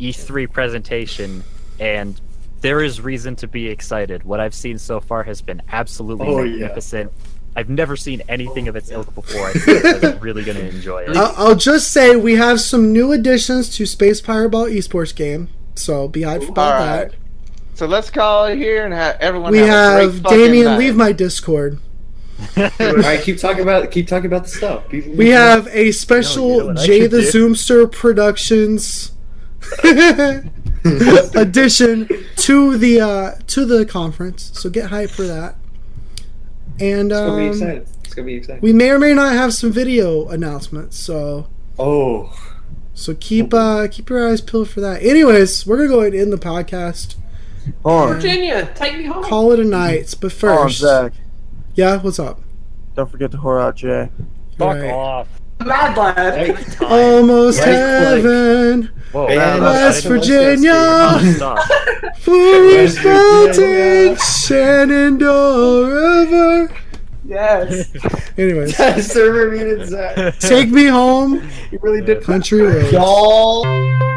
A: E3 presentation, and there is reason to be excited. What I've seen so far has been absolutely
G: Oh, yeah.
A: magnificent. I've never seen anything of its ilk before. I think I'm really going to enjoy it.
B: I'll, I'll just say we have some new additions to Space Fireball Esports game, so be hyped about
F: Alright. So let's call it here and have
B: that.
F: everyone.
B: We
F: have, a
B: have
F: great fucking
B: Damien
F: night.
B: leave my Discord.
G: all right keep talking about keep talking about the stuff Be-
B: We have a special
A: know what I
B: Jay
A: should
B: the
A: do?
B: Zoomster Productions addition to the uh, to the conference. So get hyped for that. And
G: it's gonna be
B: um,
G: excited it's gonna be exciting
B: we may or may not have some video announcements. So
G: oh
B: So keep uh keep your eyes peeled for that. Anyways, we're gonna go ahead and end the podcast.
D: Hold on,
E: Virginia, take me home.
B: Call it a night. But
G: Oh,
D: hold on,
B: first,
D: Zach.
B: yeah, what's up?
D: Don't forget to whore out Jay.
A: Fuck
B: Right.
A: off.
E: Mad lad.
G: Right.
B: Almost
G: Right click.
B: heaven,
A: Whoa.
G: Man,
A: wow, that's-
B: West
G: Virginia.
B: Virginia,
A: Stop.
B: Flores
G: West Virginia.
B: Mountain, Shenandoah River.
G: yes
B: Anyways,
G: server muted Zach
B: take me home,
G: you really did
B: country roads.
G: y'all.